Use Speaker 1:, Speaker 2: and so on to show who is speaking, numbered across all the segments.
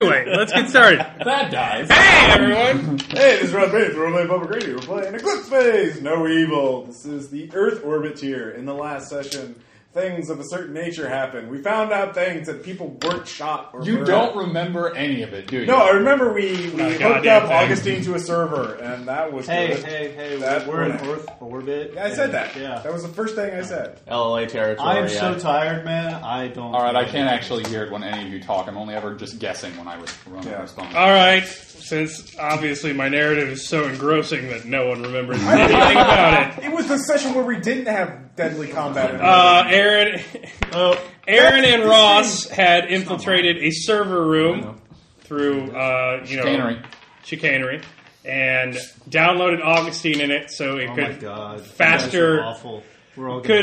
Speaker 1: Anyway, let's get started.
Speaker 2: That dies.
Speaker 1: Hey, everyone!
Speaker 3: Hey, this is Rod Bates, Role Playing Public Radio. We're playing Eclipse Phase, No Evil. This is the Earth Orbit tier. In the last session, things of a certain nature happened. We found out things that people weren't shot or
Speaker 2: You
Speaker 3: murdered.
Speaker 2: don't remember any of it, do you?
Speaker 3: No, I remember we, we hooked
Speaker 1: goddamn
Speaker 3: up
Speaker 1: thing.
Speaker 3: Augustine to a server, and that was
Speaker 4: Hey,
Speaker 3: good.
Speaker 4: hey, hey,
Speaker 3: That
Speaker 4: we're in
Speaker 3: worked.
Speaker 4: Earth orbit.
Speaker 3: Yeah, I said
Speaker 4: and-
Speaker 3: that.
Speaker 4: Yeah.
Speaker 3: That was the first thing I said.
Speaker 5: LLA territory.
Speaker 4: I'm so
Speaker 5: yeah.
Speaker 4: tired, man. I don't.
Speaker 2: All right, I can't actually hear it when any of you talk. I'm only ever just guessing when I was when I
Speaker 3: Yeah.
Speaker 2: was responding.
Speaker 1: Alright, since obviously my narrative is so engrossing that no one remembers anything about it,
Speaker 3: It was the session where we didn't have deadly combat. in
Speaker 1: uh, Aaron,
Speaker 4: Oh,
Speaker 1: Aaron and Ross had infiltrated a server room through, uh, you know,
Speaker 2: Chicanery.
Speaker 1: chicanery, and downloaded Augustine in it so it
Speaker 4: oh my
Speaker 1: could
Speaker 4: god.
Speaker 1: faster-
Speaker 4: You guys are awful. We're all
Speaker 1: could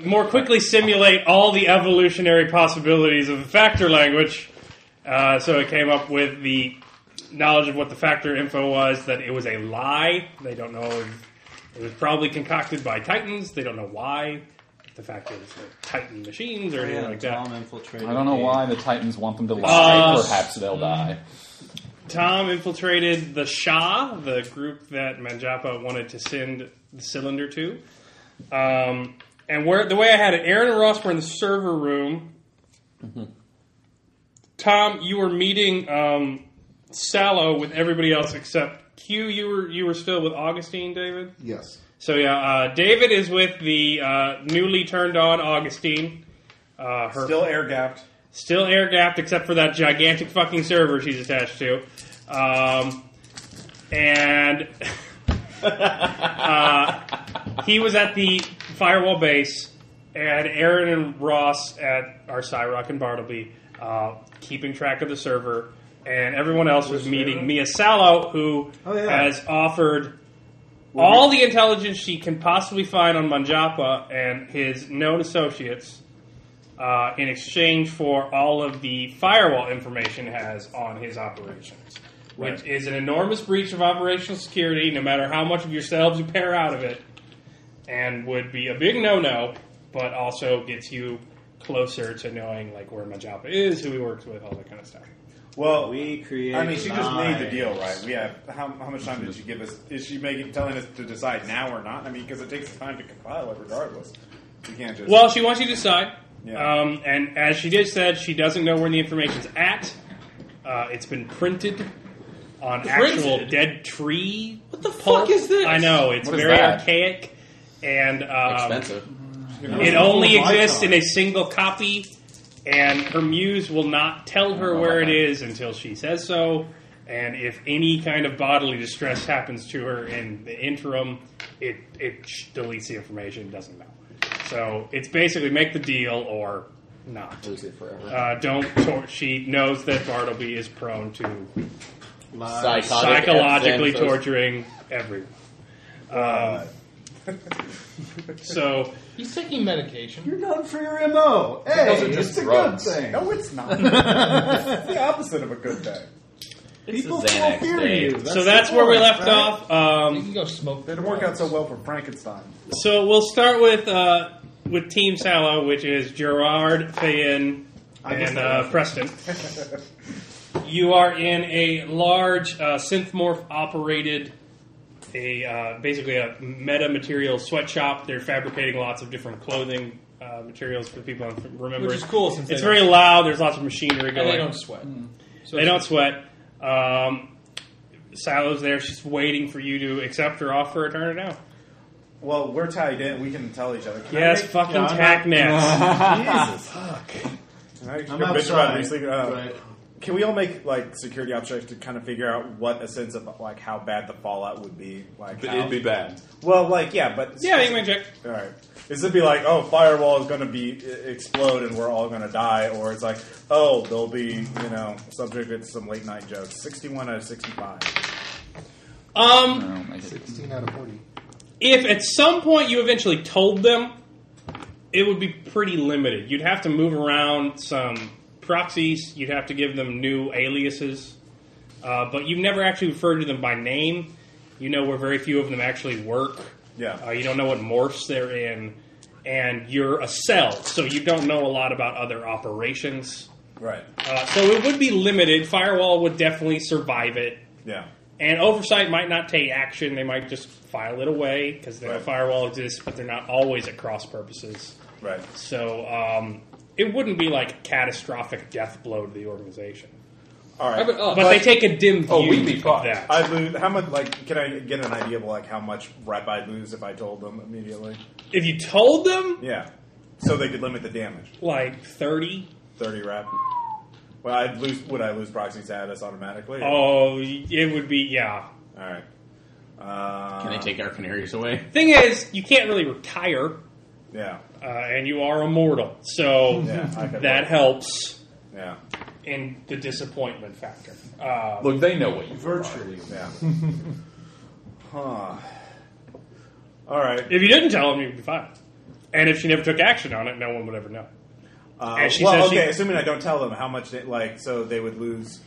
Speaker 1: uh, more quickly simulate all the evolutionary possibilities of the factor language. Uh, so it came up with the knowledge of what the factor info was that it was a lie. They don't know. if- It was probably concocted by Titans. They don't know why. If The factor is like Titan machines or
Speaker 4: die.
Speaker 1: anything
Speaker 4: Oh, Yeah,
Speaker 1: like that.
Speaker 4: Tom infiltrated.
Speaker 2: I don't know
Speaker 4: me.
Speaker 2: why the Titans want them to lie.
Speaker 1: Uh,
Speaker 2: Perhaps they'll die.
Speaker 1: Tom infiltrated the Shah, the group that Manjapa wanted to send the cylinder to. Um, and where the way I had it, Aaron and Ross were in the server room. Tom, you were meeting um, Sallow with everybody else except Q. You were you were still with Augustine, David.
Speaker 6: Yes.
Speaker 1: So yeah, uh, David is with the uh, newly turned on Augustine. Uh,
Speaker 3: there.
Speaker 1: her
Speaker 3: Still air gapped.
Speaker 1: Still air gapped except for that gigantic fucking server she's attached to. Um, and uh, he was at the firewall base, and Aaron and Ross at our Cyrock and Bartleby uh, keeping track of the server, and everyone else was meeting Mia Sallow, who
Speaker 4: Oh, yeah.
Speaker 1: has offered all the intelligence she can possibly find on Manjapa and his known associates uh, in exchange for all of the firewall information it has on his operations, which is an enormous breach of operational security, no matter how much of yourselves you pair out of it, and would be a big no-no, but also gets you closer to knowing like where Manjapa is, who he works with, all that kind of stuff.
Speaker 3: Well,
Speaker 4: We create.
Speaker 3: I mean, she just made
Speaker 4: lies.
Speaker 3: the deal, right? We have how, how much time did she give us? Is she making telling us to decide now or not? I mean, because it takes time to compile it, regardless. We can't just
Speaker 1: Well, she wants you to decide.
Speaker 3: Yeah.
Speaker 1: Um, and as she did said, she doesn't know where the information's at. Uh, it's been printed on actual dead tree. What the fuck is this? I know it's
Speaker 2: What is
Speaker 1: very
Speaker 2: that?
Speaker 1: archaic, and um,
Speaker 5: expensive.
Speaker 1: it only
Speaker 4: Full of
Speaker 1: exists in
Speaker 4: icons.
Speaker 1: a single copy. And her muse will not tell her
Speaker 5: Oh,
Speaker 2: know
Speaker 1: where it
Speaker 2: about
Speaker 1: is until she says so. And if any kind of bodily distress happens to her in the interim, it it sh- deletes the information. Doesn't know. So it's basically make the deal or not.
Speaker 5: Lose it forever.
Speaker 1: Uh, don't. Tor- she knows that Bartleby is prone to
Speaker 4: Lies.
Speaker 5: Psychotic
Speaker 1: psychologically
Speaker 5: absences.
Speaker 1: torturing everyone. Um, so
Speaker 7: He's taking medication.
Speaker 4: You're known for your mo. Hey,
Speaker 2: Those are just
Speaker 4: it's a
Speaker 2: drugs.
Speaker 4: good thing.
Speaker 3: No, it's not. it's the opposite of a good thing.
Speaker 5: It's
Speaker 4: People
Speaker 5: the
Speaker 4: still
Speaker 5: Xanax
Speaker 4: fear
Speaker 5: day.
Speaker 4: you.
Speaker 1: so
Speaker 4: the
Speaker 1: that's where we
Speaker 4: point,
Speaker 1: left
Speaker 4: right?
Speaker 1: off.
Speaker 7: You
Speaker 1: Um,
Speaker 7: can go smoke.
Speaker 3: It didn't work out so well for Frankenstein.
Speaker 1: so we'll start with uh, with Team Sallow, which is Gerard, Fayin,
Speaker 4: I guess
Speaker 1: and
Speaker 4: that
Speaker 1: uh,
Speaker 4: was-
Speaker 1: Preston. you are in a large uh, synthmorph operated a uh, basically a meta material sweatshop. They're fabricating lots of different clothing uh, materials for people. I don't remember,
Speaker 7: Which is cool since they
Speaker 1: it's
Speaker 7: don't-
Speaker 1: very loud. There's lots of machinery going.
Speaker 7: And they don't sweat. So
Speaker 1: They don't sweat. Um, Sallow's there. She's waiting for you to accept her offer and turn it down.
Speaker 3: Well, we're tied in. We can tell each other. Can I
Speaker 1: Yes,
Speaker 3: make-
Speaker 1: fucking
Speaker 4: Yeah, I'm
Speaker 1: tack nets.
Speaker 3: Jesus. Can I
Speaker 4: I'm
Speaker 3: bitch
Speaker 4: outside.
Speaker 3: about me sleeping? Uh,
Speaker 4: Right.
Speaker 3: Can we all make like security objects to kind of figure out what a sense of like how bad the fallout would be? Like, how-
Speaker 2: bad.
Speaker 3: well, like yeah, but
Speaker 1: yeah, you can check.
Speaker 3: All right. Is it be like, oh, firewall is going to be e, explode and we're all going to die, or it's like, oh, there'll be you know subjected to some late night jokes. Sixty-one out of sixty-five.
Speaker 1: Um,
Speaker 2: No, make it-
Speaker 6: 16 out of 40.
Speaker 1: if at some point you eventually told them, it would be pretty limited. You'd have to move around some proxies. You'd have to give them new aliases. Uh, but you've never actually referred to them by name. You know where very few of them actually work.
Speaker 3: Yeah.
Speaker 1: Uh, you don't know what morphs they're in. And you're a cell, so you don't know a lot about other operations.
Speaker 3: Right.
Speaker 1: Uh, so it would be limited. Firewall would definitely survive it.
Speaker 3: Yeah.
Speaker 1: And oversight might not take action. They might just file it away because the
Speaker 3: Right.
Speaker 1: firewall exists, but they're not always at cross purposes.
Speaker 3: Right.
Speaker 1: So um, it wouldn't be like a catastrophic death blow to the organization.
Speaker 3: All right.
Speaker 7: How about us?
Speaker 1: But they take a dim view
Speaker 2: Oh, we'd be
Speaker 1: of
Speaker 2: fucked.
Speaker 1: that.
Speaker 3: I lose. How much? Like, can I get an idea of like how much rep I'd lose if I told them immediately?
Speaker 1: If you told them,
Speaker 3: Yeah. So they could limit the damage.
Speaker 1: like 30,
Speaker 3: Thirty rep. Well, I'd lose. Would I lose proxy status automatically?
Speaker 1: oh, it would be, yeah.
Speaker 3: All right. Uh,
Speaker 5: Can they take our canaries away?
Speaker 1: Thing is, you can't really retire,
Speaker 3: Yeah.
Speaker 1: uh, and you are immortal. So
Speaker 3: Yeah, I could
Speaker 1: that
Speaker 3: work.
Speaker 1: helps
Speaker 3: Yeah.
Speaker 1: in the disappointment factor. Uh,
Speaker 2: Look, they know what you
Speaker 4: Virtually.
Speaker 3: Yeah. huh. All right.
Speaker 1: if you didn't tell them, you'd be fine. And if she never took action on it, no one would ever know.
Speaker 3: Uh,
Speaker 1: And she
Speaker 3: well,
Speaker 1: says she-
Speaker 3: okay, assuming I don't tell them how much, they, like, so they would lose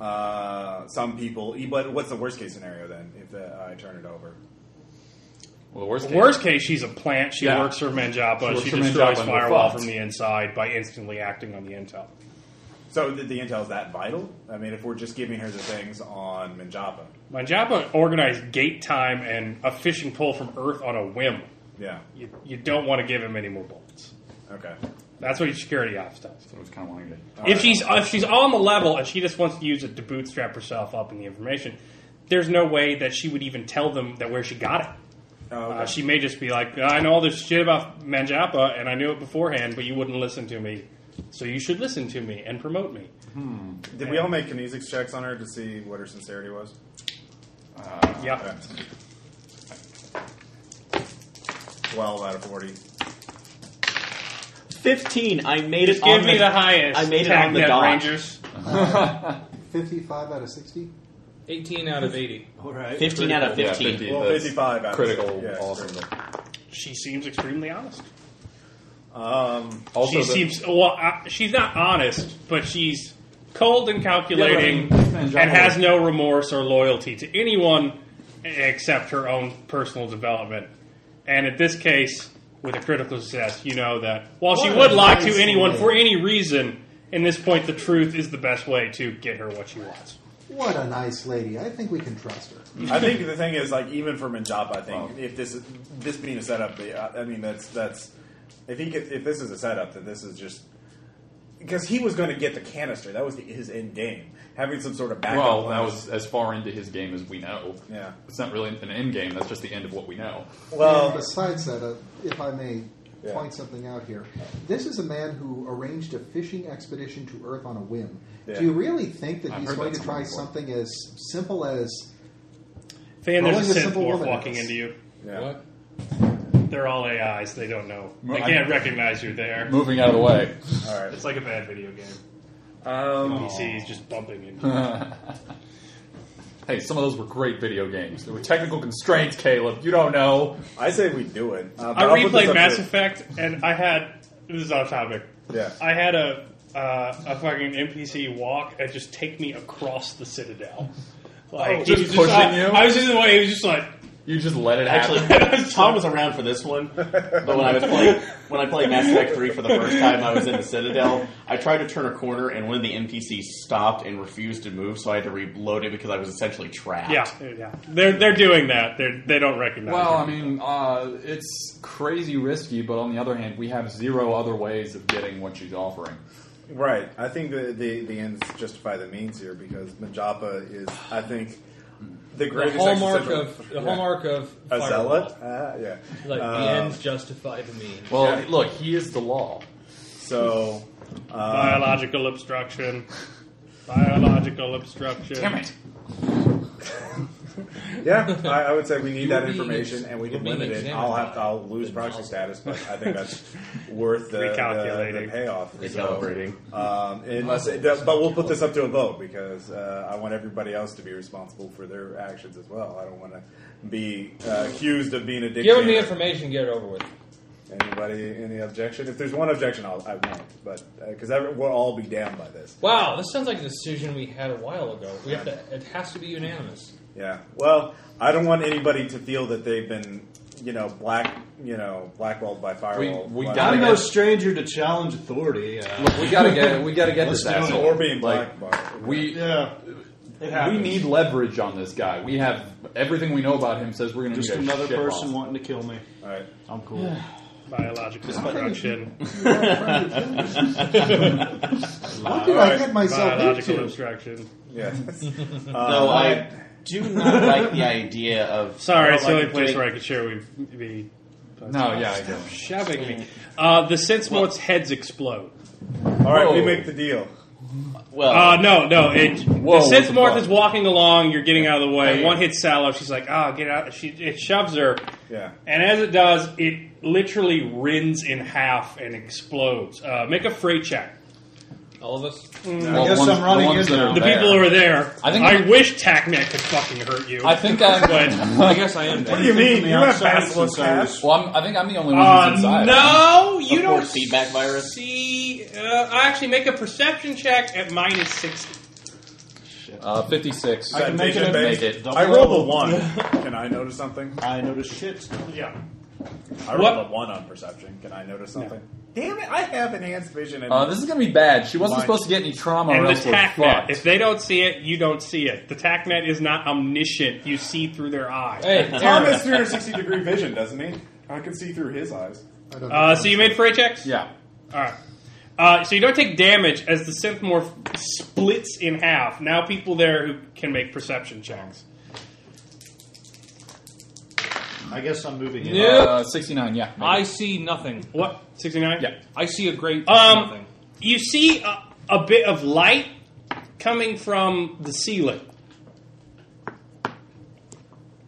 Speaker 3: uh, some people. E- But what's the worst case scenario then if uh, I turn it over?
Speaker 2: Well, the worst. Case,
Speaker 1: Worst case, she's a plant. She
Speaker 2: Yeah.
Speaker 1: works for Manjapa.
Speaker 2: works
Speaker 1: She,
Speaker 2: for
Speaker 1: destroys
Speaker 2: Manjapa and we're
Speaker 1: firewall
Speaker 2: fucked.
Speaker 1: from the inside by instantly acting on the intel.
Speaker 3: So the, the intel is that vital? I mean, if we're just giving her the things on Manjapa,
Speaker 1: Manjapa organized gate time and a fishing pole from Earth on a whim.
Speaker 3: yeah,
Speaker 1: You, you don't want to give him any more bullets.
Speaker 3: okay,
Speaker 1: That's what your security ops does.
Speaker 2: I was kind of wanting to.
Speaker 1: If she's if she's on the level and she just wants to use it to bootstrap herself up in the information, there's no way that she would even tell them that where she got it.
Speaker 3: oh, okay.
Speaker 1: Uh, she may just be like, I know all this shit about Manjapa, and I knew it beforehand, but you wouldn't listen to me, so you should listen to me and promote me.
Speaker 3: Did we all make kinesics checks on her to see what her sincerity was?
Speaker 1: Yeah,
Speaker 3: Okay. Twelve out of forty.
Speaker 6: 15. I made
Speaker 1: just
Speaker 6: it on
Speaker 1: give me the, highest.
Speaker 6: I made it
Speaker 1: Tag
Speaker 6: on the
Speaker 1: Net
Speaker 6: dot.
Speaker 1: Rangers.
Speaker 4: 55 out of 60?
Speaker 7: 18 out of 80.
Speaker 4: All right.
Speaker 6: 15 out of 15.
Speaker 2: Yeah, 50,
Speaker 3: Well,
Speaker 2: that's
Speaker 3: 55 out of
Speaker 2: Critical.
Speaker 3: 60. Yeah,
Speaker 2: awesome.
Speaker 1: She seems extremely honest.
Speaker 3: Um,
Speaker 1: She
Speaker 2: Also, the-
Speaker 1: seems well. I, she's not honest, but she's cold and calculating,
Speaker 2: Yeah, but I mean, Manjapa-
Speaker 1: and has no remorse or loyalty to anyone except her own personal development. And in this case, with a critical success, you know that while she
Speaker 4: What
Speaker 1: would
Speaker 4: a
Speaker 1: lie
Speaker 4: nice
Speaker 1: to anyone
Speaker 4: lady.
Speaker 1: for any reason, in this point, the truth is the best way to get her what she wants.
Speaker 4: What a nice lady. I think we can trust her.
Speaker 3: I think the thing is, like, even for Manjapa, I think if this is- this being a setup, the, uh, I mean, that's that's if he could, if this is a setup, then this is just because he was going to get the canister. That was the, his end game, having some sort of backup.
Speaker 2: Well, that
Speaker 3: plan.
Speaker 2: was as far into his game as we know.
Speaker 3: Yeah.
Speaker 2: It's not really an end game. That's just the end of what we know.
Speaker 4: And
Speaker 3: well,
Speaker 4: besides that, uh, if I may
Speaker 3: Yeah.
Speaker 4: point something out here, this is a man who arranged a fishing expedition to Earth on a whim.
Speaker 3: Yeah.
Speaker 4: Do you really think that
Speaker 2: I've
Speaker 4: he's
Speaker 2: heard
Speaker 4: going
Speaker 2: that
Speaker 4: to try
Speaker 2: somewhere
Speaker 4: something as simple as
Speaker 1: Fan,
Speaker 4: Rolling
Speaker 1: there's
Speaker 4: a
Speaker 1: a synth
Speaker 4: simple
Speaker 1: dwarf
Speaker 4: woman
Speaker 1: walking
Speaker 4: is-
Speaker 1: into you.
Speaker 3: yeah.
Speaker 7: What?
Speaker 1: They're all AIs. They don't know. They
Speaker 2: Well, I-
Speaker 1: can't recognize you there.
Speaker 2: Moving out of the way.
Speaker 3: All right.
Speaker 1: It's like a bad video game.
Speaker 3: Um,
Speaker 1: PC is just bumping into you.
Speaker 2: Hey, some of those were great video games. There were technical constraints, Caleb. You don't know.
Speaker 3: I say we do it. Uh, but
Speaker 1: I
Speaker 3: I'll put this
Speaker 1: replayed
Speaker 3: up
Speaker 1: Mass
Speaker 3: to-
Speaker 1: Effect, and I had this is off topic.
Speaker 3: Yeah.
Speaker 1: I had a uh, a fucking NPC walk and just take me across the citadel. Like
Speaker 2: Oh,
Speaker 1: he
Speaker 2: just
Speaker 1: was
Speaker 2: pushing
Speaker 1: I,
Speaker 2: you?
Speaker 1: I was just in the way. He was just like,
Speaker 2: You just let it happen.
Speaker 6: Actually, Tom was around for this one, but when I was playing when I played Mass Effect 3 for the first time, I was in the Citadel. I tried to turn a corner, and one of the NPCs stopped and refused to move, so I had to reload it because I was essentially trapped.
Speaker 1: yeah, yeah. They're they're doing that. They they don't recognize.
Speaker 2: Well, I
Speaker 1: you.
Speaker 2: mean, uh, it's crazy risky, but on the other hand, we have zero other ways of getting what she's offering.
Speaker 3: Right. I think the, the, the ends justify the means here because Manjapa is, I think, the
Speaker 7: The
Speaker 3: greatest
Speaker 7: hallmark
Speaker 3: existential-
Speaker 7: of the
Speaker 3: Yeah.
Speaker 7: hallmark of
Speaker 3: a
Speaker 7: firewall.
Speaker 3: zealot. Uh, yeah.
Speaker 7: Like
Speaker 3: Uh,
Speaker 7: the ends justify the means.
Speaker 2: Well, look, he is the law.
Speaker 3: So,
Speaker 1: biological obstruction. Biological obstruction.
Speaker 2: Damn it.
Speaker 3: yeah, I, I would say we need
Speaker 7: You
Speaker 3: that
Speaker 7: were being
Speaker 3: information
Speaker 7: ex-
Speaker 3: and we
Speaker 7: you were
Speaker 3: can
Speaker 7: being
Speaker 3: limit it.
Speaker 7: examined
Speaker 3: I'll
Speaker 7: by
Speaker 3: have to, I'll lose
Speaker 7: the
Speaker 3: proxy
Speaker 7: novel.
Speaker 3: status, but I think that's worth the, the, the
Speaker 1: Recalculating.
Speaker 3: payoff.
Speaker 6: Recalibrating.
Speaker 3: So, Um, unless it does, but we'll put this up to a vote because uh, I want everybody else to be responsible for their actions as well. I don't want to be uh, accused of being a
Speaker 7: Give them the
Speaker 3: dictator.
Speaker 7: information, get it over with.
Speaker 3: Anybody, any objection? If there's one objection, I'll, I won't, but because we'll all be damned by this.
Speaker 7: Wow, this sounds like a decision we had a while ago. We have to. It has to be unanimous.
Speaker 3: Yeah. Well, I don't want anybody to feel that they've been you know, black, you know, blackwalled by firewall.
Speaker 2: We- we
Speaker 3: by-
Speaker 2: gotta
Speaker 5: I'm
Speaker 2: get-
Speaker 5: no stranger to challenge authority. Uh,
Speaker 2: Look, we gotta get we gotta get
Speaker 5: Let's
Speaker 2: this
Speaker 5: do it.
Speaker 2: asshole.
Speaker 3: or being
Speaker 2: Like,
Speaker 3: black. by-
Speaker 2: we
Speaker 5: yeah, it
Speaker 2: we
Speaker 5: happens.
Speaker 2: need leverage on this guy. We have everything we know about him says we're gonna
Speaker 5: just
Speaker 2: need a
Speaker 5: another
Speaker 2: shit
Speaker 5: person
Speaker 2: boss.
Speaker 5: wanting to kill me.
Speaker 3: All right.
Speaker 5: I'm cool.
Speaker 1: Biological obstruction.
Speaker 4: What did I get myself
Speaker 1: Biological
Speaker 4: into?
Speaker 1: obstruction.
Speaker 3: Yeah.
Speaker 6: Though Uh, I do not like the idea of
Speaker 1: Sorry, it's the
Speaker 6: like
Speaker 1: only place
Speaker 6: doing-
Speaker 1: where I could share we'd be
Speaker 2: No, yeah, I know.
Speaker 1: shoving me. Uh, the sense mort's heads explode.
Speaker 3: All right. We
Speaker 2: Whoa.
Speaker 3: make the deal.
Speaker 6: well,
Speaker 1: Uh, no, no. It,
Speaker 2: Whoa,
Speaker 1: the sense
Speaker 2: what the
Speaker 1: morph
Speaker 2: fuck?
Speaker 1: is walking along. You're getting out of the way.
Speaker 6: Hey.
Speaker 1: One hits Sallow. She's like, "Oh, get out!" She it shoves her.
Speaker 3: Yeah.
Speaker 1: And as it does, it literally rends in half and explodes. Uh, make a freight check.
Speaker 7: All of us.
Speaker 1: Mm.
Speaker 2: Well,
Speaker 5: guess
Speaker 2: ones-
Speaker 5: I'm running
Speaker 2: the ones
Speaker 5: in
Speaker 2: that
Speaker 5: now.
Speaker 2: are
Speaker 1: The
Speaker 2: there.
Speaker 1: people who are there. I,
Speaker 2: I think-
Speaker 1: wish TacNet could fucking hurt you.
Speaker 2: I think I'm.
Speaker 1: But-
Speaker 7: I guess I am.
Speaker 3: What do you mean?
Speaker 5: From the
Speaker 3: You have
Speaker 5: outside,
Speaker 3: basketball
Speaker 5: since I was-
Speaker 3: caps.
Speaker 2: well, I'm, I think I'm the only one who's
Speaker 1: Uh,
Speaker 2: inside.
Speaker 1: no,
Speaker 6: the
Speaker 1: you don't
Speaker 6: force feedback virus.
Speaker 1: see. Uh, actually, make a perception check at minus sixty.
Speaker 2: Uh, 56.
Speaker 5: I can make it.
Speaker 2: Make it.
Speaker 5: Double
Speaker 3: I rolled a
Speaker 5: roll.
Speaker 3: one. Can I notice something?
Speaker 5: I noticed shit.
Speaker 1: Yeah.
Speaker 3: I rolled
Speaker 1: What?
Speaker 3: a one on perception. Can I notice something? Damn it! I have enhanced vision. And
Speaker 2: Uh, this is gonna be bad. She wasn't
Speaker 3: Mine.
Speaker 2: supposed to get any trauma
Speaker 1: And
Speaker 2: or
Speaker 1: the
Speaker 2: else we're
Speaker 1: TacNet.
Speaker 2: Oh, fucked.
Speaker 1: If they don't see it, you don't see it. The TacNet is not omniscient. You see through their eye.
Speaker 7: Hey,
Speaker 3: Tom
Speaker 7: Aaron,
Speaker 3: has 360 degree vision, doesn't he? I can see through his eyes.
Speaker 4: I don't
Speaker 1: Uh,
Speaker 4: know.
Speaker 1: so you made freight checks?
Speaker 2: yeah.
Speaker 1: All right. Uh, so you don't take damage as the synth morph splits in half. Now people there who can make perception checks.
Speaker 5: I guess I'm moving in.
Speaker 7: Yeah.
Speaker 2: Uh, 69, yeah. Make
Speaker 7: I
Speaker 2: it.
Speaker 7: see nothing.
Speaker 1: What? 69?
Speaker 2: Yeah.
Speaker 7: I see a great
Speaker 1: Um,
Speaker 7: nothing.
Speaker 1: You see a, a bit of light coming from the ceiling.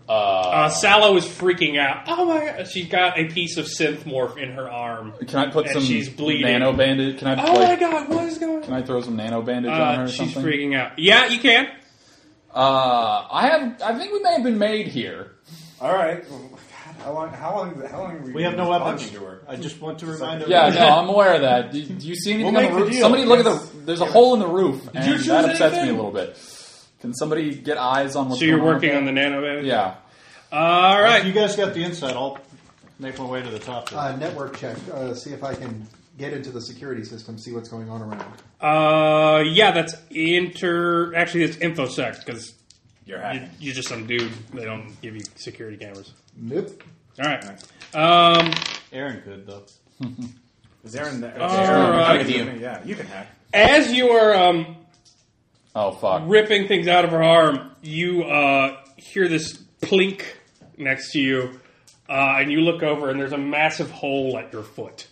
Speaker 1: Uh, Sallow is freaking out. Oh my god. She's got a piece of synth morph in her arm.
Speaker 2: Can I put
Speaker 1: and
Speaker 2: some
Speaker 1: she's bleeding.
Speaker 2: nano bandage? Can I,
Speaker 1: Oh
Speaker 2: like,
Speaker 1: my god, what is going on?
Speaker 2: Can I throw some nano bandage on her
Speaker 1: Uh,
Speaker 2: or
Speaker 1: she's
Speaker 2: something?
Speaker 1: freaking out. Yeah, you can.
Speaker 2: Uh, I have. I think we may have been made here.
Speaker 3: All right. Well, God, how long? How long? How long? Are we,
Speaker 5: We have no
Speaker 3: talking
Speaker 5: weapons. Uh,
Speaker 3: to her?
Speaker 5: I just want to remind
Speaker 2: Yeah,
Speaker 5: everyone.
Speaker 2: no, I'm aware of that. Do, do you see anything on
Speaker 3: We'll make
Speaker 2: the
Speaker 3: the
Speaker 2: roof?
Speaker 3: deal.
Speaker 2: somebody look at
Speaker 3: Yes.
Speaker 2: the. There's a hole in the roof, and
Speaker 1: choose
Speaker 2: that upsets
Speaker 1: anything?
Speaker 2: me a little bit. Can somebody get eyes on what's
Speaker 1: So you're
Speaker 2: going
Speaker 1: working
Speaker 2: on?
Speaker 1: on the nano bandage?
Speaker 2: Yeah.
Speaker 1: All
Speaker 5: If
Speaker 1: right.
Speaker 5: you guys got the inside, I'll make my way to the top. Then.
Speaker 4: Uh, network check. Uh, see if I can get into the security system. See what's going on around.
Speaker 1: Uh, yeah, that's inter. Actually, it's infosec because
Speaker 3: You're
Speaker 1: you,
Speaker 3: hacking.
Speaker 1: you're just some dude. They don't give you security cameras.
Speaker 4: Nope.
Speaker 1: All right. Um,
Speaker 5: Aaron could though.
Speaker 3: Is Aaron there?
Speaker 1: right.
Speaker 3: Aaron, you. Yeah, you can hack.
Speaker 1: as you are um,
Speaker 2: Oh fuck.
Speaker 1: ripping things out of her arm, you uh, hear this plink next to you, uh, and you look over, and there's a massive hole at your foot.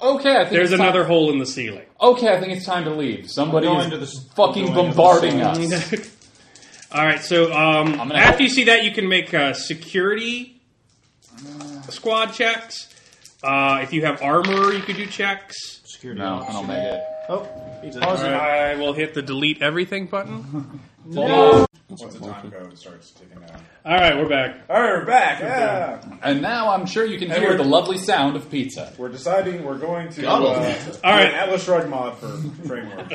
Speaker 2: Okay, I think
Speaker 1: There's
Speaker 2: it's time-
Speaker 1: another hole in the ceiling.
Speaker 2: Okay, I think it's time to leave. Somebody
Speaker 5: I'm
Speaker 2: is
Speaker 5: going to the-
Speaker 2: fucking
Speaker 5: I'm going to the
Speaker 2: bombarding
Speaker 5: side.
Speaker 2: us.
Speaker 1: All right. So um,
Speaker 2: gonna
Speaker 1: after
Speaker 2: help.
Speaker 1: you see that, you can make uh, security squad checks. Uh, if you have armor, you could do checks.
Speaker 5: Security.
Speaker 2: No, I don't make it.
Speaker 5: Oh, he's
Speaker 1: All
Speaker 5: pausing.
Speaker 1: right, I will hit the delete everything button.
Speaker 3: Once the time code starts ticking out.
Speaker 1: All right, we're back.
Speaker 3: All right, we're back. Yeah.
Speaker 2: And now I'm sure you can hear
Speaker 3: we're-
Speaker 2: the lovely sound of pizza.
Speaker 3: We're deciding we're going to
Speaker 5: Gobble.
Speaker 3: uh,
Speaker 1: All right.
Speaker 3: do an Atlas Shrugged mod for framework.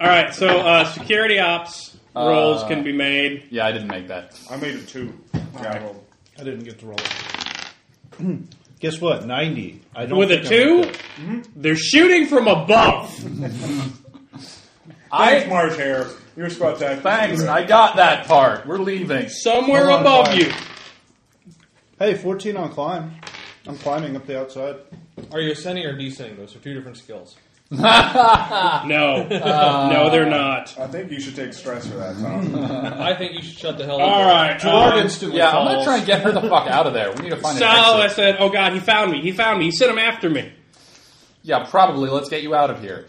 Speaker 1: All right, so uh, security ops rolls
Speaker 2: Uh,
Speaker 1: can be made.
Speaker 2: Yeah, I didn't make that.
Speaker 3: I made a two. Yeah, I rolled.
Speaker 5: I didn't get to roll. Guess what? Ninety. I don't
Speaker 1: With a
Speaker 5: think I
Speaker 1: two,
Speaker 5: make it.
Speaker 1: they're shooting from above.
Speaker 3: Thanks,
Speaker 2: I
Speaker 3: Marge Hare. Your squad tactics.
Speaker 2: thanks. I got that part. We're leaving.
Speaker 1: Somewhere
Speaker 5: Hold on,
Speaker 1: above
Speaker 5: fire.
Speaker 1: you.
Speaker 5: Hey, fourteen on climb. I'm climbing up the outside.
Speaker 7: Are you ascending or descending? Those are two different skills.
Speaker 1: No,
Speaker 5: Uh,
Speaker 1: no, they're not.
Speaker 3: I think you should take stress for that, Tom.
Speaker 7: I think you should shut the hell up.
Speaker 1: All right.
Speaker 5: Gerard
Speaker 1: um,
Speaker 5: instantly
Speaker 2: Yeah, I'm
Speaker 5: falls.
Speaker 2: gonna try and get her the fuck out of there. We need to find an
Speaker 1: Sal, I
Speaker 2: exit.
Speaker 1: said, "Oh God, he found me! He found me! He sent him after me!"
Speaker 2: Yeah, probably. Let's get you out of here.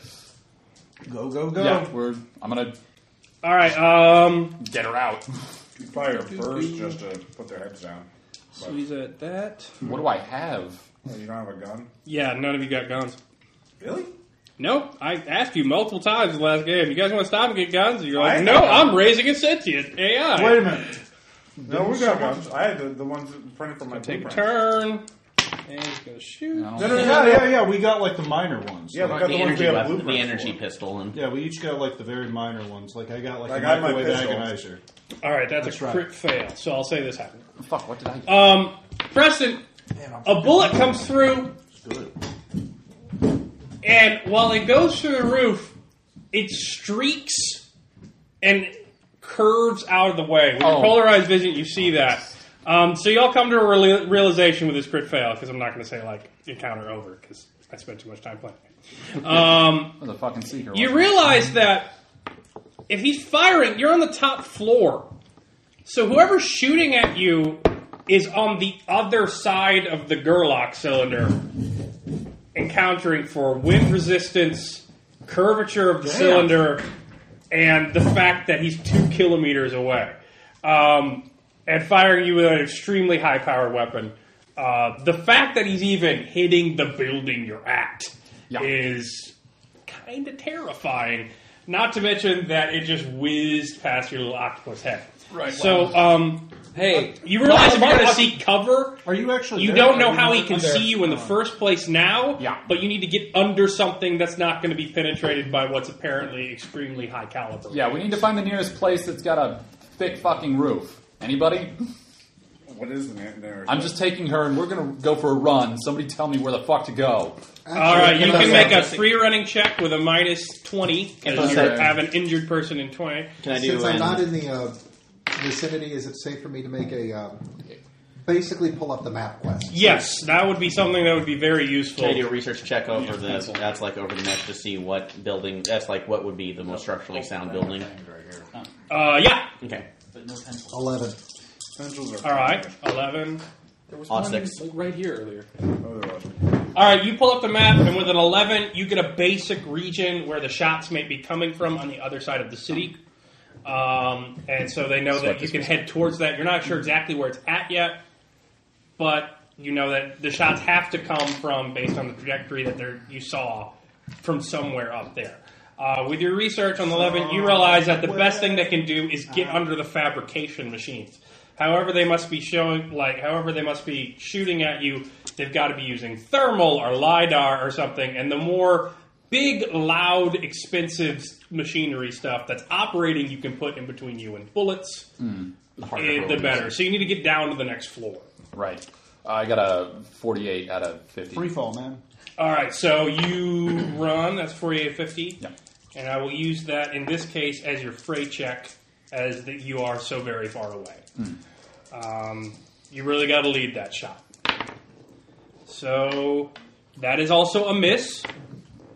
Speaker 5: Go go go.
Speaker 2: Yeah, we're. I'm gonna
Speaker 1: All right. Um,
Speaker 2: get her out.
Speaker 3: you fire first just to put their heads down.
Speaker 1: so he's at that.
Speaker 2: What do I have?
Speaker 3: Oh, you don't have a gun?
Speaker 1: Yeah, none of you got guns.
Speaker 3: Really?
Speaker 1: Nope. I asked you multiple times in the last game. You guys want to stop and get guns? And you're
Speaker 3: I
Speaker 1: like,
Speaker 3: ain't
Speaker 1: no,
Speaker 3: got guns."
Speaker 1: I'm raising a sentient AI.
Speaker 5: Wait a minute.
Speaker 3: No, we got guns. I had the, the ones printed from my
Speaker 1: Take a
Speaker 3: blueprint.
Speaker 1: turn. And he's gonna shoot.
Speaker 2: I
Speaker 3: No,
Speaker 2: don't-
Speaker 3: no, no,
Speaker 5: Yeah,
Speaker 3: no,
Speaker 5: yeah,
Speaker 3: no.
Speaker 5: yeah. We got like the minor ones.
Speaker 3: Yeah, we
Speaker 5: Like-
Speaker 3: got
Speaker 6: the
Speaker 3: the ones we
Speaker 6: energy
Speaker 3: had
Speaker 6: weapon, the
Speaker 3: blueprints
Speaker 6: energy
Speaker 3: for.
Speaker 6: pistol, and
Speaker 5: yeah, we each got like the very minor ones. Like I got like
Speaker 3: I
Speaker 5: a
Speaker 3: got my
Speaker 5: microwave
Speaker 3: pistol.
Speaker 5: agonizer.
Speaker 1: All right, that's,
Speaker 5: That's
Speaker 1: a
Speaker 5: right.
Speaker 1: crit fail. So I'll say this happened.
Speaker 2: Fuck. What did I? Get?
Speaker 1: Um, Preston, a bullet comes through, and while it goes through the roof, it streaks and curves out of the way. With your
Speaker 2: Oh.
Speaker 1: polarized vision, you see that. Um, so y'all come to a reali- realization with this crit fail because I'm not going to say like encounter over because I spent too much time playing.
Speaker 2: That was a fucking seeker.
Speaker 1: You
Speaker 2: wasn't it?
Speaker 1: realize that if he's firing, you're on the top floor. So whoever's shooting at you is on the other side of the Gerlach cylinder, encountering for wind resistance, curvature of the cylinder, and the fact that he's two kilometers away. Um, and firing you with an extremely high powered weapon. Uh, the fact that he's even hitting the building you're at
Speaker 2: Yeah.
Speaker 1: is kind of terrifying. Not to mention that it just whizzed past your little octopus head. Right. So, um,
Speaker 7: Hey,
Speaker 1: you realize if you're
Speaker 7: Mark,
Speaker 1: going to
Speaker 7: Mark,
Speaker 1: seek cover,
Speaker 5: Are you actually?
Speaker 1: you
Speaker 5: there?
Speaker 1: don't
Speaker 5: Are
Speaker 1: know
Speaker 5: you uh,
Speaker 1: how he
Speaker 5: not-
Speaker 1: can
Speaker 5: I'm there.
Speaker 1: see you in the first place now.
Speaker 2: Yeah.
Speaker 1: But you need to get under something that's not going to be penetrated by what's apparently extremely high caliber.
Speaker 2: Yeah, we need to find the nearest place that's got a thick fucking roof. Anybody?
Speaker 3: What is the name there?
Speaker 2: I'm just taking her, and we're gonna go for a run. Somebody tell me where the fuck to go.
Speaker 1: All right, you
Speaker 6: Can
Speaker 1: can
Speaker 6: I-
Speaker 1: make a free running check with a minus twenty
Speaker 6: I
Speaker 1: because you
Speaker 6: say-
Speaker 1: have an injured person in twenty.
Speaker 6: Can I do
Speaker 4: Since
Speaker 6: an-
Speaker 4: I'm not in the uh, vicinity, is it safe for me to make a um, basically pull up the map quest?
Speaker 1: Yes, that would be something that would be very useful.
Speaker 6: Can I do a research check over the that's like over the mesh to see what building that's like what would be the most structurally sound building?
Speaker 1: Uh, yeah.
Speaker 6: Okay.
Speaker 4: Eleven.
Speaker 3: Essentials are
Speaker 1: All right, eleven.
Speaker 7: There was
Speaker 6: Odd
Speaker 7: one,
Speaker 6: six.
Speaker 7: like, right here earlier.
Speaker 3: Oh, there was.
Speaker 1: All right, you pull up the map, and with an 11, you get a basic region where the shots may be coming from on the other side of the city. Um, and so they know that you can head towards that. You're not sure exactly where it's at yet, but you know that the shots have to come from based on the trajectory that they're, you saw from somewhere up there. Uh, with your research on the 11, you realize that the best thing they can do is get under the fabrication machines. However, they must be showing, like, however they must be shooting at you, they've got to be using thermal or lidar or something. And the more big, loud, expensive s- machinery stuff that's operating, you can put in between you and bullets, eh, the better. So you need to get down to the next floor.
Speaker 2: Right. I got a 48 out of 50.
Speaker 5: Free fall, man.
Speaker 1: All right, so you run. That's forty-eight fifty.
Speaker 2: Yeah.
Speaker 1: And I will use that in this case as your freight check, as that you are so very far away. Um, you really got to lead that shot. So that is also a miss,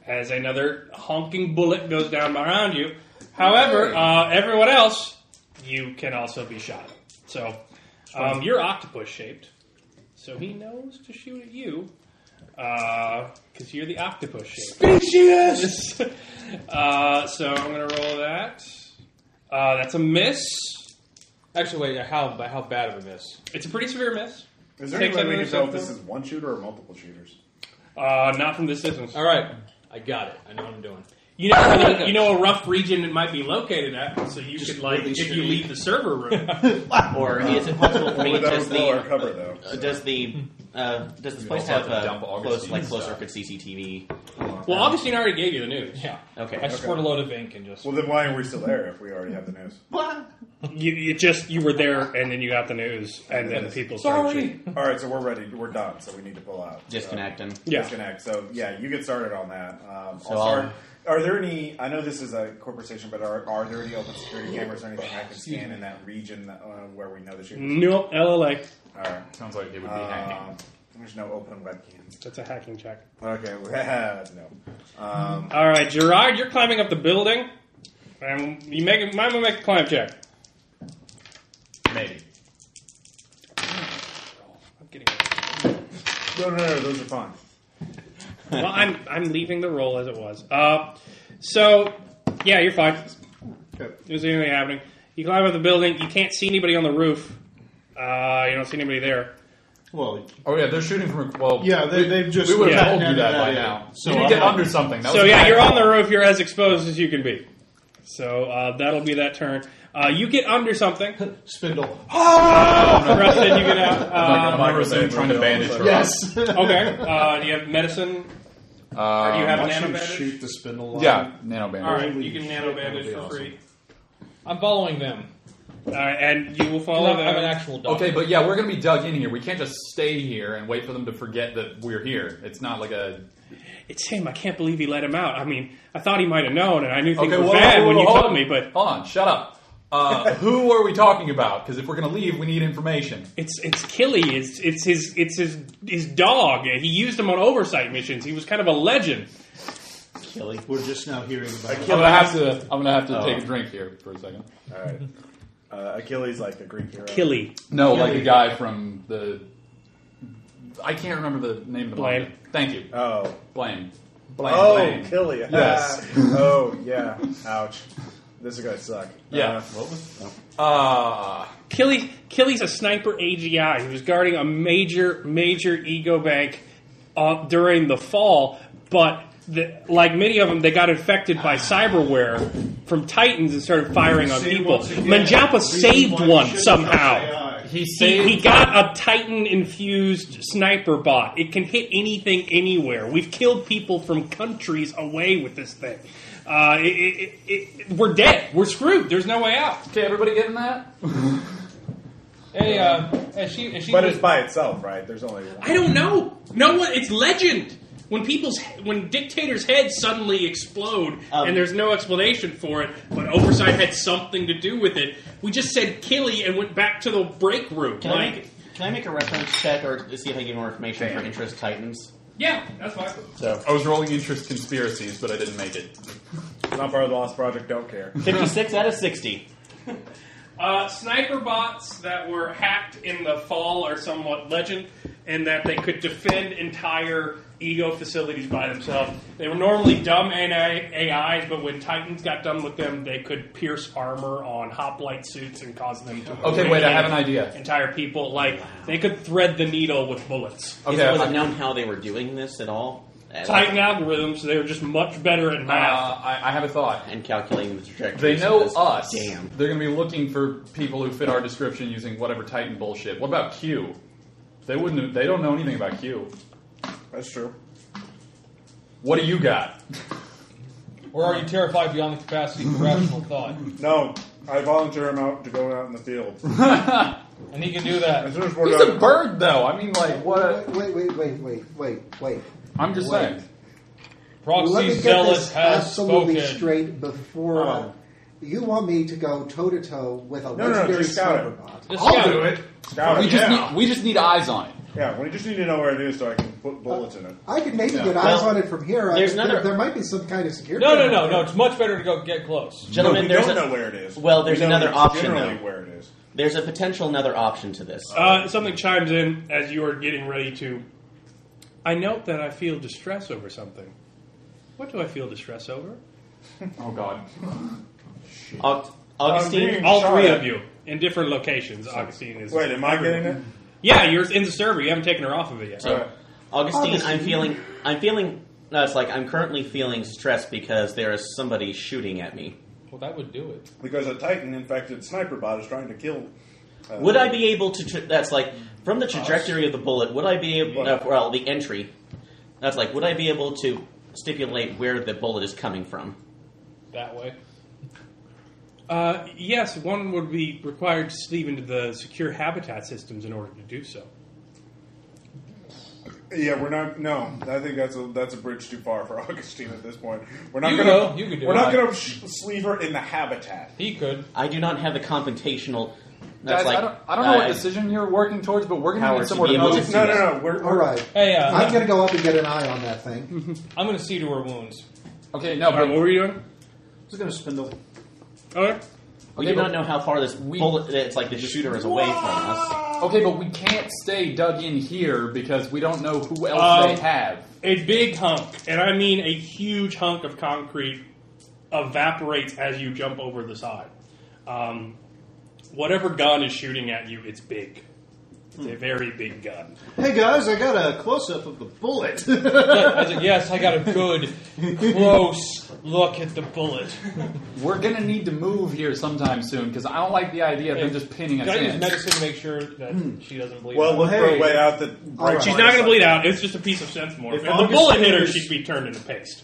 Speaker 1: as another honking bullet goes down around you. However, uh, everyone else, you can also be shot. So um, you're octopus shaped, so he knows to shoot at you because Uh, you're the octopus shape. Species. uh, so I'm gonna roll that. Uh, that's a miss.
Speaker 7: Actually, wait. How by how bad of a miss?
Speaker 1: It's a pretty severe miss.
Speaker 3: Is there
Speaker 1: Takes
Speaker 3: any way we
Speaker 1: another
Speaker 3: can tell if
Speaker 1: shot,
Speaker 3: this
Speaker 1: though?
Speaker 3: is one shooter or multiple shooters?
Speaker 1: Uh, not from this distance.
Speaker 7: All right, I got it. I know what I'm doing.
Speaker 1: You know, really- you know a rough region it might be located at, so you could like
Speaker 6: really
Speaker 1: if you
Speaker 6: shitty.
Speaker 1: leave the server room.
Speaker 6: Or is it possible I mean,
Speaker 3: Would that
Speaker 6: does
Speaker 3: blow our
Speaker 6: the
Speaker 3: cover though?
Speaker 6: uh, does the uh, does this
Speaker 2: We
Speaker 6: place
Speaker 2: also
Speaker 6: have
Speaker 2: have to
Speaker 6: a
Speaker 2: dump
Speaker 6: close like
Speaker 2: Augustine's
Speaker 6: closer
Speaker 2: stuff.
Speaker 6: could CCTV?
Speaker 1: well, Augustine already gave you the news.
Speaker 7: Yeah.
Speaker 6: Okay.
Speaker 7: I just poured a load of ink and just.
Speaker 3: Well, then why are we still there if we already have the news?
Speaker 1: You, you just you were there, and then you got the news, and then people started. shooting.
Speaker 3: All right, so we're ready. We're done. So we need to pull out. Uh,
Speaker 6: Disconnect and
Speaker 1: Yeah.
Speaker 3: Disconnect. So yeah, you get started on that. Um,
Speaker 6: So
Speaker 3: I'll start.
Speaker 6: I'll-
Speaker 3: Are there any? I know this is a corporate station, but are, are there any open security cameras or anything I can scan in that region that, uh, where we know the shooting?
Speaker 1: Nope, LLA.
Speaker 3: All right.
Speaker 2: Sounds like it would be hacking.
Speaker 3: Um, there's no open webcams.
Speaker 1: That's a hacking check.
Speaker 3: Okay. no. Um,
Speaker 1: All right, Gerard, you're climbing up the building, and you make mine will make a climb check.
Speaker 2: Maybe.
Speaker 1: I'm getting.
Speaker 3: no, no, no. Those are fine.
Speaker 1: well, I'm I'm leaving the role as it was. Uh, so yeah, you're fine. There's anything happening. You climb up the building. You can't see anybody on the roof. Uh, you don't see anybody there.
Speaker 6: well,
Speaker 2: Oh yeah, they're shooting from. a- Well,
Speaker 5: Yeah, they, they've just.
Speaker 2: we would have
Speaker 1: yeah.
Speaker 2: told you that by
Speaker 5: Yeah.
Speaker 2: now.
Speaker 6: So
Speaker 2: So you need to
Speaker 6: I'm
Speaker 8: uh,
Speaker 2: get
Speaker 6: on-
Speaker 2: under something. That
Speaker 1: So
Speaker 2: was
Speaker 1: yeah,
Speaker 2: bad.
Speaker 1: you're on the roof. You're as exposed as you can be. So uh, that'll be that turn. Uh, you get under something.
Speaker 5: spindle.
Speaker 1: Preston, you get out.
Speaker 2: I'm
Speaker 1: Um,
Speaker 2: on the roof trying to bandage her.
Speaker 5: Yes.
Speaker 1: okay. Uh, do you have medicine? Or do you have
Speaker 2: Um,
Speaker 5: Why
Speaker 1: a
Speaker 5: don't
Speaker 1: nano
Speaker 5: you
Speaker 1: bandage?
Speaker 5: shoot the spindle?
Speaker 2: Yeah, nano bandage.
Speaker 1: All right, you
Speaker 5: Holy
Speaker 1: can
Speaker 5: shit,
Speaker 1: nano
Speaker 5: that would
Speaker 1: bandage
Speaker 5: be
Speaker 1: for
Speaker 5: awesome.
Speaker 1: free.
Speaker 7: I'm following them.
Speaker 1: All right, and you will follow.
Speaker 7: I'm, I'm an
Speaker 1: them.
Speaker 7: actual dog.
Speaker 2: Okay, but yeah, we're gonna be dug in here. We can't just stay here and wait for them to forget that we're here. It's not like a
Speaker 1: It's him. I can't believe he let him out. I mean, I thought he might have known, and I knew things
Speaker 2: okay.
Speaker 1: were
Speaker 2: Well,
Speaker 1: bad when you
Speaker 2: hold
Speaker 1: told
Speaker 2: on.
Speaker 1: me. But
Speaker 2: hold on, shut up. Uh, who are we talking about? Because if we're gonna leave, we need information.
Speaker 1: it's it's Killy. It's it's his it's his his dog. He used him on oversight missions. He was kind of a legend.
Speaker 6: Kelly.
Speaker 8: We're just now hearing about it.
Speaker 2: I'm gonna have to. I'm gonna have to
Speaker 6: Oh.
Speaker 2: take a drink here for a second.
Speaker 3: All right. Uh, Achilles, like the Greek hero.
Speaker 1: Killy.
Speaker 2: No, like a guy from the. I can't remember the name of the
Speaker 1: Blame.
Speaker 2: manga. Thank you.
Speaker 3: Oh.
Speaker 2: Blame. Blame.
Speaker 3: Oh,
Speaker 2: blame.
Speaker 3: Killy.
Speaker 2: Yes.
Speaker 3: oh, yeah. Ouch. This is gonna suck.
Speaker 2: Yeah.
Speaker 3: Uh,
Speaker 2: what was? Uh,
Speaker 1: Killy Killy's a sniper AGI. He was guarding a major major ego bank uh, during the fall, but the, like many of them, they got infected by cyberware from Titans and started firing on people. Manjapa saved one somehow.
Speaker 8: uh,
Speaker 2: he
Speaker 1: He,
Speaker 2: saved.
Speaker 1: he got a Titan infused sniper bot. It can hit anything, anywhere. We've killed people from countries away with this thing. Uh, it, it, it, it, we're dead. We're screwed. There's no way out.
Speaker 2: okay, everybody getting that?
Speaker 7: Hey, uh, and she, and she,
Speaker 3: But it's by itself, right? There's only one.
Speaker 1: I don't know. No one. It's legend. When people's when dictators' heads suddenly explode
Speaker 6: Um,
Speaker 1: and there's no explanation for it, but oversight had something to do with it. We just said Killy and went back to the break room.
Speaker 6: Can I
Speaker 1: like,
Speaker 6: make can I make a reference check or to see if I can get more information for interest Titans?
Speaker 1: yeah, that's fine.
Speaker 6: So
Speaker 2: I was rolling interest conspiracies, but I didn't make it.
Speaker 3: Not part of the Lost Project. Don't care.
Speaker 6: fifty six out of sixty.
Speaker 1: Uh, sniper bots that were hacked in the fall are somewhat legend in that they could defend entire ego facilities by themselves. They were normally dumb AI, AIs, but when Titans got done with them, they could pierce armor on hoplite suits and cause them to.
Speaker 2: Okay, wait, I have an idea.
Speaker 1: Entire people, like, they could thread the needle with bullets.
Speaker 2: Okay,
Speaker 6: Is, was
Speaker 2: I-
Speaker 6: it known how they were doing this at all? At
Speaker 1: Titan algorithms, they were just much better at
Speaker 2: uh,
Speaker 1: math.
Speaker 2: I, I have a thought.
Speaker 6: all? and calculating the trajectory.
Speaker 2: They know
Speaker 6: of this.
Speaker 2: us.
Speaker 6: Damn.
Speaker 2: They're going to be looking for people who fit our description using whatever Titan bullshit. What about Q? They wouldn't. Have, they don't know anything about Q.
Speaker 3: That's true.
Speaker 2: What do you got?
Speaker 7: or are you terrified beyond the capacity for rational thought?
Speaker 3: No, I volunteer him out to go out in the field.
Speaker 7: And he can do that.
Speaker 3: As soon as we're
Speaker 2: He's
Speaker 3: done,
Speaker 2: a bird, though. I mean, like what?
Speaker 4: Wait, wait, wait, wait, wait, wait.
Speaker 2: I'm just
Speaker 4: Wait.
Speaker 2: saying.
Speaker 4: Let
Speaker 7: Proxy
Speaker 4: me get
Speaker 7: zealot
Speaker 4: this
Speaker 7: has
Speaker 4: absolutely
Speaker 7: spoken.
Speaker 4: straight before. uh,
Speaker 3: Uh-huh.
Speaker 4: you want me to go toe to toe with a
Speaker 3: no, no,
Speaker 4: legendary
Speaker 3: just scout
Speaker 4: sniper
Speaker 3: it.
Speaker 4: bot?
Speaker 7: Just
Speaker 2: I'll
Speaker 7: scout
Speaker 2: do it.
Speaker 3: Scout
Speaker 2: We
Speaker 3: it,
Speaker 2: just
Speaker 3: yeah.
Speaker 2: need. We just need eyes on it.
Speaker 3: yeah, we just need to know where it is so I can put bullets in it.
Speaker 4: I could maybe
Speaker 2: Yeah.
Speaker 4: get eyes
Speaker 6: Well,
Speaker 4: on it from here. I
Speaker 6: there's
Speaker 4: there,
Speaker 6: another-
Speaker 4: there might be some kind of security.
Speaker 7: No, no, no, no. It's much better to go get close.
Speaker 6: Gentlemen,
Speaker 3: we
Speaker 6: there's
Speaker 3: don't
Speaker 6: a-
Speaker 3: know where it is.
Speaker 6: Well, there's
Speaker 3: We know
Speaker 6: another option,
Speaker 3: Generally,
Speaker 6: though.
Speaker 3: where it is.
Speaker 6: There's a potential another option to this.
Speaker 1: Uh, something chimes in as you are getting ready to. I note that I feel distress over something. What do I feel distress over?
Speaker 2: Oh God.
Speaker 6: Aug- Augustine,
Speaker 3: Augustine.
Speaker 1: All
Speaker 3: Sorry.
Speaker 1: three of you in different locations. Augustine is.
Speaker 3: Wait, am I getting it?
Speaker 1: Yeah, you're in the server. You haven't taken her off of it yet.
Speaker 6: So, Augustine, I'm feeling, I'm feeling. No, it's like I'm currently feeling stressed because there is somebody shooting at me.
Speaker 7: Well, that would do it.
Speaker 3: Because a Titan infected sniper bot is trying to kill. Uh,
Speaker 6: Would I be able to? Tra- that's like from the trajectory of the bullet. Would I be able? No, well, the entry. That's like. Would I be able to stipulate where the bullet is coming from?
Speaker 7: That way.
Speaker 1: Uh, yes, one would be required to sleep into the secure habitat systems in order to do so.
Speaker 3: Yeah, we're not. No, I think that's a that's a bridge too far for Augustine at this point. We're not
Speaker 7: You
Speaker 3: gonna.
Speaker 7: go, you can do
Speaker 3: we're
Speaker 7: it.
Speaker 3: not gonna sh- sleeve her in the habitat.
Speaker 7: He could.
Speaker 6: I do not have the confrontational. That's
Speaker 2: Guys,
Speaker 6: like.
Speaker 2: I don't, I don't know what
Speaker 6: uh,
Speaker 2: decision you're working towards, but we're going to
Speaker 6: Howard
Speaker 2: need
Speaker 6: should
Speaker 2: somewhere
Speaker 6: be
Speaker 2: to
Speaker 6: able
Speaker 2: go.
Speaker 6: to
Speaker 2: to.
Speaker 6: see
Speaker 3: No,
Speaker 6: this.
Speaker 3: no, no. We're,
Speaker 4: All right.
Speaker 7: Hey, uh,
Speaker 4: I'm going to go up and get an eye on that thing.
Speaker 7: I'm going to see to her wounds.
Speaker 2: Okay, no,
Speaker 1: All right, what
Speaker 2: but
Speaker 1: were you doing?
Speaker 8: It's going to spindle.
Speaker 1: Okay.
Speaker 6: We
Speaker 2: Okay,
Speaker 6: do not
Speaker 2: but-
Speaker 6: know how far this
Speaker 2: We-
Speaker 6: bullet. It's like the shooter is away from us.
Speaker 3: Oh,
Speaker 2: okay, but we can't stay dug in here because we don't know who else
Speaker 1: Um,
Speaker 2: they have.
Speaker 1: A big hunk, and I mean a huge hunk of concrete, evaporates as you jump over the side. Um, whatever gun is shooting at you, it's big. It's a very big gun.
Speaker 8: Hey guys, I got a close up of the bullet.
Speaker 7: I said, yes, I got a good, close look at the bullet.
Speaker 2: We're going to need to move here sometime soon because I don't like the idea of
Speaker 7: Hey,
Speaker 2: them just pinning
Speaker 7: Can
Speaker 2: us
Speaker 7: I use
Speaker 2: in.
Speaker 7: medicine to make sure that she doesn't bleed?
Speaker 3: well,
Speaker 7: out?
Speaker 3: look for
Speaker 8: hey.
Speaker 3: a way out. That
Speaker 4: All right.
Speaker 1: She's not going to bleed out. It's just a piece of sense more. If
Speaker 3: If
Speaker 1: the bullet hit her,
Speaker 3: Augustine is-
Speaker 1: she'd be turned into paste.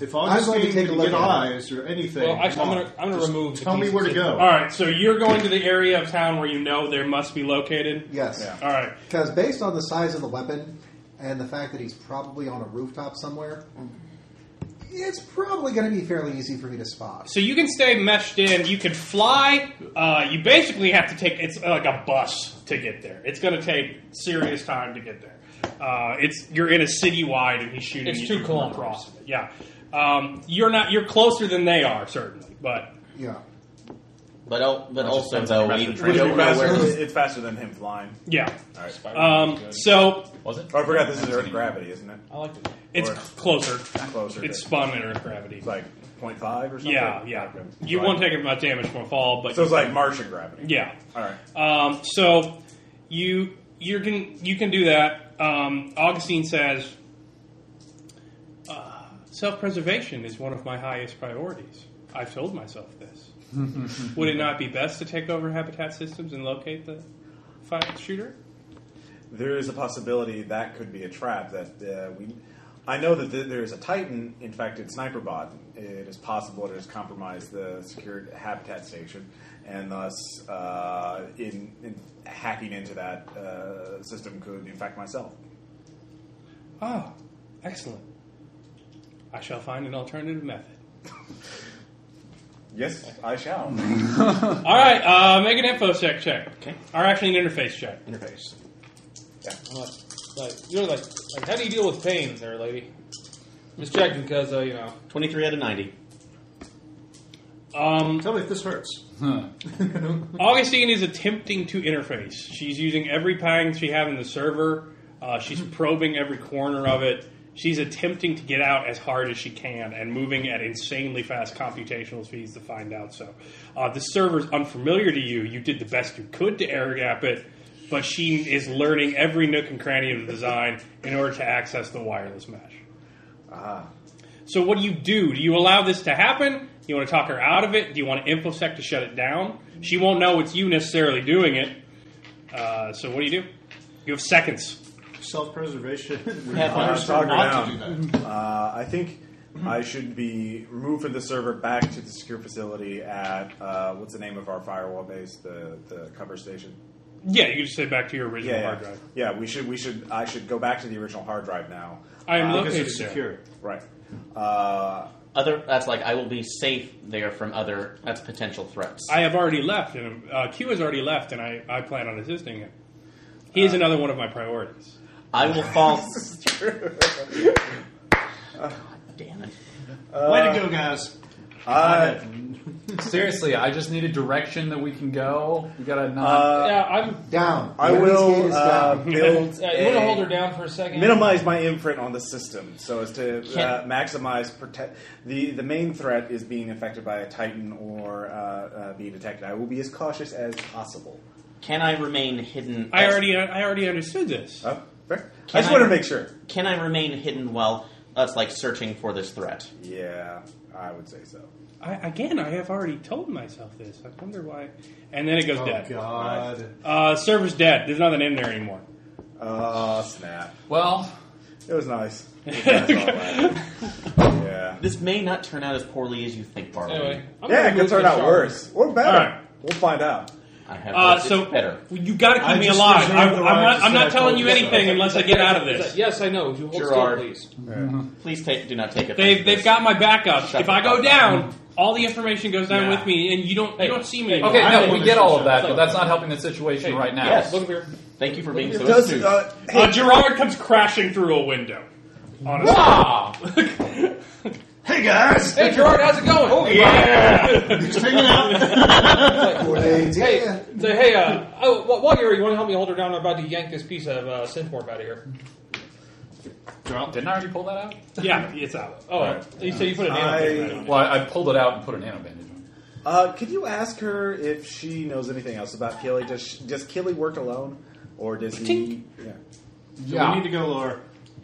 Speaker 8: If all
Speaker 4: I'd
Speaker 8: just
Speaker 4: like to
Speaker 8: need
Speaker 4: take
Speaker 8: to
Speaker 4: a look
Speaker 8: get
Speaker 4: at
Speaker 8: eyes or anything, uh,
Speaker 7: Well, actually, I'm
Speaker 8: come on.
Speaker 7: gonna- I'm gonna
Speaker 8: Just
Speaker 7: remove the
Speaker 8: Tell me
Speaker 7: pieces
Speaker 8: where to
Speaker 7: too.
Speaker 8: go.
Speaker 1: All right, so you're going to the area of town where you know they must be located.
Speaker 4: Yes.
Speaker 3: Yeah.
Speaker 1: All right.
Speaker 4: Because based on the size of the weapon and the fact that he's probably on a rooftop somewhere, it's probably going to be fairly easy for me to spot.
Speaker 1: So you can stay meshed in. You can fly. Uh, you basically have to take. It's like a bus to get there. It's going to take serious time to get there. Uh, it's you're in a city wide, and he's shooting.
Speaker 7: It's
Speaker 1: you
Speaker 7: two
Speaker 1: from
Speaker 7: kilometers.
Speaker 1: across it. Yeah, um, you're not. You're closer than they are, certainly. But
Speaker 4: Yeah.
Speaker 6: But, al- but also,
Speaker 2: depends
Speaker 6: though,
Speaker 2: on the
Speaker 6: we,
Speaker 2: rest of the
Speaker 6: we
Speaker 2: train.
Speaker 6: don't know where.
Speaker 3: Faster- it's faster than him flying.
Speaker 1: yeah.
Speaker 3: All right.
Speaker 1: Um, so
Speaker 2: Was it?
Speaker 3: Oh, I forgot this is Earth gravity, isn't it?
Speaker 7: I like it.
Speaker 1: it's
Speaker 3: Or-
Speaker 1: closer.
Speaker 3: Closer.
Speaker 1: It's
Speaker 3: to,
Speaker 1: spun in Earth gravity.
Speaker 3: it's like 0.5 or something.
Speaker 1: Yeah, yeah.
Speaker 3: Okay.
Speaker 1: You
Speaker 3: Right.
Speaker 1: won't take as much damage from a fall, but
Speaker 3: So it's like Martian gravity.
Speaker 1: yeah.
Speaker 3: All right.
Speaker 1: Um, so you you can you can do that. Um, Augustine says uh, self preservation is one of my highest priorities. I've told myself this. Would it not be best to take over habitat systems and locate the fire shooter?
Speaker 3: There is a possibility that could be a trap. That uh, we, I know that th- there is a Titan infected sniper bot. It is possible it has compromised the secured habitat station, and thus, uh, in, in hacking into that uh, system, could infect myself.
Speaker 1: Oh, excellent. I shall find an alternative method.
Speaker 3: Yes, I shall.
Speaker 1: All right, uh, make an info check check.
Speaker 6: Okay.
Speaker 1: Or actually an interface check.
Speaker 6: Interface.
Speaker 7: I'm like, like, you're like, like, how do you deal with pain there, lady? Just checking because, uh, you know.
Speaker 6: 23 out of 90.
Speaker 1: Um,
Speaker 8: Tell me if this hurts.
Speaker 1: Augustine is attempting to interface. She's using every pang she has in the server. Uh, she's probing every corner of it. She's attempting to get out as hard as she can and moving at insanely fast computational speeds to find out. So, uh, the server's unfamiliar to you. You did the best you could to air gap it, but she is learning every nook and cranny of the design in order to access the wireless mesh. So what do you do? Do you allow this to happen? You want to talk her out of it? Do you want to infosec to shut it down? She won't know it's you necessarily doing it. Uh, so what do you do? You have seconds.
Speaker 8: Self-preservation.
Speaker 6: Have
Speaker 3: Uh,
Speaker 6: hunters
Speaker 3: talk her
Speaker 6: not to do
Speaker 3: down. Uh, I think I should be removed from the server back to the secure facility at uh, what's the name of our firewall base, the the cover station.
Speaker 1: Yeah, you can just say back to your original
Speaker 3: Yeah, yeah.
Speaker 1: hard drive.
Speaker 3: yeah. We should we should I should go back to the original hard drive now.
Speaker 1: I am
Speaker 3: Uh,
Speaker 8: because
Speaker 1: located
Speaker 8: it's
Speaker 1: there.
Speaker 8: secure.
Speaker 3: Right. Uh,
Speaker 6: Other, that's like, I will be safe there from other, that's potential threats.
Speaker 1: I have already left, and uh, Q has already left, and I, I plan on assisting him. He is another one of my priorities.
Speaker 6: I will fall. Damn it.
Speaker 8: Way to go, guys.
Speaker 3: I
Speaker 2: Seriously, I just need a direction that we can go. We gotta not.
Speaker 3: uh,
Speaker 7: yeah, I'm.
Speaker 4: Down.
Speaker 3: I
Speaker 4: The Ravensgate is
Speaker 3: will uh,
Speaker 4: down.
Speaker 3: build.
Speaker 7: Uh, you want to
Speaker 3: a-
Speaker 7: hold her down for a second?
Speaker 3: Minimize my imprint on the system so as to uh,
Speaker 6: Can-
Speaker 3: maximize protect. The the main threat is being affected by a Titan or uh, uh, being detected. I will be as cautious as possible.
Speaker 6: Can I remain hidden?
Speaker 1: I already I already understood this.
Speaker 3: Oh, fair. I
Speaker 6: Can
Speaker 3: just
Speaker 6: I-
Speaker 3: want to make sure.
Speaker 6: Can I remain hidden while us like searching for this threat?
Speaker 3: Yeah, I would say so.
Speaker 1: I, again, I have already told myself this. I wonder why. And then it goes
Speaker 8: Oh
Speaker 1: dead.
Speaker 8: God.
Speaker 1: Uh, server's dead. There's nothing in there anymore.
Speaker 3: Oh snap!
Speaker 2: well,
Speaker 3: It was nice. It was nice all that. yeah.
Speaker 6: This may not turn out as poorly as you think, Barley.
Speaker 7: Anyway. I'm
Speaker 3: Yeah, it
Speaker 7: gonna
Speaker 3: could
Speaker 7: move
Speaker 3: turn
Speaker 7: the
Speaker 3: out
Speaker 7: shower.
Speaker 3: worse or better.
Speaker 1: All right.
Speaker 3: We'll find out.
Speaker 6: I have
Speaker 1: Uh,
Speaker 6: hopes
Speaker 1: so
Speaker 6: it's better.
Speaker 1: you got to keep
Speaker 8: I
Speaker 1: me
Speaker 8: just
Speaker 1: alive.
Speaker 8: reserve
Speaker 1: I, I'm
Speaker 8: the right
Speaker 1: not,
Speaker 8: to
Speaker 1: I'm
Speaker 8: say
Speaker 1: not
Speaker 8: I
Speaker 1: telling
Speaker 8: told
Speaker 1: you
Speaker 8: you so.
Speaker 1: anything unless I get out of
Speaker 7: He's like,
Speaker 1: this.
Speaker 7: yes, I know. You hold
Speaker 6: Gerard.
Speaker 7: still, please.
Speaker 6: Please take do not take it.
Speaker 1: They've, they've got my backup.
Speaker 6: Shut
Speaker 1: if I
Speaker 6: the
Speaker 1: go
Speaker 6: fuck
Speaker 1: down, all the information goes down
Speaker 7: Yeah.
Speaker 1: with me, and you don't you don't see me. anymore.
Speaker 2: okay,
Speaker 8: I
Speaker 2: no,
Speaker 8: think
Speaker 2: we
Speaker 8: we
Speaker 2: get
Speaker 8: should
Speaker 2: all of
Speaker 8: shut
Speaker 2: that,
Speaker 8: up.
Speaker 2: but that's not helping the situation right now.
Speaker 6: yes.
Speaker 7: Look over here.
Speaker 6: Thank you for being so
Speaker 3: Does,
Speaker 6: astute.
Speaker 3: uh,
Speaker 1: Uh, Gerard comes crashing through a window. On a
Speaker 8: Hey guys,
Speaker 7: Hey, Gerard, how's it going? Oh,
Speaker 8: just hanging out.
Speaker 4: Four days.
Speaker 7: Hey,
Speaker 4: Yeah.
Speaker 7: say, hey, uh, oh, wh- while you're here, you want to help me hold her down? I'm about to yank this piece of uh, synthmorph out of here.
Speaker 2: Didn't I already pull that out?
Speaker 1: yeah, it's out.
Speaker 7: Oh, you so you put a nano
Speaker 3: I-
Speaker 7: thing on it.
Speaker 2: Well, I, I pulled it out and put a nano bandage on.
Speaker 3: uh, could you ask her if she knows anything else about Killy? Does she, does Killy work alone, or does he? Yeah.
Speaker 8: We need to go, Laura.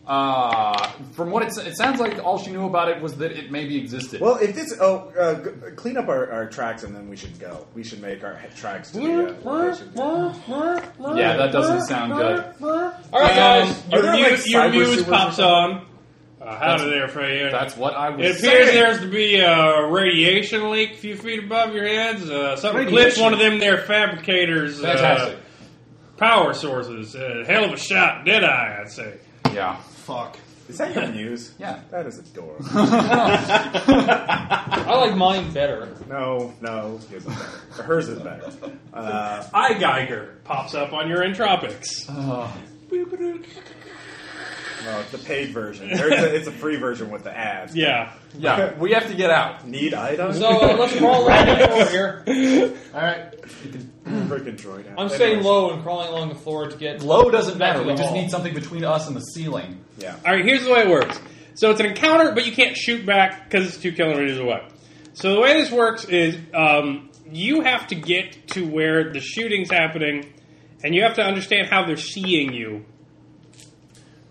Speaker 2: Uh, from what it's, it sounds like, all she knew about it was that it maybe existed.
Speaker 3: Well, if this oh, uh, g- clean up our, our tracks and then we should go. We should make our he- tracks to the. Uh, location.
Speaker 2: yeah, that doesn't sound good.
Speaker 7: All right, guys.
Speaker 1: Your,
Speaker 3: there,
Speaker 1: muse,
Speaker 3: like,
Speaker 1: your
Speaker 3: cyber
Speaker 1: muse
Speaker 3: sewers or
Speaker 1: pops on. Uh, Uh, how did they fray you?
Speaker 2: That's what I
Speaker 1: It
Speaker 2: was
Speaker 1: appears
Speaker 2: saying.
Speaker 1: there's to be a radiation leak a few feet above your heads. Uh, something clips one of them there fabricators' uh,
Speaker 2: Fantastic.
Speaker 1: power sources. Uh, hell of a shot, did I? I'd say.
Speaker 2: yeah.
Speaker 5: Fuck.
Speaker 3: Is that your news?
Speaker 2: Yeah.
Speaker 3: That is adorable.
Speaker 7: I like mine better.
Speaker 3: no, no. Yours is better. Hers is better. Uh,
Speaker 1: I Geiger pops up on your entropics.
Speaker 3: no, the paid version. There's a, it's a free version with the ads.
Speaker 1: Yeah.
Speaker 2: Yeah. We have to get out.
Speaker 3: Need item?
Speaker 7: So uh, let's crawl along the floor here.
Speaker 8: All right.
Speaker 3: Freaking Troy now.
Speaker 7: I'm staying
Speaker 3: Anyways,
Speaker 7: low and crawling along the floor to get.
Speaker 2: Low doesn't matter. We
Speaker 7: Back to the
Speaker 2: just
Speaker 7: hall.
Speaker 2: need something between us and the ceiling.
Speaker 3: Yeah.
Speaker 1: All right, here's the way it works. So it's an encounter, but you can't shoot back because it's two kilometers away. So the way this works is um, you have to get to where the shooting's happening, and you have to understand how they're seeing you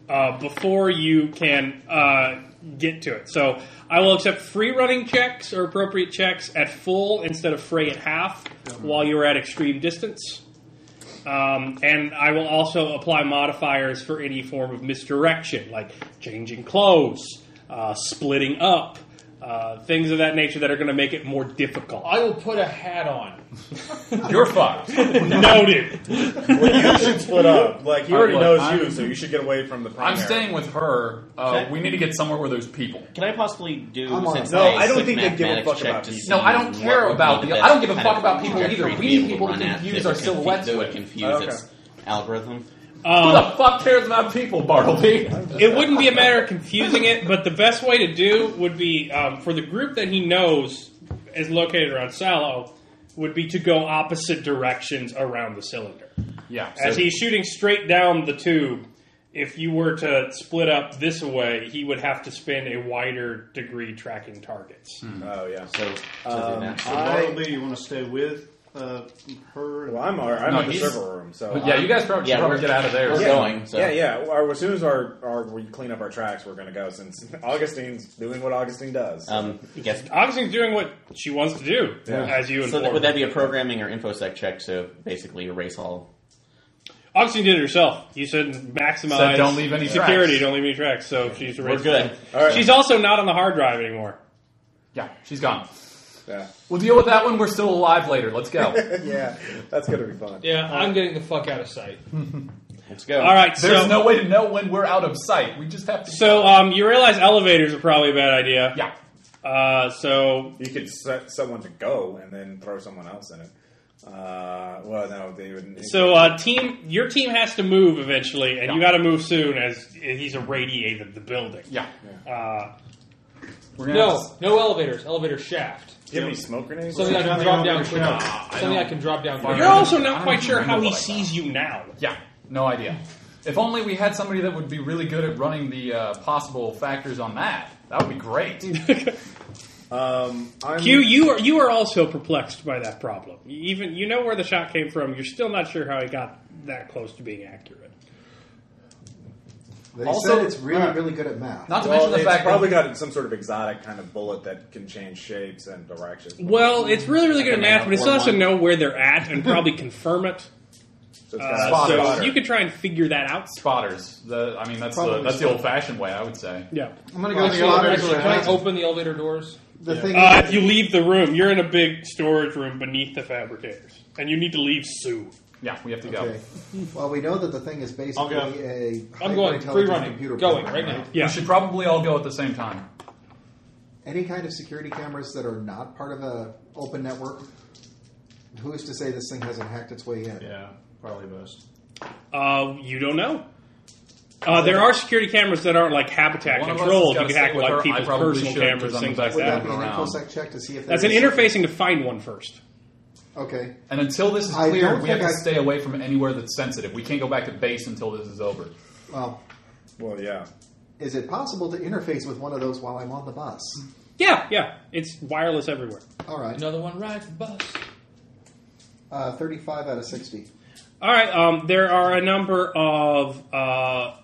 Speaker 1: uh, before you can uh, get to it. So I will accept free running checks or appropriate checks at full instead of fray at half while you're at extreme distance. Um, and I will also apply modifiers for any form of misdirection, like changing clothes, uh, splitting up, uh, things of that nature that are going to make it more difficult.
Speaker 7: I will put a hat on.
Speaker 2: You're fucked.
Speaker 1: Noted.
Speaker 3: Well, you should split up. Like, he
Speaker 2: Uh,
Speaker 3: already
Speaker 2: look,
Speaker 3: knows you,
Speaker 2: I'm-
Speaker 3: so you should get away from the
Speaker 2: I'm
Speaker 3: primary.
Speaker 2: staying with her. Uh,
Speaker 6: Okay.
Speaker 2: we need to get somewhere where there's people.
Speaker 6: Can I possibly do?
Speaker 4: I'm on
Speaker 6: since
Speaker 4: it. No,
Speaker 3: I don't
Speaker 6: slick
Speaker 3: think they give a
Speaker 6: mathematics
Speaker 3: fuck
Speaker 6: check
Speaker 3: about
Speaker 6: to
Speaker 3: people.
Speaker 6: see
Speaker 2: No, I don't
Speaker 6: what
Speaker 2: care
Speaker 6: would be
Speaker 2: about
Speaker 6: the
Speaker 2: the- I
Speaker 6: best
Speaker 2: don't give a
Speaker 6: kind
Speaker 2: fuck
Speaker 6: of
Speaker 2: about people
Speaker 6: trajectory
Speaker 2: either.
Speaker 6: to
Speaker 2: We
Speaker 6: be
Speaker 2: need
Speaker 6: able to
Speaker 2: people to
Speaker 6: run at
Speaker 2: confuse
Speaker 6: that
Speaker 2: our
Speaker 6: would
Speaker 2: silhouettes
Speaker 6: That would
Speaker 2: with.
Speaker 6: confuse
Speaker 3: Okay.
Speaker 6: its algorithm.
Speaker 1: Oh.
Speaker 2: Who the fuck cares about people, Bartleby?
Speaker 1: it wouldn't be a matter of confusing it, but the best way to do would be um, for the group that he knows is located around Sallow, would be to go opposite directions around the cylinder.
Speaker 2: yeah.
Speaker 1: As he's shooting straight down the tube, if you were to split up this way, he would have to spend a wider degree tracking targets.
Speaker 2: Hmm.
Speaker 3: Oh, yeah.
Speaker 6: So to do that.
Speaker 8: Bartleby, you want to stay with uh, her?
Speaker 3: Well, I'm, all right. I'm
Speaker 2: No,
Speaker 3: in the
Speaker 2: he's-
Speaker 3: server room, so.
Speaker 2: But yeah, you guys probably, should
Speaker 6: Yeah,
Speaker 2: probably
Speaker 6: we're-
Speaker 2: get out of there.
Speaker 6: we're
Speaker 2: Yeah.
Speaker 6: going. So
Speaker 3: Yeah, yeah. Well, our- as soon as our, our we clean up our tracks, we're going to go since Augustine's doing what Augustine does.
Speaker 6: Um, I guess.
Speaker 1: Augustine's doing what she wants to do, as you
Speaker 6: So
Speaker 1: informed.
Speaker 6: that, would that be a programming or infosec check to basically erase all?
Speaker 1: Augustine did it herself. You said maximize
Speaker 2: Said don't leave any
Speaker 1: security,
Speaker 2: tracks.
Speaker 1: don't leave any tracks. So she's
Speaker 6: We're good.
Speaker 3: All right.
Speaker 1: She's also not on the hard drive anymore.
Speaker 2: Yeah, she's gone.
Speaker 3: yeah.
Speaker 2: We'll deal with that when we're still alive later. Let's go.
Speaker 3: yeah, that's going to be fun.
Speaker 2: Uh,
Speaker 7: Yeah, I'm getting the fuck out of sight.
Speaker 6: Let's go.
Speaker 1: All right,
Speaker 2: There's
Speaker 1: so
Speaker 2: no way to know when we're out of sight. We just have to.
Speaker 1: so um, you realize elevators are probably a bad idea.
Speaker 2: yeah.
Speaker 1: Uh, so
Speaker 3: You could set someone to go and then throw someone else in it. Uh, well, no, they wouldn't.
Speaker 1: so uh, team, your team has to move eventually, and you
Speaker 2: Yeah.
Speaker 1: got to move soon as he's irradiated the building.
Speaker 2: Yeah.
Speaker 1: Uh,
Speaker 2: We're gonna have
Speaker 7: No,
Speaker 2: to-
Speaker 7: no elevators. Elevator shaft.
Speaker 3: Do you have any smoke grenades?
Speaker 7: Something I can
Speaker 8: Nothing
Speaker 7: drop
Speaker 8: on
Speaker 7: down
Speaker 8: the
Speaker 7: quick.
Speaker 8: shelf.
Speaker 7: Something I can drop down
Speaker 2: You're
Speaker 7: quick.
Speaker 1: You're also not
Speaker 2: I
Speaker 1: quite
Speaker 2: don't
Speaker 1: sure how
Speaker 2: remember
Speaker 1: he
Speaker 2: like
Speaker 1: sees you now.
Speaker 2: Yeah. No idea. If only we had somebody that would be really good at running the uh, possible factors on that. That would be great.
Speaker 3: Um, I'm,
Speaker 1: Q, you are you are also perplexed by that problem. You Even you know where the shot came from. You're still not sure how he got that close to being accurate.
Speaker 4: They
Speaker 2: Also-
Speaker 4: said it's really, really good at math.
Speaker 2: Not to
Speaker 3: well,
Speaker 2: mention the
Speaker 3: it's
Speaker 2: fact
Speaker 3: probably
Speaker 2: that
Speaker 3: got some sort of exotic kind of bullet that can change shapes and directions.
Speaker 1: Well, it's really really good at math, but it's
Speaker 6: Or
Speaker 1: also
Speaker 6: one.
Speaker 1: know where they're at and probably confirm it.
Speaker 3: So it's
Speaker 1: Uh,
Speaker 3: got
Speaker 2: Spotter.
Speaker 1: so you could try and figure that out.
Speaker 2: spotters. The, I mean, that's the
Speaker 4: Probably
Speaker 2: that's the old fashioned way. I would say.
Speaker 1: Yeah.
Speaker 5: I'm gonna
Speaker 4: Well,
Speaker 5: go to
Speaker 4: the
Speaker 5: the
Speaker 4: elevator
Speaker 5: elevator.
Speaker 7: Can I open the elevator doors?
Speaker 4: The thing
Speaker 1: Uh,
Speaker 4: is,
Speaker 1: if you leave the room, you're in a big storage room beneath the fabricators, and you need to leave soon.
Speaker 2: Yeah, we have to
Speaker 4: okay. Well, we know that the thing is basically
Speaker 8: I'll go.
Speaker 4: a.
Speaker 7: I'm going free
Speaker 4: hyper-intelligent
Speaker 7: running,
Speaker 4: Computer
Speaker 7: going
Speaker 4: program,
Speaker 7: right now.
Speaker 2: go.
Speaker 1: Yeah.
Speaker 2: We should probably all go at the same time.
Speaker 4: Any kind of security cameras that are not part of a open network. Who's to say this thing hasn't hacked its way in?
Speaker 8: yeah, probably best.
Speaker 1: Uh, you don't know. Uh, there are security cameras that aren't like habitat
Speaker 2: One of us
Speaker 1: controlled.
Speaker 2: has
Speaker 1: You
Speaker 2: gotta
Speaker 1: can hack
Speaker 2: sit with
Speaker 1: like
Speaker 2: her. I
Speaker 1: people's
Speaker 2: probably
Speaker 1: personal
Speaker 2: should,
Speaker 1: cameras,
Speaker 2: 'cause I'm
Speaker 1: things
Speaker 2: the
Speaker 1: like
Speaker 2: best
Speaker 4: Would
Speaker 1: that.
Speaker 4: that be an
Speaker 2: around.
Speaker 4: infosec check to see if there
Speaker 1: That's an
Speaker 4: is-
Speaker 1: interfacing to find one first.
Speaker 4: Okay.
Speaker 2: And until this is
Speaker 4: I
Speaker 2: clear,
Speaker 4: don't
Speaker 2: we have
Speaker 4: think
Speaker 2: to
Speaker 4: I-
Speaker 2: stay away from anywhere that's sensitive. We can't go back to base until this is over.
Speaker 4: Well,
Speaker 3: Well, yeah.
Speaker 4: is it possible to interface with one of those while I'm on the bus?
Speaker 1: Yeah, yeah. It's wireless everywhere.
Speaker 4: All right.
Speaker 7: Another one rides the bus.
Speaker 4: Uh, Thirty-five out of sixty.
Speaker 1: All right. Um, there are a number of uh,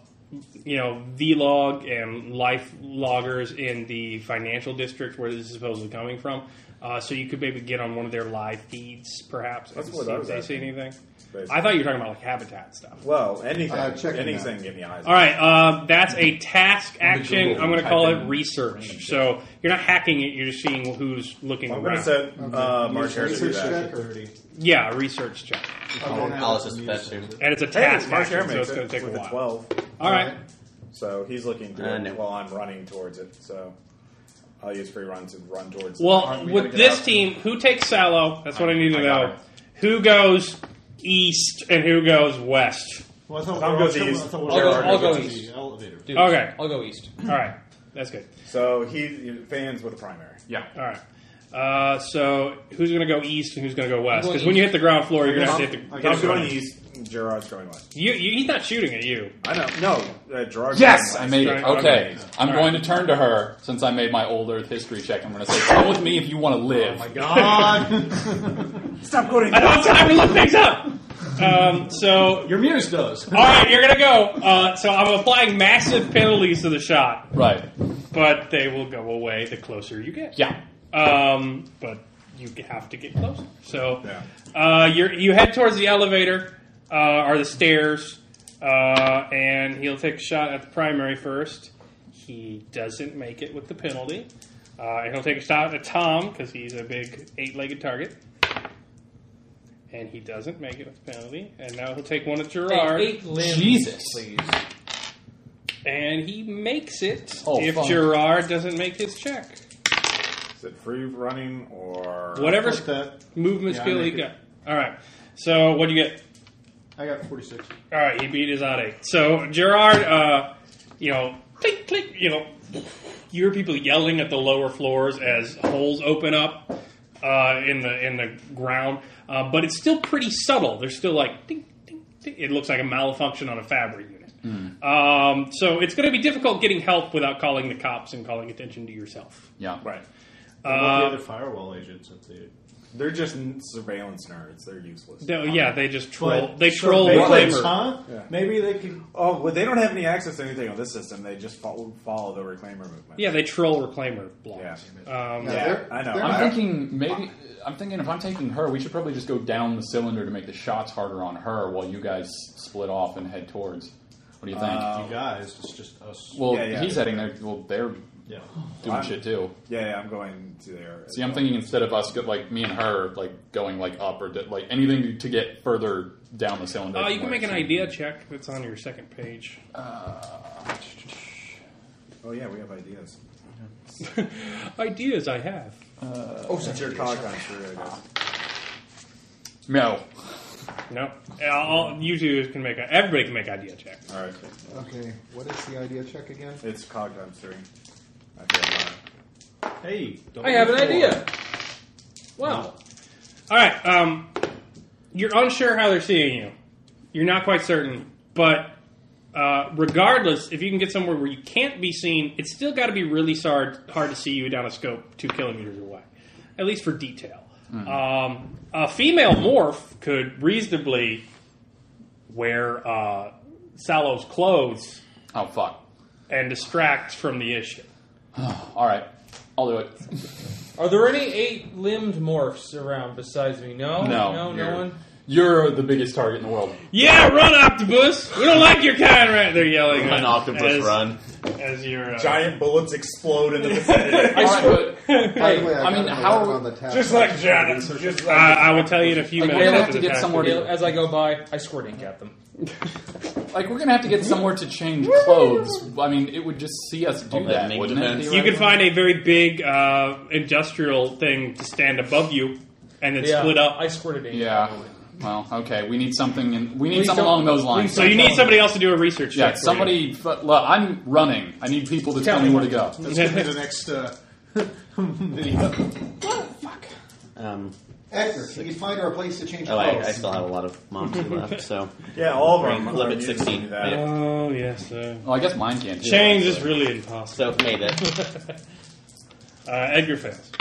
Speaker 1: you know vlog and life loggers in the financial district where this is supposedly coming from. Uh, so you could maybe get on one of their live feeds, perhaps,
Speaker 3: That's
Speaker 1: and
Speaker 3: what
Speaker 1: see
Speaker 3: I
Speaker 1: if
Speaker 3: was
Speaker 1: they
Speaker 3: at.
Speaker 1: see anything.
Speaker 3: Basically.
Speaker 1: I thought you were talking about like habitat stuff.
Speaker 3: Well, anything,
Speaker 4: Uh, check it
Speaker 3: anything,
Speaker 4: out.
Speaker 3: give me eyes.
Speaker 1: All right, uh, that's a task action.
Speaker 2: Google
Speaker 1: I'm going to
Speaker 2: type
Speaker 1: call it
Speaker 2: in random
Speaker 1: research. So you're not hacking it; you're just seeing who's looking
Speaker 3: I'm
Speaker 1: around.
Speaker 3: gonna set uh, Mark
Speaker 4: Use
Speaker 3: Harris to do
Speaker 4: research
Speaker 3: that.
Speaker 4: check or
Speaker 1: yeah, research check,
Speaker 6: Oh, Alice is best too.
Speaker 1: and it's a
Speaker 3: Hey,
Speaker 1: task
Speaker 3: Mark Harris
Speaker 1: action, so
Speaker 3: makes
Speaker 1: it's going
Speaker 3: it
Speaker 1: to take a
Speaker 3: with
Speaker 1: while.
Speaker 3: a twelve.
Speaker 1: All right,
Speaker 3: So he's looking through
Speaker 6: Uh,
Speaker 3: it
Speaker 6: no.
Speaker 3: while I'm running towards it. So I'll use free run to run towards it.
Speaker 1: Well,
Speaker 2: we
Speaker 1: with
Speaker 2: gotta get
Speaker 1: this
Speaker 2: out.
Speaker 1: team, who takes Sallow? That's what I need to
Speaker 2: I got
Speaker 1: know.
Speaker 2: it.
Speaker 1: Who goes east and who goes west?
Speaker 8: Well, I thought
Speaker 3: Tom
Speaker 8: we were
Speaker 3: goes
Speaker 8: all-
Speaker 3: east.
Speaker 8: I thought we were
Speaker 7: I'll go-
Speaker 8: all
Speaker 7: I'll go
Speaker 8: going to
Speaker 7: east.
Speaker 8: the elevator.
Speaker 7: Dude,
Speaker 1: Okay. Oh
Speaker 7: I'll go east.
Speaker 1: All right, that's good.
Speaker 3: So he fans with a primary.
Speaker 2: Yeah.
Speaker 1: All right. Uh, so who's going to go east and who's going to go west?
Speaker 7: going
Speaker 1: Because when you hit the ground floor, you're going to
Speaker 3: Tom-
Speaker 1: have to hit the.
Speaker 3: I
Speaker 1: Tom's
Speaker 3: guess going
Speaker 1: going east.
Speaker 3: east. Gerard's going west.
Speaker 1: You, you, he's not shooting at you.
Speaker 3: I know. No, uh, Gerard's
Speaker 2: Yes, I
Speaker 3: going
Speaker 2: made
Speaker 1: Right,
Speaker 2: it. Okay,
Speaker 1: okay.
Speaker 2: I'm going to turn to her since I made my old Earth history check. I'm going to say, "Come with me if you want to
Speaker 1: Oh
Speaker 2: live."
Speaker 8: God,
Speaker 3: west. Stop quoting.
Speaker 1: I don't have time to look things up. Um, so
Speaker 8: your muse does.
Speaker 1: all right, you're going to go. Uh, so I'm applying massive penalties to the shot,
Speaker 2: Right?
Speaker 1: but they will go away the closer you get.
Speaker 2: Yeah.
Speaker 1: Um, but you have to get closer. So
Speaker 3: Yeah.
Speaker 1: uh, you you head towards the elevator uh, or the stairs, uh, and he'll take a shot at the primary first. He doesn't make it with the penalty. Uh, and he'll take a shot at Tom because he's a big eight-legged target. And he doesn't make it with the penalty. And now he'll take one at Gerard.
Speaker 7: Eight limbs,
Speaker 2: Jesus.
Speaker 7: please.
Speaker 1: And he makes it
Speaker 2: Oh,
Speaker 1: if
Speaker 2: fuck.
Speaker 1: Gerard doesn't make his check.
Speaker 3: Is it free running or
Speaker 1: Whatever
Speaker 8: Fuck that.
Speaker 1: movement
Speaker 8: Yeah, I
Speaker 1: skill he
Speaker 8: make
Speaker 1: got. All right. So what do you get?
Speaker 8: I got 46.
Speaker 1: All right, he beat his odd eight. So Gerard, uh, you know, click click, you know, you hear people yelling at the lower floors as holes open up uh, in the in the ground, uh, but it's still pretty subtle. There's still like ding, ding, ding. it looks like a malfunction on a fabric unit.
Speaker 3: Hmm.
Speaker 1: Um, so it's going to be difficult getting help without calling the cops and calling attention to yourself.
Speaker 2: Yeah.
Speaker 3: Right.
Speaker 8: What about
Speaker 1: Uh,
Speaker 8: the other firewall agents up there?
Speaker 3: They're just n- surveillance nerds. They're useless.
Speaker 1: No, yeah, they just troll.
Speaker 8: But
Speaker 1: they troll.
Speaker 8: surveillance,
Speaker 1: Kramer.
Speaker 8: huh?
Speaker 3: Yeah.
Speaker 8: Maybe they could.
Speaker 3: Oh, well, they don't have any access to anything on this system. They just follow, follow the reclaimer movement.
Speaker 1: Yeah, they troll reclaimer blocks.
Speaker 3: Yeah.
Speaker 1: Um,
Speaker 4: Yeah,
Speaker 3: Yeah,
Speaker 4: they're-
Speaker 3: I know.
Speaker 4: they're
Speaker 2: I'm
Speaker 4: not-
Speaker 2: thinking maybe. I'm thinking if I'm taking her, we should probably just go down the cylinder to make the shots harder on her while you guys split off and head towards. What do you think?
Speaker 1: Uh,
Speaker 8: You guys, it's just us.
Speaker 2: well,
Speaker 3: yeah, yeah.
Speaker 2: he's heading there. Well, they're
Speaker 8: yeah.
Speaker 2: doing
Speaker 3: I'm-
Speaker 2: shit too.
Speaker 3: Yeah, yeah, I'm going to there.
Speaker 2: See, I'm thinking instead of us, go, like me and her, like going like up or d- like anything to get further down the cylinder.
Speaker 1: Uh, you
Speaker 2: from
Speaker 1: can
Speaker 2: where
Speaker 1: make an
Speaker 2: it's-
Speaker 1: idea check that's on your second page.
Speaker 3: Oh yeah, we have ideas.
Speaker 1: Ideas I have.
Speaker 3: Oh, since you're cog constr, I guess.
Speaker 2: No,
Speaker 1: No, all, you two can make. A, everybody can make idea check.
Speaker 3: All right,
Speaker 4: Okay, what is the idea check again?
Speaker 3: it's cog constr. I feel like-
Speaker 8: Hey, don't
Speaker 7: I have an
Speaker 8: look forward.
Speaker 7: idea. Wow.
Speaker 1: All right. Um, you're unsure how they're seeing you. You're not quite certain, but uh, regardless, if you can get somewhere where you can't be seen, it's still got to be really hard hard to see you down a scope two kilometers away, at least for detail. Um, a female morph could reasonably wear uh, Sallow's clothes
Speaker 2: oh fuck.
Speaker 1: and distract from the issue.
Speaker 2: All right, I'll do it.
Speaker 7: Are there any eight limbed morphs around besides me? No? No,
Speaker 2: No,
Speaker 7: no
Speaker 2: you're-
Speaker 7: one?
Speaker 2: You're the biggest target in the world.
Speaker 1: Yeah, run, octopus! We don't like your kind, right? They're yelling.
Speaker 6: An
Speaker 1: as-
Speaker 6: octopus
Speaker 1: as-
Speaker 6: run.
Speaker 1: as your uh,
Speaker 3: Giant bullets explode in the vicinity.
Speaker 2: All right, but,
Speaker 4: By the
Speaker 2: like,
Speaker 4: way, I,
Speaker 2: I mean,
Speaker 4: got an
Speaker 2: how
Speaker 4: 11 on the test.
Speaker 1: Janet. I, I will tell you in a few
Speaker 2: Like,
Speaker 1: minutes.
Speaker 2: we're gonna have
Speaker 1: after
Speaker 2: to
Speaker 1: the
Speaker 2: get
Speaker 1: time.
Speaker 2: somewhere to-
Speaker 7: As I go by, I squirt ink at them.
Speaker 2: like we're gonna have to get somewhere to change clothes. I mean, it would just see us do
Speaker 6: Oh, that
Speaker 2: that,
Speaker 6: makes
Speaker 2: wouldn't
Speaker 6: sense.
Speaker 2: it?
Speaker 1: You can find a very big uh, industrial thing to stand above you, and then
Speaker 7: Yeah,
Speaker 1: split up.
Speaker 7: I squirted ink.
Speaker 2: Yeah. Well, okay. We need something. In, we need
Speaker 7: Please
Speaker 2: something
Speaker 7: don't-
Speaker 2: along those lines.
Speaker 7: please
Speaker 1: So you need somebody else to do a research
Speaker 2: yeah,
Speaker 1: check. for you.
Speaker 2: somebody. fu- Look, I'm running. I need people to tell, me where to go.
Speaker 8: That's going to be the next uh, video.
Speaker 6: Um,
Speaker 4: Edgar, can you find her a place to change
Speaker 6: oh,
Speaker 4: clothes?
Speaker 6: I, I still have a lot of moms left, so
Speaker 3: yeah, all of them.
Speaker 6: Green, 11,
Speaker 3: are usually
Speaker 6: 16.
Speaker 3: that.
Speaker 6: Yeah.
Speaker 1: Oh yes. Uh,
Speaker 2: Well, I guess mine can't. do it.
Speaker 1: change is really impossible.
Speaker 6: so made it.
Speaker 1: Uh, Edgar fails.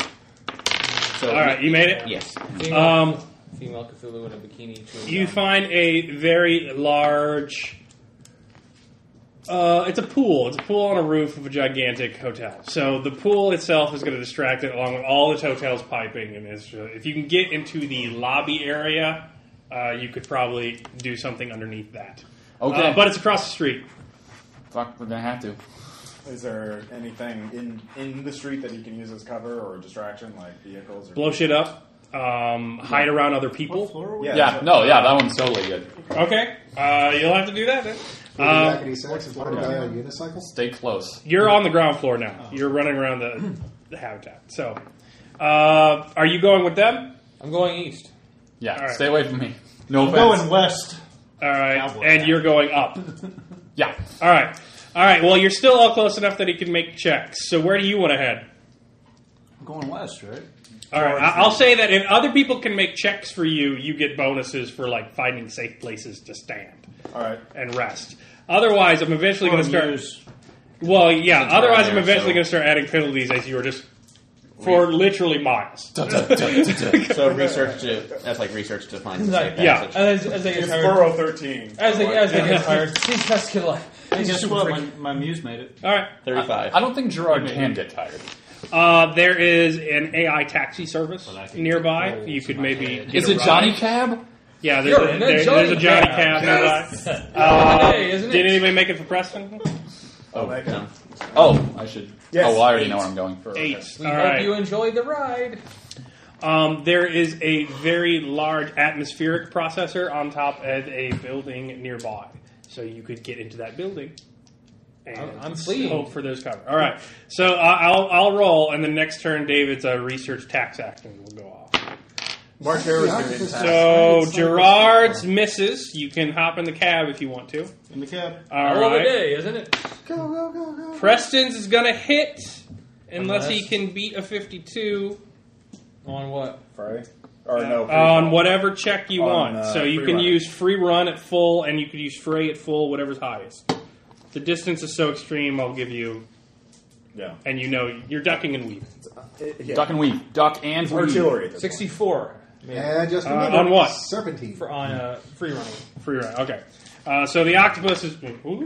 Speaker 6: So
Speaker 1: All right, you made it.
Speaker 6: Yes.
Speaker 7: Female,
Speaker 1: Um,
Speaker 7: female Cthulhu in a bikini. chewing
Speaker 1: You
Speaker 7: gum.
Speaker 1: find a very large Uh, it's a pool. It's a pool on a roof of a gigantic hotel. So the pool itself is going to distract it, along with all the hotel's piping. And it's, uh, if you can get into the lobby area, uh, you could probably do something underneath that.
Speaker 2: Okay.
Speaker 1: Uh, but it's across the street.
Speaker 2: Fuck, we're gonna have to.
Speaker 3: Is there anything in in the street that he can use as cover or distraction, like vehicles? Or
Speaker 1: Blow shit up. Um, hide around other people.
Speaker 8: Floor
Speaker 3: Yeah.
Speaker 2: Yeah, no, yeah, that one's totally good.
Speaker 1: Okay. Uh, you'll have to do that then.
Speaker 4: We'll be back
Speaker 1: Um,
Speaker 4: at E6 and find a guy on a unicycle.
Speaker 2: Stay close.
Speaker 1: you're on the ground floor now. You're running around the, the habitat. So, uh, are you going with them?
Speaker 7: I'm going east.
Speaker 2: Yeah,
Speaker 1: All right.
Speaker 2: stay away from me. No offense.
Speaker 8: Going west.
Speaker 1: All right.
Speaker 8: Cowboy
Speaker 1: and
Speaker 8: hat.
Speaker 1: you're going up.
Speaker 2: Yeah,
Speaker 1: All right. All right. Well, you're still all close enough that he can make checks. So where do you want to head?
Speaker 8: I'm going west, right?
Speaker 1: All right. I- I'll say that if other people can make checks for you, you get bonuses for like finding safe places to stand
Speaker 3: All right.
Speaker 1: and rest. Otherwise, I'm eventually going to
Speaker 8: Or
Speaker 1: start.
Speaker 8: use-
Speaker 1: Well, yeah.
Speaker 6: we're
Speaker 1: Otherwise,
Speaker 6: there,
Speaker 1: I'm eventually
Speaker 6: so-
Speaker 1: going to start adding penalties as you are just for literally miles.
Speaker 6: So research to that's like research to find the safe
Speaker 1: Yeah.
Speaker 6: passage.
Speaker 7: And as, as they get
Speaker 3: It's
Speaker 7: tired,
Speaker 3: Borough Thirteen.
Speaker 7: as they, as they
Speaker 1: Yeah.
Speaker 7: get tired, these guys get like,
Speaker 8: Hey,
Speaker 7: these
Speaker 8: guess
Speaker 7: super
Speaker 8: what?
Speaker 7: freak-
Speaker 8: My, my muse made it.
Speaker 1: All right.
Speaker 6: Thirty-five.
Speaker 2: I don't think Gerard can get tired.
Speaker 1: Uh, there is an AI taxi service nearby. You could maybe. get
Speaker 2: Is
Speaker 1: a
Speaker 2: it
Speaker 1: ride.
Speaker 2: Johnny Cab?
Speaker 1: Yeah, there's,
Speaker 7: You're
Speaker 1: a,
Speaker 7: in a
Speaker 1: there-
Speaker 7: Johnny
Speaker 1: there's a Johnny
Speaker 7: cab.
Speaker 1: Cab
Speaker 7: Yes.
Speaker 1: nearby. Uh,
Speaker 7: Hey, isn't
Speaker 1: did
Speaker 7: it?
Speaker 1: anybody make it for Preston?
Speaker 2: Oh,
Speaker 6: No.
Speaker 2: oh, I should.
Speaker 3: Yes,
Speaker 2: oh, I already
Speaker 3: eight.
Speaker 2: know where I'm going. For.
Speaker 1: Eight.
Speaker 7: We
Speaker 1: All
Speaker 7: hope
Speaker 1: right.
Speaker 7: you enjoyed the ride.
Speaker 1: Um, there is a very large atmospheric processor on top of a building nearby, so you could get into that building. And
Speaker 7: I'm- I'm fleeing.
Speaker 1: Hope for those cover. All right, so uh, I'll I'll roll, and the next turn, David's uh, research tax action will go off.
Speaker 3: Mark there
Speaker 4: Yeah, I
Speaker 3: was
Speaker 4: can
Speaker 3: doing
Speaker 4: just-
Speaker 3: tax.
Speaker 1: So
Speaker 4: That's right.
Speaker 1: Gerard's misses. You can hop in the cab if you want to.
Speaker 8: In the cab.
Speaker 1: All
Speaker 7: All of a
Speaker 1: right.
Speaker 7: day, isn't it?
Speaker 4: Go, go, go, go.
Speaker 1: Preston's is gonna hit unless,
Speaker 7: Unless-
Speaker 1: he can beat a fifty-two
Speaker 7: On what?
Speaker 3: Friday or
Speaker 2: Uh,
Speaker 3: no?
Speaker 1: on whatever check you
Speaker 3: On,
Speaker 1: want.
Speaker 3: uh,
Speaker 1: so you
Speaker 3: free
Speaker 1: can
Speaker 3: run.
Speaker 1: use free run at full, and you could use fray at full, whatever's highest. The distance is so extreme. I'll give you,
Speaker 3: Yeah.
Speaker 1: and you know you're ducking and weaving
Speaker 3: yeah.
Speaker 2: Duck and weave. Duck and weave.
Speaker 3: artillery. At this point.
Speaker 7: Sixty-four. maybe,
Speaker 4: And just
Speaker 1: Uh,
Speaker 4: another
Speaker 1: on what?
Speaker 4: Serpentine.
Speaker 7: for on uh, free running.
Speaker 1: free run. Okay. Uh, so the octopus is, and uh,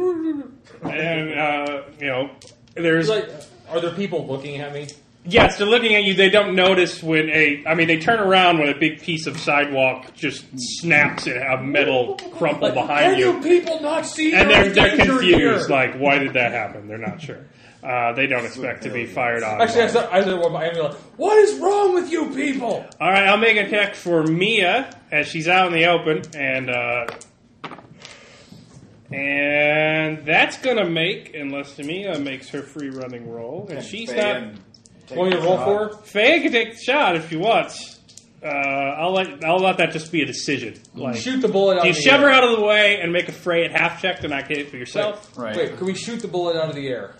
Speaker 1: you know
Speaker 7: It's
Speaker 1: there's
Speaker 7: like, are there people looking at me?
Speaker 1: Yes, they're looking at you. They don't notice when a. I mean, they turn around when a big piece of sidewalk just snaps and a metal crumple behind you.
Speaker 7: people not see?
Speaker 1: And
Speaker 7: your
Speaker 1: they're, they're
Speaker 7: danger
Speaker 1: confused.
Speaker 7: here?
Speaker 1: Like, why did that happen? They're not sure. Uh, they don't expect to be fired on.
Speaker 7: actually, I said, I said, well, I'm like, what is wrong with you people?
Speaker 1: All right, I'll make a check for Mia as she's out in the open, and uh, and that's gonna make unless Mia makes her free running roll, and she's
Speaker 3: Bay
Speaker 1: not.
Speaker 3: and take
Speaker 7: Want me to roll
Speaker 3: the
Speaker 7: for
Speaker 3: shot.
Speaker 7: her?
Speaker 1: Faye can take the shot if you want. Uh, I'll let I'll let that just be a decision. Like,
Speaker 7: Shoot the bullet out
Speaker 1: do you
Speaker 7: of the
Speaker 1: shove
Speaker 7: air.
Speaker 1: her out of the way and make a fray at half check, then I can hit it for yourself.
Speaker 2: Right.
Speaker 7: Wait, can we shoot the bullet out of the air?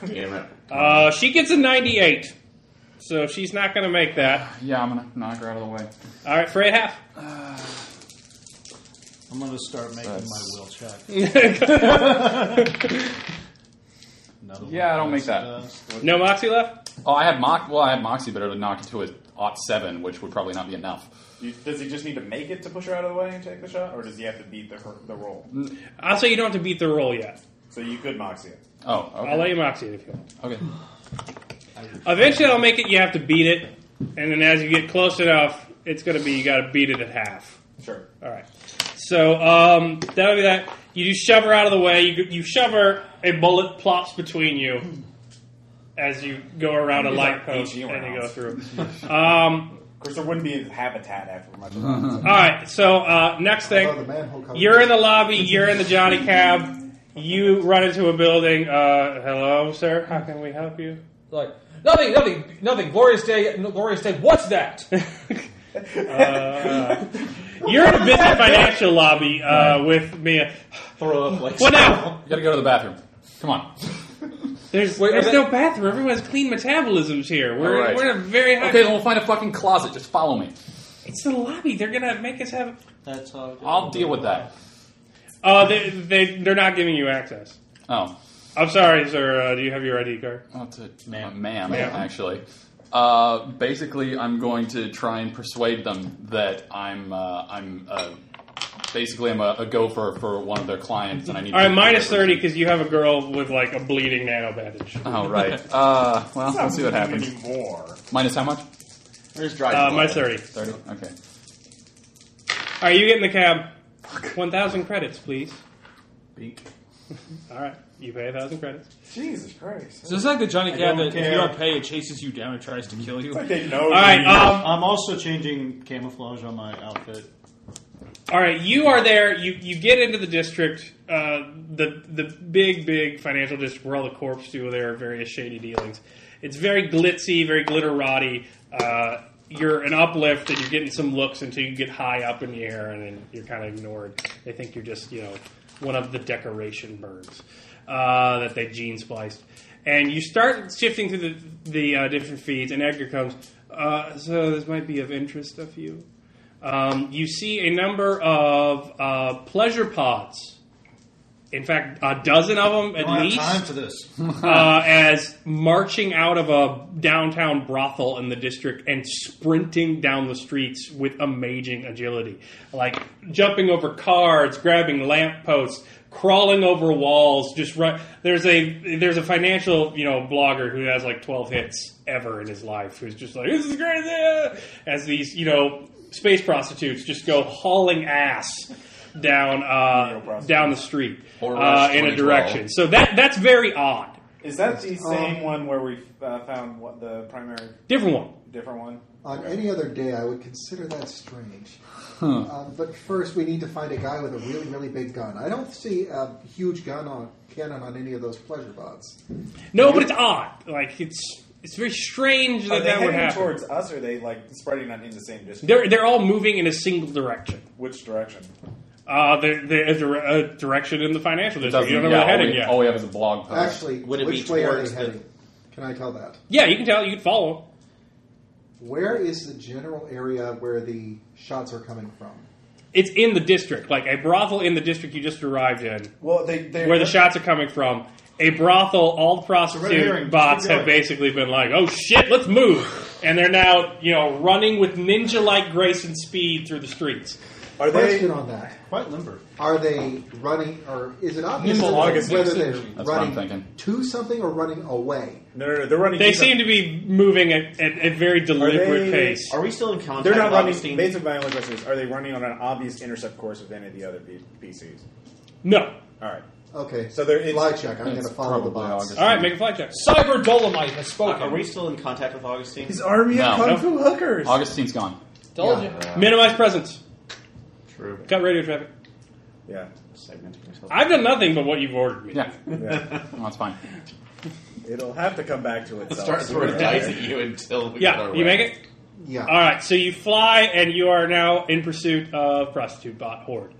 Speaker 6: Damn it.
Speaker 1: Uh, she gets a ninety-eight, so she's not going to make that.
Speaker 2: Yeah, I'm gonna knock her out of the way.
Speaker 1: All right, fray at
Speaker 8: I'm going to start making my will check.
Speaker 1: half.
Speaker 8: Another
Speaker 2: Yeah,
Speaker 8: one.
Speaker 2: I don't make that.
Speaker 8: Uh,
Speaker 1: no Moxie left.
Speaker 2: Oh, I had mock. Well, I had Moxie, but it would knock it to a ot seven, which would probably not be enough.
Speaker 3: You- Does he just need to make it to push her out of the way and take the shot, or does he have to beat the her, the roll?
Speaker 1: I'll say you don't have to beat the roll yet.
Speaker 3: So you could moxie it.
Speaker 2: Oh,
Speaker 1: I'll
Speaker 2: okay.
Speaker 1: let you Moxie it if you want.
Speaker 2: okay.
Speaker 1: Eventually, I'll make it. You have to beat it, and then as you get close enough, it's going to be you got to beat it at half.
Speaker 3: Sure.
Speaker 1: All right. So um, that'll be that. You just shove her out of the way. You, you shove her. A bullet plops between you as you go around a
Speaker 3: He's
Speaker 1: light
Speaker 3: like
Speaker 1: post
Speaker 3: PG
Speaker 1: and you go
Speaker 3: rounds.
Speaker 1: through. Um,
Speaker 3: Of course, there wouldn't be habitat after much. of that.
Speaker 1: all right. So uh, next
Speaker 4: Oh, the
Speaker 1: thing,
Speaker 4: manhole cover.
Speaker 1: you're in the lobby. You're in the Johnny Cab. You run into a building. Uh, hello, sir. How can we help you?
Speaker 7: Like nothing, nothing, nothing. Glorious day, no, glorious day. What's that?
Speaker 1: Uh, you're in a busy financial lobby uh, with me.
Speaker 6: Throw up like
Speaker 1: What now?
Speaker 2: You gotta go to the bathroom. Come on.
Speaker 1: There's
Speaker 7: Wait, are
Speaker 1: there's
Speaker 7: they-
Speaker 1: no bathroom. Everyone's clean metabolisms here. We're,
Speaker 2: All right.
Speaker 1: we're in a very high.
Speaker 2: Okay, then we'll find a fucking closet. Just follow me.
Speaker 1: It's the lobby. They're gonna make us have.
Speaker 8: That's how I
Speaker 2: I'll deal with that.
Speaker 1: Oh, they, they they're not giving you access.
Speaker 2: Oh,
Speaker 1: I'm sorry, sir. Uh, do you have your ID card?
Speaker 2: oh it's a ma'am, ma'am,
Speaker 1: Ma'am.
Speaker 2: actually. Uh, basically, I'm going to try and persuade them that I'm uh, I'm a Basically, I'm a, a gopher for one of their clients, and I need.
Speaker 1: All right,
Speaker 2: to-
Speaker 1: minus thirty because you have a girl with like a bleeding nano bandage.
Speaker 2: Oh right. Uh, well, we'll see what happens.
Speaker 3: Anymore.
Speaker 2: Minus how much?
Speaker 6: There's dry.
Speaker 1: Uh,
Speaker 6: blood.
Speaker 1: minus thirty.
Speaker 2: Thirty. Okay.
Speaker 1: All right, you get in the cab. One thousand credits, please.
Speaker 2: Beak.
Speaker 1: All right, you pay a thousand credits.
Speaker 3: Jesus Christ.
Speaker 7: So it's like the Johnny Cab
Speaker 8: don't
Speaker 7: that if you
Speaker 8: care.
Speaker 7: don't pay, it chases you down and tries to kill you.
Speaker 3: Like they know.
Speaker 1: All right, um,
Speaker 8: I'm also changing camouflage on my outfit.
Speaker 1: All right, you are there. You you get into the district, uh, the the big big financial district where all the corps do their various shady dealings. It's very glitzy, very glitter roddy. Uh, you're an uplift, and you're getting some looks until you get high up in the air, and then you're kind of ignored. They think you're just you know one of the decoration birds uh, that they gene spliced. And you start shifting through the the uh, different feeds, and Edgar comes. Uh, so this might be of interest of you. Um, you see a number of uh, pleasure pods. In fact, a dozen of them at
Speaker 8: I don't
Speaker 1: least,
Speaker 8: have time for this.
Speaker 1: uh, as marching out of a downtown brothel in the district and sprinting down the streets with amazing agility, like jumping over cars, grabbing lampposts, crawling over walls. Just run. There's a there's a financial you know blogger who has like 12 hits ever in his life who's just like this is crazy as these you know space prostitutes just go hauling ass down
Speaker 3: Real
Speaker 1: uh,
Speaker 3: prostitutes.
Speaker 1: down the street
Speaker 6: Or
Speaker 1: uh, in a
Speaker 6: 2012.
Speaker 1: direction. So that that's very odd.
Speaker 3: Is that the
Speaker 4: Um,
Speaker 3: same one where we uh, found what the primary
Speaker 1: Different one.
Speaker 3: different one?
Speaker 4: On any other day, I would consider that strange. Um, but first, we need to find a guy with a really, really big gun. I don't see a huge gun on cannon on any of those pleasure bots.
Speaker 1: No, but it's odd. Like it's it's very strange
Speaker 3: Are
Speaker 1: that
Speaker 3: they
Speaker 1: that would
Speaker 3: heading
Speaker 1: happen.
Speaker 3: towards us, or are they like spreading out in the same distance?
Speaker 1: they're they're all moving in a single direction.
Speaker 3: Which direction?
Speaker 1: Uh, they're, they're a, dire- a direction in the financial district.
Speaker 2: Doesn't-
Speaker 1: You don't know where
Speaker 2: yeah,
Speaker 1: they're heading
Speaker 2: all, we,
Speaker 1: yet.
Speaker 2: all we have is a blog post.
Speaker 4: Actually,
Speaker 6: Would it be
Speaker 4: which way are
Speaker 6: towards
Speaker 4: they
Speaker 6: the-
Speaker 4: heading? Can I tell that?
Speaker 1: yeah, you can tell. You can follow.
Speaker 4: Where is the general area where the shots are coming from?
Speaker 1: It's in the district, like a brothel in the district you just arrived in,
Speaker 3: Well, they they
Speaker 1: where the shots are coming from. A brothel, all the prostitute
Speaker 8: Red herring,
Speaker 1: bots
Speaker 8: keep
Speaker 1: have
Speaker 8: going.
Speaker 1: basically been like, "Oh shit, let's move!" And they're now, you know, running with ninja-like grace and speed through the streets.
Speaker 3: are they
Speaker 4: Question on that.
Speaker 8: Quite limber.
Speaker 4: Are they running, or is it obvious
Speaker 8: Nimble August
Speaker 4: whether
Speaker 8: Nixon.
Speaker 4: they're
Speaker 2: what I'm
Speaker 4: running
Speaker 2: thinking.
Speaker 4: to something or running away?
Speaker 3: no, no, no, they're running.
Speaker 1: They seem to be moving at, at a very deliberate
Speaker 3: they-
Speaker 1: pace.
Speaker 6: Are we still in contact?
Speaker 3: They're not
Speaker 6: with
Speaker 3: running.
Speaker 6: Augustine?
Speaker 3: Basically, my only question is: Are they running on an obvious intercept course with any of the other B- PCs?
Speaker 1: No.
Speaker 3: All right.
Speaker 4: Okay,
Speaker 3: So there- it's-
Speaker 4: fly check. I'm going
Speaker 2: it's
Speaker 4: to follow the
Speaker 2: probably
Speaker 4: bots.
Speaker 2: August.
Speaker 1: All right, make a fly check.
Speaker 7: Cyber Dolomite has
Speaker 6: Uh,
Speaker 7: spoken.
Speaker 6: are we still in contact with Augustine?
Speaker 3: His army
Speaker 2: No.
Speaker 3: of kung fu hookers.
Speaker 2: Augustine's gone.
Speaker 7: Told
Speaker 4: Yeah.
Speaker 7: you.
Speaker 1: Minimize presence.
Speaker 6: True.
Speaker 1: Cut radio traffic.
Speaker 3: Yeah,
Speaker 6: Segmenting myself.
Speaker 1: I've done nothing but what you've ordered me.
Speaker 2: Yeah,
Speaker 3: yeah.
Speaker 2: well, that's fine.
Speaker 3: It'll have to come back to itself.
Speaker 6: Start throwing dice at you until we get
Speaker 1: Yeah,
Speaker 6: our
Speaker 1: you
Speaker 6: way.
Speaker 1: make it?
Speaker 4: Yeah.
Speaker 1: All right, so you fly and you are now in pursuit of prostitute bot horde.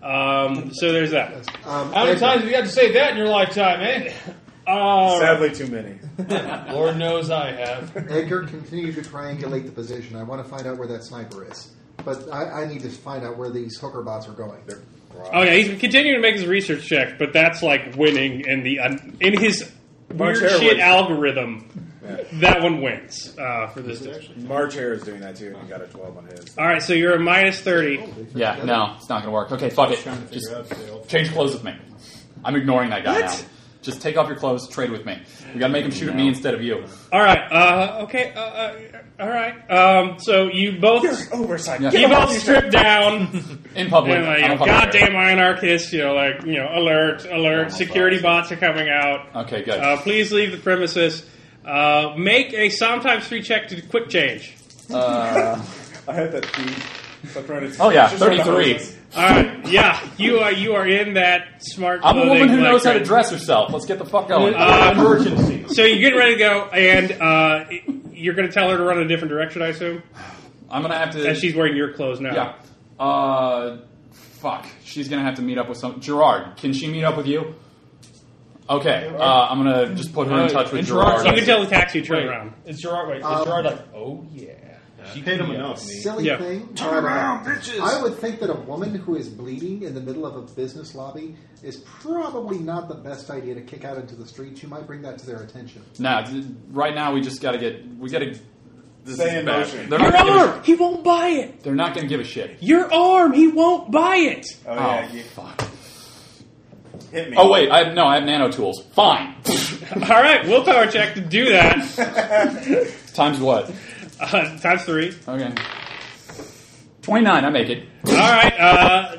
Speaker 1: Um, so there's that.
Speaker 4: Um,
Speaker 7: How many
Speaker 4: Edgar,
Speaker 7: times have you had to say that in your lifetime, eh? All right.
Speaker 3: Sadly, too many.
Speaker 7: Lord knows I have.
Speaker 4: Edgar, continue to triangulate the position. I want to find out where that sniper is. But I, I need to find out where these hooker bots are going.
Speaker 1: Oh yeah, he's continuing to make his research check, but that's like winning in the un- in his
Speaker 3: March
Speaker 1: weird
Speaker 3: Airways.
Speaker 1: shit algorithm. That one wins uh, for this. district.
Speaker 3: March Hare is doing that too, and he got a twelve on his.
Speaker 1: All right, so you're a minus thirty.
Speaker 2: Yeah, no, it's not gonna work. Okay, fuck it.
Speaker 8: Trying to
Speaker 2: Just
Speaker 8: figure out if they all-
Speaker 2: change clothes with me. I'm ignoring that guy now. Just take off your clothes, trade with me. We gotta make him shoot at me instead of you.
Speaker 1: All right. Uh, okay. Uh, uh, all right. Um, so you both
Speaker 3: Oversight.
Speaker 2: Yeah.
Speaker 1: you both strip down
Speaker 2: In public.
Speaker 1: and like,
Speaker 2: I
Speaker 1: you know,
Speaker 2: don't fucking care.
Speaker 1: goddamn anarchists. You know, like you know, alert, alert. Security bots are coming out.
Speaker 2: Okay, good.
Speaker 1: Uh, please leave the premises. Uh, make a sometimes free check to quick change.
Speaker 3: I had that feed. So I'm trying to-
Speaker 2: oh yeah,
Speaker 3: It's just like
Speaker 2: 33.
Speaker 1: All right. Yeah, you are you are in that smart.
Speaker 2: I'm a woman
Speaker 1: clothing,
Speaker 2: who
Speaker 1: like, Uh,
Speaker 2: knows how to
Speaker 1: right-
Speaker 2: dress herself. Let's get the fuck going.
Speaker 8: Emergency.
Speaker 1: So you're getting ready to go, and uh, you're going to tell her to run in a different direction, I assume,
Speaker 2: I'm gonna have to.
Speaker 1: and she's wearing your clothes now.
Speaker 2: yeah. Uh, fuck. She's gonna have to meet up with some. Gerard, can she meet up with you? Okay, uh, I'm gonna just put her in
Speaker 7: Alright,
Speaker 2: touch with
Speaker 7: and Gerard's
Speaker 2: Gerard.
Speaker 1: You can tell the taxi to turn
Speaker 7: Wait,
Speaker 1: around.
Speaker 7: It's Gerard. Wait,
Speaker 4: Um,
Speaker 7: it's Gerard like, oh yeah.
Speaker 8: She paid him enough.
Speaker 4: Silly
Speaker 1: Yeah.
Speaker 4: thing.
Speaker 8: Turn around, bitches!
Speaker 4: I would think that a woman who is bleeding in the middle of a business lobby is probably not the best idea to kick out into the streets. You might bring that to their attention.
Speaker 2: Nah, th- right now we just gotta get we gotta
Speaker 6: This
Speaker 3: Stay
Speaker 6: is
Speaker 3: in
Speaker 6: bad.
Speaker 3: motion.
Speaker 2: They're
Speaker 1: Your
Speaker 2: not gonna give a
Speaker 1: arm! He won't buy it!
Speaker 2: sh- they're not going to give a shit.
Speaker 1: Your arm! He won't buy it!
Speaker 3: Oh,
Speaker 2: Oh,
Speaker 3: yeah, you
Speaker 2: fuck.
Speaker 3: hit me.
Speaker 2: Oh wait, I have no. I have nano tools. Fine.
Speaker 1: Alright, willpower check to do that.
Speaker 2: Times what?
Speaker 1: Uh, times three.
Speaker 2: Okay. Twenty nine. I make it.
Speaker 1: Alright, uh.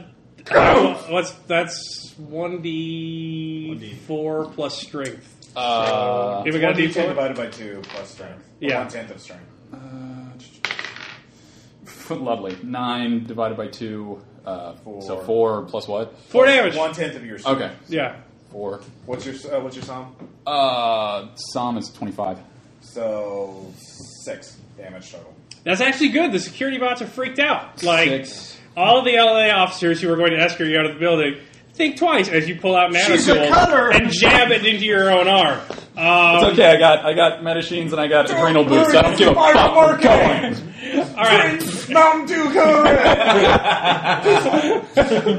Speaker 1: uh, What's that's one d four plus strength.
Speaker 2: Uh,
Speaker 1: If we got a
Speaker 3: ten
Speaker 1: d4,
Speaker 3: divided by two plus strength.
Speaker 1: Yeah.
Speaker 3: one tenth of strength.
Speaker 2: lovely. Nine divided by two. Uh, So
Speaker 3: Four.
Speaker 2: four plus what?
Speaker 1: four damage.
Speaker 3: One tenth of your. Strength.
Speaker 2: Okay.
Speaker 1: Yeah,
Speaker 2: Four.
Speaker 3: What's your uh, What's your sum?
Speaker 2: Uh, sum is twenty five.
Speaker 3: So six damage total.
Speaker 1: that's actually good. The security bots are freaked out. Like
Speaker 2: Six.
Speaker 1: all of the LA officers who are going to escort you out of the building, think twice as you pull out nano
Speaker 2: She's a
Speaker 1: tools
Speaker 2: cutter!
Speaker 1: and jab it into your own arm.
Speaker 2: It's
Speaker 1: Um,
Speaker 2: okay. I got I got metachines and I got adrenal boost. I don't give a
Speaker 3: Mark,
Speaker 2: fuck. We're
Speaker 3: Mark,
Speaker 2: going.
Speaker 1: all right.
Speaker 3: Mountain Dew Coke.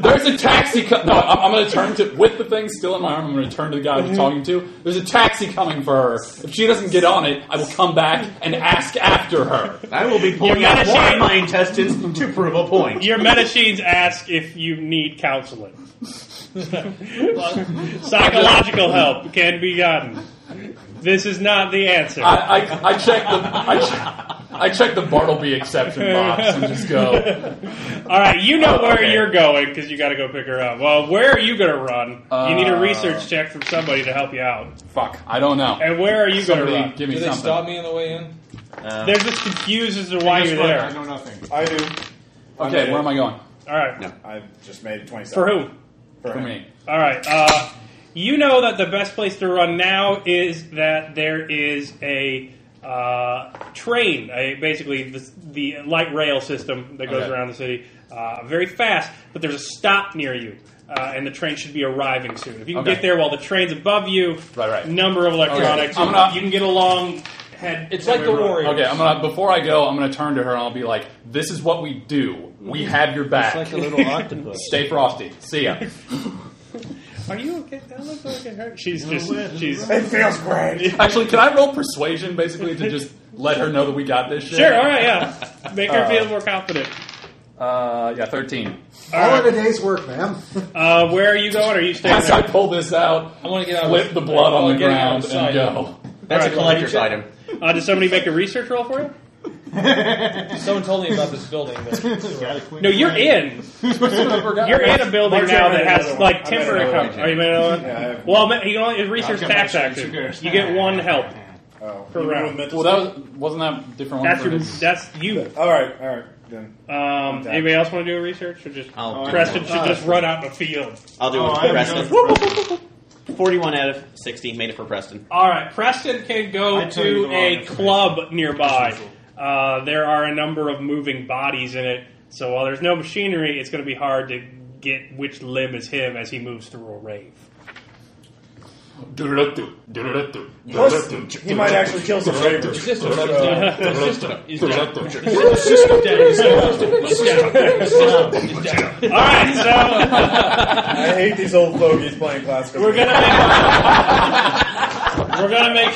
Speaker 2: There's a taxi. Co- no, I'm, I'm going to turn to with the thing still in my arm. I'm going to turn to the guy
Speaker 7: Mm-hmm.
Speaker 2: I'm talking to. There's a taxi coming for her. If she doesn't get on it, I will come back and ask after her.
Speaker 6: I will be pulling
Speaker 1: You
Speaker 6: out
Speaker 1: gotta
Speaker 6: one
Speaker 1: say-
Speaker 6: of my intestines to prove a point.
Speaker 1: Your medicines ask if you need counseling. Psychological help can be gotten. This is not the answer.
Speaker 2: I I, I check the I, ch- I check the Bartleby exception box and just go.
Speaker 1: All right, you know
Speaker 2: Oh,
Speaker 1: where
Speaker 2: okay.
Speaker 1: you're going because you got to go pick her up. Well, where are you going to run? you need a
Speaker 2: Uh,
Speaker 1: research check from somebody to help you out.
Speaker 2: Fuck. I don't know.
Speaker 1: And where are you going to
Speaker 2: Somebody
Speaker 1: run?
Speaker 2: give me
Speaker 7: Do they
Speaker 2: something.
Speaker 7: stop me on the way in?
Speaker 6: Uh,
Speaker 1: They're just confused as to why
Speaker 8: Guess
Speaker 1: you're
Speaker 8: what?
Speaker 1: there.
Speaker 8: I know nothing.
Speaker 3: I do.
Speaker 2: Okay, where am I going?
Speaker 1: All right,
Speaker 3: I just made twenty seven.
Speaker 1: for who?
Speaker 2: For me.
Speaker 1: All right. Uh, you know that the best place to run now is that there is a uh, train, a, basically the, the light rail system that goes
Speaker 2: Okay.
Speaker 1: around the city, uh, very fast. But there's a stop near you, uh, and the train should be arriving soon. If you can
Speaker 2: Okay.
Speaker 1: get there while the train's above you,
Speaker 2: Right, right.
Speaker 1: number of electronics,
Speaker 2: Okay. I'm gonna-
Speaker 1: you can get along. Head.
Speaker 7: It's like the warrior.
Speaker 2: Okay, I'm gonna before I go, I'm gonna turn to her and I'll be like, "This is what we do. We have your back.
Speaker 8: Like a little octopus.
Speaker 2: Stay frosty. See ya."
Speaker 1: Are you okay? That looks like it hurt. She's just.
Speaker 8: little.
Speaker 1: She's.
Speaker 3: It feels great.
Speaker 2: Actually, can I roll persuasion basically to just let her know that we got this shit?
Speaker 1: Sure. All right. Yeah. Make her feel more confident.
Speaker 2: Uh, yeah, 13.
Speaker 1: All
Speaker 4: All in
Speaker 1: right.
Speaker 4: a day's work, ma'am.
Speaker 1: Uh, where are you going? Are you staying?
Speaker 2: As
Speaker 1: there?
Speaker 2: I pull this out,
Speaker 7: I want to get out.
Speaker 2: flip
Speaker 7: of
Speaker 2: the blood on the ground
Speaker 7: Get out
Speaker 2: and
Speaker 7: of sight.
Speaker 2: go.
Speaker 6: that's
Speaker 1: Alright,
Speaker 6: a collector's item.
Speaker 1: Uh, did somebody make a research roll for you?
Speaker 7: Someone told me about this building. Though.
Speaker 1: No, you're in. You're in a building
Speaker 3: Mark's
Speaker 1: now that
Speaker 3: already made
Speaker 1: has
Speaker 3: another one.
Speaker 1: like
Speaker 3: I made
Speaker 1: temporary
Speaker 3: another
Speaker 1: cover.
Speaker 3: one.
Speaker 1: Are you made another one?
Speaker 3: Yeah, I have-
Speaker 1: Well, ma- you only it's research
Speaker 8: I've got
Speaker 1: tax
Speaker 8: my
Speaker 1: action.
Speaker 8: sugars.
Speaker 1: You get one help
Speaker 3: Oh,
Speaker 1: per
Speaker 3: you roll
Speaker 1: round.
Speaker 3: mental
Speaker 2: Well, that was, wasn't that different one?
Speaker 1: That's
Speaker 2: for
Speaker 1: your.
Speaker 2: this?
Speaker 1: That's you.
Speaker 3: All right, all right. Then
Speaker 1: Um, anybody else want to do a research or just
Speaker 6: I'll do
Speaker 1: Oh, Preston
Speaker 6: it.
Speaker 1: should just run out in the field?
Speaker 6: I'll do
Speaker 8: Oh,
Speaker 6: it for
Speaker 8: I have
Speaker 6: Preston.
Speaker 8: no-
Speaker 6: Woo, woo, woo, woo. 41 out of 60 made it for Preston.
Speaker 1: All right, Preston can
Speaker 8: I
Speaker 1: go
Speaker 8: tell you
Speaker 1: to
Speaker 8: the wrong
Speaker 1: a
Speaker 8: information.
Speaker 1: club nearby. Uh, there are a number of moving bodies in it, so while there's no machinery, it's going to be hard to get which limb is him as he moves through a rave.
Speaker 2: Do-do-do-do, do-do-do-do,
Speaker 3: Plus,
Speaker 2: do-do-do-do,
Speaker 3: he might actually kill some ravers.
Speaker 7: Resistance is down. Resistance is down.
Speaker 2: do-do-do-do.
Speaker 7: Resistance is down. Resistance is down.
Speaker 1: All right, so
Speaker 3: I hate these old fogies playing classical.
Speaker 1: we're gonna make, we're gonna make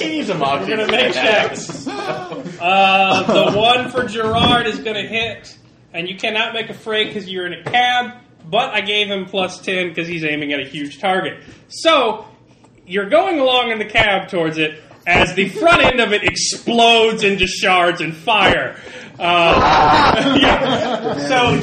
Speaker 6: He's a mob.
Speaker 1: we're gonna make checks. Uh, the one for Gerard is gonna hit, and you cannot make a fray because you're in a cab. But I gave him plus ten because he's aiming at a huge target. So you're going along in the cab towards it as the front end of it explodes into shards and fire. Uh, yeah. So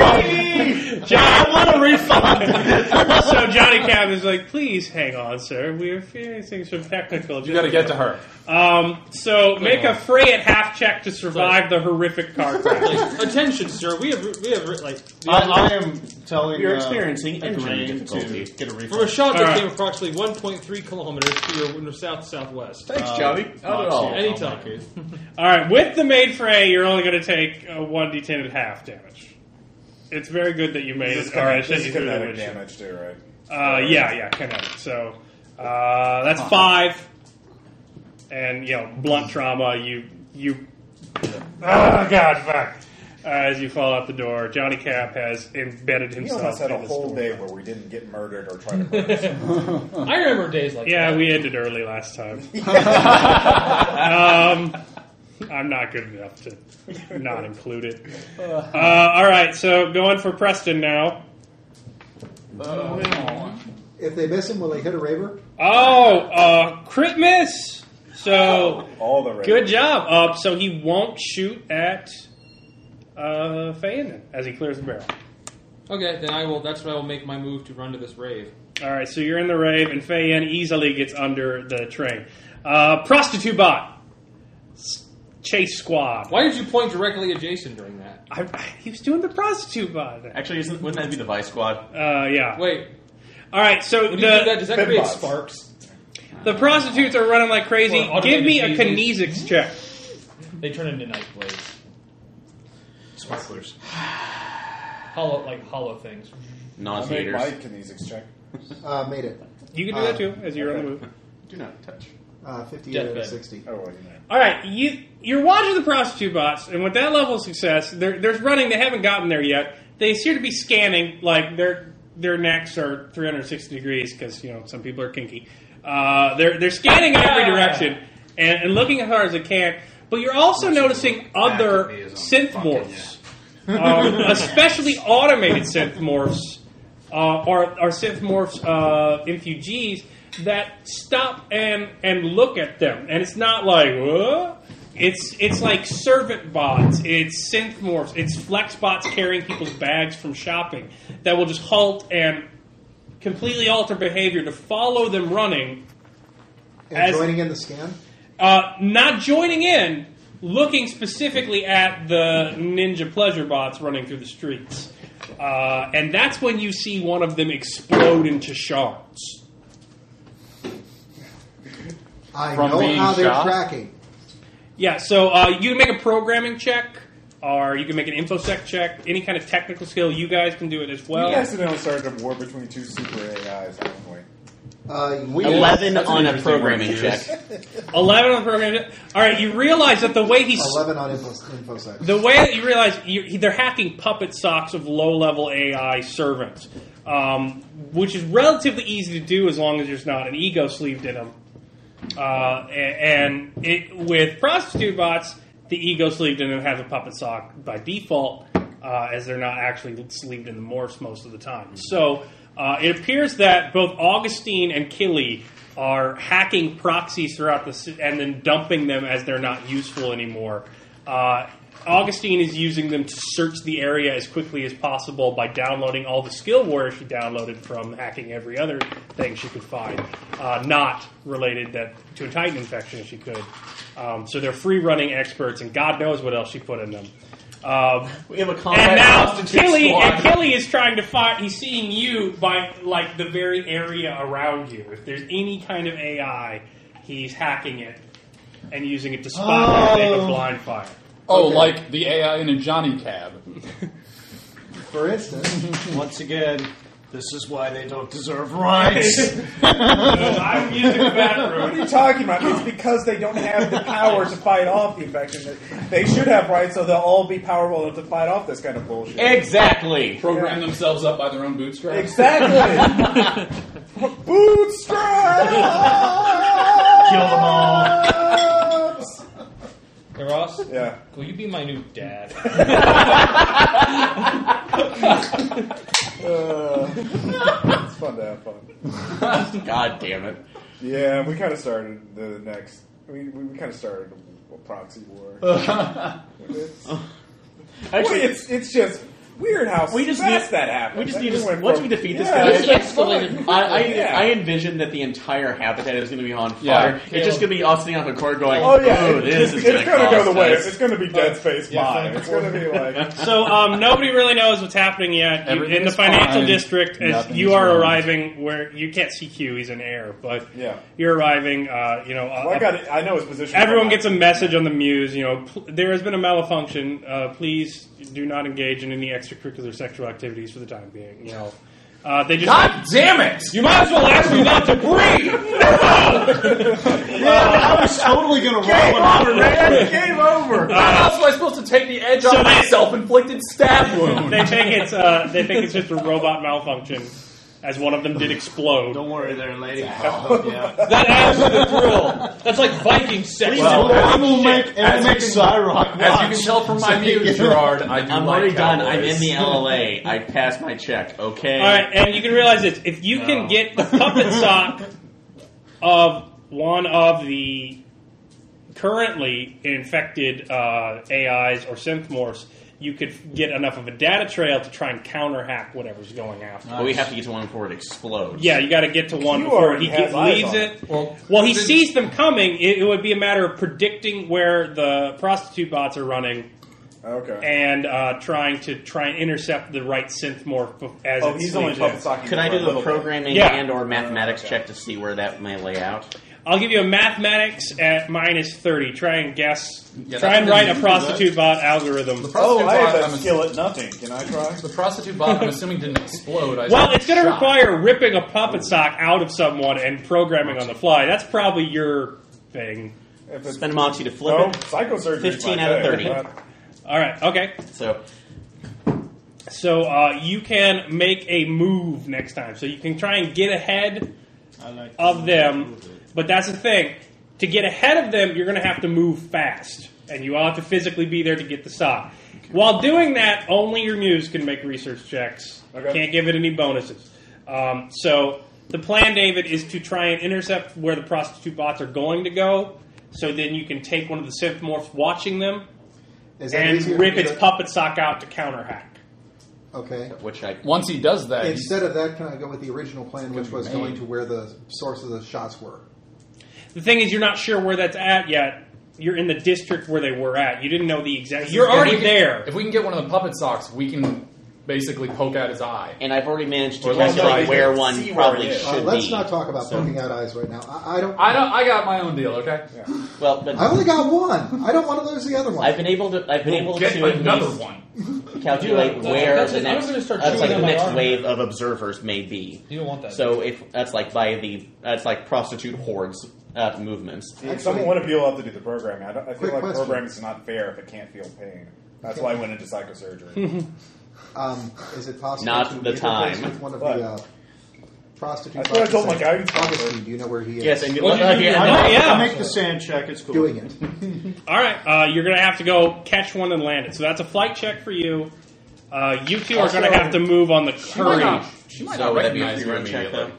Speaker 1: Johnny, Johnny,
Speaker 6: I want a refund.
Speaker 1: so Johnny Cab is like, please hang on, sir. We are experiencing some technical.
Speaker 2: You gotta get to her.
Speaker 1: Um, so make a fray at half check to survive the horrific car crash.
Speaker 7: Like, Attention, sir. We have we have like
Speaker 8: I, I am telling
Speaker 6: You're
Speaker 8: uh,
Speaker 6: experiencing
Speaker 8: a
Speaker 6: engine
Speaker 8: grain
Speaker 6: difficulty.
Speaker 8: to get a
Speaker 7: from a
Speaker 8: refund.
Speaker 7: shot that
Speaker 1: Alright.
Speaker 7: came approximately 1.3 kilometers to your south southwest.
Speaker 6: Thanks, Joey. Not
Speaker 8: Oh
Speaker 6: at all.
Speaker 7: Anytime.
Speaker 1: All right, with the main fray, you're only going to take uh, one d10 and half damage. It's very good that you made
Speaker 3: This
Speaker 1: it.
Speaker 3: is
Speaker 1: All right,
Speaker 3: kinetic, this is
Speaker 1: through
Speaker 3: kinetic
Speaker 1: that
Speaker 3: damage too, right?
Speaker 1: Uh, yeah, yeah, kinetic. So uh, that's five, and you know, blunt trauma. You you. Oh God, fuck! Uh, as you fall out the door, Johnny Cap has embedded
Speaker 3: We
Speaker 1: himself.
Speaker 3: almost had a
Speaker 1: in this
Speaker 3: whole
Speaker 1: door.
Speaker 3: day where we didn't get murdered or try to murder.
Speaker 7: Uh, I remember days like
Speaker 1: Yeah,
Speaker 7: that.
Speaker 1: we ended early last time. um, I'm not good enough to not include it. Uh, all right, so going for Preston now.
Speaker 4: If they miss him, will they hit a raver?
Speaker 1: Oh, uh, crit miss. So
Speaker 3: All the
Speaker 1: good job. Uh, so he won't shoot at uh, Fandon as he clears the barrel.
Speaker 7: Okay, then I will. That's what I will make my move to run to this rave.
Speaker 1: All right, so you're in the rave, and Fayen easily gets under the train. Uh, prostitute bot, S- chase squad.
Speaker 7: Why did you point directly at Jason during that?
Speaker 1: I, I, he was doing the prostitute bot. Uh,
Speaker 6: Actually, isn't, wouldn't that be the Vice Squad?
Speaker 1: yeah.
Speaker 7: Wait,
Speaker 1: All right, so
Speaker 7: when you do that,
Speaker 1: the,
Speaker 7: does that create
Speaker 3: Finbots.
Speaker 7: sparks?
Speaker 1: the prostitutes are running like crazy.
Speaker 7: Well,
Speaker 1: Give me a
Speaker 7: automated
Speaker 1: kinesics check.
Speaker 7: They turn into knife blades,
Speaker 6: Sparklers.
Speaker 7: hollow like hollow things.
Speaker 3: I'll make
Speaker 6: Non-haters.
Speaker 3: my kinesics check.
Speaker 4: Uh, made it.
Speaker 1: You can do
Speaker 7: Uh,
Speaker 1: that too as you're on the move.
Speaker 6: Do not touch.
Speaker 4: Uh, 58 out
Speaker 7: Deathbed.
Speaker 4: of 60.
Speaker 3: Oh, well, you know.
Speaker 1: All right, you you're watching the prostitute bots, and with that level of success, they're, they're running. They haven't gotten there yet. They appear to be scanning, like their their necks are 360 degrees because you know some people are kinky. Uh, they're they're scanning in every
Speaker 7: Yeah.
Speaker 1: direction and, and looking as hard as they can. But you're also noticing other
Speaker 9: at me as I'm
Speaker 1: synth
Speaker 9: fucking
Speaker 1: morphs, um, especially automated synth morphs, uh, or, or synth morphs uh, infugees that stop and and look at them, and it's not like "Whoa." It's it's like servant bots, it's synth morphs, it's flex bots carrying people's bags from shopping that will just halt and completely alter behavior to follow them running
Speaker 4: And
Speaker 1: As-
Speaker 4: joining in the scan?
Speaker 1: uh, not joining in, looking specifically at the ninja pleasure bots running through the streets. Uh, and that's when you see one of them explode into shards.
Speaker 4: I
Speaker 2: From
Speaker 4: know
Speaker 2: being
Speaker 4: how they're
Speaker 2: shot?
Speaker 4: tracking.
Speaker 1: Yeah, so uh, you can make a programming check, or you can make an infosec check, any kind of technical skill. You guys can do it as well.
Speaker 3: we accidentally started a war between two super AIs, haven't we?
Speaker 4: Uh,
Speaker 6: Eleven
Speaker 9: That's an
Speaker 6: on a
Speaker 9: interesting
Speaker 6: programming
Speaker 9: word to
Speaker 6: check.
Speaker 9: use.
Speaker 1: 11 on the programming check. All right, you realize that the way he's.
Speaker 4: 11 on info, InfoSec.
Speaker 1: The way that you realize you, he- they're hacking puppet socks of low-level AI servants, um, which is relatively easy to do as long as there's not an ego sleeved in them. Uh, a- and it, with prostitute bots, the ego sleeved in them has a puppet sock by default, uh, as they're not actually sleeved in the morphs most of the time. So uh, it appears that both Augustine and Killy are hacking proxies throughout the ci- and then dumping them as they're not useful anymore. Uh, Augustine is using them to search the area as quickly as possible by downloading all the skill warriors she downloaded from hacking every other thing she could find, uh, not related that to a Titan infection if she could. Um, so they're free running experts, and God knows what else she put in them. Um,
Speaker 6: We have a combat
Speaker 1: and now
Speaker 6: prostitute
Speaker 1: Killy,
Speaker 6: squad.
Speaker 1: and Killy is trying to find. He's seeing you by like the very area around you. If there's any kind of AI, he's hacking it and using it to spot and take a blind fire.
Speaker 2: Oh,
Speaker 4: Okay.
Speaker 2: like the AI in a Johnny cab.
Speaker 4: For instance,
Speaker 8: Mm-hmm.
Speaker 9: Once again, this is why they don't deserve rights.
Speaker 1: I'm using the
Speaker 3: What are
Speaker 1: bathroom.
Speaker 3: you talking about? It's because they don't have the power to fight off the infection. They should have rights, so they'll all be powerful enough to fight off this kind of bullshit.
Speaker 6: Exactly.
Speaker 2: Program themselves up by their own bootstraps.
Speaker 3: Exactly. Bootstraps.
Speaker 9: Kill them all.
Speaker 7: Hey Ross,
Speaker 3: Yeah.
Speaker 7: will you be my new dad?
Speaker 3: It's fun to have fun.
Speaker 6: God damn it.
Speaker 3: Yeah, we kind of started the next. We, we, we kind of started a, a proxy war. it's,
Speaker 6: Actually,
Speaker 3: it's it's just weird how
Speaker 6: We just
Speaker 3: fast
Speaker 6: need-
Speaker 3: that happened.
Speaker 6: we just
Speaker 3: Like,
Speaker 6: need to-
Speaker 3: went
Speaker 6: once
Speaker 3: from-
Speaker 6: we defeat this
Speaker 3: Yeah,
Speaker 6: guy-
Speaker 3: it's like,
Speaker 7: Escalated.
Speaker 3: fuck,
Speaker 6: I, I,
Speaker 3: yeah.
Speaker 6: I envision that the entire habitat is going to be on fire.
Speaker 2: Yeah.
Speaker 6: It's just going to be us sitting on the corner going,
Speaker 3: Oh yeah, it-
Speaker 6: this
Speaker 3: it's,
Speaker 6: is going to
Speaker 3: gonna go the way.
Speaker 6: us.
Speaker 3: It's gonna be Dead Space
Speaker 7: yeah,
Speaker 3: Five. It's gonna be like
Speaker 1: So um, nobody really knows what's happening yet You- in the
Speaker 2: Everything's
Speaker 1: financial
Speaker 2: fine.
Speaker 1: district. As
Speaker 2: Nothing's
Speaker 1: you are
Speaker 2: wrong.
Speaker 1: arriving, where you can't see Q, he's in air, but
Speaker 3: Yeah.
Speaker 1: you're arriving. Uh, you know, uh,
Speaker 3: well, I got. It. I know his position.
Speaker 1: Everyone gets a message on the muse. You know, pl- there has been a malfunction. Uh, please do not engage in any extracurricular sexual activities for the time being. You know, uh, they just
Speaker 9: God damn it!
Speaker 1: you might as well ask me not to breathe.
Speaker 9: I was totally gonna roll it over.
Speaker 6: Game over.
Speaker 2: How else am I supposed to take the edge
Speaker 1: So
Speaker 2: off
Speaker 1: they-
Speaker 2: my self-inflicted stab wound?
Speaker 1: They think it's uh, they think it's just a robot malfunction. as one of them did explode.
Speaker 9: Don't worry there, lady.
Speaker 7: That adds to the thrill. That's like Viking sex.
Speaker 9: I will make, I will
Speaker 2: As
Speaker 9: make
Speaker 2: you can-
Speaker 9: Cyrock watch.
Speaker 2: As you can tell from my view, Gerard, I do
Speaker 6: I'm
Speaker 2: like
Speaker 6: already done. I'm
Speaker 2: cowboys.
Speaker 6: in the LLA. I passed my check. Okay.
Speaker 1: All right, and you can realize this if you can get the puppet sock of one of the currently infected uh, AIs or synthmorphs, you could get enough of a data trail to try and counterhack whatever's going after.
Speaker 6: But we have to get to one before it explodes.
Speaker 1: Yeah, you got to get to one
Speaker 3: You
Speaker 1: before
Speaker 3: already
Speaker 1: he
Speaker 3: have
Speaker 1: get,
Speaker 3: eyes
Speaker 1: leaves
Speaker 3: on
Speaker 1: it.
Speaker 7: Well,
Speaker 1: Well, he
Speaker 7: since-
Speaker 1: sees them coming. It, it would be a matter of predicting where the prostitute bots are running
Speaker 3: Okay.
Speaker 1: and uh, trying to try and intercept the right synth morph bef- as
Speaker 3: Oh,
Speaker 1: it
Speaker 3: he's only
Speaker 1: sneaks
Speaker 3: puppet
Speaker 1: in.
Speaker 3: socking.
Speaker 6: Could I
Speaker 3: for a
Speaker 6: do
Speaker 3: little
Speaker 6: the
Speaker 3: bit.
Speaker 6: programming
Speaker 1: Yeah.
Speaker 6: and or mathematics check to see where that may lay out?
Speaker 1: I'll give you a mathematics at minus thirty. Try and guess.
Speaker 2: Yeah,
Speaker 1: try
Speaker 2: that's
Speaker 1: and write a
Speaker 2: easy.
Speaker 1: prostitute bot algorithm.
Speaker 3: Oh, I
Speaker 2: Prostitute bot,
Speaker 3: have
Speaker 2: I'm
Speaker 3: a
Speaker 2: ass-
Speaker 3: skill at nothing. Can I try?
Speaker 2: The prostitute bot, I'm assuming, didn't explode. I
Speaker 1: Well,
Speaker 2: just
Speaker 1: it's going to
Speaker 2: shot.
Speaker 1: require ripping a puppet sock out of someone and programming on the fly. That's probably your thing.
Speaker 3: If it's
Speaker 6: Spend Monty to flip
Speaker 3: no
Speaker 6: it.
Speaker 3: psychosurgery,
Speaker 6: 15 out of 30.
Speaker 1: All right. Okay.
Speaker 6: So
Speaker 1: So uh, you can make a move next time. So you can try and get ahead of them. But that's the thing. To get ahead of them, you're going to have to move fast. And you all have to physically be there to get the sock. While doing that, only your muse can make research checks.
Speaker 3: Okay.
Speaker 1: Can't give it any bonuses. Um, so the plan, David, is to try and intercept where the prostitute bots are going to go. So then you can take one of the synthmorphs watching them
Speaker 4: Is that
Speaker 1: and
Speaker 4: easier?
Speaker 1: rip its
Speaker 4: Is that-
Speaker 1: puppet sock out to counterhack.
Speaker 4: Okay.
Speaker 6: which I
Speaker 2: Once he does that, he-
Speaker 4: Instead of that, can I go with the original plan, which was going to where the source of the shots were?
Speaker 1: The thing is, you're not sure where that's at yet. You're in the district where they were at. You didn't know the exact. You're
Speaker 2: if we
Speaker 1: already
Speaker 2: can-
Speaker 1: there.
Speaker 2: If we can get one of the puppet socks, we can basically poke out his eye.
Speaker 6: and I've already managed to
Speaker 2: Well, that's right.
Speaker 6: calculate where one
Speaker 3: See where
Speaker 6: probably
Speaker 3: it is.
Speaker 6: should
Speaker 4: Uh, let's
Speaker 6: be.
Speaker 4: not talk about
Speaker 6: So-
Speaker 4: poking out eyes right now. I, I don't.
Speaker 2: I don't. I got my own deal. Okay.
Speaker 6: Well, but
Speaker 4: I only got one. I don't want to lose the other one.
Speaker 6: I've been able to. I've been able
Speaker 2: Get
Speaker 6: to at
Speaker 2: another
Speaker 6: least
Speaker 2: one.
Speaker 6: calculate
Speaker 7: Yeah,
Speaker 6: where
Speaker 7: that's-
Speaker 6: the
Speaker 7: I'm
Speaker 6: next,
Speaker 7: gonna start
Speaker 6: that's
Speaker 7: chewing
Speaker 6: like
Speaker 7: on
Speaker 6: the
Speaker 7: my
Speaker 6: next
Speaker 7: arm.
Speaker 6: wave of observers may be.
Speaker 7: You don't want that.
Speaker 6: So if that's like by the that's like prostitute hordes uh, movements.
Speaker 3: See, if someone want to feel up to do the programming, I, don't, I feel
Speaker 4: Quick
Speaker 3: like
Speaker 4: question.
Speaker 3: programming is not fair if it can't feel pain. That's why I went into psychosurgery.
Speaker 4: Um, is it possible
Speaker 6: Not
Speaker 4: to
Speaker 6: the
Speaker 4: interface
Speaker 6: time.
Speaker 4: with one of
Speaker 3: What?
Speaker 4: the uh, prostitutes?
Speaker 3: That's what I told my
Speaker 4: officers?
Speaker 3: guidance counselor.
Speaker 4: Augustine, do you know where he is?
Speaker 6: Yes, and you
Speaker 1: Well,
Speaker 6: let- uh,
Speaker 1: you- you-
Speaker 6: yeah,
Speaker 1: I-
Speaker 6: no,
Speaker 1: yeah.
Speaker 9: I'll make the sand check. It's cool.
Speaker 4: doing it.
Speaker 1: All right, uh, you're going to have to go catch one and land it. So that's a flight check for you. Uh, you two are going to have to move on the curry.
Speaker 2: She might
Speaker 6: So
Speaker 2: not
Speaker 6: would that be a
Speaker 2: recognize you
Speaker 6: pre-run check
Speaker 2: immediately.
Speaker 6: though?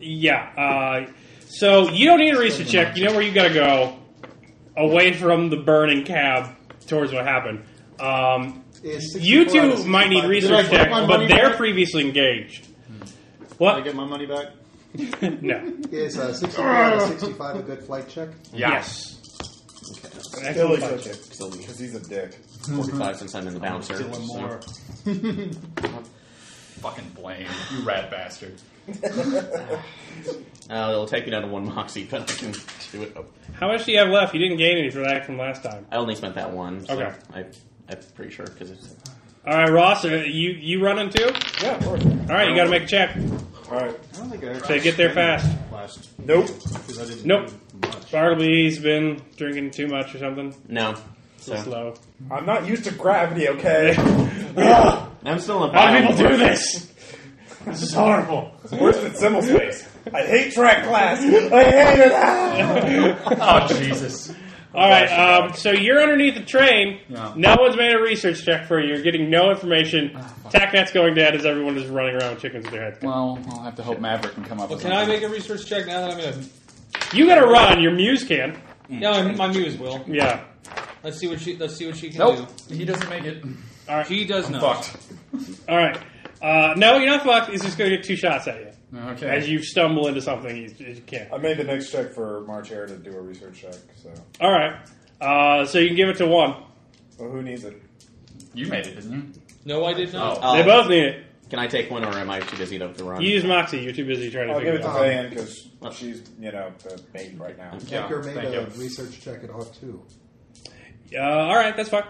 Speaker 1: Yeah. Uh, so you don't need a research check. You know where you got to go, away from the burning cab, towards what happened. Um,
Speaker 4: Is
Speaker 1: you
Speaker 4: 64 out
Speaker 1: two
Speaker 4: of
Speaker 1: might need
Speaker 4: 65.
Speaker 1: research
Speaker 9: Did I get
Speaker 1: check,
Speaker 9: my
Speaker 1: but
Speaker 9: money
Speaker 1: they're
Speaker 9: back?
Speaker 1: previously engaged.
Speaker 9: I
Speaker 1: What?
Speaker 9: get my money back.
Speaker 1: No.
Speaker 4: Is uh, 64 out of 65 a good flight check?
Speaker 1: Yes.
Speaker 3: Billy
Speaker 1: Excellent flight
Speaker 3: took
Speaker 1: check.
Speaker 3: it because he's a dick.
Speaker 6: Forty-five since I'm in the bouncer.
Speaker 9: Dylan Moore.
Speaker 2: Fucking blame you, rat bastard.
Speaker 6: So, uh, it'll take me down to one moxie, but I can do it. Oh,
Speaker 1: How much do you have left? You didn't gain any for that from last time.
Speaker 6: I only spent that one. So
Speaker 1: Okay.
Speaker 6: I, I'm pretty sure because it's
Speaker 1: All right, Ross, uh, you you running too?
Speaker 3: Yeah, of course.
Speaker 1: All right, you got to make a check
Speaker 3: All right.
Speaker 9: I don't think I ever
Speaker 1: to get there fast.
Speaker 9: last
Speaker 3: Nope.
Speaker 9: because I didn't.
Speaker 1: Nope.
Speaker 9: do much.
Speaker 1: Bartleby's been drinking too much or something.
Speaker 6: no.
Speaker 1: So
Speaker 6: So
Speaker 1: slow.
Speaker 3: I'm not used to gravity, okay?
Speaker 6: I'm still in a
Speaker 1: How do
Speaker 6: bio-
Speaker 1: people do this? This is horrible.
Speaker 3: It's worse than symbol space. I hate track class. I hate it. Ah!
Speaker 2: Oh Jesus!
Speaker 1: All right, um, so you're underneath the train.
Speaker 2: Yeah.
Speaker 1: No one's made a research check for you. You're getting no information.
Speaker 3: Ah,
Speaker 1: TACNAT's going dead as everyone is running around with chickens with their heads. cut.
Speaker 2: Well, I'll have to hope Maverick can come up.
Speaker 7: Well,
Speaker 2: with
Speaker 7: can I
Speaker 2: something.
Speaker 7: make a research check now that I'm in
Speaker 1: You got to run. Your muse can.
Speaker 7: a? No, I'm, my muse will.
Speaker 1: Yeah.
Speaker 7: Let's see what she. Let's see what she can
Speaker 2: Nope, he doesn't make it.
Speaker 7: do. He does not.
Speaker 2: Fucked.
Speaker 1: All right. Uh, no, you're not fucked. He's just going to get two shots at you.
Speaker 2: Mm, Okay.
Speaker 1: As you stumble into something, you, you can't.
Speaker 3: I made the next check for March Air to do a research check, so.
Speaker 1: All right. Uh, so you can give it to one.
Speaker 3: Well, who needs it?
Speaker 2: you made it, didn't you?
Speaker 7: No, I did not.
Speaker 3: Uh,
Speaker 6: Oh,
Speaker 1: they both need it.
Speaker 6: Can I take one, or am I too busy to, to run?
Speaker 1: You use Moxie. You're too busy trying to
Speaker 3: I'll give
Speaker 1: figure
Speaker 3: it
Speaker 1: it
Speaker 3: to
Speaker 1: out.
Speaker 3: Van because she's, you know, the maid right now.
Speaker 2: Yeah,
Speaker 4: Edgar made
Speaker 2: thank
Speaker 4: a
Speaker 2: you.
Speaker 4: research check at off too.
Speaker 1: Uh, all right, that's fine.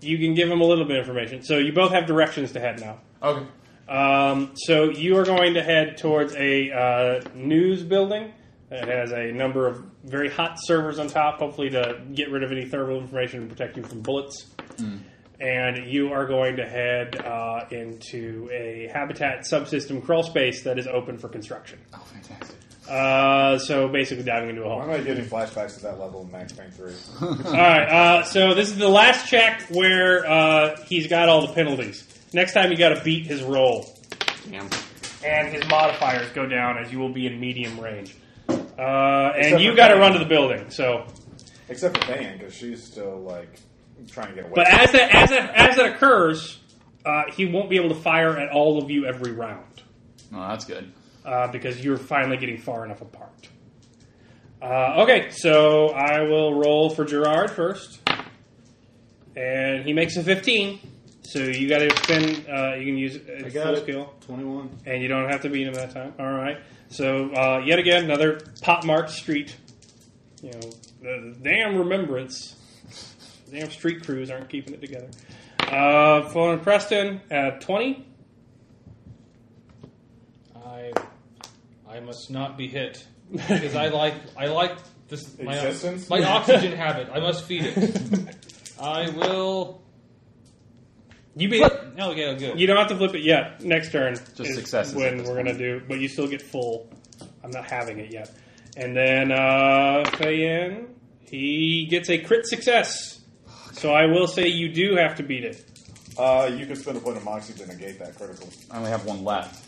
Speaker 1: You can give him a little bit of information. So you both have directions to head now.
Speaker 2: Oh, Okay.
Speaker 1: Um, so you are going to head towards a uh, news building that has a number of very hot servers on top, hopefully to get rid of any thermal information and protect you from bullets. and you are going to head uh, into a habitat subsystem crawl space that is open for construction.
Speaker 2: Oh, fantastic.
Speaker 1: Uh, so basically, diving into a hole.
Speaker 3: Why am I getting flashbacks to that level in Max Payne 3?
Speaker 1: All right. Uh, so this is the last check where uh, he's got all the penalties. Next time, you got to beat his roll,
Speaker 6: Damn. Uh,
Speaker 1: and his modifiers go down as you will be in medium range. Uh, and
Speaker 3: Except
Speaker 1: you
Speaker 3: for
Speaker 1: got to
Speaker 3: Diane.
Speaker 1: run to the building. So,
Speaker 3: Except for Van, because she's still, like, trying to get away.
Speaker 1: but as that as that, as that occurs, uh, he won't be able to fire at all of you every round.
Speaker 2: Oh, that's good.
Speaker 1: uh, because you're finally getting far enough apart. Uh, okay, so I will roll for Gerard first, and he makes a 15. So you got to spend. Uh, you can use a
Speaker 8: got
Speaker 1: full
Speaker 8: it.
Speaker 1: skill,
Speaker 8: 21.
Speaker 1: and you don't have to beat him that time. All right. So uh, yet again, another pot marked street. You know, the, the damn remembrance. Damn street crews aren't keeping it together. Uh, for Preston, uh, 20.
Speaker 7: I I must not be hit because I like I like this my,
Speaker 3: Existence?
Speaker 7: my oxygen habit. I must feed it. I will.
Speaker 1: You be
Speaker 7: Flip. No, yeah, good.
Speaker 1: You don't have to flip it yet. Next turn.
Speaker 2: Just successes at
Speaker 1: When
Speaker 2: this
Speaker 1: we're gonna do, but you still get full. I'm not having it yet. And then uh, Feyen, he gets a crit success. So I will say you do have to beat it.
Speaker 3: Uh, you can spend a point of Moxie to negate that critical.
Speaker 2: I only have one left.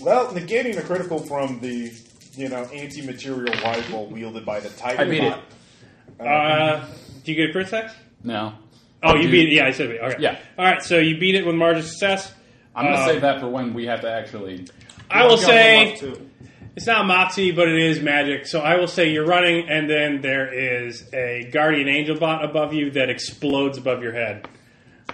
Speaker 3: Well, negating the critical from the, you know, anti-material rifle wielded by the Tiger
Speaker 2: I beat it.
Speaker 3: Bot.
Speaker 1: Uh, do you get a crit success?
Speaker 2: No.
Speaker 1: Oh, you
Speaker 2: Dude.
Speaker 1: beat it. Yeah, I said beat. Okay.
Speaker 2: Yeah.
Speaker 1: All right. So you beat it with margin of success.
Speaker 2: I'm going to
Speaker 1: Uh,
Speaker 2: save that for when we have to actually.
Speaker 1: I will
Speaker 8: I've got one
Speaker 1: say
Speaker 8: left, too.
Speaker 1: It's not Moxie, but it is magic. So I will say you're running, and then there is a guardian angel bot above you that explodes above your head.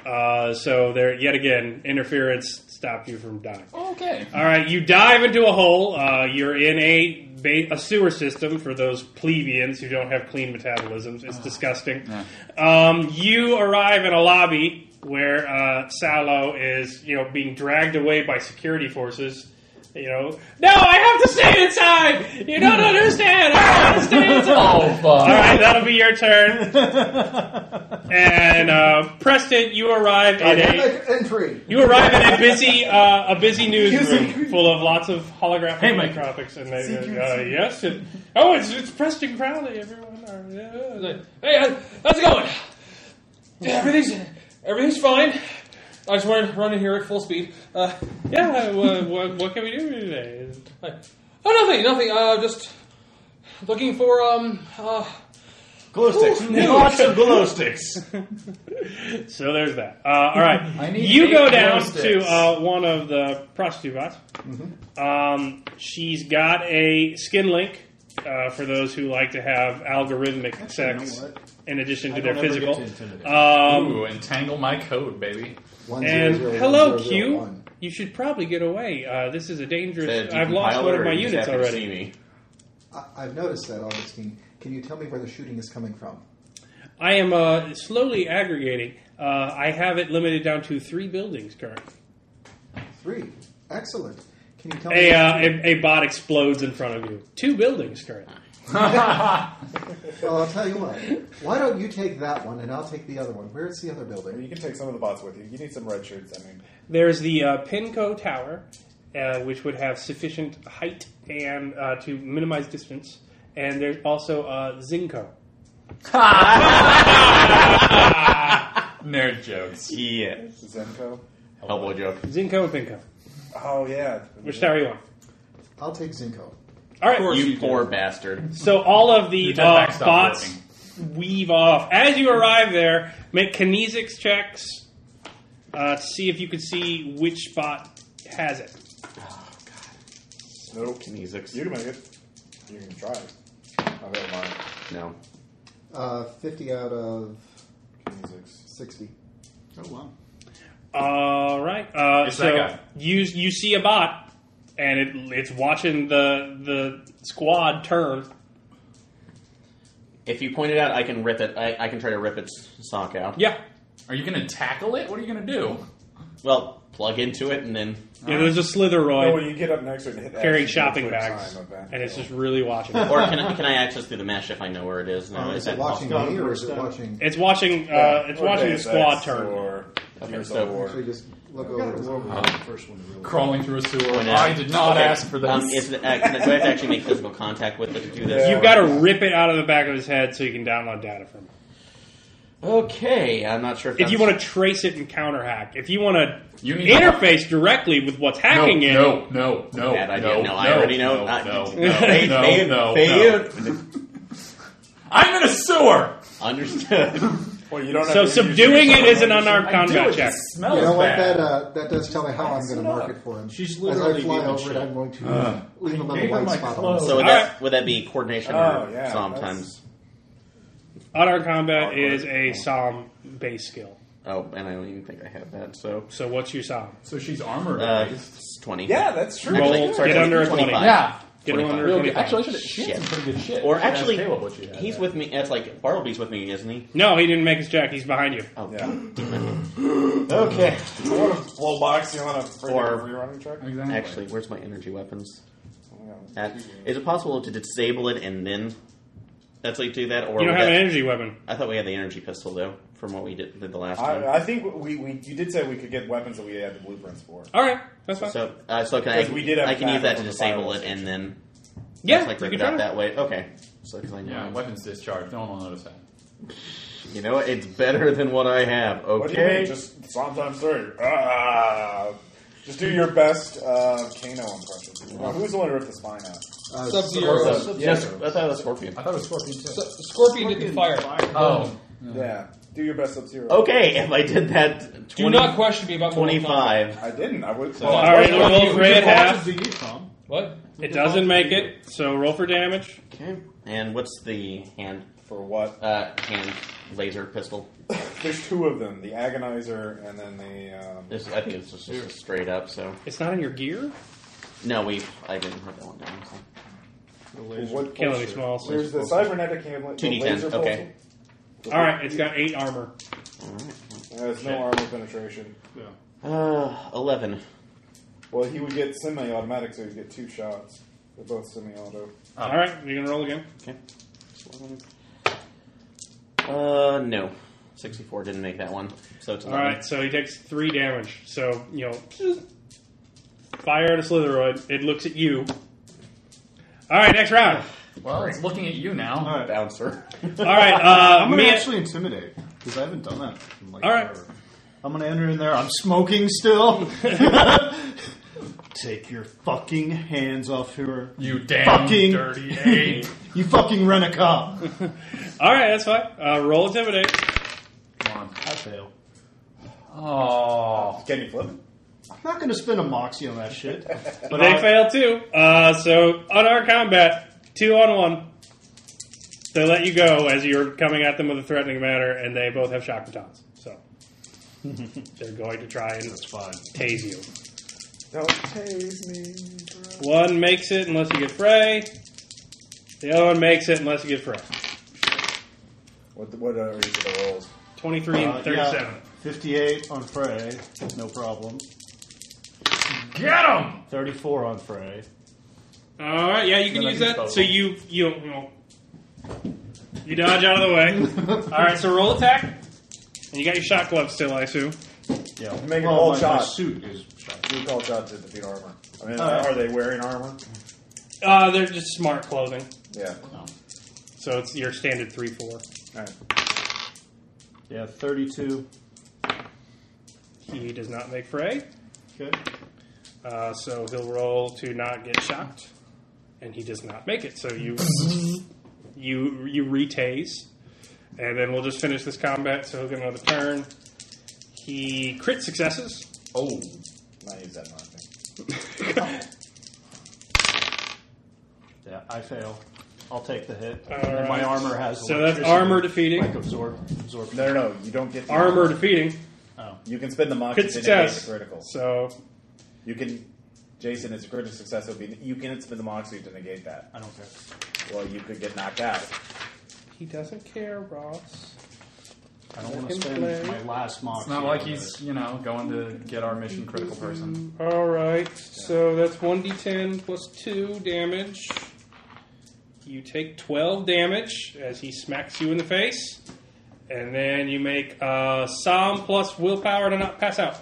Speaker 1: Uh, so there, yet again, interference stopped you from dying.
Speaker 2: Okay.
Speaker 1: All right, you dive into a hole. Uh, you're in a ba- a sewer system for those plebeians who don't have clean metabolisms. It's disgusting. Um, you arrive in a lobby where uh, Salo is, you know, being dragged away by security forces. You know, no, I have to stay inside. You don't understand. I have to stay inside.
Speaker 2: Oh, fuck.
Speaker 1: All right, that'll be your turn. and uh, Preston, you arrive in a.
Speaker 4: Dynamic entry.
Speaker 1: You arrive in a busy, uh, a busy newsroom full of lots of holographic hey, micropics, and they, uh, yes, it, oh, it's it's Preston Crowley, everyone. Are, yeah,
Speaker 7: Like, hey, how- how's it going? Yeah, everything's everything's fine. I just wanted to run in here at full speed. Uh,
Speaker 1: yeah what, what, what can we do today?
Speaker 7: like, oh, nothing, nothing. Uh, just looking for um. Uh,
Speaker 9: Glow sticks. Lots of glow sticks.
Speaker 1: So there's that. Uh, all right,
Speaker 2: I need
Speaker 1: you
Speaker 2: eight
Speaker 1: go down
Speaker 2: glow
Speaker 1: to
Speaker 2: sticks.
Speaker 1: uh, one of the prostitute bots. Um, she's got a skin link uh, for those who like to have algorithmic sex in addition to their
Speaker 8: don't ever get
Speaker 1: physical.
Speaker 8: to intimidate.
Speaker 1: um,
Speaker 2: Ooh, entangle my code, baby.
Speaker 4: One,
Speaker 1: And
Speaker 4: zero, zero,
Speaker 1: hello,
Speaker 4: one, zero, zero,
Speaker 1: Q.
Speaker 4: one.
Speaker 1: You should probably get away. Uh, this is a dangerous.
Speaker 6: The
Speaker 1: I've lost
Speaker 6: decompiler
Speaker 1: one of my
Speaker 6: or he's
Speaker 1: units
Speaker 6: happy to
Speaker 1: already.
Speaker 6: see me.
Speaker 4: I- I've noticed that, Augustine. Can you tell me where the shooting is coming from?
Speaker 1: I am uh, slowly aggregating. Uh, I have it limited down to three buildings currently.
Speaker 4: Three. Excellent. Can you tell
Speaker 1: A,
Speaker 4: me?
Speaker 1: uh, a, a bot explodes in front of you. Two buildings currently.
Speaker 4: well, I'll tell you what. Why don't you take that one and I'll take the other one? Where's the other
Speaker 3: I mean,
Speaker 4: building?
Speaker 3: You can take some of the bots with you. You need some red shirts, I mean.
Speaker 1: There's the uh, Pinco Tower, uh, which would have sufficient height and uh, to minimize distance. And there's also uh, Zinco.
Speaker 2: Nerd jokes.
Speaker 6: Yeah.
Speaker 3: Zenko.
Speaker 6: Hellboy joke.
Speaker 1: Zinco and Pinco.
Speaker 3: Oh, yeah.
Speaker 1: Which tower you want?
Speaker 4: I'll take Zinco.
Speaker 1: All right.
Speaker 6: You, poor bastard.
Speaker 1: So all of the
Speaker 2: Your
Speaker 1: uh,
Speaker 2: jetpack stopped
Speaker 1: bots weave off. As you arrive there, make kinesics checks uh, to see if you can see which bot has it.
Speaker 3: Nope.
Speaker 6: Kinesics.
Speaker 3: You can make it. You can try it. I've got mine.
Speaker 6: No.
Speaker 4: Uh, 50 out of
Speaker 3: Kinesics.
Speaker 4: 60.
Speaker 8: Oh, wow.
Speaker 1: All right. Uh,
Speaker 2: It's
Speaker 1: so
Speaker 2: that guy.
Speaker 1: you you see a bot, and it it's watching the the squad turn.
Speaker 6: If you point it out, I can rip it. I, I can try to rip its sock out.
Speaker 1: Yeah.
Speaker 2: Are you going to tackle it? What are you going to do?
Speaker 6: Well, plug into it and then
Speaker 1: Yeah, there's a
Speaker 3: Oh, when
Speaker 1: Slitheroid
Speaker 3: you get up next to it and hit that,
Speaker 1: carrying
Speaker 3: it's the
Speaker 1: shopping
Speaker 3: flip
Speaker 1: bags,
Speaker 3: side of that.
Speaker 1: and it's just really watching. it.
Speaker 6: or can I, can I access through the mesh if I know where it is?
Speaker 3: Oh,
Speaker 6: No,
Speaker 4: Oh, Uh, is it watching
Speaker 8: God,
Speaker 4: me or is it
Speaker 8: first time.
Speaker 4: watching?
Speaker 1: It's watching. Uh,
Speaker 3: Yeah,
Speaker 1: it's
Speaker 3: or
Speaker 1: watching the
Speaker 3: Deus
Speaker 1: squad
Speaker 3: Ex
Speaker 1: turn.
Speaker 3: Or Gears
Speaker 6: so-
Speaker 3: of War.
Speaker 4: Actually, just look over. to
Speaker 9: Well,
Speaker 4: the first one. Really
Speaker 2: Crawling through a sewer.
Speaker 6: When, uh,
Speaker 2: I did not
Speaker 6: okay,
Speaker 2: ask for this.
Speaker 6: Um, is it, uh, can I, do I have to actually make physical contact with it to do this?
Speaker 3: Yeah.
Speaker 1: You've got to rip it out of the back of his head so you can download data from it.
Speaker 6: Okay, I'm not sure if,
Speaker 1: If you
Speaker 6: that's-
Speaker 1: want to trace it and counter hack, if you want to
Speaker 2: You need to-
Speaker 1: interface directly with what's
Speaker 2: no,
Speaker 1: hacking it,
Speaker 2: no, no, no,
Speaker 6: Bad idea.
Speaker 2: no,
Speaker 6: No, I already know. Uh,
Speaker 2: No,
Speaker 6: Not-
Speaker 2: no, no,
Speaker 6: They-
Speaker 2: no,
Speaker 6: they-
Speaker 2: no,
Speaker 6: they-
Speaker 2: no. I'm in a sewer.
Speaker 6: understood.
Speaker 3: Well, you don't have
Speaker 1: so
Speaker 3: to
Speaker 1: subduing
Speaker 3: use
Speaker 1: it is an unarmed
Speaker 2: I do,
Speaker 1: combat
Speaker 2: it
Speaker 1: check.
Speaker 2: just smells
Speaker 4: You know what?
Speaker 2: bad.
Speaker 4: That uh, that does tell me how I'm going to mark it for him.
Speaker 9: She's
Speaker 4: As
Speaker 9: literally
Speaker 4: I fly
Speaker 9: beating
Speaker 4: over
Speaker 9: shit.
Speaker 4: it, I'm going to leave a little
Speaker 2: gave her
Speaker 4: white
Speaker 2: my
Speaker 4: spot on
Speaker 2: clothes.
Speaker 4: it.
Speaker 6: So would
Speaker 1: All
Speaker 6: that, would that be coordination?
Speaker 3: Oh,
Speaker 6: or
Speaker 3: yeah,
Speaker 6: Sometimes.
Speaker 1: Unarmed combat is a psalm base skill.
Speaker 6: Oh, and I don't even think I have that. So
Speaker 1: So what's your psalm?
Speaker 2: So she's armored.
Speaker 6: uh,
Speaker 2: right?
Speaker 6: it's twenty.
Speaker 3: Yeah, that's true.
Speaker 6: Actually,
Speaker 1: Roll,
Speaker 6: sorry,
Speaker 1: get under a 20.
Speaker 6: 25.
Speaker 2: yeah.
Speaker 1: Get him under
Speaker 2: Real good.
Speaker 1: 25.
Speaker 2: Actually, I should, she
Speaker 6: Shit.
Speaker 2: had some pretty good shit.
Speaker 6: Or
Speaker 2: I should ask
Speaker 6: actually,
Speaker 2: Caleb what she had.
Speaker 6: he's with me. It's like Bartleby's with me, isn't he?
Speaker 1: No, he didn't make his check. He's behind you.
Speaker 6: Oh,
Speaker 3: Yeah.
Speaker 6: okay.
Speaker 3: Full box, you want to
Speaker 6: Or-
Speaker 3: rerunning check?
Speaker 2: Exactly.
Speaker 6: Actually, where's my energy weapons? That, is it possible to disable it and then that's how you do that? Or
Speaker 1: You don't
Speaker 6: would
Speaker 1: have an
Speaker 6: that-
Speaker 1: energy weapon.
Speaker 6: I thought we had the energy pistol though, from what we did, did the last time.
Speaker 3: I, I think we, we you did say we could get weapons that we had the blueprints for.
Speaker 1: All right, that's fine.
Speaker 6: So, uh, so can I?
Speaker 3: Because we did have
Speaker 6: I can use
Speaker 3: backup
Speaker 6: that to
Speaker 3: on the
Speaker 6: disable
Speaker 3: firewall
Speaker 6: it and then
Speaker 1: yeah,
Speaker 6: like
Speaker 1: you can
Speaker 6: rip it
Speaker 1: try.
Speaker 6: out that way. Okay. So 'cause I know,
Speaker 2: yeah, weapons discharge. No one will notice that.
Speaker 6: you know, what? it's better than what I have.
Speaker 3: What do you mean?
Speaker 6: Okay.
Speaker 3: Just sometimes three. Ah, just do your best uh, Kano impression. Now, who's the one who ripped the spine out?
Speaker 4: Uh,
Speaker 7: Sub
Speaker 4: so-
Speaker 7: Zero.
Speaker 6: Yes, I thought it was scorpion.
Speaker 2: I thought it was scorpion too.
Speaker 7: Scorpion did the fire.
Speaker 2: oh,
Speaker 3: Yeah, do your best Sub Zero.
Speaker 6: Okay, if I did that, 20,
Speaker 7: Do not question me about Mortal Kombat.
Speaker 6: twenty-five.
Speaker 3: I didn't. I would.
Speaker 1: All right, roll three and a half.
Speaker 9: Did you, Tom?
Speaker 7: What?
Speaker 1: It doesn't make it, so roll for damage.
Speaker 6: Okay. And what's the hand?
Speaker 3: For what?
Speaker 6: Uh, hand laser pistol.
Speaker 3: There's two of them: the agonizer and then the. Um,
Speaker 6: This I think it's just, just a straight up. So
Speaker 1: It's not in your gear.
Speaker 6: no, we. I didn't put that one down. so.
Speaker 3: what
Speaker 1: Killing me
Speaker 3: pulser?
Speaker 1: smalls.
Speaker 3: There's the cybernetic hamlet. the
Speaker 6: 2d10,
Speaker 3: laser
Speaker 6: okay.
Speaker 3: pulser.
Speaker 1: All right, it's got eight armor.
Speaker 3: Yeah, There's no armor penetration.
Speaker 6: Uh, eleven.
Speaker 3: Well, he would get semi-automatic, so he'd get two shots. They're both semi-auto.
Speaker 1: All right, you're gonna roll again.
Speaker 6: Okay. Uh, no. 64 didn't make that one, so it's
Speaker 1: All
Speaker 6: 11.
Speaker 1: right, so he takes three damage. So you know, fire at a Slitheroid. It looks at you. All right, next round.
Speaker 2: well, it's looking at you now.
Speaker 9: All right.
Speaker 6: Bouncer.
Speaker 1: All right, uh,
Speaker 9: I'm gonna
Speaker 1: me-
Speaker 9: actually intimidate because I haven't done that. In like
Speaker 1: All right.
Speaker 9: forever. I'm gonna enter in there. I'm smoking still. Take your fucking hands off her.
Speaker 2: You damn
Speaker 9: Fucking-
Speaker 2: Mm, dirty ape.
Speaker 9: You fucking rent a cop.
Speaker 1: all right, that's fine. Uh, roll intimidate.
Speaker 2: Come
Speaker 9: I fail.
Speaker 2: on. Oh.
Speaker 3: Can you flip it?
Speaker 9: I'm not gonna spend a moxie on that shit. But
Speaker 1: they
Speaker 9: I,
Speaker 1: fail too. Uh, so unarmed combat, two on one. They let you go as you're coming at them with a threatening manner, and they both have shock batons. So they're going to try and tase you.
Speaker 3: Don't tase me, bro.
Speaker 1: One makes it unless you get fray. The other one makes it unless you get fray.
Speaker 3: What, what uh, are each of the rolls?
Speaker 1: 23
Speaker 9: uh, yeah,
Speaker 1: and 37.
Speaker 9: 58 on Frey, no problem.
Speaker 2: Get him!
Speaker 9: 34 on Frey.
Speaker 1: All right, yeah, you can
Speaker 9: Then I
Speaker 1: use
Speaker 9: can
Speaker 1: that.
Speaker 9: spell
Speaker 1: So you you you, know, you dodge out of the way. All right, so roll attack, and you got your shot glove still, I assume.
Speaker 9: Yeah,
Speaker 3: make an
Speaker 9: well,
Speaker 3: all
Speaker 9: my,
Speaker 3: shot.
Speaker 9: my suit is shot.
Speaker 3: Blue call shots at defeat armor. I mean,
Speaker 9: Uh,
Speaker 3: are they wearing armor?
Speaker 1: Uh, they're just smart clothing,
Speaker 3: Yeah.
Speaker 1: so it's your standard three four.
Speaker 3: Alright.
Speaker 9: Yeah, 32.
Speaker 1: He does not make fray,
Speaker 9: Okay.
Speaker 1: uh, so he'll roll to not get shocked, and he does not make it. So you you you retase, and then we'll just finish this combat. So he'll get another turn. He crit successes.
Speaker 2: Oh.
Speaker 3: Not use that much.
Speaker 9: Yeah, I fail. I'll take the hit.
Speaker 1: All
Speaker 9: and
Speaker 1: right.
Speaker 9: my armor has
Speaker 1: So that's
Speaker 9: electricity.
Speaker 1: armor defeating.
Speaker 9: Like absorb, absorb.
Speaker 3: No, no, no. You don't get the
Speaker 1: Armor defeating.
Speaker 3: You can spin the mock
Speaker 1: Crit
Speaker 3: to negate
Speaker 1: success.
Speaker 3: the critical.
Speaker 1: So
Speaker 3: You can, Jason, it's a critical success. Would be, you can spin the moxie to negate that.
Speaker 9: I don't care.
Speaker 3: Well, you could get knocked out.
Speaker 1: he doesn't care, Ross.
Speaker 9: I don't want to spend my last mock.
Speaker 2: It's not like he's, you know, going to get our mission critical person.
Speaker 1: All right, so that's one d10 plus two damage. You take twelve damage as he smacks you in the face, and then you make uh, Psalm plus willpower to not pass out,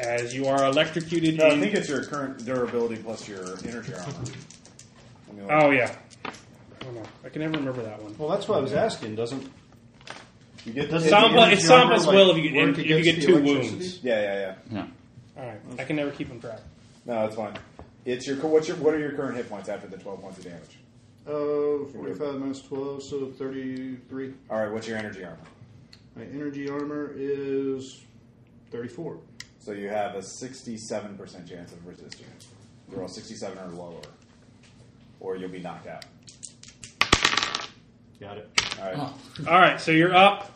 Speaker 1: as you are electrocuted.
Speaker 3: No, I
Speaker 1: in-
Speaker 3: think it's your current durability plus your energy armor. Let me look.
Speaker 1: oh yeah, I don't know. I can never remember that one.
Speaker 9: Well, that's what I was asking. Doesn't uh,
Speaker 6: You get
Speaker 9: the-
Speaker 1: Psalm
Speaker 9: the
Speaker 1: plus,
Speaker 9: energy
Speaker 1: it's Psalm
Speaker 9: armor,
Speaker 1: plus
Speaker 9: like,
Speaker 1: will if you
Speaker 9: work
Speaker 1: get, if you
Speaker 9: against the
Speaker 1: get two
Speaker 9: electricity?
Speaker 1: wounds.
Speaker 3: Yeah, yeah, yeah.
Speaker 2: Yeah.
Speaker 1: All right, I can never keep them track.
Speaker 3: No, that's fine. It's your what's your what are your current hit points after the twelve points of damage?
Speaker 8: Uh, 45 minus 12, so 33.
Speaker 3: All right, what's your energy armor?
Speaker 8: My energy armor is 34.
Speaker 3: So you have a sixty-seven percent chance of resisting. You roll sixty-seven or lower, or you'll be knocked out.
Speaker 9: got it.
Speaker 3: All right.
Speaker 1: All right, so you're up.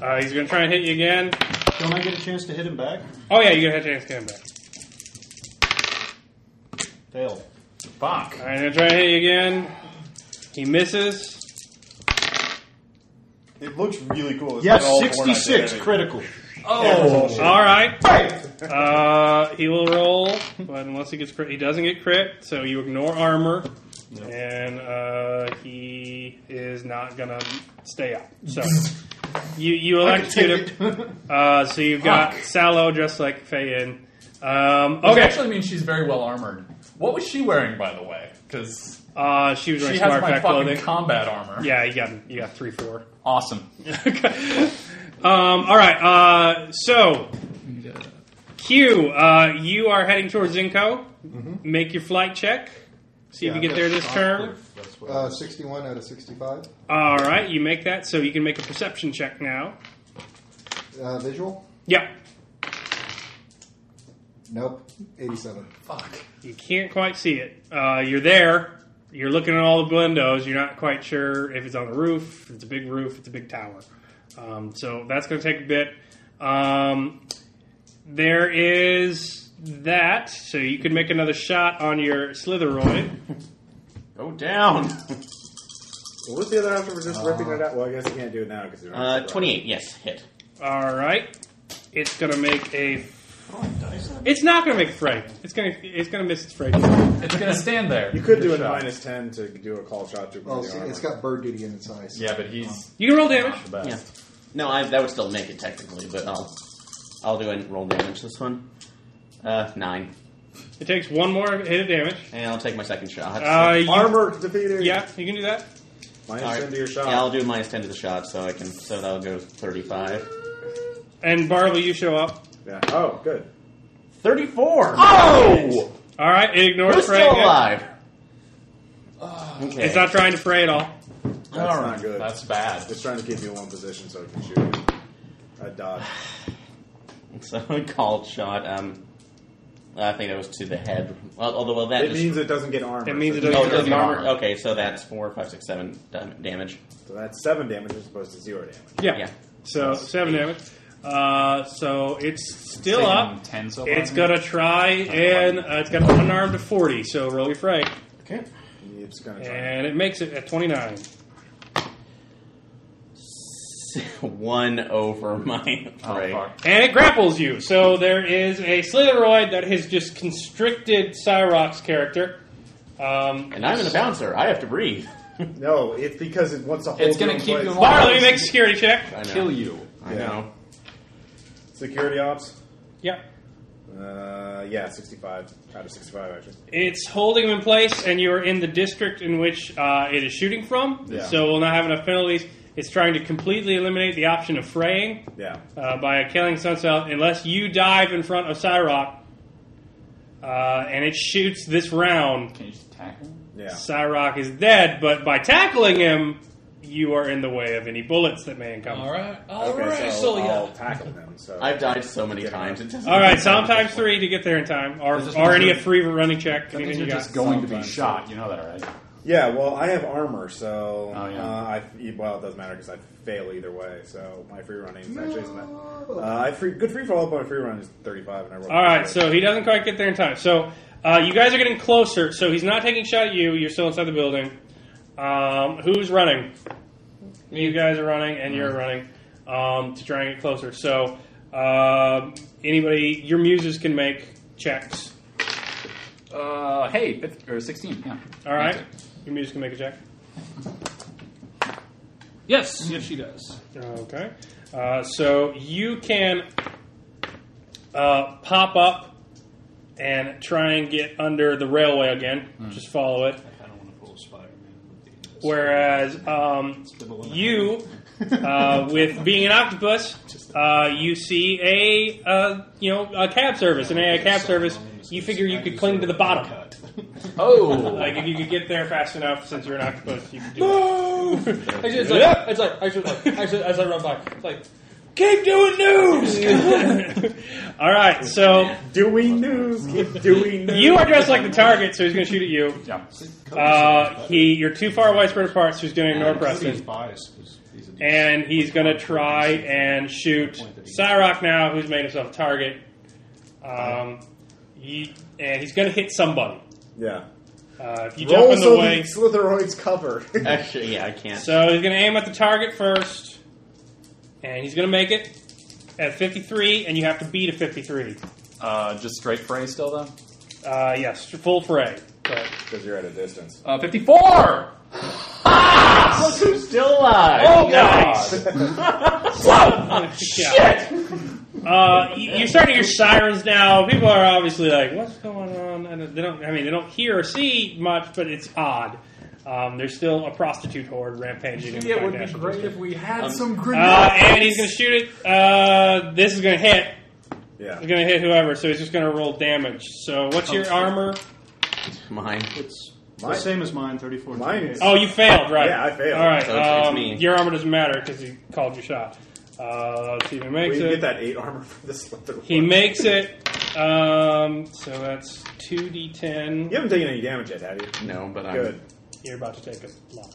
Speaker 1: Uh, he's going to try and hit you again.
Speaker 9: Don't I get a chance to hit him back?
Speaker 1: Oh yeah, you get a chance to hit him back.
Speaker 9: Fail.
Speaker 2: Fuck.
Speaker 1: All right, I'm gonna try and hit you again. He misses.
Speaker 3: It looks really cool. It's
Speaker 9: Yes,
Speaker 3: like all the Warlock
Speaker 9: 66
Speaker 3: did.
Speaker 9: critical.
Speaker 1: Oh, all right. Uh, he will roll, but unless he gets crit, he doesn't get crit. So you ignore armor, and uh, he is not gonna stay up. So you you electrocute him. Uh, so you've got Sallow just like Feyin. Um,
Speaker 2: Which
Speaker 1: okay.
Speaker 2: actually means she's very well armored. What was she wearing, by the way? Because
Speaker 1: Uh, she was
Speaker 2: she
Speaker 1: wearing
Speaker 2: has
Speaker 1: smart
Speaker 2: my
Speaker 1: fact
Speaker 2: fucking
Speaker 1: clothing.
Speaker 2: combat armor.
Speaker 1: Yeah, you got you got three four.
Speaker 2: Awesome.
Speaker 1: um, all right. Uh, so, Q, uh, you are heading towards Zinco. Make your flight check. See if you get there this turn.
Speaker 9: That's what
Speaker 4: Uh, 61 out of 65.
Speaker 1: All right, you make that, so you can make a perception check now.
Speaker 4: Uh, visual?
Speaker 1: Yeah,
Speaker 4: Nope. 87.
Speaker 1: you can't quite see it. Uh, you're there. You're looking at all the windows. You're not quite sure if it's on the roof. If it's a big roof. It's a big tower. Um, so that's going to take a bit. Um, there is that. So you could make another shot on your Slitheroid.
Speaker 6: Go down.
Speaker 3: What was the other option for just ripping it out? Well, I guess you can't do it now because you're
Speaker 6: Uh, 28, yes, hit.
Speaker 1: All right. It's gonna make a. It's not gonna make a frame. It's gonna it's gonna miss its frame.
Speaker 2: It's gonna stand there.
Speaker 3: You could do
Speaker 2: Good
Speaker 3: it
Speaker 2: shot.
Speaker 3: minus ten to do a call shot to.
Speaker 4: Oh,
Speaker 3: the
Speaker 4: see,
Speaker 3: armor.
Speaker 4: it's got bird duty in its eyes.
Speaker 2: Yeah, but he's
Speaker 1: You can roll damage.
Speaker 2: the best.
Speaker 6: Yeah. No, I, that would still make it technically, but I'll I'll do and roll damage this one. Uh, nine,
Speaker 1: It takes one more hit of damage.
Speaker 6: and I'll take my second shot.
Speaker 7: Ah,
Speaker 1: Uh, you,
Speaker 3: armor defeated.
Speaker 1: yeah, you can do that.
Speaker 3: minus
Speaker 6: All right.
Speaker 3: ten to your shot.
Speaker 6: Yeah, I'll do minus ten to the shot, so I can. So that'll go thirty-five.
Speaker 1: And Barley, you show up.
Speaker 3: Yeah. Oh, good.
Speaker 6: Thirty-four. Oh,
Speaker 1: All right, it ignores
Speaker 6: we're
Speaker 1: fray.
Speaker 6: still
Speaker 1: again.
Speaker 6: alive. Okay.
Speaker 1: It's not trying to fray at all.
Speaker 3: That's not good.
Speaker 2: That's bad.
Speaker 3: It's trying to keep you in one position so it can shoot. you. I dodge.
Speaker 6: So a called shot. Um, I think that was to the head. Well, although well, that
Speaker 3: It
Speaker 6: just,
Speaker 3: means it doesn't get armor.
Speaker 1: It means it
Speaker 3: so-
Speaker 1: doesn't-
Speaker 6: oh, it does
Speaker 1: doesn't
Speaker 6: armor.
Speaker 2: armor.
Speaker 6: Okay, so that's four, five, six, seven dam- damage.
Speaker 3: So that's seven damage as opposed to zero damage.
Speaker 1: Yeah.
Speaker 6: Yeah.
Speaker 1: So seven damage. Uh, so it's still
Speaker 2: Taking
Speaker 1: up.
Speaker 2: Ten so far,
Speaker 1: It's
Speaker 2: I think.
Speaker 1: gonna try and uh, it's got an unarmed to forty. So roll your fray,
Speaker 6: Okay.
Speaker 3: It's gonna try.
Speaker 1: and it makes it at twenty nine.
Speaker 6: One over my
Speaker 2: Oh,
Speaker 6: prey.
Speaker 2: fuck.
Speaker 1: And it grapples you. So there is a Slitheroid that has just constricted Cyrox character. Um,
Speaker 6: And I'm in a bouncer. I have to breathe.
Speaker 3: No, it's because it wants to hold.
Speaker 2: It's gonna
Speaker 3: in
Speaker 2: keep
Speaker 3: place.
Speaker 2: you alive.
Speaker 1: Barley, make a security check.
Speaker 6: I know.
Speaker 2: Kill you.
Speaker 6: I
Speaker 3: Yeah.
Speaker 6: know.
Speaker 3: Security ops.
Speaker 1: Yep.
Speaker 3: Uh, yeah, sixty-five out of sixty-five actually.
Speaker 1: It's holding him in place, and you're in the district in which uh, it is shooting from.
Speaker 3: Yeah.
Speaker 1: So we'll not have enough penalties. It's trying to completely eliminate the option of fraying
Speaker 3: Yeah.
Speaker 1: uh, by killing Suncell unless you dive in front of Cyrox. Uh, and it shoots this round.
Speaker 2: Can you just tackle? him?
Speaker 3: Yeah.
Speaker 1: Cyrock is dead, but by tackling him, you are in the way of any bullets that may encounter.
Speaker 7: All right. all right,
Speaker 3: Okay, so
Speaker 7: so,
Speaker 3: I'll
Speaker 7: yeah.
Speaker 3: tackle them. So
Speaker 6: I've died so many times. It doesn't
Speaker 1: All right, sometimes three to get there in time, or
Speaker 2: That just
Speaker 1: or
Speaker 2: means
Speaker 1: any
Speaker 2: you're-
Speaker 1: a free running check.
Speaker 2: That means
Speaker 1: Anything you
Speaker 2: you're
Speaker 1: got?
Speaker 2: just going to be
Speaker 3: Sometimes.
Speaker 2: shot. You know that, right?
Speaker 3: yeah, well, I have armor, so
Speaker 2: Oh, yeah.
Speaker 3: uh, I well, it doesn't matter because I fail either way. So my free running is actually isn't that. Uh, I free good free fall, but my free run is thirty-five, and I roll.
Speaker 1: All right, so he doesn't quite get there in time. So uh, you guys are getting closer. So he's not taking a shot at you. You're still inside the building. Um, who's running? You guys are running, and you're running. um, to try and get closer. So, um anybody, your muses can make checks.
Speaker 2: Uh, hey, fifth, or 16, yeah.
Speaker 1: All right, your muses can make a check.
Speaker 7: Yes, yes, she does.
Speaker 1: Okay. Uh, so you can uh, pop up and try and get under the railway again. Just follow it.
Speaker 8: I don't want to pull Spider-Man.
Speaker 1: Whereas um, you, uh, with being an octopus, uh, you see a uh, you know a cab service, and a cab service, you figure you could cling to the bottom.
Speaker 2: Oh!
Speaker 1: Like if you could get there fast enough, since you're an octopus, you could do it.
Speaker 7: Actually, it's like, it's like, actually, like, actually, as I run by, it's like,
Speaker 1: Keep doing news. All right, so
Speaker 3: Doing news. Keep doing news.
Speaker 1: you are dressed like the target, so he's going to shoot at you.
Speaker 2: Yeah.
Speaker 1: Uh, he, you're too far away, spread apart, so he's going to ignore
Speaker 8: He's
Speaker 1: Preston.
Speaker 8: biased. 'cause he's a
Speaker 1: And he's going to try and shoot Cyrock now, who's made himself a target. Um, he, and he's going to hit somebody.
Speaker 3: Yeah.
Speaker 1: Uh, if you
Speaker 3: Roll
Speaker 1: jump in
Speaker 3: so
Speaker 1: the
Speaker 3: the
Speaker 1: way.
Speaker 3: Slitheroids cover.
Speaker 6: Actually, yeah, I can't.
Speaker 1: So he's going to aim at the target first. And he's going to make it at 53, and you have to beat a 53.
Speaker 2: Uh, just straight fray still, though?
Speaker 1: Uh, yes, full fray. But
Speaker 3: Because you're at a distance.
Speaker 2: Uh, 54!
Speaker 6: Look who's still alive!
Speaker 2: Oh,
Speaker 1: Whoa! Shit! Uh, you, you're starting to hear sirens now. People are obviously like, "What's going on?" And they don't. I mean, they don't hear or see much, but it's odd. Um, there's still a prostitute horde rampaging. in the
Speaker 2: It would be
Speaker 1: financial
Speaker 2: great
Speaker 1: district.
Speaker 2: if we had some
Speaker 1: Uh,
Speaker 2: grenades!
Speaker 1: and he's going to shoot it. Uh, this is going to hit.
Speaker 3: Yeah.
Speaker 1: It's going to hit whoever. So he's just going to roll damage. So what's your armor?
Speaker 6: Mine.
Speaker 8: It's
Speaker 3: Mine-
Speaker 8: the same as mine, 34.
Speaker 3: Mine
Speaker 8: 38.
Speaker 3: is-
Speaker 1: Oh, you failed, right?
Speaker 3: Yeah, I failed.
Speaker 1: All right.
Speaker 6: So it's- it's
Speaker 1: um,
Speaker 6: me.
Speaker 1: Your armor doesn't matter because he called your shot. Uh, let's see if he
Speaker 3: We
Speaker 1: makes
Speaker 3: can
Speaker 1: it.
Speaker 3: get that eight armor for the Slitheroid.
Speaker 1: He makes it. Um, so that's 2d10.
Speaker 3: You haven't taken any damage yet, have you?
Speaker 6: No, but I'm.
Speaker 3: Good.
Speaker 1: You're about to take a lot.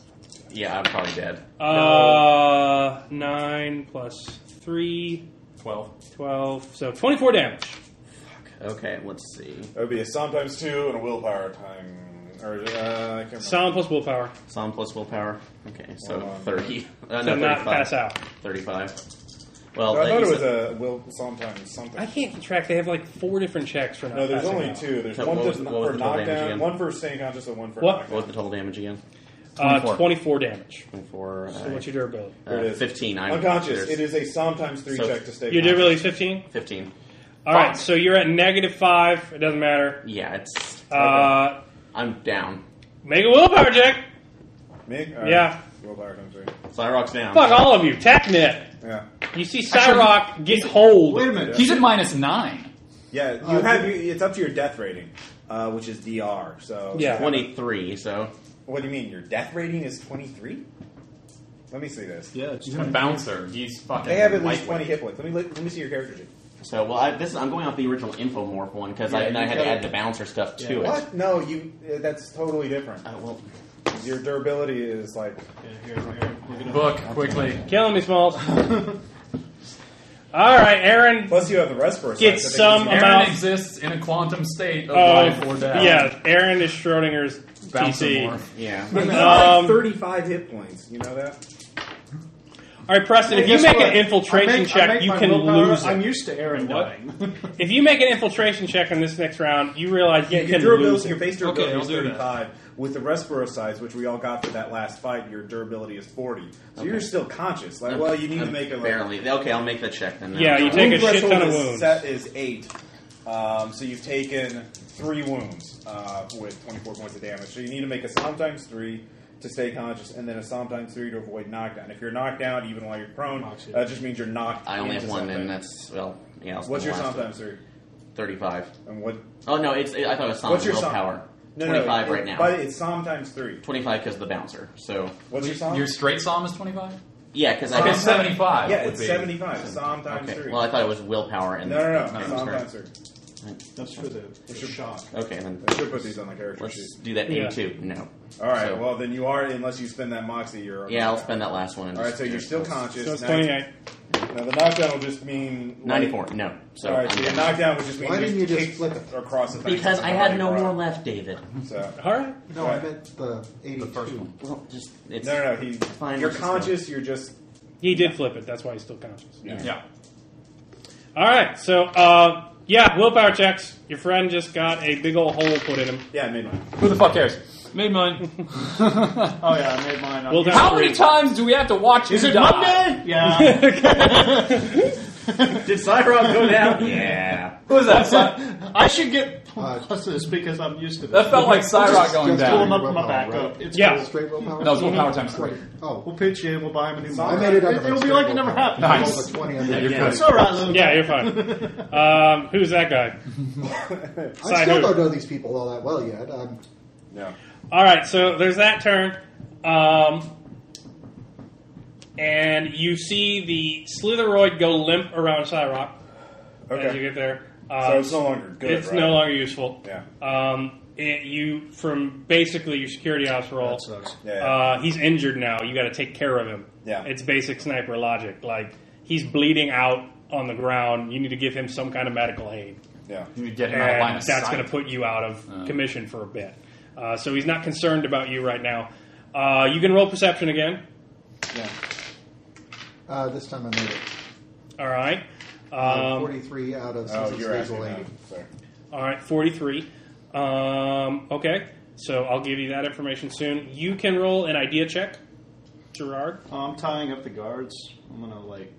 Speaker 6: Yeah, I'm probably dead.
Speaker 1: Uh, 9 plus 3,
Speaker 2: 12.
Speaker 1: 12. So 24 damage.
Speaker 6: Okay, let's see.
Speaker 3: That would be a Psalm times two and a willpower time. Or, uh, I can't remember.
Speaker 1: Sound plus willpower.
Speaker 6: Psalm plus willpower. Okay, so
Speaker 3: Hold on.
Speaker 6: 30. Uh,
Speaker 1: To
Speaker 6: no,
Speaker 1: not
Speaker 6: 35.
Speaker 1: pass out.
Speaker 6: 35. Well,
Speaker 3: No, I
Speaker 6: that
Speaker 3: thought it
Speaker 6: you
Speaker 3: was
Speaker 6: said-
Speaker 3: a will, Psalm times something.
Speaker 1: I can't keep track. They have like four different checks for not
Speaker 3: No, there's
Speaker 1: passing
Speaker 3: only
Speaker 1: out.
Speaker 3: two. There's
Speaker 6: So
Speaker 3: one
Speaker 6: what
Speaker 3: that's
Speaker 6: was-
Speaker 3: not
Speaker 6: what was
Speaker 3: for
Speaker 6: the total damage
Speaker 3: knockdown,
Speaker 6: again?
Speaker 3: one for staying conscious, and one for
Speaker 1: What?
Speaker 3: knockdown.
Speaker 6: What was the total damage again?
Speaker 1: Uh, 24 damage.
Speaker 6: Twenty-four.
Speaker 1: So what's your durability?
Speaker 3: Here it is.
Speaker 6: 15. uh, I'm
Speaker 3: Unconscious.
Speaker 6: there's
Speaker 3: It is a Psalm times three
Speaker 6: So-
Speaker 3: check to stay
Speaker 1: Your
Speaker 3: conscious.
Speaker 1: durability is 15?
Speaker 6: 15.
Speaker 1: Alright, so you're at negative 5. It doesn't matter.
Speaker 6: Yeah, it's.
Speaker 1: Uh,
Speaker 6: I'm down.
Speaker 1: make a willpower check.
Speaker 3: Mig? All
Speaker 1: Yeah.
Speaker 3: Willpower times three.
Speaker 6: Cyrock's down.
Speaker 1: Fuck all of you. Technet.
Speaker 3: Yeah.
Speaker 1: You see Cyrock get hold.
Speaker 8: Wait a minute.
Speaker 2: He's at minus 9.
Speaker 3: Yeah, you
Speaker 8: Uh,
Speaker 3: have. You, it's up to your death rating, uh, which is DR. So
Speaker 1: Yeah.
Speaker 6: 23, so.
Speaker 3: What do you mean? Your death rating is twenty three? Let me see this.
Speaker 8: Yeah, it's
Speaker 2: He's a bouncer. He's fucking.
Speaker 3: They have at least
Speaker 2: lightweight.
Speaker 3: twenty hit points. Let me let, let me see your character sheet.
Speaker 6: So, well, I, this is, I'm going off the original Infomorph one because
Speaker 3: Yeah,
Speaker 6: I, and I
Speaker 3: you
Speaker 6: had to
Speaker 3: gotta-
Speaker 6: add the bouncer stuff to it.
Speaker 3: What? No, you. Uh, that's totally different.
Speaker 6: Uh, well,
Speaker 3: Your durability is like
Speaker 8: Yeah, here, here. We're gonna-
Speaker 2: Book, quickly.
Speaker 1: Killing me, Smalls. All right, Aaron.
Speaker 3: plus you have the rest for a
Speaker 1: Get
Speaker 3: side, so
Speaker 1: some
Speaker 3: they can
Speaker 2: Aaron
Speaker 1: About-
Speaker 2: exists in a quantum state of life or
Speaker 1: Oh,
Speaker 2: death.
Speaker 1: yeah, Aaron is Schrodinger's
Speaker 2: Bouncer
Speaker 1: PC.
Speaker 2: morph.
Speaker 6: yeah.
Speaker 3: use-
Speaker 1: Um,
Speaker 3: thirty five hit points. You know that?
Speaker 1: All right, Preston. If
Speaker 8: Hey,
Speaker 1: you
Speaker 8: guess
Speaker 1: make
Speaker 8: what?
Speaker 1: an
Speaker 8: I
Speaker 1: infiltration
Speaker 8: make- I
Speaker 1: check,
Speaker 8: make
Speaker 1: you
Speaker 8: my
Speaker 1: can
Speaker 8: willpower.
Speaker 1: lose
Speaker 8: I'm
Speaker 1: it.
Speaker 8: used to Aaron dying.
Speaker 1: If you make an infiltration check on this next round, you realize you
Speaker 3: Yeah, your
Speaker 1: can
Speaker 3: durability,
Speaker 1: lose
Speaker 3: your
Speaker 1: it.
Speaker 3: base durability
Speaker 8: Okay, I'll
Speaker 3: is
Speaker 8: do that.
Speaker 3: 35. With the Respiro size, which we all got for that last fight, your durability is 40. So you're still conscious. Like, Uh, well, you need to make it like.
Speaker 6: Apparently. Okay, I'll make that check then.
Speaker 1: Yeah, you take a shit ton of
Speaker 3: is
Speaker 1: wounds.
Speaker 3: Set is 8. Um, so you've taken 3 wounds uh, with 24 points of damage. So you need to make a sometimes 3 to stay conscious, and then a sometimes 3 to avoid knockdown. If you're knocked out, even while you're prone, that just means you're knocked
Speaker 6: I only have
Speaker 3: into
Speaker 6: one,
Speaker 3: something.
Speaker 6: and that's, well, yeah. it's
Speaker 3: What's
Speaker 6: the
Speaker 3: your
Speaker 6: last one.
Speaker 3: sometimes 3?
Speaker 6: 35.
Speaker 3: And what.
Speaker 6: Oh, no, it's, I thought it was Psalm
Speaker 3: What's your Psalm?
Speaker 6: willpower.
Speaker 3: No, no,
Speaker 6: 25
Speaker 3: it-
Speaker 6: right now.
Speaker 3: But it's sometimes 3.
Speaker 6: 25 because of the bouncer. So,
Speaker 3: What's your psalm?
Speaker 2: Your straight psalm is 25?
Speaker 6: yeah, because I
Speaker 3: Oh,
Speaker 2: Okay,
Speaker 6: guess.
Speaker 2: 75.
Speaker 3: Yeah,
Speaker 2: would
Speaker 3: it's
Speaker 2: be.
Speaker 3: 75. Psalm times
Speaker 6: Okay.
Speaker 3: three.
Speaker 6: Well, I thought it was willpower and
Speaker 3: no, no, no.
Speaker 6: no,
Speaker 3: Psalm
Speaker 6: sorry.
Speaker 3: times three.
Speaker 8: That's for the, the shock.
Speaker 6: Okay, then
Speaker 3: I should put these on the character
Speaker 6: let's
Speaker 3: sheet.
Speaker 6: do that
Speaker 1: Yeah.
Speaker 6: 82. No.
Speaker 3: All right.
Speaker 6: So-
Speaker 3: well, then you are, unless you spend that moxie, you're.
Speaker 6: Yeah, I'll spend that last one. and
Speaker 3: All right.
Speaker 6: just-
Speaker 3: So you're still conscious.
Speaker 1: So it's
Speaker 3: Now-
Speaker 1: 28.
Speaker 3: Now the knockdown will just mean like-
Speaker 6: 94. No. So
Speaker 3: All right.
Speaker 6: I'm
Speaker 3: So your
Speaker 6: done.
Speaker 3: knockdown would just mean
Speaker 4: Why didn't you just
Speaker 3: kick
Speaker 4: split the-
Speaker 3: across the thing.
Speaker 6: Because I had no more left, David.
Speaker 3: So.
Speaker 1: All right.
Speaker 4: No, I meant the 82.
Speaker 6: Well, just it's
Speaker 3: No, no, no. He,
Speaker 6: Fine,
Speaker 3: you're
Speaker 6: let's just
Speaker 3: conscious. You're just
Speaker 1: He did flip it. That's why he's still conscious.
Speaker 2: Yeah.
Speaker 1: All right. So, uh, yeah, willpower checks. Your friend just got a big old hole put in him.
Speaker 3: Yeah, I made mine.
Speaker 2: Who the fuck cares?
Speaker 7: Made mine.
Speaker 8: Oh yeah, I made mine.
Speaker 1: Willpower
Speaker 2: How
Speaker 1: three.
Speaker 2: many times do we have to watch
Speaker 9: Is
Speaker 2: you
Speaker 9: it
Speaker 2: die?
Speaker 9: Monday? Yeah.
Speaker 8: Did Cyrock go down?
Speaker 6: Yeah.
Speaker 2: Who was that? Cy-
Speaker 8: I should get
Speaker 4: Uh,
Speaker 8: pluses because I'm used to this.
Speaker 2: that felt like Cyrock going
Speaker 4: Just
Speaker 2: down.
Speaker 8: pulling
Speaker 2: No,
Speaker 8: up my back up. It's
Speaker 1: Yeah.
Speaker 8: cool.
Speaker 4: Straight willpower?
Speaker 2: it was willpower times three.
Speaker 4: Great. Oh.
Speaker 8: We'll pitch you. We'll buy him a new.
Speaker 4: I
Speaker 8: monitor.
Speaker 4: made it under
Speaker 8: It, will be like it never happened.
Speaker 2: Nice.
Speaker 4: Nice. 20 under
Speaker 2: you're
Speaker 6: Yeah.
Speaker 8: It's all right, Luke.
Speaker 1: Yeah, you're fine. um, who's that guy?
Speaker 4: I still
Speaker 1: Side
Speaker 4: don't know these people all that well yet. Um,
Speaker 3: Yeah.
Speaker 1: All right, so there's that turn, um, and you see the Slitheroid go limp around Cyrock as you
Speaker 3: Okay.
Speaker 1: get there.
Speaker 3: So
Speaker 1: Um,
Speaker 3: it's no longer good.
Speaker 1: it's
Speaker 3: right?
Speaker 1: no longer useful.
Speaker 3: Yeah.
Speaker 1: Um, it, you from basically your security ops role.
Speaker 9: That sucks.
Speaker 3: Yeah.
Speaker 1: Uh, he's injured now. You got to take care of him.
Speaker 3: Yeah.
Speaker 1: It's basic sniper logic. Like he's bleeding out on the ground. You need to give him some kind of medical aid
Speaker 3: yeah.
Speaker 2: You need to get him out of line
Speaker 1: and
Speaker 2: of
Speaker 1: that's
Speaker 2: sight.
Speaker 1: going to put you out of commission for a bit. Uh, so he's not concerned about you right now. Uh, you can roll perception again.
Speaker 3: Yeah.
Speaker 4: uh, this time I made it.
Speaker 1: All right.
Speaker 4: Uh,
Speaker 1: Um,
Speaker 4: 43 out
Speaker 3: Oh,
Speaker 4: of since it's
Speaker 3: you're
Speaker 4: legal
Speaker 3: asking.
Speaker 4: aid.
Speaker 3: that. Sorry.
Speaker 1: all right, 43. Um, okay, so I'll give you that information soon. You can roll an idea check, Gerard.
Speaker 8: I'm tying up the guards. I'm gonna like.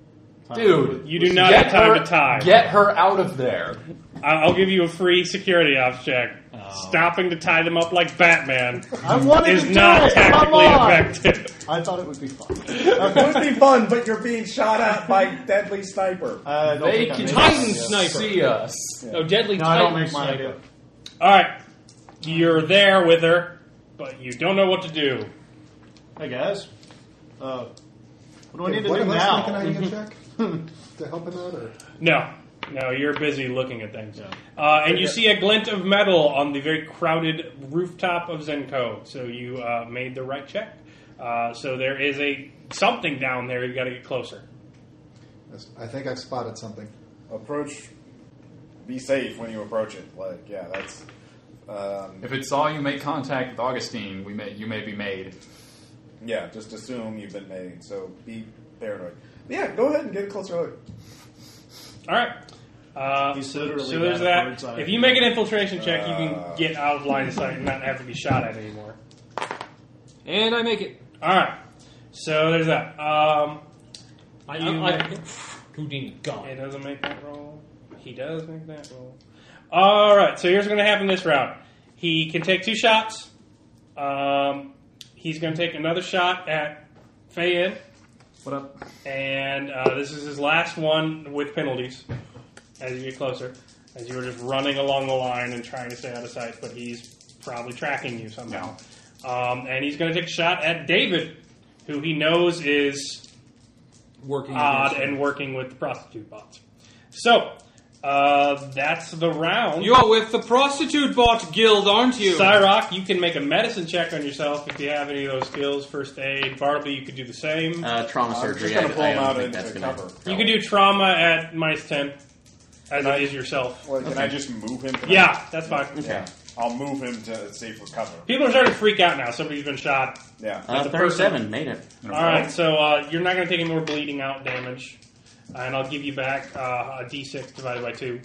Speaker 8: tie
Speaker 2: Dude,
Speaker 8: them with-
Speaker 1: You
Speaker 8: with
Speaker 1: do
Speaker 8: some-
Speaker 1: not have time to tie.
Speaker 2: Get her out of there.
Speaker 1: I- I'll give you a free security ops check.
Speaker 2: Oh.
Speaker 1: Stopping to tie them up like Batman
Speaker 8: I wanted
Speaker 1: is
Speaker 8: to do
Speaker 1: not
Speaker 8: it. Come
Speaker 1: tactically
Speaker 8: on.
Speaker 1: effective.
Speaker 8: I thought it would be fun.
Speaker 3: it would be fun, but you're being shot at by deadly sniper.
Speaker 8: I don't
Speaker 2: They
Speaker 8: think I
Speaker 2: can
Speaker 8: made
Speaker 7: Titan
Speaker 8: it.
Speaker 7: sniper.
Speaker 2: see us.
Speaker 7: No, deadly
Speaker 8: No, I
Speaker 7: Titan
Speaker 8: don't make my
Speaker 7: sniper.
Speaker 8: idea.
Speaker 1: All right, you're there with her, but you don't know what to do.
Speaker 8: Hey guys. Uh, what do I need to
Speaker 4: what
Speaker 8: do
Speaker 4: am I
Speaker 8: now?
Speaker 4: making an idea check? to help him out? Or?
Speaker 1: No, no, you're busy looking at things. Uh, and you see a glint of metal on the very crowded rooftop of Zenko. So you uh, made the right check. Uh, so there is a something down there. You've got to get closer.
Speaker 4: That's- I think I've spotted something.
Speaker 3: Approach. Be safe when you approach it. Like, yeah, that's. Um,
Speaker 2: If it saw you make contact with Augustine, we may you may be made.
Speaker 3: yeah, just assume you've been made. So be paranoid. Yeah, go ahead and get a closer look.
Speaker 1: All right. Uh,
Speaker 8: He's
Speaker 1: so
Speaker 8: literally
Speaker 1: so there's
Speaker 8: got a
Speaker 1: that.
Speaker 8: bird's eye
Speaker 1: If you
Speaker 8: view. Uh.
Speaker 1: make an infiltration check, you can get out of line of sight and not have to be shot at anymore.
Speaker 7: And I make it.
Speaker 1: All right. So there's that. Um,
Speaker 7: I,
Speaker 1: You
Speaker 7: I,
Speaker 1: make
Speaker 7: I, Houdini
Speaker 1: It
Speaker 7: gone.
Speaker 1: doesn't make that roll. He does make that roll. All right. So here's what's going to happen this round. He can take two shots. Um, he's going to take another shot at Fayin,
Speaker 2: What up?
Speaker 1: and uh, this is his last one with penalties. As you get closer, as you were just running along the line and trying to stay out of sight, but he's probably tracking you somehow. Um, and he's going to take a shot at David, who he knows is
Speaker 7: Working
Speaker 1: odd
Speaker 7: against
Speaker 1: uh, and
Speaker 7: him.
Speaker 1: working with the prostitute bots. So uh, that's the round.
Speaker 7: You're with the prostitute bot guild, aren't you?
Speaker 1: Cyrock, you can make a medicine check on yourself if you have any of those skills. First aid. Bartleby, you could do the same.
Speaker 6: Uh, trauma
Speaker 3: I'm just
Speaker 6: surgery.
Speaker 3: going to
Speaker 6: I-
Speaker 3: pull
Speaker 6: I
Speaker 3: him
Speaker 6: don't
Speaker 3: out
Speaker 6: think
Speaker 3: into
Speaker 6: that's
Speaker 3: the
Speaker 6: gonna-
Speaker 3: cover.
Speaker 1: you can do trauma at minus ten, as it is yourself.
Speaker 3: Well, Can I just move him? To
Speaker 1: Yeah, that's fine.
Speaker 3: Yeah. I'll move him to safe recover.
Speaker 1: People are starting to freak out now. Somebody's been shot.
Speaker 3: Yeah.
Speaker 6: Uh,
Speaker 1: the first
Speaker 6: 37 made it.
Speaker 1: All right, so uh, you're not going to take any more bleeding out damage, and I'll give you back uh, a d6 divided by two.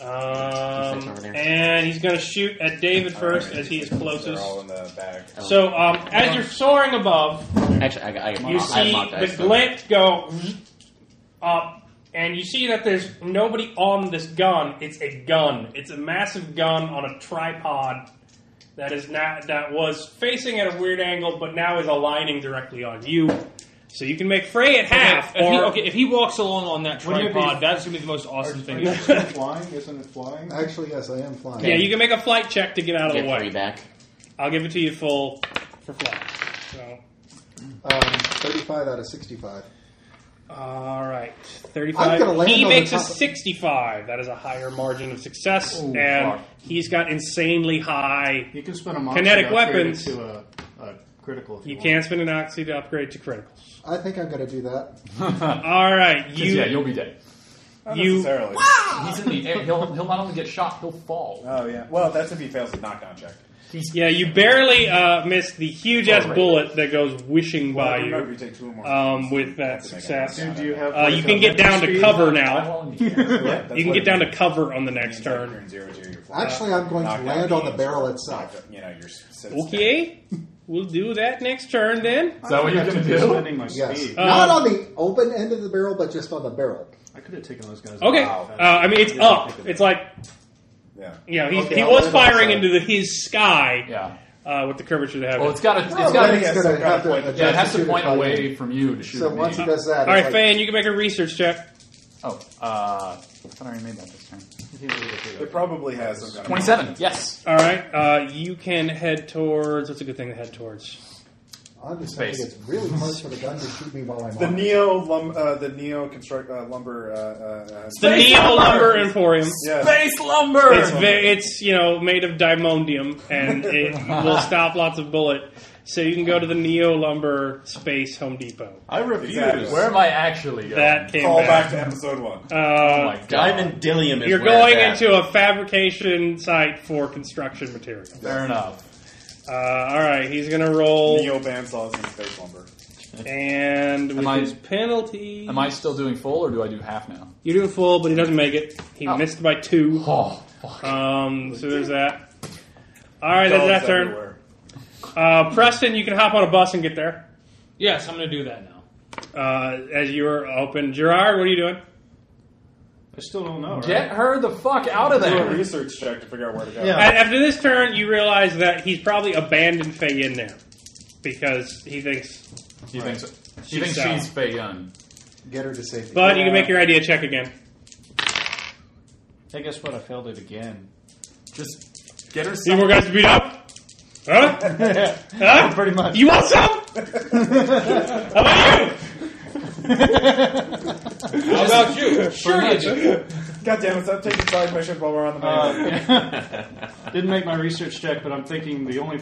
Speaker 1: Um,
Speaker 6: over there.
Speaker 1: and he's going to shoot at David first
Speaker 3: Alright,
Speaker 1: as he is
Speaker 3: They're
Speaker 1: closest.
Speaker 3: all in the bag.
Speaker 1: So um, as you're soaring above,
Speaker 6: Actually, I, I, I,
Speaker 1: you see
Speaker 6: mocked
Speaker 1: the glint go up, and you see that there's nobody on this gun. It's a gun. It's a massive gun on a tripod that is not that was facing at a weird angle, but now is aligning directly on you. So you can make Frey at half,
Speaker 7: Okay, if, he,
Speaker 1: or
Speaker 7: okay, if he walks along on that
Speaker 8: Wouldn't it be-
Speaker 7: tripod, that's gonna be the most awesome thing.
Speaker 8: Is it flying? Isn't it flying?
Speaker 4: Actually, yes, I am flying.
Speaker 1: yeah, you can make a flight check to get out of
Speaker 6: Get
Speaker 1: the
Speaker 6: three
Speaker 1: way.
Speaker 6: back.
Speaker 1: I'll give it to you full for flight. So.
Speaker 4: Um, 35 out of 65.
Speaker 1: All right,
Speaker 4: I'm gonna
Speaker 1: thirty-five.
Speaker 4: land
Speaker 1: He
Speaker 4: on the
Speaker 1: makes a
Speaker 4: top of-
Speaker 1: sixty-five. That is a higher margin of success,
Speaker 8: Ooh,
Speaker 1: and
Speaker 8: fuck.
Speaker 1: he's got insanely high.
Speaker 8: You can spin a monster
Speaker 1: Kinetic
Speaker 8: to upgrade
Speaker 1: weapons.
Speaker 8: it to a, a critical. If you,
Speaker 1: You
Speaker 8: want.
Speaker 1: can't spend an oxy to upgrade to criticals.
Speaker 4: I think I'm going to do that.
Speaker 1: All right,
Speaker 2: 'Cause,
Speaker 1: you
Speaker 2: yeah, you'll be dead.
Speaker 3: Not
Speaker 1: you-
Speaker 3: necessarily.
Speaker 2: He's in the air. He'll he'll not only get shot, he'll fall.
Speaker 1: Uh,
Speaker 3: Oh yeah. Well, that's if he fails the knockdown check.
Speaker 1: Yeah, you barely uh, missed the huge ass bullet that goes wishing by
Speaker 3: I remember
Speaker 1: you.
Speaker 3: you take two or more.
Speaker 1: Um, with that
Speaker 3: That's a
Speaker 1: success,
Speaker 3: mega-
Speaker 8: Do you have?
Speaker 1: uh, you
Speaker 8: like,
Speaker 1: can
Speaker 8: a
Speaker 1: get down to
Speaker 8: speed?
Speaker 1: cover now.
Speaker 3: Yeah, that's
Speaker 1: You can
Speaker 3: what
Speaker 1: get
Speaker 3: it
Speaker 1: down to
Speaker 3: means.
Speaker 1: cover on the next
Speaker 3: Means like
Speaker 1: turn.
Speaker 3: you're in zero to your fly.
Speaker 4: Actually, I'm going to
Speaker 3: Knockout
Speaker 4: land on the
Speaker 3: means
Speaker 4: barrel
Speaker 3: you're-
Speaker 4: itself.
Speaker 3: You know, you're s-
Speaker 1: Okay, we'll do that next turn then.
Speaker 2: Is that what you're going to do?
Speaker 8: Spending my
Speaker 4: Yes.
Speaker 8: speed.
Speaker 2: Um,
Speaker 4: Not on the open end of the barrel, but just on the barrel.
Speaker 8: I could have taken those guys.
Speaker 1: Okay,
Speaker 8: out.
Speaker 1: uh, I mean it's up. It's like
Speaker 3: Yeah.
Speaker 1: you know he's,
Speaker 4: Okay,
Speaker 1: he
Speaker 4: I'll
Speaker 1: was
Speaker 4: land on
Speaker 1: firing
Speaker 4: the
Speaker 1: into the, his sky
Speaker 2: Yeah.
Speaker 1: uh, with the curvature they have.
Speaker 2: Well,
Speaker 1: it.
Speaker 2: it's got to. It's
Speaker 4: Well,
Speaker 2: got
Speaker 4: then
Speaker 2: to.
Speaker 4: it's gonna have to adjust
Speaker 2: Yeah, it has
Speaker 4: shoot
Speaker 2: to point
Speaker 4: if I
Speaker 2: away
Speaker 4: aim.
Speaker 2: from you to shoot.
Speaker 4: So
Speaker 2: at
Speaker 4: once
Speaker 2: me.
Speaker 4: he does that,
Speaker 1: All right,
Speaker 4: it's like,
Speaker 1: Fan, you can make a research check.
Speaker 2: Oh, uh, I thought I already made that this turn.
Speaker 3: It probably has some kind of-
Speaker 2: Twenty-seven. Yes.
Speaker 1: All right, uh, you can head towards. What's a good thing to head towards?
Speaker 4: on this
Speaker 2: Space.
Speaker 4: thing, it's really hard for the gun to shoot me while I'm
Speaker 3: The
Speaker 4: on. it.
Speaker 3: neo lum, uh, the neo construct uh, lumber. Uh, uh, uh,
Speaker 1: The
Speaker 2: Space
Speaker 1: Neo
Speaker 2: Lumber!
Speaker 1: Lumber Emporium.
Speaker 3: yeah.
Speaker 2: Space lumber.
Speaker 1: It's ve- it's you know made of dimondium and it will stop lots of bullet. So you can go to the Neo Lumber Space Home Depot.
Speaker 6: I refuse.
Speaker 3: Exactly.
Speaker 2: Where am I actually going?
Speaker 1: That came
Speaker 3: Call
Speaker 1: back.
Speaker 3: back to episode one.
Speaker 2: oh
Speaker 1: Uh,
Speaker 2: my god.
Speaker 6: Diamond Dillium is
Speaker 1: you're
Speaker 6: where
Speaker 1: going
Speaker 6: it's at.
Speaker 1: into a fabrication site for construction material.
Speaker 2: Fair enough.
Speaker 1: Uh, all right, he's gonna roll
Speaker 3: Neo bandsaws and space lumber.
Speaker 1: and with
Speaker 2: Am I-
Speaker 1: his penalty,
Speaker 2: Am I still doing full or do I do half now?
Speaker 1: you're doing full, but he doesn't make it. He
Speaker 2: Oh.
Speaker 1: missed by two.
Speaker 2: Oh, fuck.
Speaker 1: Um, so there's that. All right, that's
Speaker 3: Dogs
Speaker 1: that turn.
Speaker 3: everywhere.
Speaker 1: Uh, Preston, you can hop on a bus and get there
Speaker 7: Yes, I'm going to do that now.
Speaker 1: uh, as you're open. Gerard, what are you doing?
Speaker 8: I still don't know. Right?
Speaker 2: Get her the fuck out of
Speaker 3: Do a
Speaker 2: there.
Speaker 3: research check to figure out where to go.
Speaker 8: Yeah.
Speaker 1: A- After this turn, you realize that he's probably abandoned Faye in there because he thinks.
Speaker 2: She thinks, she
Speaker 1: She's
Speaker 2: thinks
Speaker 1: out.
Speaker 2: she's Fei Yun.
Speaker 4: Get her to safety.
Speaker 1: But you can make your idea check again.
Speaker 8: Hey, guess what? I failed it again.
Speaker 2: Just get her
Speaker 1: You more guys to beat up? Huh? huh?
Speaker 5: Pretty much.
Speaker 1: You want some? How about
Speaker 7: How about you? sure you do.
Speaker 3: God damn it! Stop taking side missions while we're on the
Speaker 8: Uh,
Speaker 3: main. line.
Speaker 8: Didn't make my research check, but I'm thinking the only.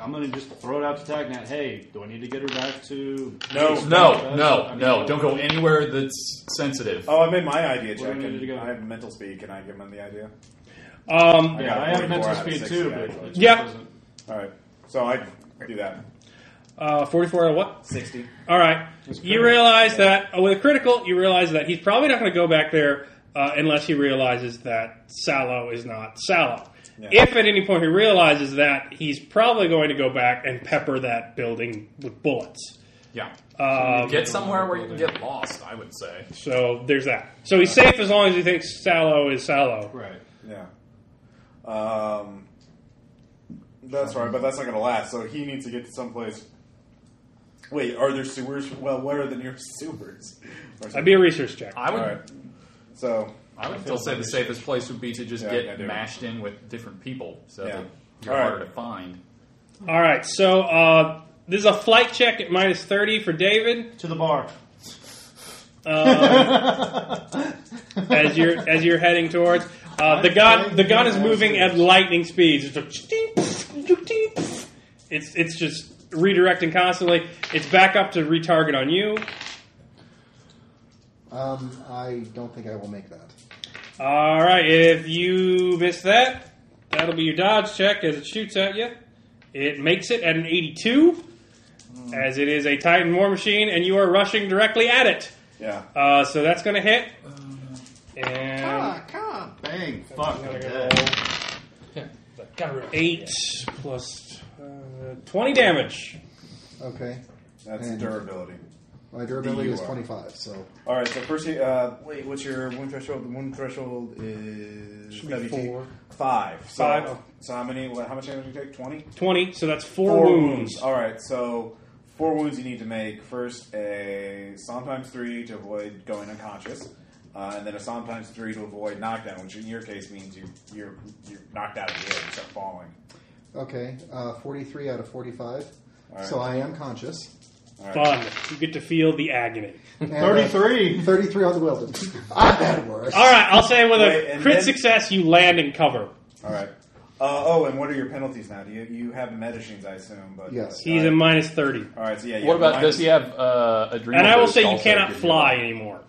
Speaker 8: I'm going to just throw it out to Tagnat. Hey, do I need to get her back to?
Speaker 3: no.
Speaker 2: No, no, no. Don't go anywhere that's sensitive.
Speaker 3: Oh, I made my idea check.
Speaker 8: Where do we need to
Speaker 3: And
Speaker 8: go?
Speaker 3: I have mental speed. Can I give him the idea?
Speaker 1: you? Um,
Speaker 8: Yeah,
Speaker 3: got
Speaker 8: I
Speaker 3: a
Speaker 8: have
Speaker 3: 44
Speaker 8: mental
Speaker 3: out of
Speaker 8: speed
Speaker 3: 60,
Speaker 8: too, but
Speaker 3: actually.
Speaker 8: it just
Speaker 1: Yeah.
Speaker 8: doesn't-
Speaker 3: All right. So I do that.
Speaker 1: uh, 44 out of what?
Speaker 3: Sixty.
Speaker 1: All right. You
Speaker 8: critical.
Speaker 1: realize that uh, with a critical, you realize that he's probably not going to go back there uh, unless he realizes that Sallow is not Sallow.
Speaker 3: Yeah.
Speaker 1: If at any point he realizes that, he's probably going to go back and pepper that building with bullets.
Speaker 2: Yeah.
Speaker 1: Um,
Speaker 2: Get somewhere where you can get lost, I would say.
Speaker 1: so there's that. So he's safe as long as he thinks Sallow is Sallow.
Speaker 8: Right.
Speaker 3: Yeah. Um. That's right, but that's not going to last. So he needs to get to someplace. Wait, are there sewers? Well, what are the nearest sewers? Or
Speaker 1: That'd be a research check.
Speaker 2: I would
Speaker 3: All right. So
Speaker 2: I would still say the safest place would be to just
Speaker 3: Yeah, I
Speaker 2: get
Speaker 3: do.
Speaker 2: mashed in with different people so
Speaker 3: Yeah.
Speaker 2: that you're
Speaker 3: All right.
Speaker 2: harder to find.
Speaker 1: All right. So uh, this is a flight check at minus 30 for David.
Speaker 8: To the bar.
Speaker 1: as you're as you're heading towards. Uh, the gun the gun is moving at lightning speeds. It's like ting, pff, ting, ting, pff. it's it's just redirecting constantly. It's back up to retarget on you.
Speaker 4: Um, I don't think I will make that.
Speaker 1: All right, if you miss that, that'll be your dodge check as it shoots at you. It makes it at an 82, as it is a Titan war machine, and you are rushing directly at it.
Speaker 3: yeah,
Speaker 1: Uh, so that's going to hit. And
Speaker 9: Ah, come. Bang.
Speaker 8: Fuck.
Speaker 1: I'm
Speaker 8: I'm
Speaker 1: gonna
Speaker 8: dead.
Speaker 1: roll.
Speaker 7: Got rid of it.
Speaker 1: Eight plus uh, twenty damage.
Speaker 4: Okay.
Speaker 3: that's
Speaker 8: Hmm.
Speaker 4: And-
Speaker 3: durability.
Speaker 4: My durability is
Speaker 3: DUI.
Speaker 4: 25, so.
Speaker 3: All right, so first, you- uh, wait, what's your wound threshold? The wound threshold is
Speaker 1: be
Speaker 3: WT?
Speaker 1: four.
Speaker 3: five. So,
Speaker 1: Five.
Speaker 3: So how many? How much damage did you take? Twenty.
Speaker 1: Twenty, so that's four, wounds.
Speaker 3: All right, so four wounds you need to make. First, a sometimes three to avoid going unconscious, uh, and then a sometimes three to avoid knockdown, which in your case means you you're you're knocked out of the air, you start falling.
Speaker 4: Okay, uh, 43 out of 45.
Speaker 3: All right.
Speaker 4: So I am conscious.
Speaker 3: All right.
Speaker 1: Fun. You get to feel the agony.
Speaker 4: And, uh,
Speaker 8: 33.
Speaker 4: 33 on the wilderness. I've had worse.
Speaker 1: All right, I'll say with
Speaker 3: Wait,
Speaker 1: a
Speaker 3: and
Speaker 1: crit
Speaker 3: then-
Speaker 1: success, you land and cover.
Speaker 3: All right. Uh, oh, and what are your penalties now? Do you you have medicines, I assume? But
Speaker 4: Yes.
Speaker 1: He's a minus thirty,
Speaker 3: All right. So yeah. you
Speaker 2: What
Speaker 3: have
Speaker 2: about
Speaker 3: minus-
Speaker 2: does he have uh, adrenal?
Speaker 1: and I will
Speaker 2: boost
Speaker 1: say you
Speaker 2: also
Speaker 1: cannot
Speaker 2: if you-
Speaker 1: fly anymore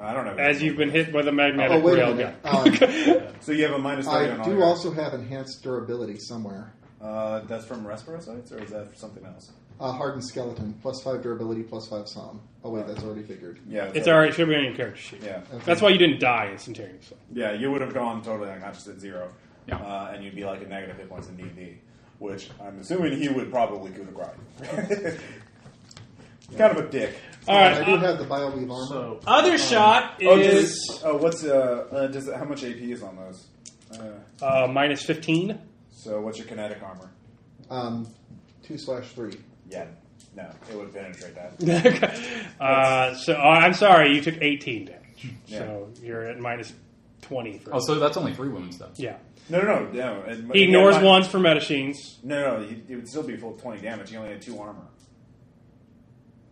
Speaker 3: I don't know.
Speaker 1: as you've been hit by the
Speaker 4: Oh,
Speaker 1: magnetic
Speaker 4: wait a
Speaker 1: rail
Speaker 4: minute.
Speaker 1: gun.
Speaker 4: Um,
Speaker 3: So you have a minus thirty. on
Speaker 4: I
Speaker 3: all
Speaker 4: do
Speaker 3: your-
Speaker 4: also have enhanced durability somewhere.
Speaker 3: Uh, that's from Respirosites, or is that for something else?
Speaker 4: Uh, hardened skeleton, plus five durability, plus five psalm. Oh wait, that's already figured.
Speaker 3: Yeah,
Speaker 1: It's
Speaker 3: so-
Speaker 1: alright, it should be on your character sheet.
Speaker 3: Yeah,
Speaker 1: That's why you didn't die instantaneously.
Speaker 3: yeah. You would have gone totally unconscious at zero,
Speaker 2: Yeah.
Speaker 3: uh, and you'd be like a negative hit points in D D, which I'm assuming he would probably coup de grace. Kind of a dick.
Speaker 4: I
Speaker 1: Alright.
Speaker 4: do
Speaker 1: uh,
Speaker 4: have the bioweave armor.
Speaker 8: So
Speaker 1: other shot
Speaker 3: Oh,
Speaker 1: is
Speaker 3: does it, uh, what's uh, uh does it, how much AP is on those? Uh,
Speaker 1: uh, minus 15.
Speaker 3: so what's your kinetic armor?
Speaker 4: Um, two slash three.
Speaker 3: Yeah, no, it would penetrate that.
Speaker 1: uh, so uh, I'm sorry, you took 18 damage.
Speaker 3: Yeah.
Speaker 1: So you're at minus 20. For,
Speaker 2: Oh, so that's only three women's stuff.
Speaker 1: yeah.
Speaker 3: No, no, no, no. and-
Speaker 1: He ignores
Speaker 3: yeah, my-
Speaker 1: ones for medicines.
Speaker 3: No, no, you- it would still be full twenty damage. You only had two armor,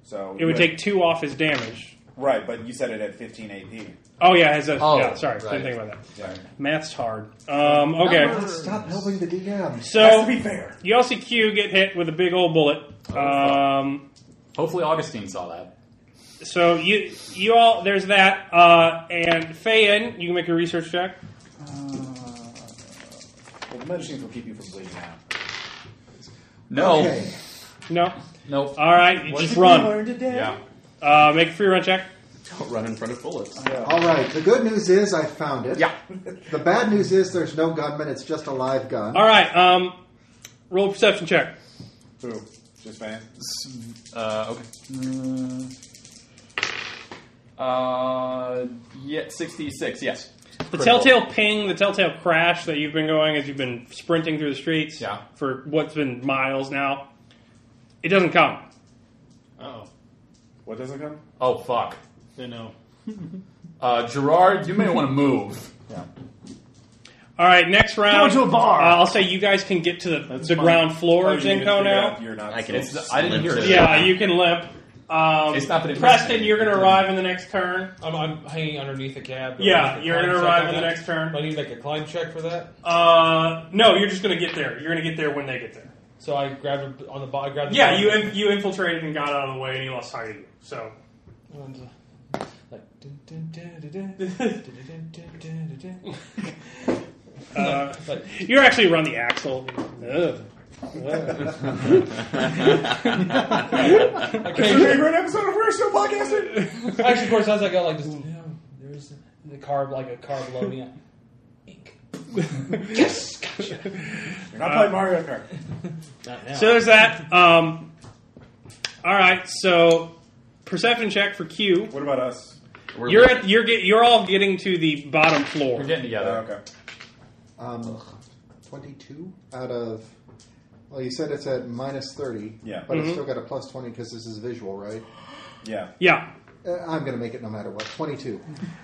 Speaker 3: so
Speaker 1: It would
Speaker 3: but-
Speaker 1: take two off his damage.
Speaker 3: right. But you said it had fifteen AP.
Speaker 1: Oh, yeah, has a,
Speaker 2: Oh,
Speaker 1: yeah sorry.
Speaker 2: right.
Speaker 1: Didn't think about that.
Speaker 3: Yeah.
Speaker 1: Math's hard. Um, okay.
Speaker 4: Stop helping the DMs.
Speaker 3: Has to
Speaker 1: So
Speaker 3: be fair.
Speaker 1: you also Q get hit with a big old bullet. Um,
Speaker 2: Hopefully, Augustine saw that.
Speaker 1: so you you all there's that. Uh, and Fayin, you can make a research check.
Speaker 3: Well, the medicines will keep you from bleeding out.
Speaker 2: No,
Speaker 4: Okay.
Speaker 1: No.
Speaker 2: no.
Speaker 1: All right, you
Speaker 2: What
Speaker 1: just
Speaker 2: did
Speaker 3: You
Speaker 1: run.
Speaker 3: learned today.
Speaker 6: Yeah.
Speaker 1: Uh, make a free run check.
Speaker 6: Don't run in front of bullets.
Speaker 4: All right. The good news is I found it.
Speaker 2: Yeah.
Speaker 4: The bad news is there's no gunman. It's just a live gun.
Speaker 1: All right. Um, roll a perception check.
Speaker 3: Who? Just fan.
Speaker 2: Uh, okay. Uh, uh, yeah, sixty-six. Yes.
Speaker 1: The
Speaker 2: Critical.
Speaker 1: telltale ping, the telltale crash that you've been going as you've been sprinting through the streets
Speaker 2: Yeah.
Speaker 1: for what's been miles now. It doesn't come.
Speaker 8: oh,
Speaker 3: What doesn't come?
Speaker 2: Oh fuck.
Speaker 8: they know.
Speaker 2: Uh, Gerard, you may want to move.
Speaker 1: All right, next round.
Speaker 8: Go to a bar.
Speaker 1: Uh, I'll say you guys can get to the, the
Speaker 8: fine.
Speaker 1: ground floor
Speaker 3: Oh,
Speaker 1: of
Speaker 3: you need to
Speaker 1: Zinco
Speaker 3: figure
Speaker 1: now.
Speaker 3: out You're not.
Speaker 6: I can.
Speaker 3: still-
Speaker 2: It's- I didn't hear it.
Speaker 1: Yeah, you can limp. Um,
Speaker 2: It's not that it
Speaker 1: Preston,
Speaker 2: missed.
Speaker 1: you're going to arrive in the next turn.
Speaker 7: I'm, I'm hanging underneath the cab. Do I
Speaker 1: Yeah,
Speaker 7: make a
Speaker 1: you're going
Speaker 7: climb
Speaker 1: to
Speaker 7: check
Speaker 1: arrive
Speaker 7: on
Speaker 1: in the
Speaker 7: that?
Speaker 1: next turn.
Speaker 7: Do I need to make a climb check for that.
Speaker 1: Uh, no, you're just going to get there. You're going to get there when they get there.
Speaker 7: So I grabbed a- on the bottom. Grabbed the
Speaker 1: Yeah,
Speaker 7: bottom.
Speaker 1: you in, you infiltrated and got out of the way, and he lost sight of you. So
Speaker 7: And, uh, like, dun, dun, dun, dun, dun, dun, dun, dun, dun, dun, dun.
Speaker 1: uh,
Speaker 7: Like,
Speaker 1: you're actually around the axle. Ugh.
Speaker 7: okay.
Speaker 3: Is it a great episode of We're Still Podcasting?
Speaker 7: Actually, of course, as I go like this, you know, there's the car like a car below me. Ink. yes, gotcha.
Speaker 3: You're not
Speaker 1: Uh,
Speaker 3: playing Mario Kart.
Speaker 7: Not now.
Speaker 1: So there's that. Um, all right, so perception check for Q.
Speaker 3: What about us?
Speaker 6: We're
Speaker 1: You're at you're get, you're all getting to the bottom floor.
Speaker 2: We're getting
Speaker 6: Uh,
Speaker 2: together.
Speaker 3: Oh, okay.
Speaker 4: Um, twenty-two out of. Well, you said it's at minus thirty.
Speaker 3: Yeah.
Speaker 4: But it's still got a plus twenty because this is visual, right?
Speaker 3: Yeah.
Speaker 1: Yeah.
Speaker 4: Uh, I'm going to make it no matter what. Twenty-two.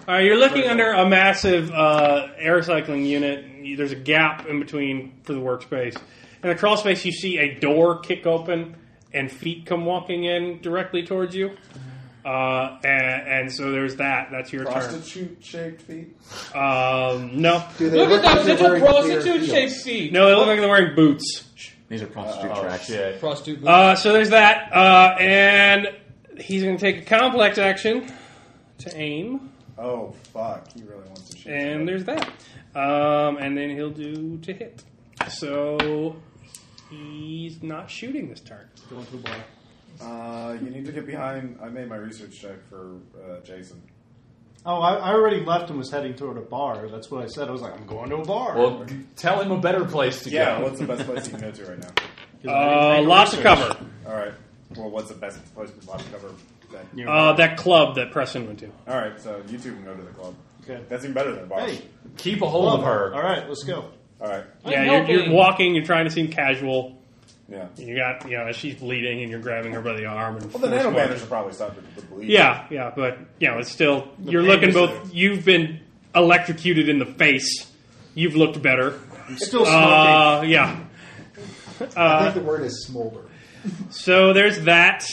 Speaker 1: All right, you're looking under a massive uh, air cycling unit. There's a gap in between for the workspace. In the crawl space, you see a door kick open and feet come walking in directly towards you. Uh, and, and so there's that. That's your turn.
Speaker 3: Prostitute shaped feet.
Speaker 1: Um, no,
Speaker 4: Do they
Speaker 7: Look at that
Speaker 4: like they're
Speaker 7: little
Speaker 4: wearing clear
Speaker 7: prostitute shaped
Speaker 4: heels?
Speaker 7: feet.
Speaker 1: no, they look like they're wearing boots.
Speaker 6: These are prostitute
Speaker 2: Oh
Speaker 6: tracks.
Speaker 2: shit.
Speaker 7: prostitute.
Speaker 1: Uh, so there's that, uh, and he's going to take a complex action to aim,
Speaker 3: Oh fuck! He really wants to shoot.
Speaker 1: and
Speaker 3: somebody.
Speaker 1: there's that, um, and then he'll do to hit. So he's not shooting this turn.
Speaker 7: Going to a bar.
Speaker 3: Uh, you need to get behind. I made my research check for uh, Jason.
Speaker 8: Oh, I, I already left and was heading toward a bar. That's what I said. I was like, I'm going to a bar.
Speaker 2: Well, g- tell him a better place to
Speaker 3: Yeah,
Speaker 2: go.
Speaker 3: what's the best place you can go to right now?
Speaker 1: Uh, lots of cover.
Speaker 3: All right. Well, what's the best place to block cover? Then?
Speaker 1: Uh, that club that Preston went to.
Speaker 3: All right, so you two can go to the club.
Speaker 8: Okay.
Speaker 3: That's even better than a bar.
Speaker 8: hey,
Speaker 2: Keep a hold of her.
Speaker 8: All right, let's go.
Speaker 3: All right.
Speaker 1: Yeah, you're,
Speaker 7: helping.
Speaker 1: you're walking. You're trying to seem casual.
Speaker 3: Yeah.
Speaker 1: You got, you know, she's bleeding, and you're grabbing her by the arm. And
Speaker 3: Well, the
Speaker 1: force
Speaker 3: nano
Speaker 1: her.
Speaker 3: banners are probably stopped at the police.
Speaker 1: Yeah, yeah, but you know, it's still you're
Speaker 8: pain
Speaker 1: looking
Speaker 8: is
Speaker 1: both. You've been electrocuted in the face. You've looked better.
Speaker 8: I'm still smoking.
Speaker 1: Uh, yeah.
Speaker 4: I
Speaker 3: Uh,
Speaker 4: think the word is smolder.
Speaker 1: So there's that.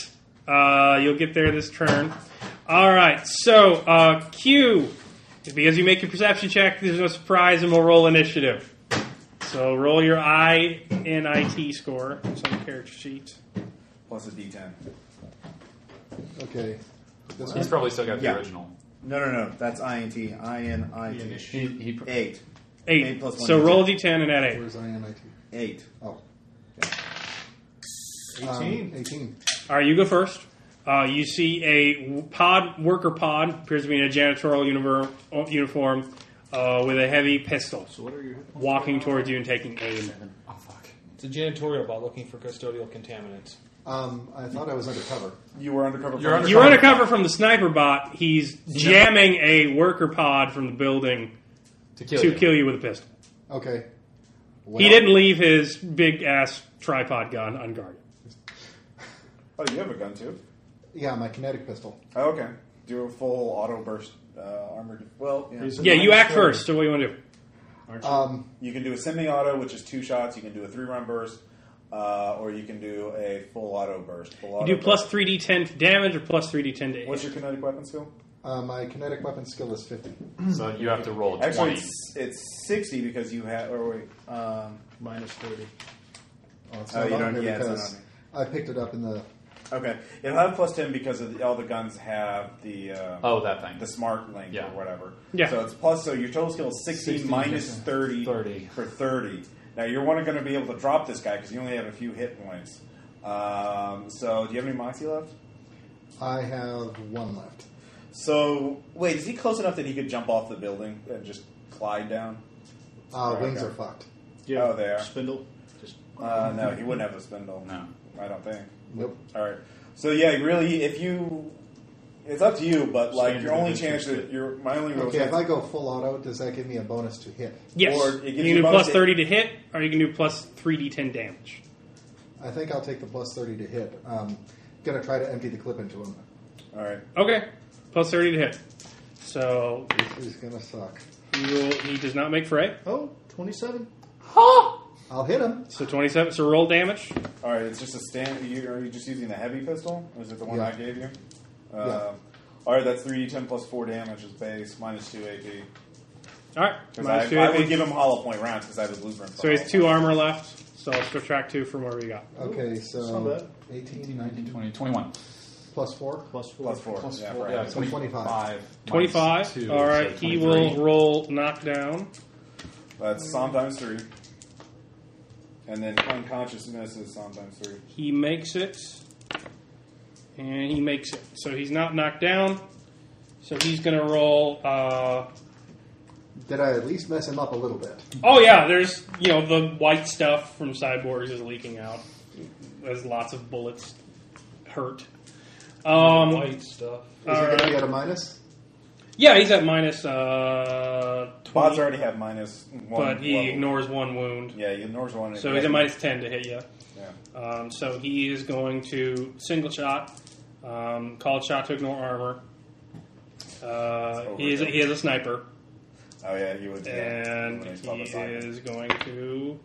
Speaker 1: Uh, you'll get there this turn. All right. So uh, Q, because you make your perception check, there's no surprise, and we'll roll initiative. So roll your I N I T score. It's on the character sheet.
Speaker 3: Plus a D10.
Speaker 4: Okay. This
Speaker 2: He's
Speaker 4: one?
Speaker 2: probably still got the
Speaker 3: Yeah.
Speaker 2: original.
Speaker 3: No, no, no. That's INT. INIT.
Speaker 6: He, he,
Speaker 3: Eight.
Speaker 1: Eight.
Speaker 3: Eight plus one
Speaker 1: so
Speaker 3: is
Speaker 1: roll a d10 and add eight.
Speaker 4: Where's INIT?
Speaker 3: Eight.
Speaker 4: Oh. Um,
Speaker 8: 18.
Speaker 4: 18.
Speaker 1: All right, you go first. Uh, you see a w- pod worker pod appears to be in a janitorial univer- uh, uniform uh, with a heavy pistol. So what are you walking towards you and taking aim?
Speaker 2: Oh,
Speaker 7: It's a janitorial bot looking for custodial contaminants.
Speaker 4: Um, I thought I was undercover.
Speaker 3: You were undercover.
Speaker 2: You're
Speaker 3: from-
Speaker 1: You run a cover from the sniper bot. He's jamming a worker pod from the building
Speaker 2: to kill
Speaker 1: to
Speaker 2: you.
Speaker 1: kill you with a pistol.
Speaker 4: Okay. Well,
Speaker 1: He didn't leave his big ass tripod gun unguarded.
Speaker 3: Oh, you have a gun too.
Speaker 4: Yeah, my kinetic pistol.
Speaker 3: Oh, okay. Do a full auto burst uh, armored. Well, yeah.
Speaker 8: He's-
Speaker 1: Yeah, you act
Speaker 8: Sure.
Speaker 1: first. So what do you want to do?
Speaker 4: Um,
Speaker 3: you can do a semi-auto, which is two shots. You can do a three-round burst, uh, or you can do a full auto burst. Full auto
Speaker 1: You do plus
Speaker 3: burst.
Speaker 1: three d ten to damage or plus three d ten to
Speaker 3: What's
Speaker 1: hit.
Speaker 3: your kinetic weapon skill?
Speaker 4: uh, my kinetic weapon skill is 50.
Speaker 6: So you have to roll a
Speaker 3: Actually,
Speaker 6: 20.
Speaker 3: it's, it's sixty because you have. Or wait, um,
Speaker 8: Minus 30.
Speaker 4: Oh, it's
Speaker 3: Oh,
Speaker 4: not
Speaker 3: you
Speaker 4: on
Speaker 3: don't-
Speaker 4: here
Speaker 3: yeah, it's not
Speaker 4: because
Speaker 3: on
Speaker 4: I picked it up in the.
Speaker 3: okay, it'll have plus ten because of the, all the guns have the. Uh,
Speaker 2: Oh, that thing.
Speaker 3: The smart link
Speaker 2: Yeah.
Speaker 3: or whatever.
Speaker 1: Yeah.
Speaker 3: So it's plus. So your total skill is 60 minus 30,
Speaker 2: 30.
Speaker 3: for 30. Now you're only going to be able to drop this guy because you only have a few hit points. Um, so do you have any moxie left?
Speaker 4: I have one left.
Speaker 3: So wait, is he close enough that he could jump off the building and just glide down?
Speaker 4: Uh,
Speaker 3: Okay.
Speaker 4: wings are fucked.
Speaker 8: Yeah.
Speaker 3: Oh, there.
Speaker 8: Spindle. Just
Speaker 3: Uh, no, he wouldn't have the spindle.
Speaker 2: No.
Speaker 3: I don't think.
Speaker 4: Nope.
Speaker 3: All right. So yeah, really, if you, it's up to you. But like,
Speaker 2: Standard
Speaker 3: your only
Speaker 2: adventure
Speaker 3: chance
Speaker 2: stick.
Speaker 3: that your my only real
Speaker 4: Okay,
Speaker 3: chance.
Speaker 4: if I go full auto, does that give me a bonus to hit?
Speaker 1: Yes,
Speaker 3: Or
Speaker 1: you
Speaker 3: it gives
Speaker 1: can
Speaker 3: you
Speaker 1: do
Speaker 3: bonus
Speaker 1: plus
Speaker 3: to-
Speaker 1: thirty to hit, or you can do plus three d ten damage.
Speaker 4: I think I'll take the plus 30 to hit. Um, gonna try to empty the clip into him.
Speaker 3: All right.
Speaker 1: Okay, plus thirty to hit. So
Speaker 4: This is gonna suck.
Speaker 1: he, will, he does not make fray.
Speaker 8: Oh, 27.
Speaker 4: I'll hit him.
Speaker 1: So twenty-seven. So roll damage.
Speaker 3: All right, it's just a stand. You, are you just using the heavy pistol? Or is it the one
Speaker 4: Yeah.
Speaker 3: I gave you? Uh, All right, that's three d ten plus four damage is base minus two AP.
Speaker 1: All right, minus
Speaker 3: Because
Speaker 1: two
Speaker 3: I, I
Speaker 1: AP.
Speaker 3: would give him hollow point rounds because I have a blueprint. for
Speaker 1: so he has
Speaker 3: hollow
Speaker 1: two
Speaker 3: point.
Speaker 1: armor left. So let's subtract two from whatever you got.
Speaker 4: Okay,
Speaker 8: not
Speaker 4: so
Speaker 8: bad.
Speaker 4: 18, 19,
Speaker 2: 20, 21.
Speaker 4: plus 4.
Speaker 8: Plus 4.
Speaker 3: Plus four. yeah, right.
Speaker 2: Yeah,
Speaker 4: So 25.
Speaker 1: 25.
Speaker 2: Minus two,
Speaker 1: All right,
Speaker 2: so
Speaker 1: he
Speaker 2: 23.
Speaker 1: will roll knockdown.
Speaker 3: That's sometimes three. And then unconsciousness is sometimes three.
Speaker 1: He makes it. And he makes it. So he's not knocked down. So he's going to roll. Uh,
Speaker 4: Did I at least mess him up a little bit?
Speaker 1: oh, yeah, there's, you know, the white stuff from cyborgs is leaking out. There's lots of bullets hurt. Um,
Speaker 7: White stuff.
Speaker 4: Is
Speaker 1: all
Speaker 4: he gonna
Speaker 1: right.
Speaker 4: be at a minus?
Speaker 1: Yeah, he's at minus uh, 20.
Speaker 3: Bots already have minus one.
Speaker 1: but he
Speaker 3: level.
Speaker 1: ignores one wound.
Speaker 3: Yeah, he ignores one.
Speaker 1: So he's at minus 10 to hit you.
Speaker 3: Yeah.
Speaker 1: Um, so he is going to single shot, um, called shot to ignore armor. Uh, he, is, he is a sniper,
Speaker 3: Oh yeah, you would. Yeah.
Speaker 1: and
Speaker 3: When he's
Speaker 1: he
Speaker 3: publicized.
Speaker 1: is going to.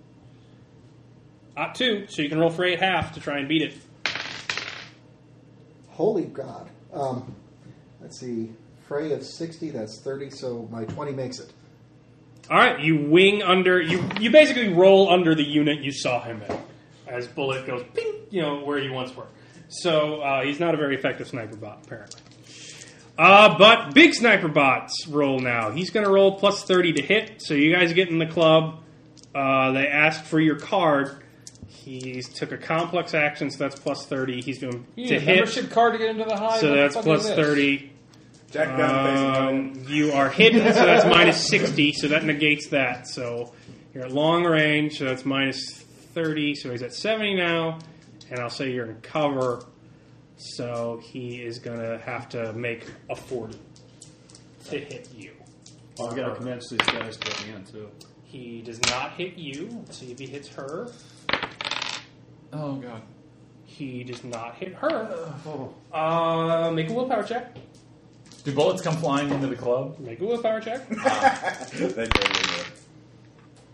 Speaker 1: At two, so you can roll free at half to try and beat it.
Speaker 4: Holy God. Um, let's see. Fray of 60, that's 30, so my 20 makes it.
Speaker 1: All right, you wing under. You you basically roll under the unit you saw him in, as bullet goes ping, you know where you once were. So uh, he's not a very effective sniper bot, apparently. Uh, but big sniper bots roll now. He's going to roll plus thirty to hit. So you guys get in the club. Uh, they asked for your card. He's took a complex action, so that's plus thirty. He's going
Speaker 7: You
Speaker 1: to
Speaker 7: need a
Speaker 1: hit,
Speaker 7: membership card to get into the hive.
Speaker 1: so
Speaker 7: What the
Speaker 1: that's
Speaker 7: fuck
Speaker 1: plus
Speaker 7: is this?
Speaker 1: thirty.
Speaker 3: Jack Gunn
Speaker 1: Um, you are hidden, so that's minus 60, so that negates that. So you're at long range, so that's minus 30, so he's at 70 now, and I'll say you're in cover, so he is going to have to make a 40 to hit you.
Speaker 8: I've got to Oh, convince these guys to let me in, too.
Speaker 1: He does not hit you. Let's see if he hits her.
Speaker 2: Oh, God.
Speaker 1: He does not hit her.
Speaker 8: Oh,
Speaker 1: Uh, make a willpower check.
Speaker 2: Do bullets come flying into the club?
Speaker 1: Make a willpower check. um,
Speaker 3: face. That great idea.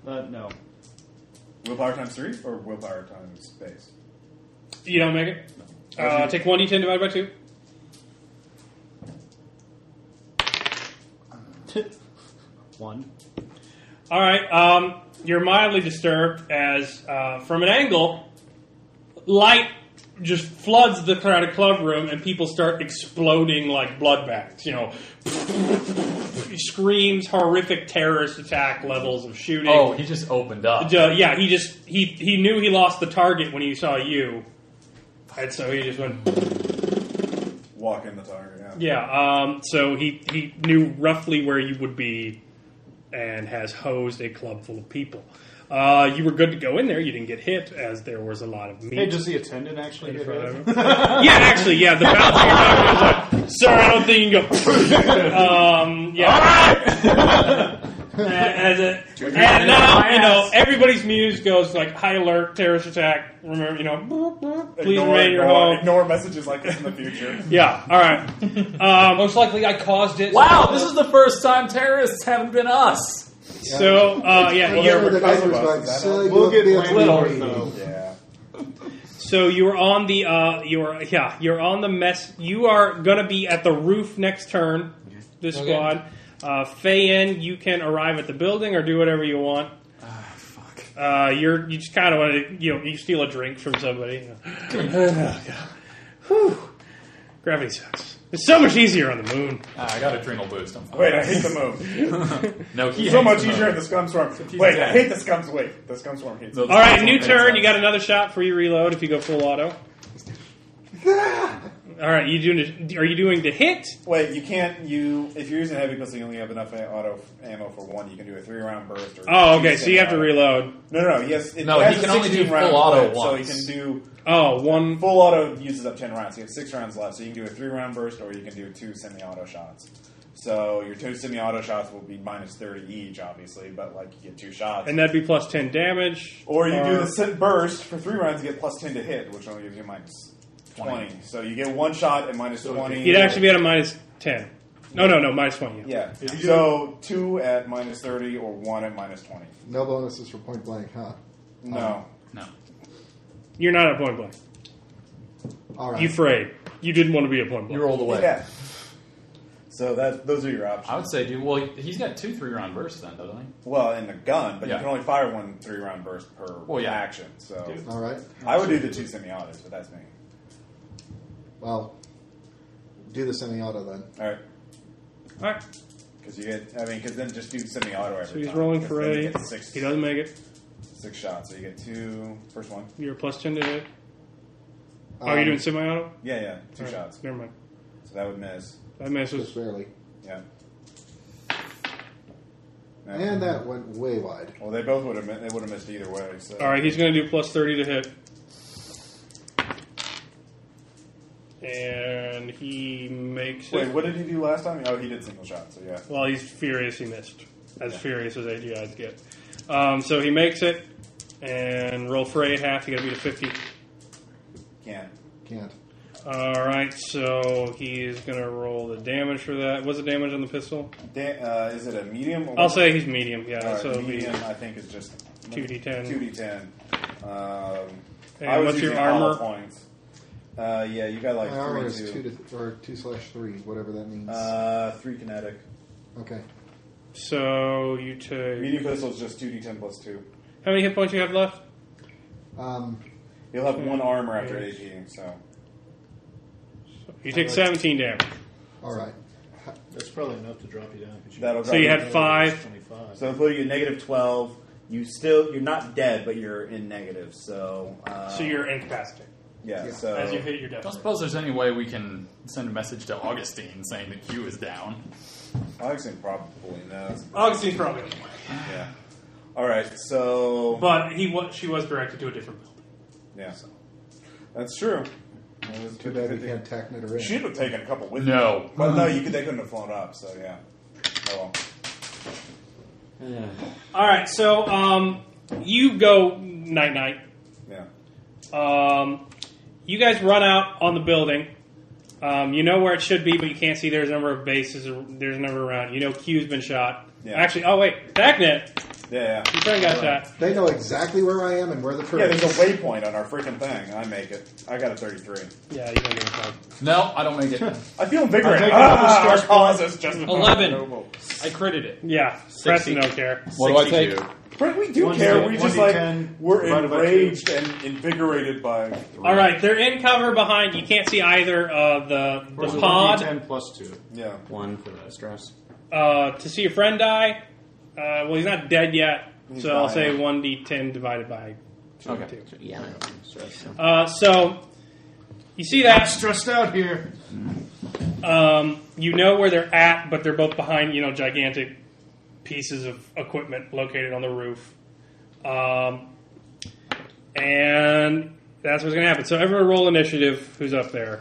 Speaker 8: Uh, no.
Speaker 3: Willpower times three or willpower times space.
Speaker 1: You don't make it. Uh, take 1d10 divided by 2.
Speaker 8: One.
Speaker 1: All right. Um, you're mildly disturbed as, uh, from an angle, light just floods the crowded club room, and people start exploding like blood bags. You know, screams, horrific terrorist attack levels of shooting.
Speaker 2: Oh, he just opened up.
Speaker 1: Uh, yeah, he just he he knew he lost the target when he saw you, And so he just went.
Speaker 3: Walk in the target. Yeah.
Speaker 1: Yeah. Um, so he he knew roughly where you would be, and has hosed a club full of people. Uh, you were good to go in there. You didn't get hit, as there was a lot of meat.
Speaker 8: Hey, does the attendant actually
Speaker 1: in
Speaker 8: get
Speaker 1: front
Speaker 8: hit?
Speaker 1: of him. yeah, actually, yeah. The bouncer you're talking about is like, sir, I don't think you can go. um, yeah. and, and- and now you know everybody's muse goes like high alert terrorist attack. Remember, you know, boop, boop, please
Speaker 3: ignore,
Speaker 1: remain your
Speaker 3: ignore,
Speaker 1: home.
Speaker 3: ignore messages like this in the future.
Speaker 1: Yeah, all right. Um,
Speaker 7: Most likely, I caused it.
Speaker 2: Wow, this is the first time terrorists haven't been us.
Speaker 1: so uh, yeah,
Speaker 4: Well,
Speaker 1: you're,
Speaker 4: the
Speaker 3: because
Speaker 4: guy
Speaker 3: of
Speaker 4: was
Speaker 3: us,
Speaker 4: like,
Speaker 3: is that
Speaker 4: "Sell
Speaker 3: all?"
Speaker 4: your
Speaker 8: get
Speaker 4: bitch
Speaker 8: blamed
Speaker 4: for
Speaker 8: on
Speaker 4: eating."
Speaker 8: though.
Speaker 3: Yeah.
Speaker 1: So you're on the uh, you're yeah you're on the mess. You are gonna be at the roof next turn. This
Speaker 7: Okay.
Speaker 1: squad, uh, Feyen, you can arrive at the building or do whatever you want. Uh, you're you just kind of want to you know you steal a drink from somebody. Oh, God. Whew. Gravity sucks. It's so much easier on the moon.
Speaker 2: Ah, I got adrenal boost. I'm fine.
Speaker 3: Wait, I hate the moon.
Speaker 2: no, he
Speaker 3: so
Speaker 2: hates
Speaker 3: much
Speaker 2: the moon.
Speaker 3: easier in the scum storm. Wait, I
Speaker 2: dead.
Speaker 3: hate the scum. Wait, the scum storm hates.
Speaker 2: No,
Speaker 3: me.
Speaker 2: the
Speaker 1: All right,
Speaker 2: scum
Speaker 1: new
Speaker 2: storm hates
Speaker 1: turn.
Speaker 2: us.
Speaker 1: You got another shot for you reload if you go full auto. All right, you doing? Are you doing the hit?
Speaker 3: Wait, you can't. You if you're using heavy pistol, you only have enough auto ammo for one. You can do a three round burst. Or
Speaker 1: Oh,
Speaker 3: two
Speaker 1: okay. So you have to
Speaker 3: standard.
Speaker 1: reload.
Speaker 3: No, no, no. Yes, it
Speaker 2: No,
Speaker 3: has
Speaker 2: he
Speaker 3: a
Speaker 2: can only do
Speaker 3: 16 round
Speaker 2: full auto
Speaker 3: clip, So
Speaker 2: once.
Speaker 3: you can do
Speaker 1: Oh, one.
Speaker 3: full auto uses up ten rounds. You have six rounds left, so you can do a three round burst, or you can do two semi auto shots. So your two semi auto shots will be minus thirty each, obviously, but like you get two shots.
Speaker 1: And that'd be plus 10 damage.
Speaker 3: or you do the sit burst for three rounds, you get plus ten to hit, which only gives you minus twenty. So you get one shot and minus twenty.
Speaker 1: You'd actually be at a minus 10. No, no, no, minus 20. Yeah.
Speaker 3: Yeah. So two at minus thirty or one at minus twenty.
Speaker 4: No bonuses for point blank, huh?
Speaker 1: Oh.
Speaker 3: No.
Speaker 2: No.
Speaker 1: You're not at point blank.
Speaker 4: All right.
Speaker 1: You frayed. You didn't want to be at point
Speaker 2: You
Speaker 1: blank.
Speaker 2: rolled away.
Speaker 3: Yeah. So that those are your options.
Speaker 2: I would say, dude. Well, he's got two three-round bursts then, doesn't he?
Speaker 3: Well, in the gun, but
Speaker 2: Yeah.
Speaker 3: you can only fire one three round burst per
Speaker 2: Well, yeah.
Speaker 3: action. So
Speaker 4: All right.
Speaker 3: I would do the two semi autos, but that's me.
Speaker 4: Well, do the semi-auto then.
Speaker 3: All right.
Speaker 1: All right.
Speaker 3: Because you get, I mean, because then just do semi auto every
Speaker 1: So he's
Speaker 3: time,
Speaker 1: rolling
Speaker 3: 'cause
Speaker 1: for
Speaker 3: then you
Speaker 1: a.
Speaker 3: get Six,
Speaker 1: He doesn't make it.
Speaker 3: six shots. So you get two. First one.
Speaker 1: You're plus 10 to hit. Oh,
Speaker 4: Um,
Speaker 1: you're doing semi auto?
Speaker 3: Yeah, yeah. Two shots.
Speaker 1: Never mind.
Speaker 3: So that would miss.
Speaker 1: That
Speaker 4: Just
Speaker 1: messes.
Speaker 4: barely.
Speaker 3: Yeah.
Speaker 4: And that went way wide.
Speaker 3: Well, they both would have missed. They would have missed either way. So.
Speaker 1: All right, he's going to do plus 30 to hit. And he makes
Speaker 3: Wait,
Speaker 1: it.
Speaker 3: what did he do last time? Oh, he did single shot. So yeah.
Speaker 1: Well, he's furious he missed. As furious as AGIs get. Um, so he makes it. And roll fray at half. You got to beat a 50.
Speaker 3: Can't.
Speaker 4: Can't.
Speaker 1: All right, so he's gonna roll the damage for that. What's the damage on the pistol?
Speaker 3: Da- uh, is it a medium? Or
Speaker 1: I'll say he's medium. Yeah,
Speaker 3: All right,
Speaker 1: so
Speaker 3: medium,
Speaker 1: medium.
Speaker 3: I think is just
Speaker 1: 2d10.
Speaker 3: Two D ten. Um,
Speaker 1: And
Speaker 3: I was
Speaker 1: what's your
Speaker 3: using hollow
Speaker 1: armor?
Speaker 3: points. Uh, yeah, you got like
Speaker 4: My armor is two
Speaker 3: three, two.
Speaker 4: to or two slash three, whatever that means.
Speaker 3: Uh, three kinetic.
Speaker 4: okay.
Speaker 1: So you take
Speaker 3: Medium pistol is just two D ten plus two.
Speaker 1: how many hit points you have left?
Speaker 4: Um,
Speaker 3: You'll have one armor after APing, so
Speaker 1: You take seventeen damage.
Speaker 4: all right.
Speaker 9: That's probably enough to drop you down. 'cause
Speaker 3: that'll.
Speaker 1: So you
Speaker 3: drop
Speaker 1: had five.
Speaker 9: 25.
Speaker 3: So it'll put you at negative twelve. You still you're not dead, but you're in negative. So uh,
Speaker 1: So you're incapacitated
Speaker 3: yeah.
Speaker 4: yeah.
Speaker 3: So
Speaker 1: as you hit your death.
Speaker 2: I don't suppose there's any way we can send a message to Augustine saying that Q is down.
Speaker 3: Augustine probably knows.
Speaker 1: Augustine's probably the one,
Speaker 3: Yeah. All right. So
Speaker 1: but he was she was directed to a different building.
Speaker 3: yeah, that's true. It was
Speaker 4: Too bad we
Speaker 3: 50-50.
Speaker 4: can't tacnet her in.
Speaker 3: She'd have taken a couple with her.
Speaker 2: No.
Speaker 3: Well, no, you could, they couldn't have flown up, so yeah. Oh, well.
Speaker 1: All right, so um, you go night night.
Speaker 3: Yeah.
Speaker 1: Um, you guys run out on the building. Um, you know where it should be, but you can't see. There's a number of bases. There's a number around. You know Q's been shot.
Speaker 3: Yeah.
Speaker 1: Actually, oh wait, Thacknet,
Speaker 3: Yeah, yeah.
Speaker 1: your friend got shot.
Speaker 4: They know exactly where I am and where the
Speaker 3: Yeah,
Speaker 4: turret
Speaker 3: there's
Speaker 4: is.
Speaker 3: a waypoint on our freaking thing. I make it. I got a 33.
Speaker 1: Yeah, you don't give a fuck.
Speaker 2: No, I don't make it. I
Speaker 3: I feel invigorated.
Speaker 8: take
Speaker 3: Ah,
Speaker 8: another
Speaker 3: our
Speaker 8: stress
Speaker 3: cause is just
Speaker 7: Eleven.
Speaker 3: noble.
Speaker 2: critted it.
Speaker 1: Yeah, Preston don't care.
Speaker 2: What do I take?
Speaker 3: But we do
Speaker 8: One
Speaker 3: care.
Speaker 8: d-
Speaker 3: We
Speaker 8: one
Speaker 3: just like
Speaker 8: d10
Speaker 3: we're
Speaker 8: divided by two.
Speaker 3: enraged and invigorated by.
Speaker 1: All right, they're in cover behind. You can't see either uh, the,
Speaker 8: Where's
Speaker 1: the
Speaker 8: the
Speaker 1: pod
Speaker 8: 1d10 plus two?
Speaker 3: Yeah.
Speaker 6: One for the stress.
Speaker 1: uh, to see your friend die. Uh, well, he's not dead yet,
Speaker 3: He's
Speaker 1: so I'll
Speaker 3: dying.
Speaker 1: say one d10 divided by
Speaker 2: Okay.
Speaker 6: Yeah. Stress.
Speaker 1: Uh, so You see
Speaker 9: I'm
Speaker 1: that?
Speaker 9: stressed out here.
Speaker 1: Um, you know where they're at, but they're both behind, you know, gigantic pieces of equipment located on the roof. Um, and that's what's going to happen. So everyone roll initiative who's up there.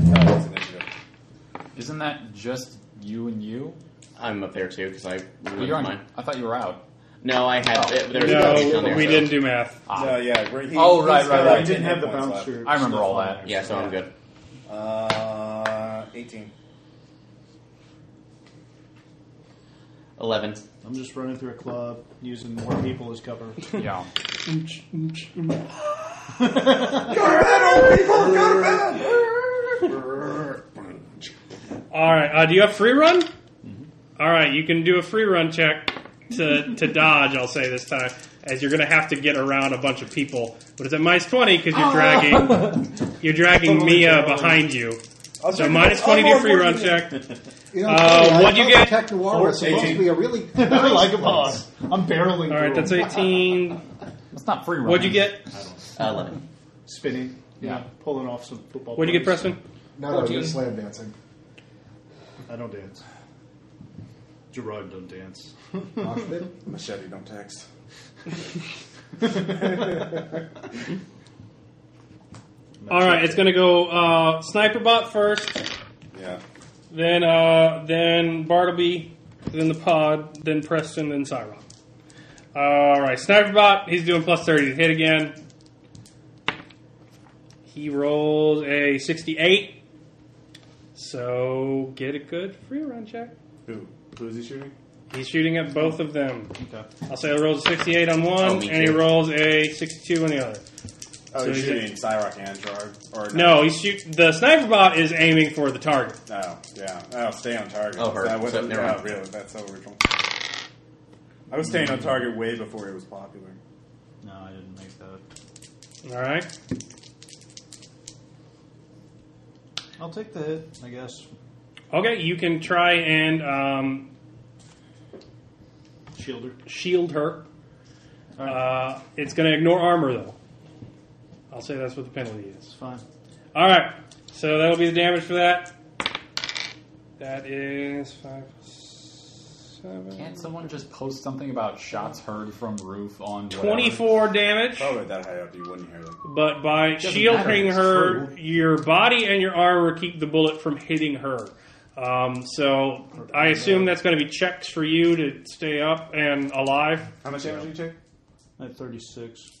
Speaker 3: No, it's initiative.
Speaker 2: Isn't that just you and you?
Speaker 6: I'm up there too because I
Speaker 2: Well,
Speaker 6: ruined
Speaker 2: you're on-
Speaker 6: mine.
Speaker 2: I thought you were out.
Speaker 6: No, I had. it- there was a page
Speaker 1: Oh. No,
Speaker 6: down there,
Speaker 1: we
Speaker 6: so-
Speaker 1: didn't do math.
Speaker 2: Ah,
Speaker 3: No, yeah. we're- he-
Speaker 2: Oh, right,
Speaker 3: he's
Speaker 2: right,
Speaker 3: got
Speaker 2: right.
Speaker 3: like
Speaker 8: didn't
Speaker 3: 10
Speaker 8: have the
Speaker 3: points left.
Speaker 8: bouncer.
Speaker 2: I remember all that.
Speaker 6: Yeah, so I'm good.
Speaker 3: Uh, 18.
Speaker 6: Eleven.
Speaker 8: I'm just running through a club using more people as cover.
Speaker 2: Yeah.
Speaker 1: All right. Uh, do you have free run? All right. You can do a free run check to, to dodge. I'll say this time, as you're going to have to get around a bunch of people. But it's at minus twenty because you're dragging you're dragging Mia behind you. So minus twenty to your free run check.
Speaker 4: You know,
Speaker 1: Uh,
Speaker 4: funny, I
Speaker 1: what'd you
Speaker 4: thought
Speaker 1: get?
Speaker 4: Tech Noir was supposed to be a really
Speaker 8: I
Speaker 4: nice
Speaker 8: like a
Speaker 4: place.
Speaker 8: boss. I'm barreling.
Speaker 1: All right.
Speaker 8: through
Speaker 1: That's
Speaker 8: 'em.
Speaker 1: eighteen.
Speaker 2: That's not free.
Speaker 1: What'd you get?
Speaker 6: Uh, Eleven.
Speaker 8: Spinning. Yeah.
Speaker 2: Yeah.
Speaker 8: Pulling off some football.
Speaker 1: What'd you get,
Speaker 8: plays.
Speaker 1: Preston?
Speaker 4: No, no, you're
Speaker 7: 14.
Speaker 4: slam dancing.
Speaker 8: I don't dance. Gerard don't dance.
Speaker 1: Hmm.
Speaker 4: Mosh pit.
Speaker 3: Machete, don't text.
Speaker 1: All right. It's going to go uh, sniper bot first,
Speaker 3: Yeah.
Speaker 1: then uh, then Bartleby, then the pod, then Preston, then Cyrock. All right, sniper bot. He's doing plus thirty to hit again. He rolls a sixty-eight. So get a good free run check.
Speaker 3: Who? Who is he shooting?
Speaker 1: He's shooting at both of them.
Speaker 8: Okay.
Speaker 1: I'll say he rolls a sixty-eight on one,
Speaker 6: Oh,
Speaker 1: and
Speaker 6: me
Speaker 1: he
Speaker 6: too.
Speaker 1: rolls a sixty-two on the other.
Speaker 3: Oh,
Speaker 1: So
Speaker 3: he's
Speaker 1: he's
Speaker 3: shooting Cyrock and Gerard. Or
Speaker 1: No, he shoots. The sniper bot is aiming for the target.
Speaker 3: Oh, yeah. Oh, stay on target.
Speaker 6: Oh, her.
Speaker 3: That was,
Speaker 6: So, never
Speaker 3: yeah,
Speaker 6: mind.
Speaker 3: really, that's so original. I was staying on target way before it was popular.
Speaker 8: No, I didn't make that.
Speaker 1: All right.
Speaker 8: I'll take the hit, I guess.
Speaker 1: Okay, you can try and um,
Speaker 8: Shielder.
Speaker 1: shield her.
Speaker 8: All right.
Speaker 1: Uh, it's going to ignore armor, though. I'll say that's what the penalty is.
Speaker 8: it's fine.
Speaker 1: All right, so that'll be the damage for that. That is five, seven,
Speaker 2: Can't someone just post something about shots heard from roof on whatever?
Speaker 1: twenty-four damage.
Speaker 3: Probably that high up, you wouldn't hear them.
Speaker 1: But by shielding her, your body and your armor keep the bullet from hitting her. Um, so I assume that's going to be checks for you to stay up and alive.
Speaker 3: How much damage did you take?
Speaker 8: I had 36.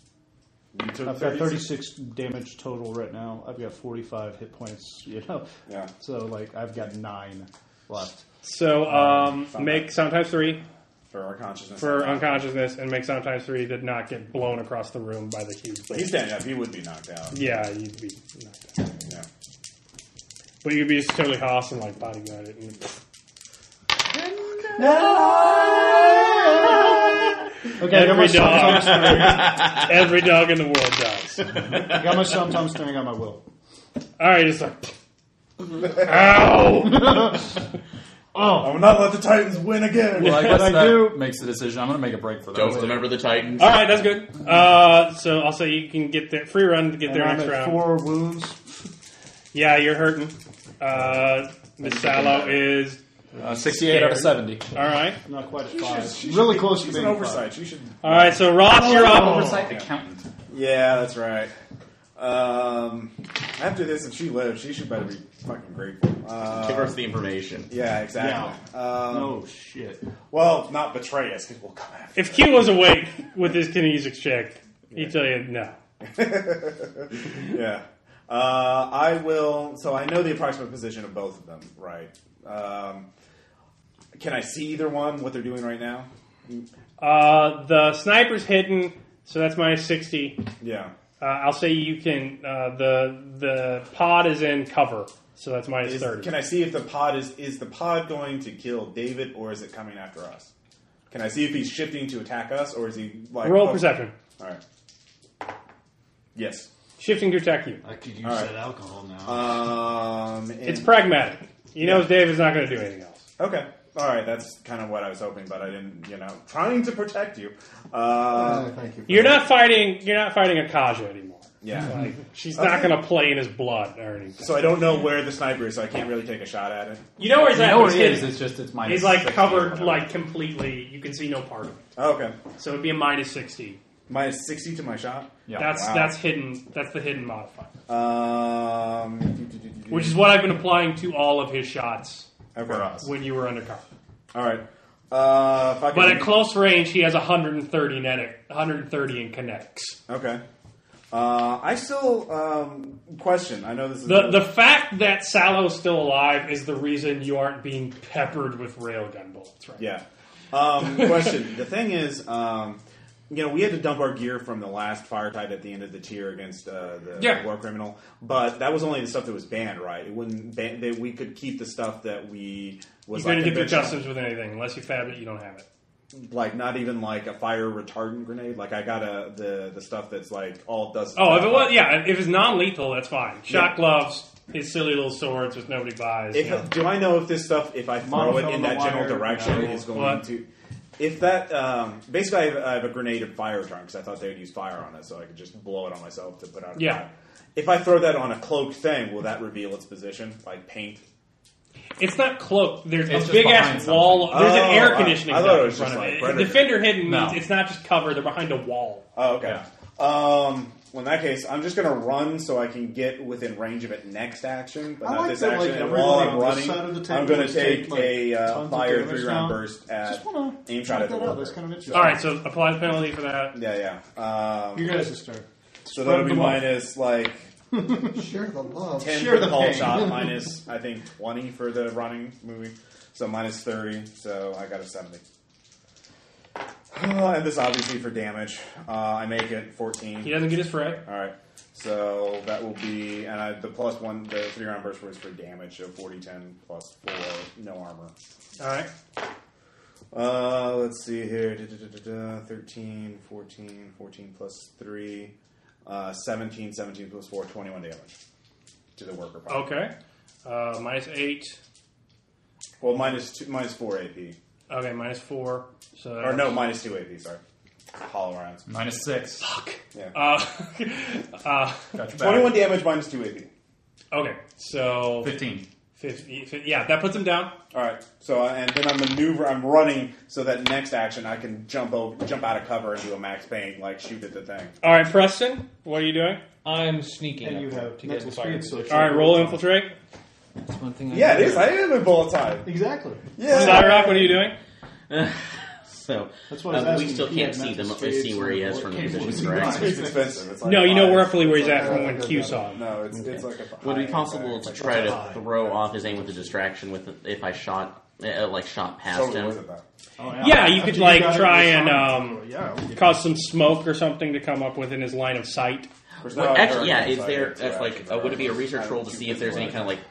Speaker 3: You took
Speaker 8: I've got 36 damage total right now. I've got 45 hit points, you know.
Speaker 3: Yeah.
Speaker 8: So, like, I've got nine left.
Speaker 1: So um,
Speaker 3: sound
Speaker 1: make sound times three.
Speaker 3: For our consciousness.
Speaker 1: for unconsciousness and make sound times three to not get blown across the room by the huge.
Speaker 3: But he's standing up, he would be knocked out.
Speaker 1: yeah, you'd be. knocked out.
Speaker 3: Yeah.
Speaker 1: But you'd be just totally hoss and like bodyguard it. And,
Speaker 8: Okay, I got my
Speaker 1: every dog,
Speaker 8: sometimes thing.
Speaker 1: every dog in the world dies.
Speaker 8: I got my sometimes thing on my will.
Speaker 1: All right, it's like. Ow!
Speaker 3: I will not let the Titans win again!
Speaker 2: Well, I guess
Speaker 8: I
Speaker 2: that
Speaker 8: do-
Speaker 2: makes the decision. I'm going to make a break for that.
Speaker 6: Don't remember the Titans.
Speaker 1: All right, that's good. Uh, so also you can get that free run to get
Speaker 8: And
Speaker 1: there
Speaker 8: I'm
Speaker 1: next
Speaker 8: at
Speaker 1: round.
Speaker 8: four wounds.
Speaker 1: Yeah, you're hurting. Uh, Miss Sallow is
Speaker 2: Uh, 68 out of 70.
Speaker 1: all right.
Speaker 8: Not quite at five. Really close to
Speaker 3: She's an
Speaker 8: being five.
Speaker 3: oversight. She should.
Speaker 1: All right, so Ross, you're up.
Speaker 8: Oh.
Speaker 2: Oversight accountant.
Speaker 3: Yeah, that's right. Um, after this, if she lives, she should better be fucking grateful. Uh,
Speaker 6: Give us the information.
Speaker 3: yeah, exactly. Um,
Speaker 8: Oh, shit.
Speaker 3: Well, not betray us because we'll come after.
Speaker 1: If Q was awake with his kinesics check, he'd tell you no.
Speaker 3: yeah. Uh, I will. So I know the approximate position of both of them, right? Um, can I see either one? What they're doing right now?
Speaker 1: Uh, the sniper's hidden, so that's minus sixty.
Speaker 3: Yeah.
Speaker 1: Uh, I'll say you can. Uh, the the pod is in cover, so that's minus
Speaker 3: Is,
Speaker 1: thirty.
Speaker 3: can I see if the pod is is the pod going to kill David or is it coming after us? Can I see if he's shifting to attack us or is he like
Speaker 1: Roll
Speaker 3: oh,
Speaker 1: perception.
Speaker 3: All right. Yes.
Speaker 1: Shifting to attack you.
Speaker 9: I could use
Speaker 3: All right.
Speaker 9: that alcohol now.
Speaker 1: Uh,
Speaker 3: Um. and-
Speaker 1: It's pragmatic. He knows David's not going to do anything else.
Speaker 3: okay. All right. That's kind of what I was hoping, but I didn't. You know, trying to protect you. Uh,
Speaker 4: Uh, thank you. for
Speaker 1: You're
Speaker 4: that.
Speaker 1: not fighting. You're not fighting a Kaja anymore.
Speaker 2: Mm-hmm.
Speaker 3: Yeah.
Speaker 1: She's not going to play in his blood or anything.
Speaker 3: So I don't know where the sniper is, so I can't really take a shot at it.
Speaker 1: You know where he's
Speaker 2: You
Speaker 1: at.
Speaker 2: know
Speaker 1: but
Speaker 2: what it
Speaker 1: it's
Speaker 2: is? It's just it's minus.
Speaker 1: He's like
Speaker 2: 60 or
Speaker 1: covered
Speaker 2: whatever.
Speaker 1: like completely. You can see no part of it.
Speaker 3: Oh, okay.
Speaker 1: So it'd be a minus sixty.
Speaker 3: Minus 60 to my shot.
Speaker 2: Yeah.
Speaker 1: that's
Speaker 3: wow.
Speaker 1: that's hidden. That's the hidden modifier,
Speaker 3: Um, do, do, do, do, do.
Speaker 1: which is what I've been applying to all of his shots
Speaker 3: okay.
Speaker 2: for us.
Speaker 1: when you were undercover.
Speaker 3: All right. Uh, if I
Speaker 1: But
Speaker 3: can-
Speaker 1: at close range, he has 130 net, 130 in connects.
Speaker 3: okay. Uh, I still um, question. I know this is
Speaker 1: The the fact that Salo's still alive is the reason you aren't being peppered with railgun bullets, right?
Speaker 3: Yeah. Um, question. the thing is, um, you know, we had to dump our gear from the last firefight at the end of the tier against uh, the
Speaker 1: Yeah.
Speaker 3: war criminal, but that was only the stuff that was banned, right? It wouldn't. Ban- they, we could keep the stuff that we was
Speaker 1: You couldn't get
Speaker 3: like,
Speaker 1: the
Speaker 3: conventional.
Speaker 1: customs with anything unless you fab it. You don't have it.
Speaker 3: Like not even like a fire retardant grenade. Like I got a the the stuff that's like all dust.
Speaker 1: Oh, if it was, yeah, if it's non-lethal, that's fine. Shot gloves, his silly little swords, which nobody buys.
Speaker 3: If,
Speaker 1: you know.
Speaker 3: Do I know if this stuff, if I throw it in
Speaker 8: Monofilament
Speaker 3: that general
Speaker 8: wire,
Speaker 3: direction,
Speaker 8: no.
Speaker 3: is going
Speaker 1: What?
Speaker 3: to? If that, um, basically, I have, I have a grenade and fire drum because I thought they would use fire on it, so I could just blow it on myself to put out. a
Speaker 1: Yeah.
Speaker 3: fire. If I throw that on a cloaked thing, will that reveal its position, like paint?
Speaker 1: It's not cloaked. There's
Speaker 2: It's
Speaker 1: a
Speaker 2: just
Speaker 1: big
Speaker 2: behind
Speaker 1: ass
Speaker 2: something.
Speaker 1: wall. There's
Speaker 3: Oh,
Speaker 1: an
Speaker 3: I-
Speaker 1: air conditioning
Speaker 3: I
Speaker 1: duct
Speaker 3: thought it
Speaker 1: in
Speaker 3: was
Speaker 1: front
Speaker 3: just
Speaker 1: of
Speaker 3: like
Speaker 1: it.
Speaker 3: right under-
Speaker 1: Defender hidden
Speaker 2: No.
Speaker 1: means it's not just cover. They're behind a wall.
Speaker 3: Oh, okay. Um, well, in that case, I'm just going to run so I can get within range of it next action, but
Speaker 8: I
Speaker 3: not
Speaker 8: like
Speaker 3: this
Speaker 8: that,
Speaker 3: action.
Speaker 8: like,
Speaker 3: and
Speaker 8: everyone
Speaker 3: while
Speaker 8: on
Speaker 3: I'm
Speaker 8: this
Speaker 3: running,
Speaker 8: side of the
Speaker 3: I'm
Speaker 8: table
Speaker 3: going to
Speaker 8: is
Speaker 3: take
Speaker 8: taking, like,
Speaker 3: a
Speaker 8: tons
Speaker 3: uh,
Speaker 8: of
Speaker 3: fire
Speaker 8: damage
Speaker 3: three round
Speaker 8: now.
Speaker 3: burst at
Speaker 8: Just wanna
Speaker 3: aim shot at
Speaker 8: check
Speaker 3: the
Speaker 8: that out.
Speaker 3: worker.
Speaker 8: That's kind of interesting.
Speaker 1: All right, so apply the penalty for that.
Speaker 3: Yeah, yeah. Um,
Speaker 8: You guys just start.
Speaker 3: So that'll be
Speaker 8: them up.
Speaker 3: minus like
Speaker 4: Share the love.
Speaker 3: ten
Speaker 8: Share
Speaker 3: for the
Speaker 8: the
Speaker 3: tall
Speaker 8: pain.
Speaker 3: shot, minus I think twenty for the running movie. So minus thirty. So I got a seventy. and this obviously for damage. Uh, I make it fourteen.
Speaker 1: He doesn't get his fray.
Speaker 3: All right. So that will be and I, the plus one, the three round burst was for damage. So 40, 10 plus four, no armor.
Speaker 1: All right.
Speaker 3: Uh, let's see here. Da, da, da, da, da, 13, 14, 14 plus 3, uh, 17, 17 plus 4, 21 damage to the worker. pilot.
Speaker 1: Okay. Uh, minus eight.
Speaker 3: Well, minus, two, minus 4 AP.
Speaker 1: Okay, minus four. So
Speaker 3: Or no, minus 2 AP, sorry. Hollow rounds.
Speaker 2: Minus six.
Speaker 3: Yeah.
Speaker 1: Uh, uh,
Speaker 2: Got your back.
Speaker 3: 21 damage minus 2 AP.
Speaker 1: okay, so
Speaker 2: Fifteen.
Speaker 1: 50, fif- yeah, that puts him down.
Speaker 3: Alright, so, uh, and then I'm maneuver, I'm running so that next action I can jump over, jump out of cover and do a max bang, like shoot at the thing.
Speaker 1: All right, Preston, what are you doing?
Speaker 7: I'm sneaking.
Speaker 8: And
Speaker 7: up
Speaker 8: you
Speaker 7: there
Speaker 8: have
Speaker 7: to get
Speaker 8: mental
Speaker 7: in fire.
Speaker 8: speed, so it's
Speaker 1: All right, roll infiltrate.
Speaker 7: That's one thing. I
Speaker 3: Yeah,
Speaker 7: do.
Speaker 3: it is, I am in bullet time.
Speaker 8: Exactly.
Speaker 3: Yeah.
Speaker 1: Cyrock, what are you doing?
Speaker 6: So
Speaker 8: That's what I was
Speaker 6: uh, we
Speaker 8: asking.
Speaker 6: still
Speaker 8: He
Speaker 6: can't
Speaker 8: had
Speaker 6: see them.
Speaker 8: mental
Speaker 6: Let's see
Speaker 8: speeds
Speaker 6: where he
Speaker 8: and
Speaker 6: is
Speaker 8: what
Speaker 6: from the
Speaker 8: cables
Speaker 6: position,
Speaker 8: he
Speaker 6: correct?
Speaker 8: uses.
Speaker 3: It's expensive. It's like
Speaker 1: No, you know
Speaker 3: five.
Speaker 1: roughly where he's at from when Q saw him.
Speaker 3: No, it's, it's like
Speaker 6: Okay.
Speaker 3: a
Speaker 6: Would it be
Speaker 3: high-
Speaker 6: possible
Speaker 3: it's
Speaker 6: to
Speaker 3: like a
Speaker 6: try to
Speaker 3: high-
Speaker 6: throw off his aim with a distraction with if I shot uh, like shot past
Speaker 3: Totally worth
Speaker 6: him?
Speaker 3: it, though.
Speaker 8: Oh,
Speaker 1: Yeah, you could,
Speaker 8: After
Speaker 1: like,
Speaker 8: got it,
Speaker 1: try
Speaker 8: it was
Speaker 1: and,
Speaker 8: fine.
Speaker 1: um,
Speaker 8: yeah, okay.
Speaker 1: Cause some smoke or something to come up within his line of sight.
Speaker 3: There's
Speaker 6: Well,
Speaker 3: no
Speaker 6: actually,
Speaker 3: other
Speaker 6: yeah. Is
Speaker 3: side
Speaker 6: there
Speaker 3: to
Speaker 6: that's
Speaker 3: action,
Speaker 6: like uh, would it be a research roll to
Speaker 3: Two
Speaker 6: see if there's any
Speaker 3: people
Speaker 6: kind of like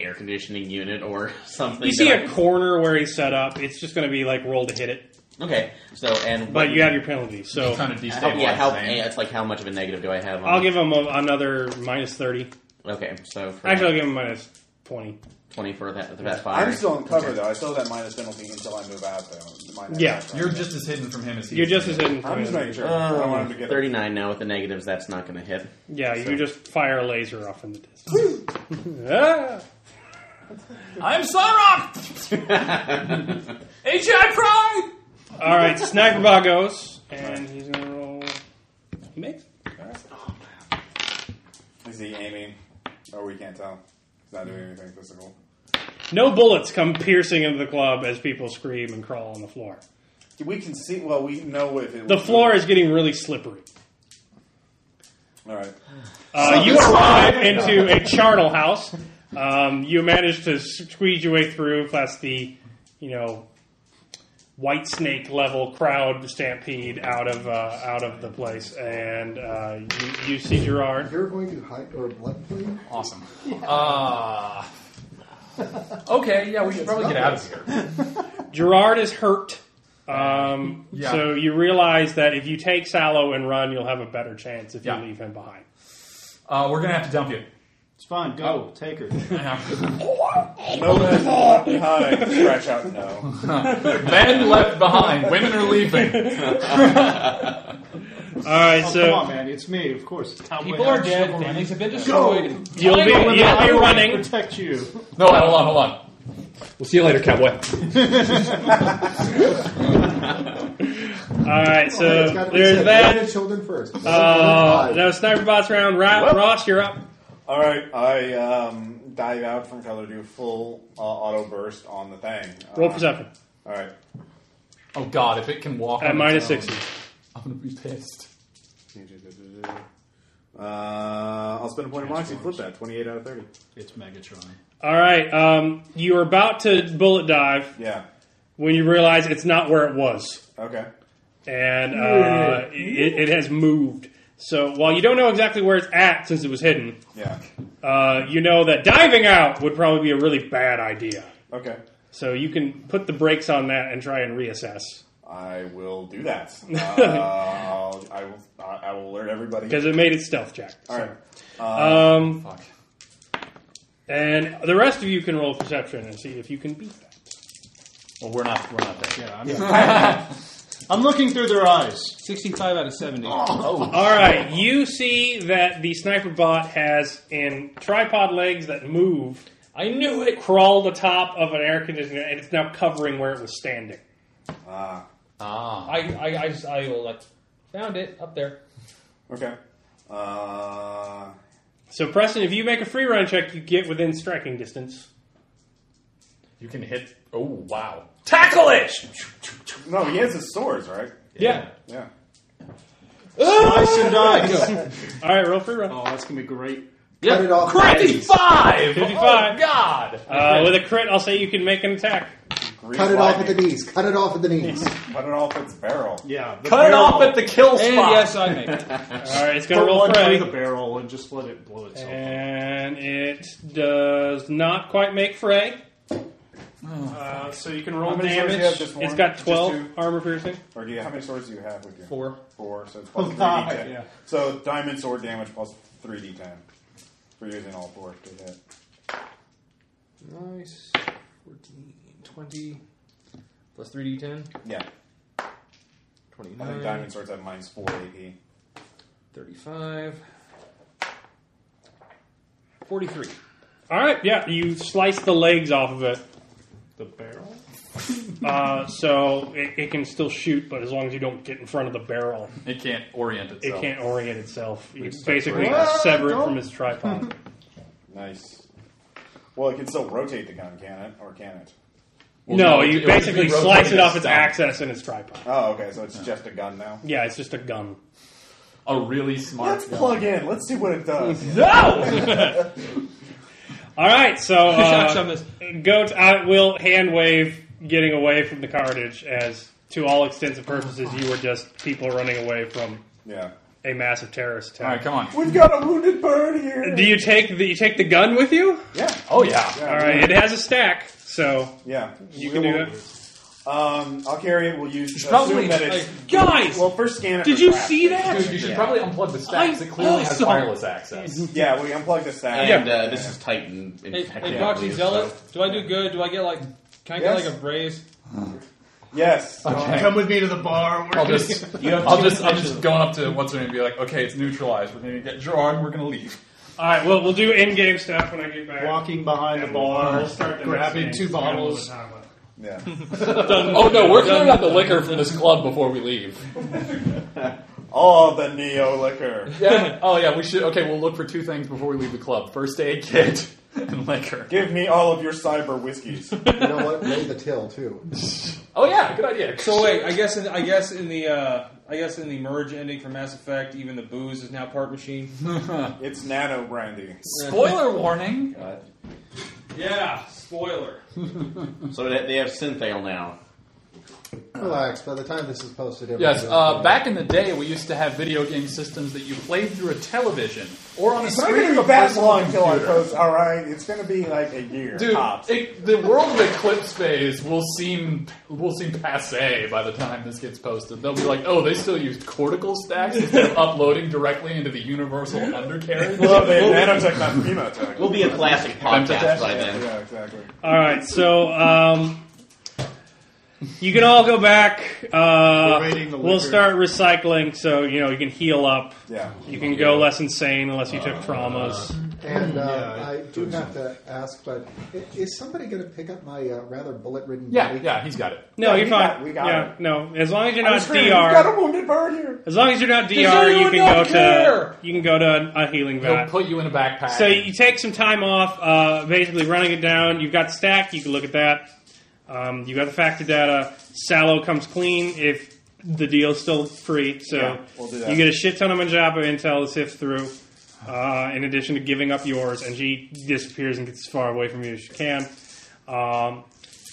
Speaker 6: air conditioning unit or something?
Speaker 1: You see
Speaker 6: that
Speaker 1: a
Speaker 6: I-
Speaker 1: corner where he's set up. It's just going to be like roll to hit it,
Speaker 6: okay. So and
Speaker 1: but
Speaker 6: what-
Speaker 1: you have your penalty. So
Speaker 2: Kind of
Speaker 6: how,
Speaker 2: destabilizing.
Speaker 6: yeah, how yeah, it's like how much of a negative do I have? On
Speaker 1: I'll give him a, another minus thirty.
Speaker 6: Okay, so for
Speaker 1: Actually, I'll give him minus twenty.
Speaker 6: twenty for that. The best fire.
Speaker 3: I'm still in cover though. I still have that minus penalty until I move out though. Minus
Speaker 1: Yeah.
Speaker 2: You're just as hidden from him as he.
Speaker 1: You're
Speaker 2: is
Speaker 1: just
Speaker 2: from
Speaker 1: as
Speaker 2: you.
Speaker 1: hidden. from
Speaker 3: I'm just
Speaker 1: him.
Speaker 3: making sure. I
Speaker 6: Um,
Speaker 3: don't want him to get it.
Speaker 6: Thirty-nine now with the negatives. That's not going to hit.
Speaker 1: Yeah, you just fire a laser off in the distance. Ah.
Speaker 2: I'm Cyrock. HI Pride.
Speaker 1: All right, sniper bot goes, and he's gonna roll. He makes. it.
Speaker 3: Is he aiming? Oh, we can't tell. He's not doing anything physical.
Speaker 1: No bullets come piercing into the club as people scream and crawl on the floor.
Speaker 3: We can see. Well, we know if it.
Speaker 1: The floor is getting really slippery.
Speaker 3: All right.
Speaker 1: Uh, you arrive into a charnel house. Um, you manage to squeeze your way through past the, you know, white snake level crowd stampede out of uh, out of the place, and uh, you, you see Gerard.
Speaker 4: You're going to hide or blood plane?
Speaker 2: Awesome. Ah. okay. Yeah, we should probably get out of here.
Speaker 1: Gerard is hurt. Um,
Speaker 2: Yeah.
Speaker 1: So you realize that if you take Sallow and run, you'll have a better chance if
Speaker 2: Yeah.
Speaker 1: you leave him behind.
Speaker 2: Uh, we're gonna have to dump you.
Speaker 8: It's fine. Go take her.
Speaker 3: No, that's not behind. Scratch out. No.
Speaker 2: Men left behind. Women are leaving.
Speaker 1: right,
Speaker 8: oh,
Speaker 1: so-
Speaker 8: come on, man, it's me. Of course, it's Cowboy
Speaker 7: People are
Speaker 8: Hat
Speaker 7: dead.
Speaker 8: Chivalry.
Speaker 7: Families have been destroyed.
Speaker 1: You'll be, you'll
Speaker 8: Women,
Speaker 1: be
Speaker 8: I will
Speaker 1: running.
Speaker 8: Protect you.
Speaker 2: No, hold on, hold on. We'll see you later, cowboy.
Speaker 1: All right,
Speaker 4: Oh, It's
Speaker 1: so
Speaker 4: gotta be
Speaker 1: there's
Speaker 4: said,
Speaker 1: that.
Speaker 4: women and children first.
Speaker 1: Uh, that was sniper bots round. Ra- Ross, you're up.
Speaker 3: All right, I um, dive out from cover to do a full uh, auto burst on the thing.
Speaker 1: Roll
Speaker 3: Uh,
Speaker 1: perception
Speaker 3: All right,
Speaker 2: Oh God, if it can walk
Speaker 1: at
Speaker 2: on
Speaker 1: minus
Speaker 2: its own,
Speaker 1: sixty.
Speaker 2: I'm gonna be pissed.
Speaker 3: uh, I'll spend a point of moxie. Flip that. Twenty-eight out of thirty.
Speaker 8: It's Megatron.
Speaker 1: All right, um, you're about to bullet dive
Speaker 3: Yeah.
Speaker 1: when you realize it's not where it was.
Speaker 3: Okay.
Speaker 1: and uh, it, it has moved. So while you don't know exactly where it's at since it was hidden,
Speaker 3: Yeah.
Speaker 1: uh, you know that diving out would probably be a really bad idea.
Speaker 3: Okay.
Speaker 1: So you can put the brakes on that and try and reassess
Speaker 3: I will do that. Uh, I'll, I will. I I will alert everybody.
Speaker 1: because it made its stealth check.
Speaker 3: All right.
Speaker 1: Um,
Speaker 2: Fuck.
Speaker 1: and the rest of you can roll perception and see if you can beat that.
Speaker 6: Well, we're not. We're not there.
Speaker 8: Yeah, I'm, I'm looking through their eyes.
Speaker 7: 65 out of 70.
Speaker 1: All right, you see that the sniper bot has in tripod legs that move. I knew it. Crawled atop of an air conditioner, and it's now covering where it was standing.
Speaker 3: Uh,
Speaker 2: Ah,
Speaker 7: I, I, I, just, I will, like, found it up there.
Speaker 3: okay. Uh,
Speaker 1: So, Preston, if you make a free run check, you get within striking distance.
Speaker 2: you can hit. Oh wow.
Speaker 7: Tackle it!
Speaker 3: no, he has his swords, right?
Speaker 7: Yeah.
Speaker 3: Yeah.
Speaker 8: Slice and dice.
Speaker 1: All right, roll free run.
Speaker 8: Oh, that's gonna be great.
Speaker 4: Cut it off.
Speaker 2: Fifty-five.
Speaker 1: 55.
Speaker 2: Oh, God.
Speaker 1: Uh, with a crit, I'll say you can make an attack.
Speaker 3: Green
Speaker 4: Cut it off at the
Speaker 3: lightning.
Speaker 4: knees. Cut it off at the knees.
Speaker 3: Cut it off its barrel.
Speaker 8: Yeah, the
Speaker 2: Cut it
Speaker 8: barrel-
Speaker 2: off at the kill spot.
Speaker 7: And yes, I make it.
Speaker 1: All right, it's going to
Speaker 8: Put
Speaker 1: roll
Speaker 8: one through the
Speaker 1: fray,
Speaker 8: barrel and just let it blow itself. up.
Speaker 1: and it does not quite make fray. Uh, so you can roll
Speaker 3: Oh, How many swords do you
Speaker 1: damage.
Speaker 3: have? Just one?
Speaker 1: It's got
Speaker 3: Just
Speaker 1: 12
Speaker 3: two?
Speaker 1: armor piercing.
Speaker 3: Or do you, how many swords do you have with you?
Speaker 7: Four.
Speaker 3: Four. So it's plus three
Speaker 8: God,
Speaker 3: d10.
Speaker 8: yeah.
Speaker 3: So diamond sword damage plus three d10 for using all four to hit.
Speaker 7: Nice. 14, 20. Plus 3d10.
Speaker 3: Yeah. I think
Speaker 7: 29.
Speaker 3: diamond swords have minus four AP.
Speaker 7: 35. 43.
Speaker 1: All right, yeah, you slice the legs off of it.
Speaker 8: The barrel.
Speaker 1: Uh, so it, it can still shoot, but as long as you don't get in front of the barrel,
Speaker 2: It can't orient
Speaker 1: it
Speaker 2: itself.
Speaker 1: can't orient itself. You
Speaker 2: Respect
Speaker 1: basically
Speaker 2: for-
Speaker 1: sever it from its tripod.
Speaker 3: Nice. Well, it can still rotate the gun, can it? Or can it?
Speaker 2: Well,
Speaker 1: no,
Speaker 2: no,
Speaker 1: you
Speaker 2: it would
Speaker 1: basically
Speaker 2: be rotating
Speaker 1: slice it off its
Speaker 2: itself.
Speaker 1: axis and its tripod.
Speaker 3: Oh, okay. So it's just a gun now.
Speaker 1: Yeah, it's just a gun.
Speaker 2: A really smart.
Speaker 3: Let's
Speaker 2: guy.
Speaker 3: plug in. Let's see what it does.
Speaker 1: All right, so
Speaker 7: Shots on
Speaker 1: uh,
Speaker 7: this.
Speaker 1: goat. I will hand wave getting away from the carnage, as to all extensive purposes, you were just people running away from
Speaker 3: Yeah.
Speaker 1: a massive terrorist
Speaker 2: All right,
Speaker 1: attack.
Speaker 2: come on.
Speaker 3: We've got a wounded bird here.
Speaker 1: Do you take the you take the gun with you?
Speaker 3: Yeah.
Speaker 2: Oh yeah.
Speaker 3: Yeah.
Speaker 1: All right, it has a stack, so
Speaker 3: Yeah.
Speaker 1: you can do that.
Speaker 3: Um, I'll carry it. We'll use. Uh,
Speaker 2: probably-
Speaker 3: assume that it's,
Speaker 7: Like, guys!
Speaker 3: well, first scan it.
Speaker 1: Did
Speaker 3: for
Speaker 1: you
Speaker 3: traps.
Speaker 1: see that?
Speaker 2: Dude, you should probably unplug the stack 'cause it clearly has
Speaker 7: also-
Speaker 2: wireless access.
Speaker 3: Yeah, we unplugged the stack.
Speaker 6: And uh, this is Titan.
Speaker 7: Hey,
Speaker 6: infected,
Speaker 7: hey
Speaker 6: I
Speaker 7: Proxy
Speaker 6: believe,
Speaker 7: Zealot,
Speaker 6: so-
Speaker 7: do I do good? Do I get like. Can I
Speaker 3: Yes.
Speaker 7: get like a raise?
Speaker 3: Yes.
Speaker 9: Come with me to the bar.
Speaker 2: I'll just, I'll just, I'm just going up to what's her name and be like, okay, it's neutralized. We're gonna get your arm. We're gonna leave.
Speaker 1: All right, well, we'll do in game stuff when I get back.
Speaker 8: Walking behind the
Speaker 1: We'll-
Speaker 8: bar,
Speaker 1: we'll start the
Speaker 8: grabbing
Speaker 1: next
Speaker 8: two
Speaker 1: game. We got a little
Speaker 8: bottles.
Speaker 1: time left.
Speaker 3: Yeah.
Speaker 2: Oh no, we're clearing out the liquor from this club before we leave.
Speaker 3: All the neo liquor.
Speaker 2: Yeah. Oh yeah, we should. Okay, we'll look for two things before we leave the club: first aid kit and liquor.
Speaker 3: Give me all of your cyber whiskeys.
Speaker 4: You know what? Lay the till too.
Speaker 2: Oh yeah, good idea.
Speaker 7: So wait, I guess in, I guess in the uh, I guess in the merge ending for Mass Effect, even the booze is now part machine.
Speaker 3: It's nano brandy.
Speaker 2: Spoiler warning.
Speaker 7: yeah, spoiler.
Speaker 6: So they they have Synthale now.
Speaker 4: Relax. By the time this is posted, it'll
Speaker 2: Yes,
Speaker 4: be-
Speaker 2: uh, back in the day, we used to have video game systems that you played through a television or on a
Speaker 3: It's not
Speaker 2: screen
Speaker 3: going
Speaker 2: of
Speaker 3: to
Speaker 2: a
Speaker 3: be that
Speaker 2: personal
Speaker 3: long until I
Speaker 2: computer.
Speaker 3: post. All right, it's going to be like a year
Speaker 2: Dude,
Speaker 3: tops.
Speaker 2: it, the world of Eclipse phase will seem will seem passe by the time this gets posted. They'll be like, "Oh, they still used cortical stacks instead of uploading directly into the universal undercarriage."
Speaker 3: Well, they nanotech, not femotech.
Speaker 6: We'll be a classic podcast by then.
Speaker 3: Yeah, exactly.
Speaker 1: All right, so um, you can all go back. Uh,
Speaker 9: We're raiding the
Speaker 1: we'll
Speaker 9: liquor.
Speaker 1: start recycling, so you know you can heal up.
Speaker 3: Yeah.
Speaker 1: You can go less insane unless you took traumas.
Speaker 4: And uh,
Speaker 9: Yeah, I-
Speaker 4: I do have to ask, but i- is somebody going to pick up my uh, rather bullet-ridden
Speaker 2: Yeah,
Speaker 4: body?
Speaker 2: yeah, he's got it.
Speaker 1: No,
Speaker 3: Yeah,
Speaker 1: you're
Speaker 3: we
Speaker 1: fine.
Speaker 3: got- we got
Speaker 1: yeah,
Speaker 3: it.
Speaker 1: no. As long as you're not
Speaker 3: We've got
Speaker 1: dr,
Speaker 3: a wounded bird here.
Speaker 1: as long as you're not dr,
Speaker 7: anyone
Speaker 1: you can
Speaker 7: not
Speaker 1: go
Speaker 7: care?
Speaker 1: to you can go to a healing
Speaker 2: He'll
Speaker 1: vat.
Speaker 2: put you in a backpack.
Speaker 1: So you take some time off, uh, basically running it down. You've got stack. You can look at that. Um, you got the factor data. Sallow comes clean if the deal's still free. So
Speaker 3: Yeah, we'll do that.
Speaker 1: you get a shit ton of Manjapa intel to sift through. Uh, in addition to giving up yours, and she disappears and gets as far away from you as she can. Um,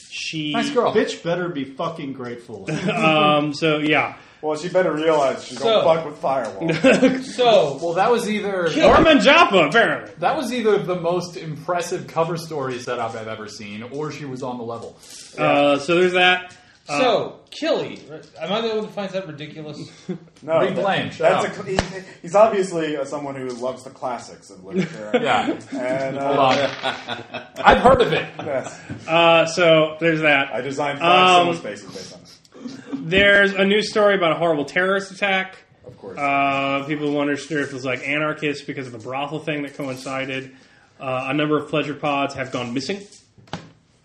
Speaker 1: she
Speaker 2: nice girl.
Speaker 8: Bitch better be fucking grateful.
Speaker 1: Um, so yeah,
Speaker 3: Well, she better realize she's
Speaker 7: So-
Speaker 3: gonna fuck with firewall.
Speaker 7: So,
Speaker 2: Well, that was either
Speaker 1: or Manjapa apparently.
Speaker 2: that was either the most impressive cover story setup I've ever seen, or she was on the level.
Speaker 1: Uh, so there's that. Uh,
Speaker 7: so Killy, am I the only one who finds that ridiculous?
Speaker 3: No,
Speaker 2: Read
Speaker 3: that-
Speaker 2: Blanche,
Speaker 3: That's
Speaker 2: yeah.
Speaker 3: a, cl- he's, he's obviously uh, someone who loves the classics of literature.
Speaker 2: Yeah.
Speaker 3: and uh,
Speaker 2: Hold on, I've heard of it.
Speaker 3: yes,
Speaker 1: Uh, so there's that.
Speaker 3: I designed five
Speaker 1: Um,
Speaker 3: civil spaces based on this.
Speaker 1: There's a news story about a horrible terrorist attack.
Speaker 3: Of course.
Speaker 1: Uh, people wonder if it was like anarchists because of the brothel thing that coincided. Uh, a number of pleasure pods have gone missing.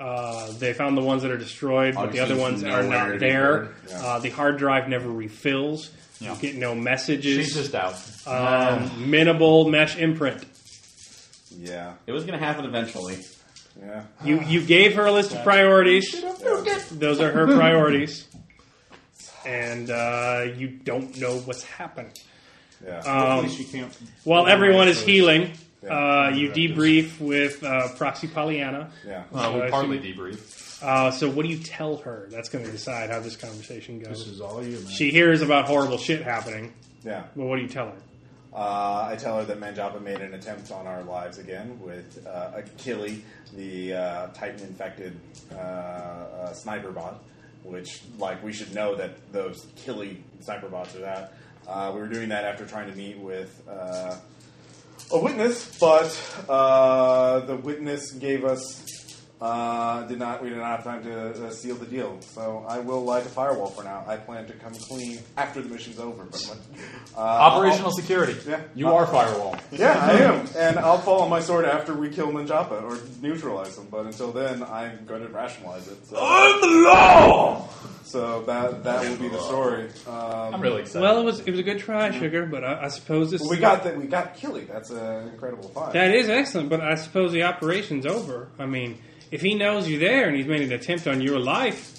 Speaker 1: Uh, they found the ones that are destroyed, but the
Speaker 6: Obviously,
Speaker 1: other ones are
Speaker 6: nowhere to
Speaker 1: not
Speaker 6: be
Speaker 1: there.
Speaker 6: heard.
Speaker 1: Uh, the hard drive never refills. You get no
Speaker 2: She's
Speaker 1: messages.
Speaker 2: just out.
Speaker 1: um, minimal mesh imprint.
Speaker 3: yeah,
Speaker 6: It was going to happen eventually.
Speaker 3: yeah.
Speaker 1: You you gave her a list of priorities. Those are her priorities, and uh, you don't know what's happened.
Speaker 3: Yeah.
Speaker 1: Um,
Speaker 8: Hopefully she can't.
Speaker 1: while everyone is healing,
Speaker 3: Yeah.
Speaker 1: uh, you debrief with uh, Proxy Pollyanna.
Speaker 3: yeah.
Speaker 2: Uh,
Speaker 1: I
Speaker 2: we
Speaker 1: see.
Speaker 2: partly debrief.
Speaker 1: Uh, so, what do you tell her? That's going to decide how this conversation
Speaker 8: This
Speaker 1: goes.
Speaker 8: is all you, man.
Speaker 1: She hears about horrible shit happening.
Speaker 3: yeah.
Speaker 1: Well, what do you tell her?
Speaker 3: Uh, I tell her that Manjapa made an attempt on our lives again with uh, Achille, the uh, Titan infected uh, uh, sniper bot, which, like, we should know that those Achille sniper bots are that. Uh, we were doing that after trying to meet with uh, a witness, but uh, the witness gave us. Uh, did not we did not have time to uh, seal the deal, so I will lie to firewall for now. I plan to come clean after the mission's over. But uh,
Speaker 2: Operational security.
Speaker 3: Yeah.
Speaker 2: You are firewall.
Speaker 3: yeah, I am, and I'll fall on my sword after we kill Ninjapa or neutralize him. But until then, I'm going to rationalize it. So. I'm the law. So that that will be the story. Um,
Speaker 2: I'm really excited.
Speaker 1: Well, it was it was a good try, sugar, but I, I suppose this
Speaker 3: we got that. We got Killy. That's an incredible find.
Speaker 1: that is excellent. But I suppose the operation's over. I mean, if he knows you're there and he's made an attempt on your life,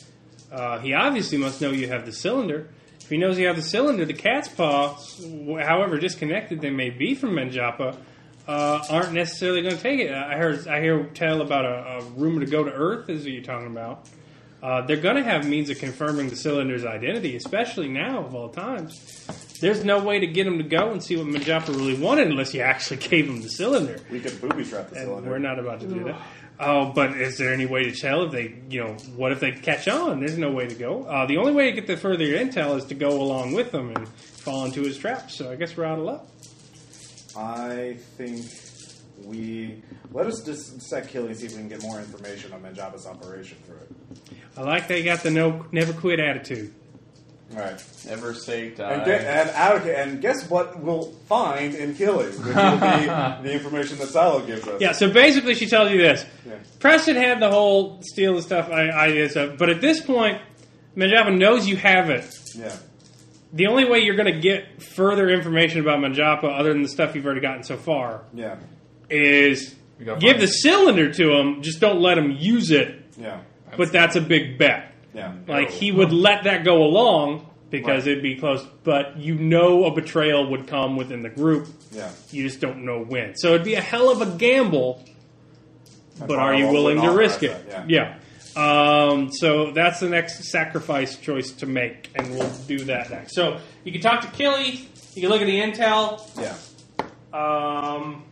Speaker 1: uh, he obviously must know you have the cylinder. If he knows you have the cylinder, the cat's paws, wh- however disconnected they may be from Menjapa, uh, aren't necessarily going to take it. I heard I hear tell about a, a rumor to go to Earth. Is what you're talking about? Uh, they're going to have means of confirming the cylinder's identity, especially now of all times. There's no way to get him to go and see what Menjapa really wanted unless you actually gave him the cylinder
Speaker 3: we could booby trap the
Speaker 1: and
Speaker 3: cylinder.
Speaker 1: we're not about to do that. Oh, but is there any way to tell if they, you know, what if they catch on? There's no way to go. Uh, the only way to get the further intel is to go along with them and fall into his trap. So I guess we're out of luck.
Speaker 3: I think we let us dissect Killy and see if we can get more information on Manjapa's operation through it.
Speaker 1: I like they got the no never quit attitude.
Speaker 3: All right.
Speaker 6: Never say die.
Speaker 3: And, get, Uh, and out of and guess what we'll find in Killy, which will be the information that Silo gives us.
Speaker 1: Yeah. So basically, she tells you this.
Speaker 3: Yeah.
Speaker 1: Preston had the whole steal and stuff i- idea stuff, but at this point, Manjapa knows you have it.
Speaker 3: Yeah.
Speaker 1: The only way you're going to get further information about Manjapa, other than the stuff you've already gotten so far,
Speaker 3: Yeah.
Speaker 1: is
Speaker 2: We gotta
Speaker 1: give
Speaker 2: find
Speaker 1: the
Speaker 2: it.
Speaker 1: cylinder to him, just don't let him use it.
Speaker 3: Yeah.
Speaker 1: But that's a big bet.
Speaker 3: Yeah.
Speaker 1: Like
Speaker 2: Oh.
Speaker 1: he would let that go along because it'd be close, but you know a betrayal would come within the group.
Speaker 3: Yeah.
Speaker 1: You just don't know when. So it'd be a hell of a gamble, but are you
Speaker 3: Firewall
Speaker 1: willing
Speaker 3: would
Speaker 1: to
Speaker 3: authorize
Speaker 1: risk it?
Speaker 3: that, Yeah.
Speaker 1: Um, so that's the next sacrifice choice to make, and we'll do that next. So you can talk to Killy, you can look at the intel,
Speaker 3: Yeah.
Speaker 1: um,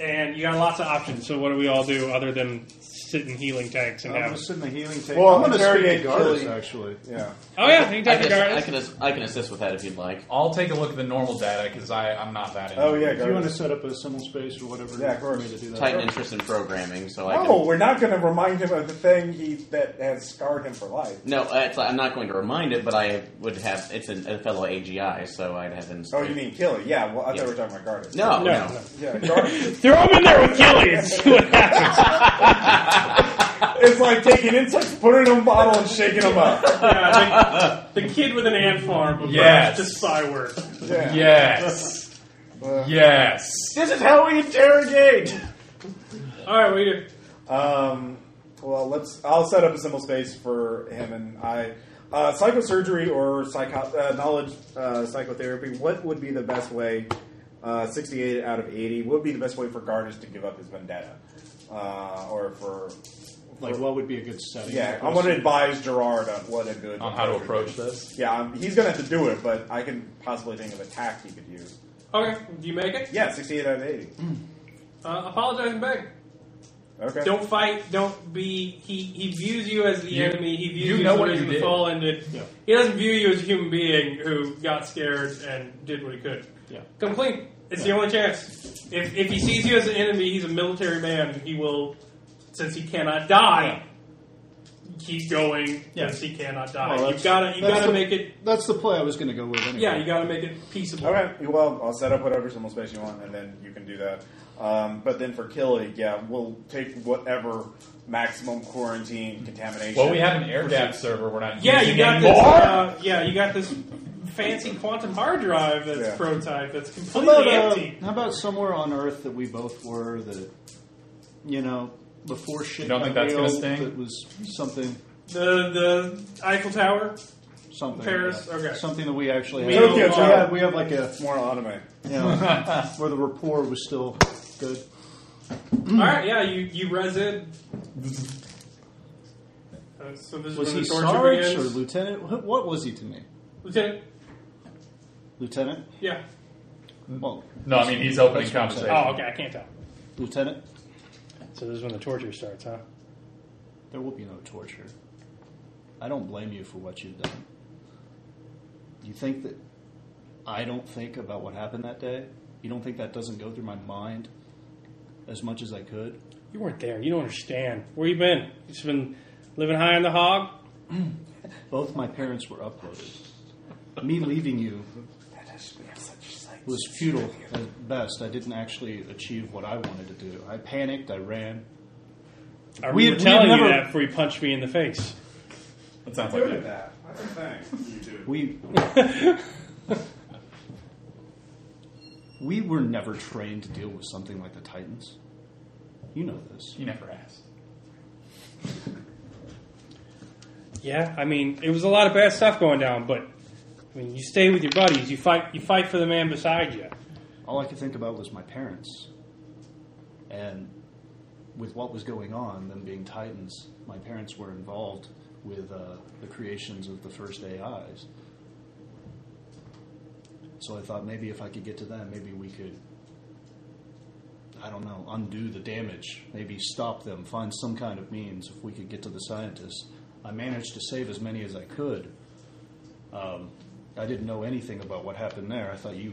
Speaker 1: and you got lots of options. So what do we all do other than just sit in healing tanks and
Speaker 8: I'm
Speaker 1: have.
Speaker 8: just in the healing tank.
Speaker 3: Well,
Speaker 8: I'm going to speak
Speaker 3: interrogate
Speaker 8: to Gardas,
Speaker 3: Killy.
Speaker 8: actually.
Speaker 3: Yeah.
Speaker 1: Oh yeah, you can
Speaker 6: I
Speaker 1: take the
Speaker 6: can, I,
Speaker 1: guards.
Speaker 6: can, ass- I can assist with that if you'd like.
Speaker 2: I'll take a look at the normal data because I'm not that.
Speaker 3: Oh yeah.
Speaker 8: If you want to
Speaker 3: Gardas.
Speaker 8: set up a symbol space or whatever,
Speaker 3: Yeah, of
Speaker 8: for
Speaker 3: course.
Speaker 8: me to do that.
Speaker 6: Titan interest in programming, so I
Speaker 3: No,
Speaker 6: can.
Speaker 3: we're not going to remind him of the thing he that has scarred him for life.
Speaker 6: No, uh, it's, I'm not going to remind it, but I would have. It's an, a fellow AGI, so I'd have him.
Speaker 3: Oh, you mean Killy? Yeah. Well, I
Speaker 6: Yeah.
Speaker 3: thought we were talking about Gardas.
Speaker 6: No, no.
Speaker 1: No,
Speaker 3: Yeah, Gardas.
Speaker 1: Throw him in there with Gilly and see what happens.
Speaker 3: it's like taking insects, putting them in a bottle, and shaking them up.
Speaker 1: yeah, the, the kid with an ant farm. but
Speaker 2: Yes.
Speaker 1: just spy work.
Speaker 3: Yeah.
Speaker 2: Yes. yes.
Speaker 3: This is how we interrogate.
Speaker 1: All right, we do.
Speaker 3: Um, well, let's. I'll set up a symbol space for him and I. Uh, psychosurgery or psycho uh, knowledge uh, psychotherapy. What would be the best way? Uh, Sixty-eight out of eighty. What would be the best way for Gardas to give up his vendetta, uh, or for?
Speaker 8: Like, what would be a good setting?
Speaker 3: Yeah, I want to advise Gerard on what a good
Speaker 2: On how to
Speaker 3: approach would
Speaker 2: approach
Speaker 3: be.
Speaker 2: this.
Speaker 3: Yeah, um, he's gonna have to do it, but I can possibly think of a tack he could use.
Speaker 1: Okay, do you make it?
Speaker 3: Yeah, sixty-eight out of eighty.
Speaker 1: Uh, apologize and beg.
Speaker 3: Okay.
Speaker 1: Don't fight. Don't be. He, he views you as the
Speaker 2: You-
Speaker 1: enemy. He views
Speaker 2: you
Speaker 1: you,
Speaker 2: know
Speaker 1: as the
Speaker 2: what
Speaker 1: reason
Speaker 2: you
Speaker 1: the
Speaker 2: did.
Speaker 1: fall ended.
Speaker 8: Yeah.
Speaker 1: He doesn't view you as a human being who got scared and did what he could.
Speaker 8: Yeah.
Speaker 1: Come clean. It's the only chance. If, if he sees you as an enemy, he's a military man. He will, since he cannot die, keep going.
Speaker 8: Yeah.
Speaker 1: Since he cannot die,
Speaker 8: Well,
Speaker 1: you've
Speaker 8: that's-
Speaker 1: got to you
Speaker 8: that's
Speaker 1: got to
Speaker 8: the-
Speaker 1: make it.
Speaker 8: That's the play I was going to go with. Anyway.
Speaker 1: Yeah, you got to make it peaceable.
Speaker 3: Okay, well, I'll set up whatever symbol space you want, and then you can do that. Um, but then for Killy, yeah, we'll take whatever maximum quarantine contamination.
Speaker 2: Well, we have an air gap server. We're not
Speaker 1: Yeah,
Speaker 2: using
Speaker 1: you got this.
Speaker 2: anymore.
Speaker 1: Uh, yeah, you got this fancy quantum hard drive that's
Speaker 3: Yeah.
Speaker 1: prototype that's
Speaker 8: How
Speaker 1: completely
Speaker 8: about, uh,
Speaker 1: empty.
Speaker 8: how about somewhere on Earth that we both were that, you know, before shit
Speaker 2: You don't
Speaker 8: got
Speaker 2: think that's
Speaker 8: real,
Speaker 2: gonna sting?
Speaker 8: that was something,
Speaker 1: The the Eiffel Tower.
Speaker 8: something.
Speaker 1: Paris?
Speaker 8: yeah.
Speaker 1: Okay.
Speaker 8: Something that we actually
Speaker 1: We
Speaker 8: had.
Speaker 1: don't- Tokyo,
Speaker 8: we,
Speaker 1: Japan.
Speaker 8: had, we have like a,
Speaker 3: It's more automate.
Speaker 8: you know, where the rapport was still good.
Speaker 1: All right, yeah, you you res it. Uh, so this
Speaker 8: Was
Speaker 1: is when
Speaker 8: he
Speaker 1: the torture
Speaker 8: Sarge or
Speaker 1: begins.
Speaker 8: Lieutenant? Wh- What was he to me?
Speaker 1: Lieutenant?
Speaker 8: Lieutenant?
Speaker 1: Yeah.
Speaker 8: Well,
Speaker 2: No, I mean he's opening
Speaker 8: That's what I'm saying.
Speaker 2: conversation.
Speaker 1: Oh, okay, I can't tell.
Speaker 8: Lieutenant?
Speaker 1: So this is when the torture starts, huh?
Speaker 8: There will be no torture. I don't blame you for what you've done. You think that I don't think about what happened that day? You don't think that doesn't go through my mind as much as I could?
Speaker 1: You weren't there. You don't understand. Where you been? You just been living high on the hog.
Speaker 8: Both my parents were uploaded. Me leaving you was futile at best. I didn't actually achieve what I wanted to do. I panicked, I ran.
Speaker 1: I
Speaker 8: We-
Speaker 1: remember
Speaker 8: we
Speaker 1: telling
Speaker 8: never-
Speaker 1: you that before you punched me in the face.
Speaker 2: That sounds like
Speaker 3: Look
Speaker 2: it.
Speaker 3: at that. That's a thing. You do.
Speaker 8: We We were never trained to deal with something like the Titans. You know this.
Speaker 2: You never asked.
Speaker 1: Yeah, I mean, it was a lot of bad stuff going down, but I mean, you stay with your buddies. You fight. You fight for the man beside you.
Speaker 8: All I could think about was my parents. And with what was going on, them being Titans, my parents were involved with uh, the creations of the first AIs. So I thought maybe if I could get to them, maybe we could, I don't know, undo the damage, maybe stop them, find some kind of means if we could get to the scientists. I managed to save as many as I could. Um, I didn't know anything about what happened there. I thought you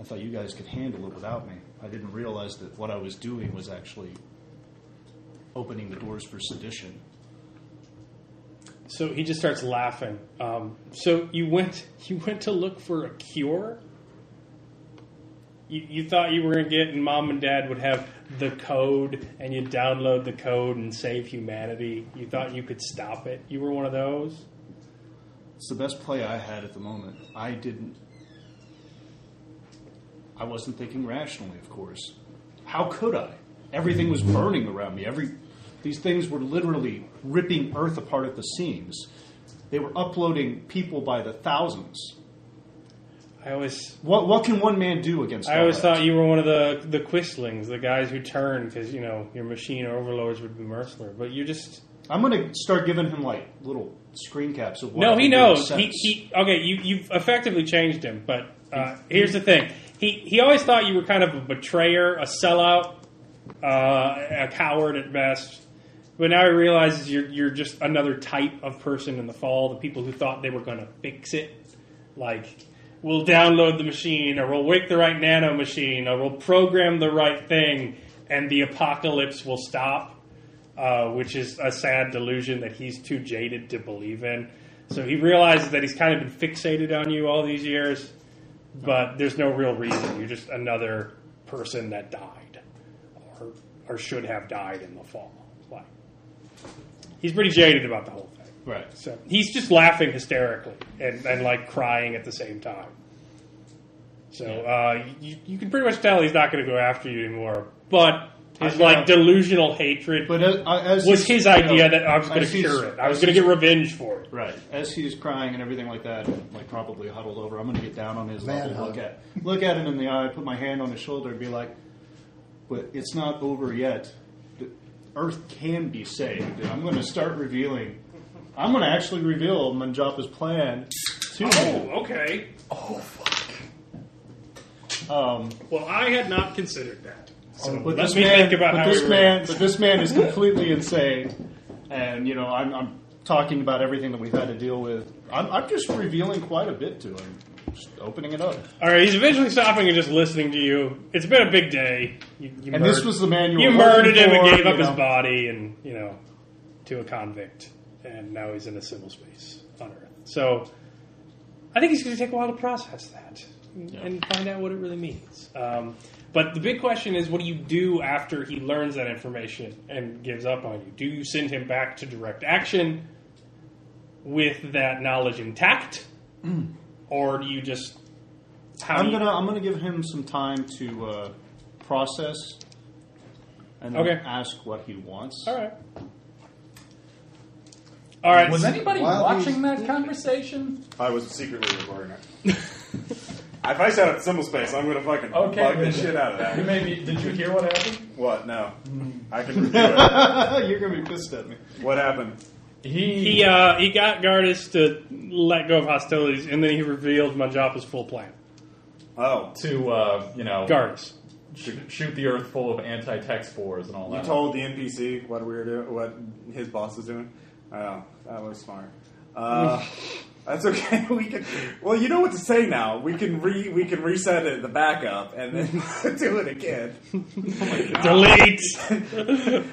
Speaker 8: I thought you guys could handle it without me. I didn't realize that what I was doing was actually opening the doors for sedition.
Speaker 1: So he just starts laughing. Um, so you went. You went to look for a cure. You, you thought you were going to get, and mom and dad would have the code, and you download the code and save humanity. You thought you could stop it. You were one of those.
Speaker 8: It's the best play I had at the moment. I didn't. I wasn't thinking rationally, of course. How could I? Everything was burning around me. Every these things were literally ripping Earth apart at the seams. They were uploading people by the thousands.
Speaker 1: I always
Speaker 8: What what can one man do against?
Speaker 1: I
Speaker 8: all
Speaker 1: always
Speaker 8: that?
Speaker 1: thought you were one of the the Quistlings, the guys who turn because you know your machine overlords would be mercenary. But you're just
Speaker 8: I'm gonna start giving him like little screen caps of what.
Speaker 1: no.
Speaker 8: I
Speaker 1: He
Speaker 8: can do in a
Speaker 1: knows. He,
Speaker 8: sentence.
Speaker 1: he okay. You you've effectively changed him. But uh, here's the thing. He he always thought you were kind of a betrayer, a sellout, uh, a coward at best. But now he realizes you're you're just another type of person in the fall. The people who thought they were going to fix it, like we'll download the machine, or we'll wake the right nano machine, or we'll program the right thing, and the apocalypse will stop. Uh, which is a sad delusion that he's too jaded to believe in. So he realizes that he's kind of been fixated on you all these years, but there's no real reason. You're just another person that died, or or should have died in the fall. Like he's pretty jaded about the whole thing.
Speaker 6: Right.
Speaker 1: So he's just laughing hysterically and, and like crying at the same time. So uh, you, you can pretty much tell he's not going to go after you anymore. But his
Speaker 8: I-
Speaker 1: like delusional hatred
Speaker 8: But as, uh, as
Speaker 1: was
Speaker 8: he's-
Speaker 1: his idea
Speaker 8: you know,
Speaker 1: that I was going to
Speaker 8: as he's-
Speaker 1: cure it. I was going to get revenge for it.
Speaker 8: Right. As he's crying and everything like that, and, like probably huddled over, I'm going to get down on his
Speaker 4: Man
Speaker 8: level,
Speaker 4: hug.
Speaker 8: look at, look at him in the eye, put my hand on his shoulder, and be like, but it's not over yet. The Earth can be saved. And I'm going to start revealing. I'm going to actually reveal Manjapa's plan to him.
Speaker 1: Oh, okay.
Speaker 8: Um,
Speaker 1: Well, I had not considered that. So
Speaker 8: but
Speaker 1: let
Speaker 8: this
Speaker 1: me
Speaker 8: man,
Speaker 1: think about
Speaker 8: but
Speaker 1: how
Speaker 8: this
Speaker 1: we
Speaker 8: man, but this man is completely insane, and you know I'm, I'm talking about everything that we've had to deal with. I'm, I'm just revealing quite a bit to him, just opening it up.
Speaker 1: All right, he's eventually stopping and just listening to you. It's been a big day. You, you
Speaker 8: And
Speaker 1: murdered,
Speaker 8: this was the man you,
Speaker 1: you
Speaker 8: were
Speaker 1: murdered him
Speaker 8: looking
Speaker 1: and
Speaker 8: for,
Speaker 1: gave up
Speaker 8: you
Speaker 1: his
Speaker 8: know.
Speaker 1: body, and you know, to a convict, and now he's in a civil space on Earth. So, I think he's going to take a while to process that and- and find out what it really means. Um, but the big question is, what do you do after he learns that information and gives up on you? Do you send him back to direct action with that knowledge intact, or do you just? How do
Speaker 8: I'm
Speaker 1: you-
Speaker 8: gonna I'm gonna give him some time to uh, process and then
Speaker 1: Okay.
Speaker 8: ask what he wants.
Speaker 1: All right. All right.
Speaker 2: Was anybody
Speaker 4: While
Speaker 2: watching
Speaker 4: he's-
Speaker 2: that conversation?
Speaker 3: I was secretly recording it. if I set up symbol space, I'm gonna fucking
Speaker 2: Okay,
Speaker 3: bug the
Speaker 2: then-
Speaker 3: shit out of
Speaker 2: You Hmm.
Speaker 3: that.
Speaker 2: maybe did you hear what happened?
Speaker 3: What? No, I can review it.
Speaker 8: You're gonna be pissed at me.
Speaker 3: What happened?
Speaker 2: He,
Speaker 1: he uh, he got Gardas to let go of hostilities, and then he revealed Manjapa's full plan.
Speaker 3: Oh,
Speaker 2: to uh, you know
Speaker 1: Gardas.
Speaker 2: sh- shoot the earth full of anti-tech spores and all
Speaker 3: you
Speaker 2: that.
Speaker 3: told the NPC what we were doing, what his boss was doing. Oh, that was smart. Uh, that's okay. We can. Well, you know what to say now. We can re we can reset it, the backup, and then do it again.
Speaker 1: Delete.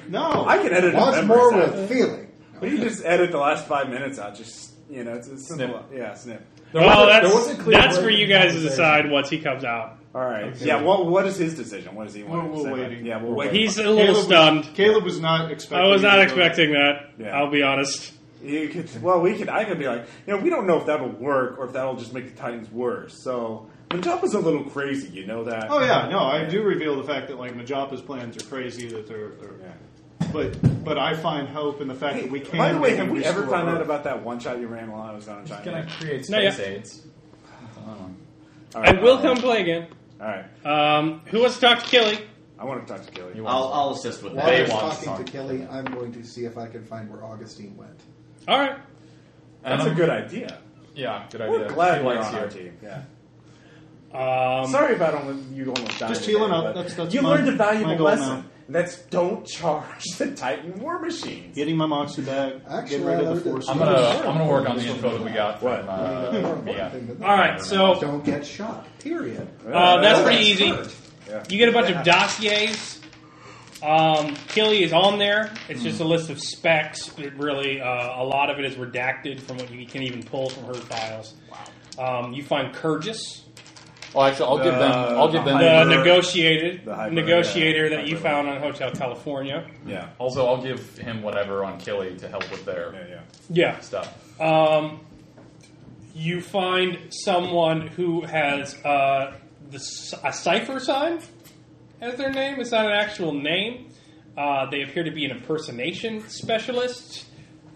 Speaker 8: No,
Speaker 3: I can edit.
Speaker 4: Wants
Speaker 3: November's
Speaker 4: more
Speaker 3: out.
Speaker 4: with feeling.
Speaker 3: We can just edit the last five minutes out. Just you know, it's a simple.
Speaker 2: Snip.
Speaker 3: Yeah, snip.
Speaker 2: There
Speaker 1: well,
Speaker 2: wasn't-
Speaker 1: that's
Speaker 2: there wasn't clear
Speaker 1: that's
Speaker 2: word
Speaker 1: for
Speaker 2: in
Speaker 1: you
Speaker 2: the
Speaker 1: guys to
Speaker 2: conversation.
Speaker 1: decide once he comes out.
Speaker 3: All right. Yeah. What What is his decision? What does he want?
Speaker 8: We're-
Speaker 3: to
Speaker 8: we're
Speaker 3: say?
Speaker 8: waiting.
Speaker 3: Yeah, we're
Speaker 8: We're
Speaker 3: waiting.
Speaker 1: He's a little
Speaker 8: was-
Speaker 1: stunned.
Speaker 8: Caleb was not expecting.
Speaker 1: I was not
Speaker 8: it.
Speaker 1: expecting that.
Speaker 3: Yeah.
Speaker 1: I'll be honest.
Speaker 3: You could, well, we could. I could be like, you know, we don't know if that'll work or if that'll just make the Titans worse. So Majapa's a little crazy. You know that?
Speaker 8: Oh yeah, no, I do reveal the fact that like Majapa's plans are crazy. That they're, they're
Speaker 3: Yeah.
Speaker 8: but but I find hope in the fact
Speaker 3: Hey,
Speaker 8: that we can.
Speaker 3: by the way,
Speaker 8: maybe
Speaker 3: have we ever
Speaker 8: restore
Speaker 3: found out
Speaker 8: Earth.
Speaker 3: about that one shot you ran while I was down in
Speaker 2: He's
Speaker 3: China?
Speaker 2: gonna create
Speaker 1: No, yeah.
Speaker 2: space aids.
Speaker 3: All
Speaker 1: I
Speaker 3: right,
Speaker 1: will
Speaker 3: uh,
Speaker 1: come play again.
Speaker 3: All right.
Speaker 1: Um, who wants to talk to Killy?
Speaker 3: I want to talk to Gilly.
Speaker 2: You want-
Speaker 6: I'll, I'll assist with
Speaker 4: While
Speaker 6: that.
Speaker 4: I
Speaker 6: They
Speaker 4: was
Speaker 6: want to
Speaker 4: talking
Speaker 6: talk.
Speaker 4: to Kelly, I'm going to see if I can find where Augustine went.
Speaker 1: All right.
Speaker 3: That's
Speaker 2: Um,
Speaker 3: a good idea.
Speaker 2: Yeah, good idea.
Speaker 3: We're glad
Speaker 2: he
Speaker 3: you're
Speaker 2: likes
Speaker 3: on our
Speaker 2: you.
Speaker 3: team. Yeah.
Speaker 1: Um,
Speaker 3: Sorry about only, you almost died.
Speaker 8: Just
Speaker 3: today,
Speaker 8: healing up.
Speaker 3: but
Speaker 8: That's- that's
Speaker 3: you
Speaker 8: my-
Speaker 3: learned a
Speaker 8: my
Speaker 3: valuable
Speaker 8: goal
Speaker 3: lesson.
Speaker 8: now.
Speaker 3: That's don't charge the Titan war machines.
Speaker 8: Getting my moxie back,
Speaker 4: Actually,
Speaker 8: getting rid
Speaker 4: I
Speaker 8: of
Speaker 4: learned
Speaker 8: the force.
Speaker 4: it.
Speaker 2: I'm gonna I'm gonna work on the info that we got from uh, yeah.
Speaker 1: all right. So
Speaker 4: Don't get shot. Period.
Speaker 1: Uh, that's pretty easy.
Speaker 3: Yeah.
Speaker 1: You get a bunch of dossiers. Um, Killy is on there. It's
Speaker 3: Hmm.
Speaker 1: just a list of specs. But really, uh, a lot of it is redacted from what you can even pull from her files. Wow. Um, you find Curgis,
Speaker 2: Oh, actually, I'll give them I'll give them
Speaker 1: the
Speaker 3: Hyper-
Speaker 1: uh, negotiated
Speaker 3: the hyper-
Speaker 1: negotiator
Speaker 3: yeah,
Speaker 1: that you
Speaker 3: hyper-
Speaker 1: found on Hotel California.
Speaker 3: Yeah.
Speaker 2: also I'll give him whatever on Killy to help with their
Speaker 3: Yeah, yeah.
Speaker 1: Yeah.
Speaker 2: stuff.
Speaker 1: Um, you find someone who has uh, the, c- a cipher sign as their name. It's not an actual name. Uh, they appear to be an impersonation specialist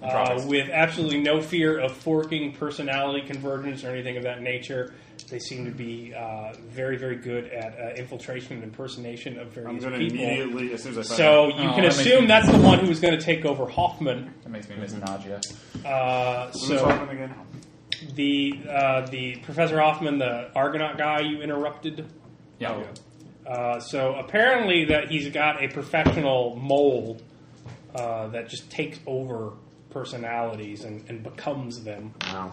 Speaker 1: uh,
Speaker 2: Anthropist.
Speaker 1: with absolutely no fear of forking, personality convergence, or anything of that nature. They seem to be uh, very, very good at uh, infiltration and impersonation of
Speaker 3: I'm
Speaker 1: various
Speaker 3: going to
Speaker 1: people.
Speaker 3: immediately, as soon as I find
Speaker 1: so
Speaker 3: out-
Speaker 1: you
Speaker 2: Oh, that
Speaker 1: can
Speaker 2: makes
Speaker 1: assume
Speaker 2: me-
Speaker 1: that's the one who is going to take over Hoffman.
Speaker 2: That makes me miss Nadia.
Speaker 1: Uh,
Speaker 3: Who's so,
Speaker 1: so
Speaker 3: talking again?
Speaker 2: Oh.
Speaker 1: the uh, the Professor Hoffman, the Argonaut guy you interrupted,
Speaker 2: Yeah.
Speaker 1: Uh, so apparently that he's got a professional mold uh, that just takes over personalities and, and becomes them.
Speaker 6: Wow.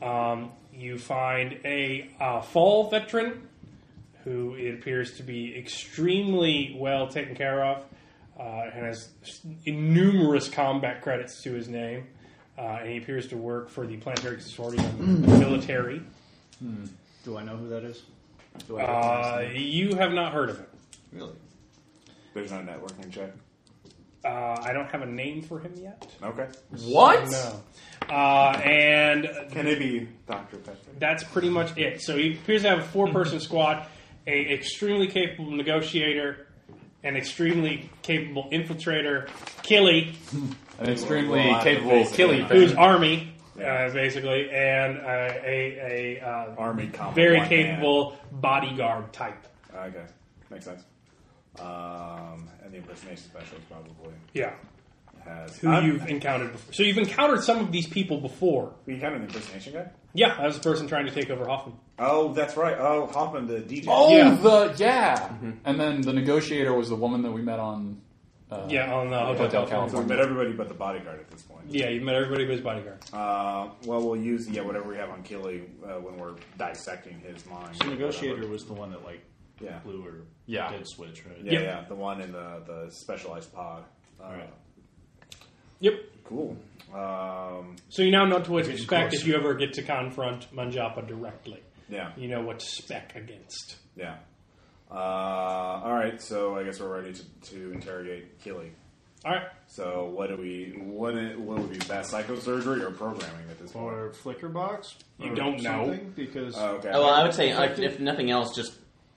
Speaker 1: Um, you find a uh, fall veteran who it appears to be extremely well taken care of uh, and has numerous combat credits to his name. Uh, and he appears to work for the Planetary Consortium military.
Speaker 8: Do I know who that is? Do I recognize
Speaker 1: Uh,
Speaker 8: the name?
Speaker 1: you have not heard of him.
Speaker 8: really?
Speaker 3: There's no networking check.
Speaker 1: Uh, I don't have a name for him yet.
Speaker 3: Okay.
Speaker 2: What?
Speaker 1: No. Uh, and
Speaker 3: Can it be Dr. Pepper?
Speaker 1: that's pretty much it. So he appears to have a four-person squad, a extremely capable negotiator, an extremely capable infiltrator, Killy,
Speaker 2: An extremely
Speaker 3: Well, I have to
Speaker 2: capable
Speaker 3: face it,
Speaker 2: killie
Speaker 3: don't I?
Speaker 1: who's army, uh, basically, and uh, a, a uh,
Speaker 3: Army combat.
Speaker 1: very
Speaker 3: one
Speaker 1: capable bodyguard type.
Speaker 3: man. Okay. Makes sense. Um, and the impersonation specialist probably
Speaker 1: Yeah,
Speaker 3: has.
Speaker 1: who
Speaker 3: I'm-
Speaker 1: you've encountered before. So you've encountered some of these people before.
Speaker 3: We kind of an impersonation guy?
Speaker 1: Yeah, that was the person trying to take over Hoffman.
Speaker 3: Oh, that's right. Oh, Hoffman, the DJ.
Speaker 2: Oh,
Speaker 1: Yeah.
Speaker 2: the yeah. And then the negotiator was the woman that we met on. Uh,
Speaker 1: Yeah, on the Hotel,
Speaker 2: Hotel
Speaker 1: California.
Speaker 3: So we met everybody but the bodyguard at this point.
Speaker 1: Yeah, you've met everybody but his bodyguard.
Speaker 3: Uh, well, we'll use yeah whatever we have on Killy uh, when we're dissecting his mind.
Speaker 8: The negotiator
Speaker 3: Whatever.
Speaker 8: was the one that like
Speaker 3: Yeah.
Speaker 8: blew or
Speaker 2: Yeah.
Speaker 8: did switch, right?
Speaker 3: Yeah,
Speaker 1: Yep.
Speaker 3: yeah, the one in the the specialized pod. Uh,
Speaker 8: Right.
Speaker 1: Yep.
Speaker 3: Cool. Um,
Speaker 1: So you now know to what to
Speaker 8: Getting
Speaker 1: expect if
Speaker 8: closer.
Speaker 1: you ever get to confront Manjapa directly.
Speaker 3: yeah,
Speaker 1: You know what to spec against.
Speaker 3: yeah. Uh, all right, so I guess we're ready to, to interrogate Killy.
Speaker 1: All right.
Speaker 3: So what do we what i- what would be best psychosurgery or programming at this point?
Speaker 5: Or flicker box?
Speaker 1: You
Speaker 5: Or
Speaker 1: don't know.
Speaker 5: something? Because
Speaker 3: Oh, okay.
Speaker 6: Uh, well, I would say uh, if nothing else, just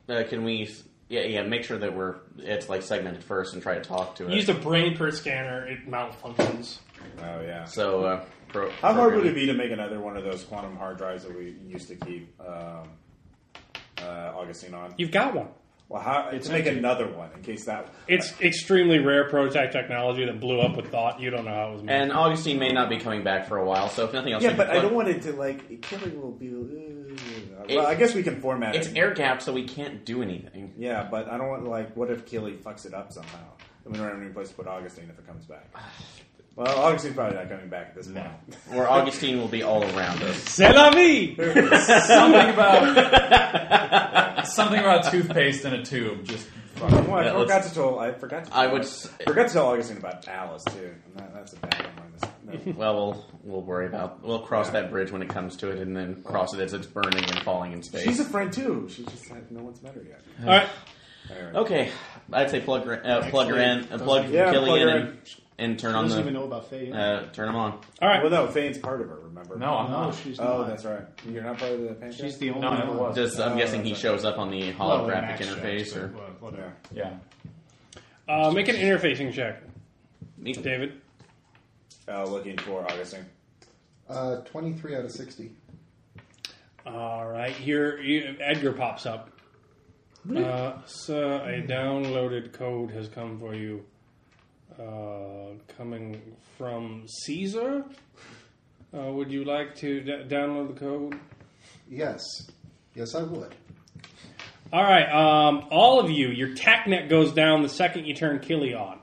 Speaker 6: uh, can we? Yeah, yeah. Make sure that we're it's like segmented first and try to talk to it.
Speaker 1: Use the brain per scanner. It malfunctions.
Speaker 3: oh yeah.
Speaker 6: so, uh, pro-
Speaker 3: How hard would it be to make another one of those quantum hard drives that we used to keep um, uh, Augustine on?
Speaker 1: You've got one.
Speaker 3: Well, how,
Speaker 8: It's
Speaker 3: to make
Speaker 8: empty.
Speaker 3: another one in case that
Speaker 1: It's extremely rare prototype technology that blew up with thought. You don't know how it was made.
Speaker 6: And Augustine may not be coming back for a while, so if nothing else,
Speaker 3: Yeah,
Speaker 6: we
Speaker 3: but
Speaker 6: can
Speaker 3: I
Speaker 6: put-
Speaker 3: don't want it to like killing will be. uh, well, I guess we can format
Speaker 6: It's
Speaker 3: it.
Speaker 6: air gapped, so we can't do anything.
Speaker 3: yeah, but I don't want like what if Keely fucks it up somehow? Then we don't have any place to put Augustine if it comes back. Well, Augustine's probably not coming back at this point.
Speaker 6: Or Augustine will be all around us.
Speaker 1: C'est la vie!
Speaker 2: Something about something about toothpaste in a tube. Just
Speaker 3: Well, I
Speaker 6: Yeah,
Speaker 3: forgot
Speaker 6: let's-
Speaker 3: to tell. I forgot. To
Speaker 6: I
Speaker 3: tell-
Speaker 6: would s-
Speaker 3: forgot to tell Augustine about Alice too. And that, that's a bad one. No.
Speaker 6: Well, we'll we'll worry about we'll cross that bridge when it comes to it, and then cross it as it's burning and falling in space.
Speaker 3: She's a friend too. She just said no one's met her yet.
Speaker 1: All right.
Speaker 3: Anyway.
Speaker 6: okay, I'd say plug her- uh, plug her in, uh, plug
Speaker 3: Yeah, plug
Speaker 6: Killian,
Speaker 3: her
Speaker 6: and,
Speaker 3: in.
Speaker 6: and turn
Speaker 5: she
Speaker 6: on
Speaker 5: doesn't even
Speaker 6: the
Speaker 5: know about Faye.
Speaker 6: uh, turn him on.
Speaker 1: All right.
Speaker 3: Well, no, Fane's part of her. Remember?
Speaker 2: no, I'm
Speaker 5: no,
Speaker 2: not.
Speaker 5: she's
Speaker 3: Oh,
Speaker 5: not.
Speaker 3: that's right. You're not part of the Panther.
Speaker 5: She's the only
Speaker 2: No, I never
Speaker 5: one.
Speaker 2: was.
Speaker 6: Does I'm
Speaker 3: Oh,
Speaker 6: guessing he
Speaker 3: that's
Speaker 6: shows up on the
Speaker 5: Well, in
Speaker 6: holographic
Speaker 5: Max
Speaker 6: interface,
Speaker 5: Jack's,
Speaker 6: or
Speaker 5: but
Speaker 3: Yeah.
Speaker 5: whatever.
Speaker 2: Yeah.
Speaker 1: Uh, make an interfacing check,
Speaker 6: Me too.
Speaker 1: David.
Speaker 3: Uh, looking for Augustine.
Speaker 4: Uh, 23 out of 60.
Speaker 1: All right. Your you, Edgar pops up. Uh, sir, a downloaded code has come for you. Uh, coming from Caesar. Uh, would you like to d- download the code?
Speaker 4: Yes. Yes, I would.
Speaker 1: All right, um, all of you, your TACnet goes down the second you turn Killy on.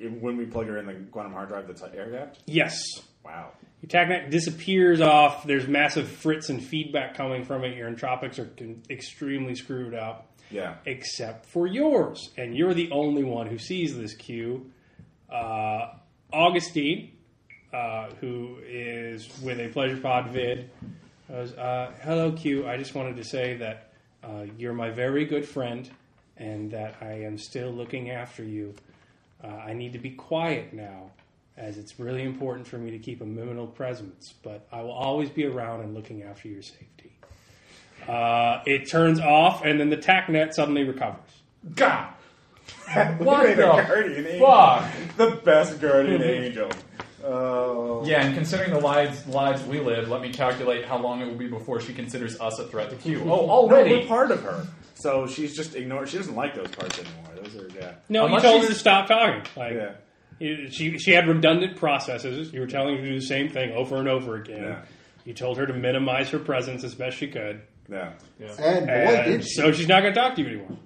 Speaker 3: When we plug her in the quantum hard drive that's air gapped?
Speaker 1: Yes.
Speaker 3: Wow.
Speaker 1: Your TACnet disappears off. There's massive fritz and feedback coming from it. Your entropics are con- extremely screwed up.
Speaker 3: Yeah.
Speaker 1: except for yours. And you're the only one who sees this cue. Uh, Augustine, uh, who is with a Pleasure Pod vid, goes, uh, Hello, Q. I just wanted to say that uh, you're my very good friend and that I am still looking after you. Uh, I need to be quiet now. As it's really important for me to keep a minimal presence, but I will always be around and looking after your safety. Uh, it turns off, and then the TACnet suddenly recovers.
Speaker 2: God. What the
Speaker 3: guardian angel.
Speaker 2: fuck?
Speaker 3: The best guardian angel. Oh.
Speaker 2: Yeah, and considering the lives lives we live, let me calculate how long it will be before she considers us a threat to Q. Oh,
Speaker 3: No,
Speaker 2: already.
Speaker 3: we're part of her. So she's just ignored. She doesn't like those parts anymore. Those are, yeah.
Speaker 1: No,
Speaker 2: Unless
Speaker 1: you told her
Speaker 2: she's-
Speaker 1: to stop talking. Like
Speaker 3: Yeah.
Speaker 1: you- she she had redundant processes. You were telling her to do the same thing over and over again.
Speaker 3: Yeah.
Speaker 1: You told her to minimize her presence as best she could.
Speaker 3: Yeah.
Speaker 4: And boy,
Speaker 1: And
Speaker 4: did she.
Speaker 1: so she's not going to talk to you anymore.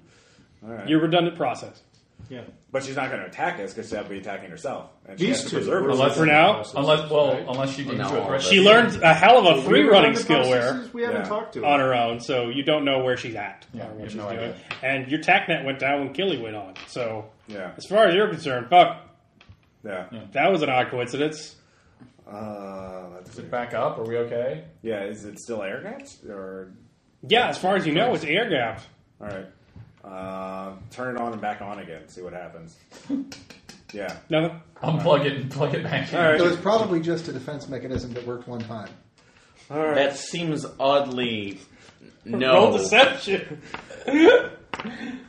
Speaker 3: All right.
Speaker 1: Your redundant process.
Speaker 8: Yeah.
Speaker 3: but she's not going to attack us because she'll be attacking herself. And she
Speaker 8: These
Speaker 3: has to
Speaker 8: two
Speaker 3: preserve
Speaker 8: were
Speaker 3: herself.
Speaker 1: For now,
Speaker 2: Unless, well, unless she can
Speaker 6: Well,
Speaker 2: do
Speaker 6: no,
Speaker 2: it. Right?
Speaker 1: she learned a hell of a free running
Speaker 8: Processes
Speaker 1: skill where
Speaker 8: We haven't
Speaker 3: Yeah.
Speaker 8: talked to.
Speaker 1: on her own, so you don't know where she's at
Speaker 2: Yeah,
Speaker 1: or
Speaker 2: you
Speaker 1: what
Speaker 2: have
Speaker 1: she's
Speaker 2: no
Speaker 1: doing.
Speaker 2: idea.
Speaker 1: And your TACnet went down when Killy went on. So
Speaker 3: Yeah.
Speaker 1: as far as you're concerned, fuck,
Speaker 3: Yeah. Yeah.
Speaker 1: that was an odd coincidence.
Speaker 3: Uh, that's
Speaker 2: Is it back up? Are we okay?
Speaker 3: yeah. Is it still air gaps or?
Speaker 1: Yeah, as far as you know, it's air gapped.
Speaker 3: All right. Uh, turn it on and back on again. See what happens. Yeah.
Speaker 1: Nothing.
Speaker 2: Unplug it and plug it back in.
Speaker 3: All right.
Speaker 4: It was probably just a defense mechanism that worked one time.
Speaker 3: All right.
Speaker 6: That seems oddly.
Speaker 1: Roll
Speaker 6: No.
Speaker 1: deception.
Speaker 6: Can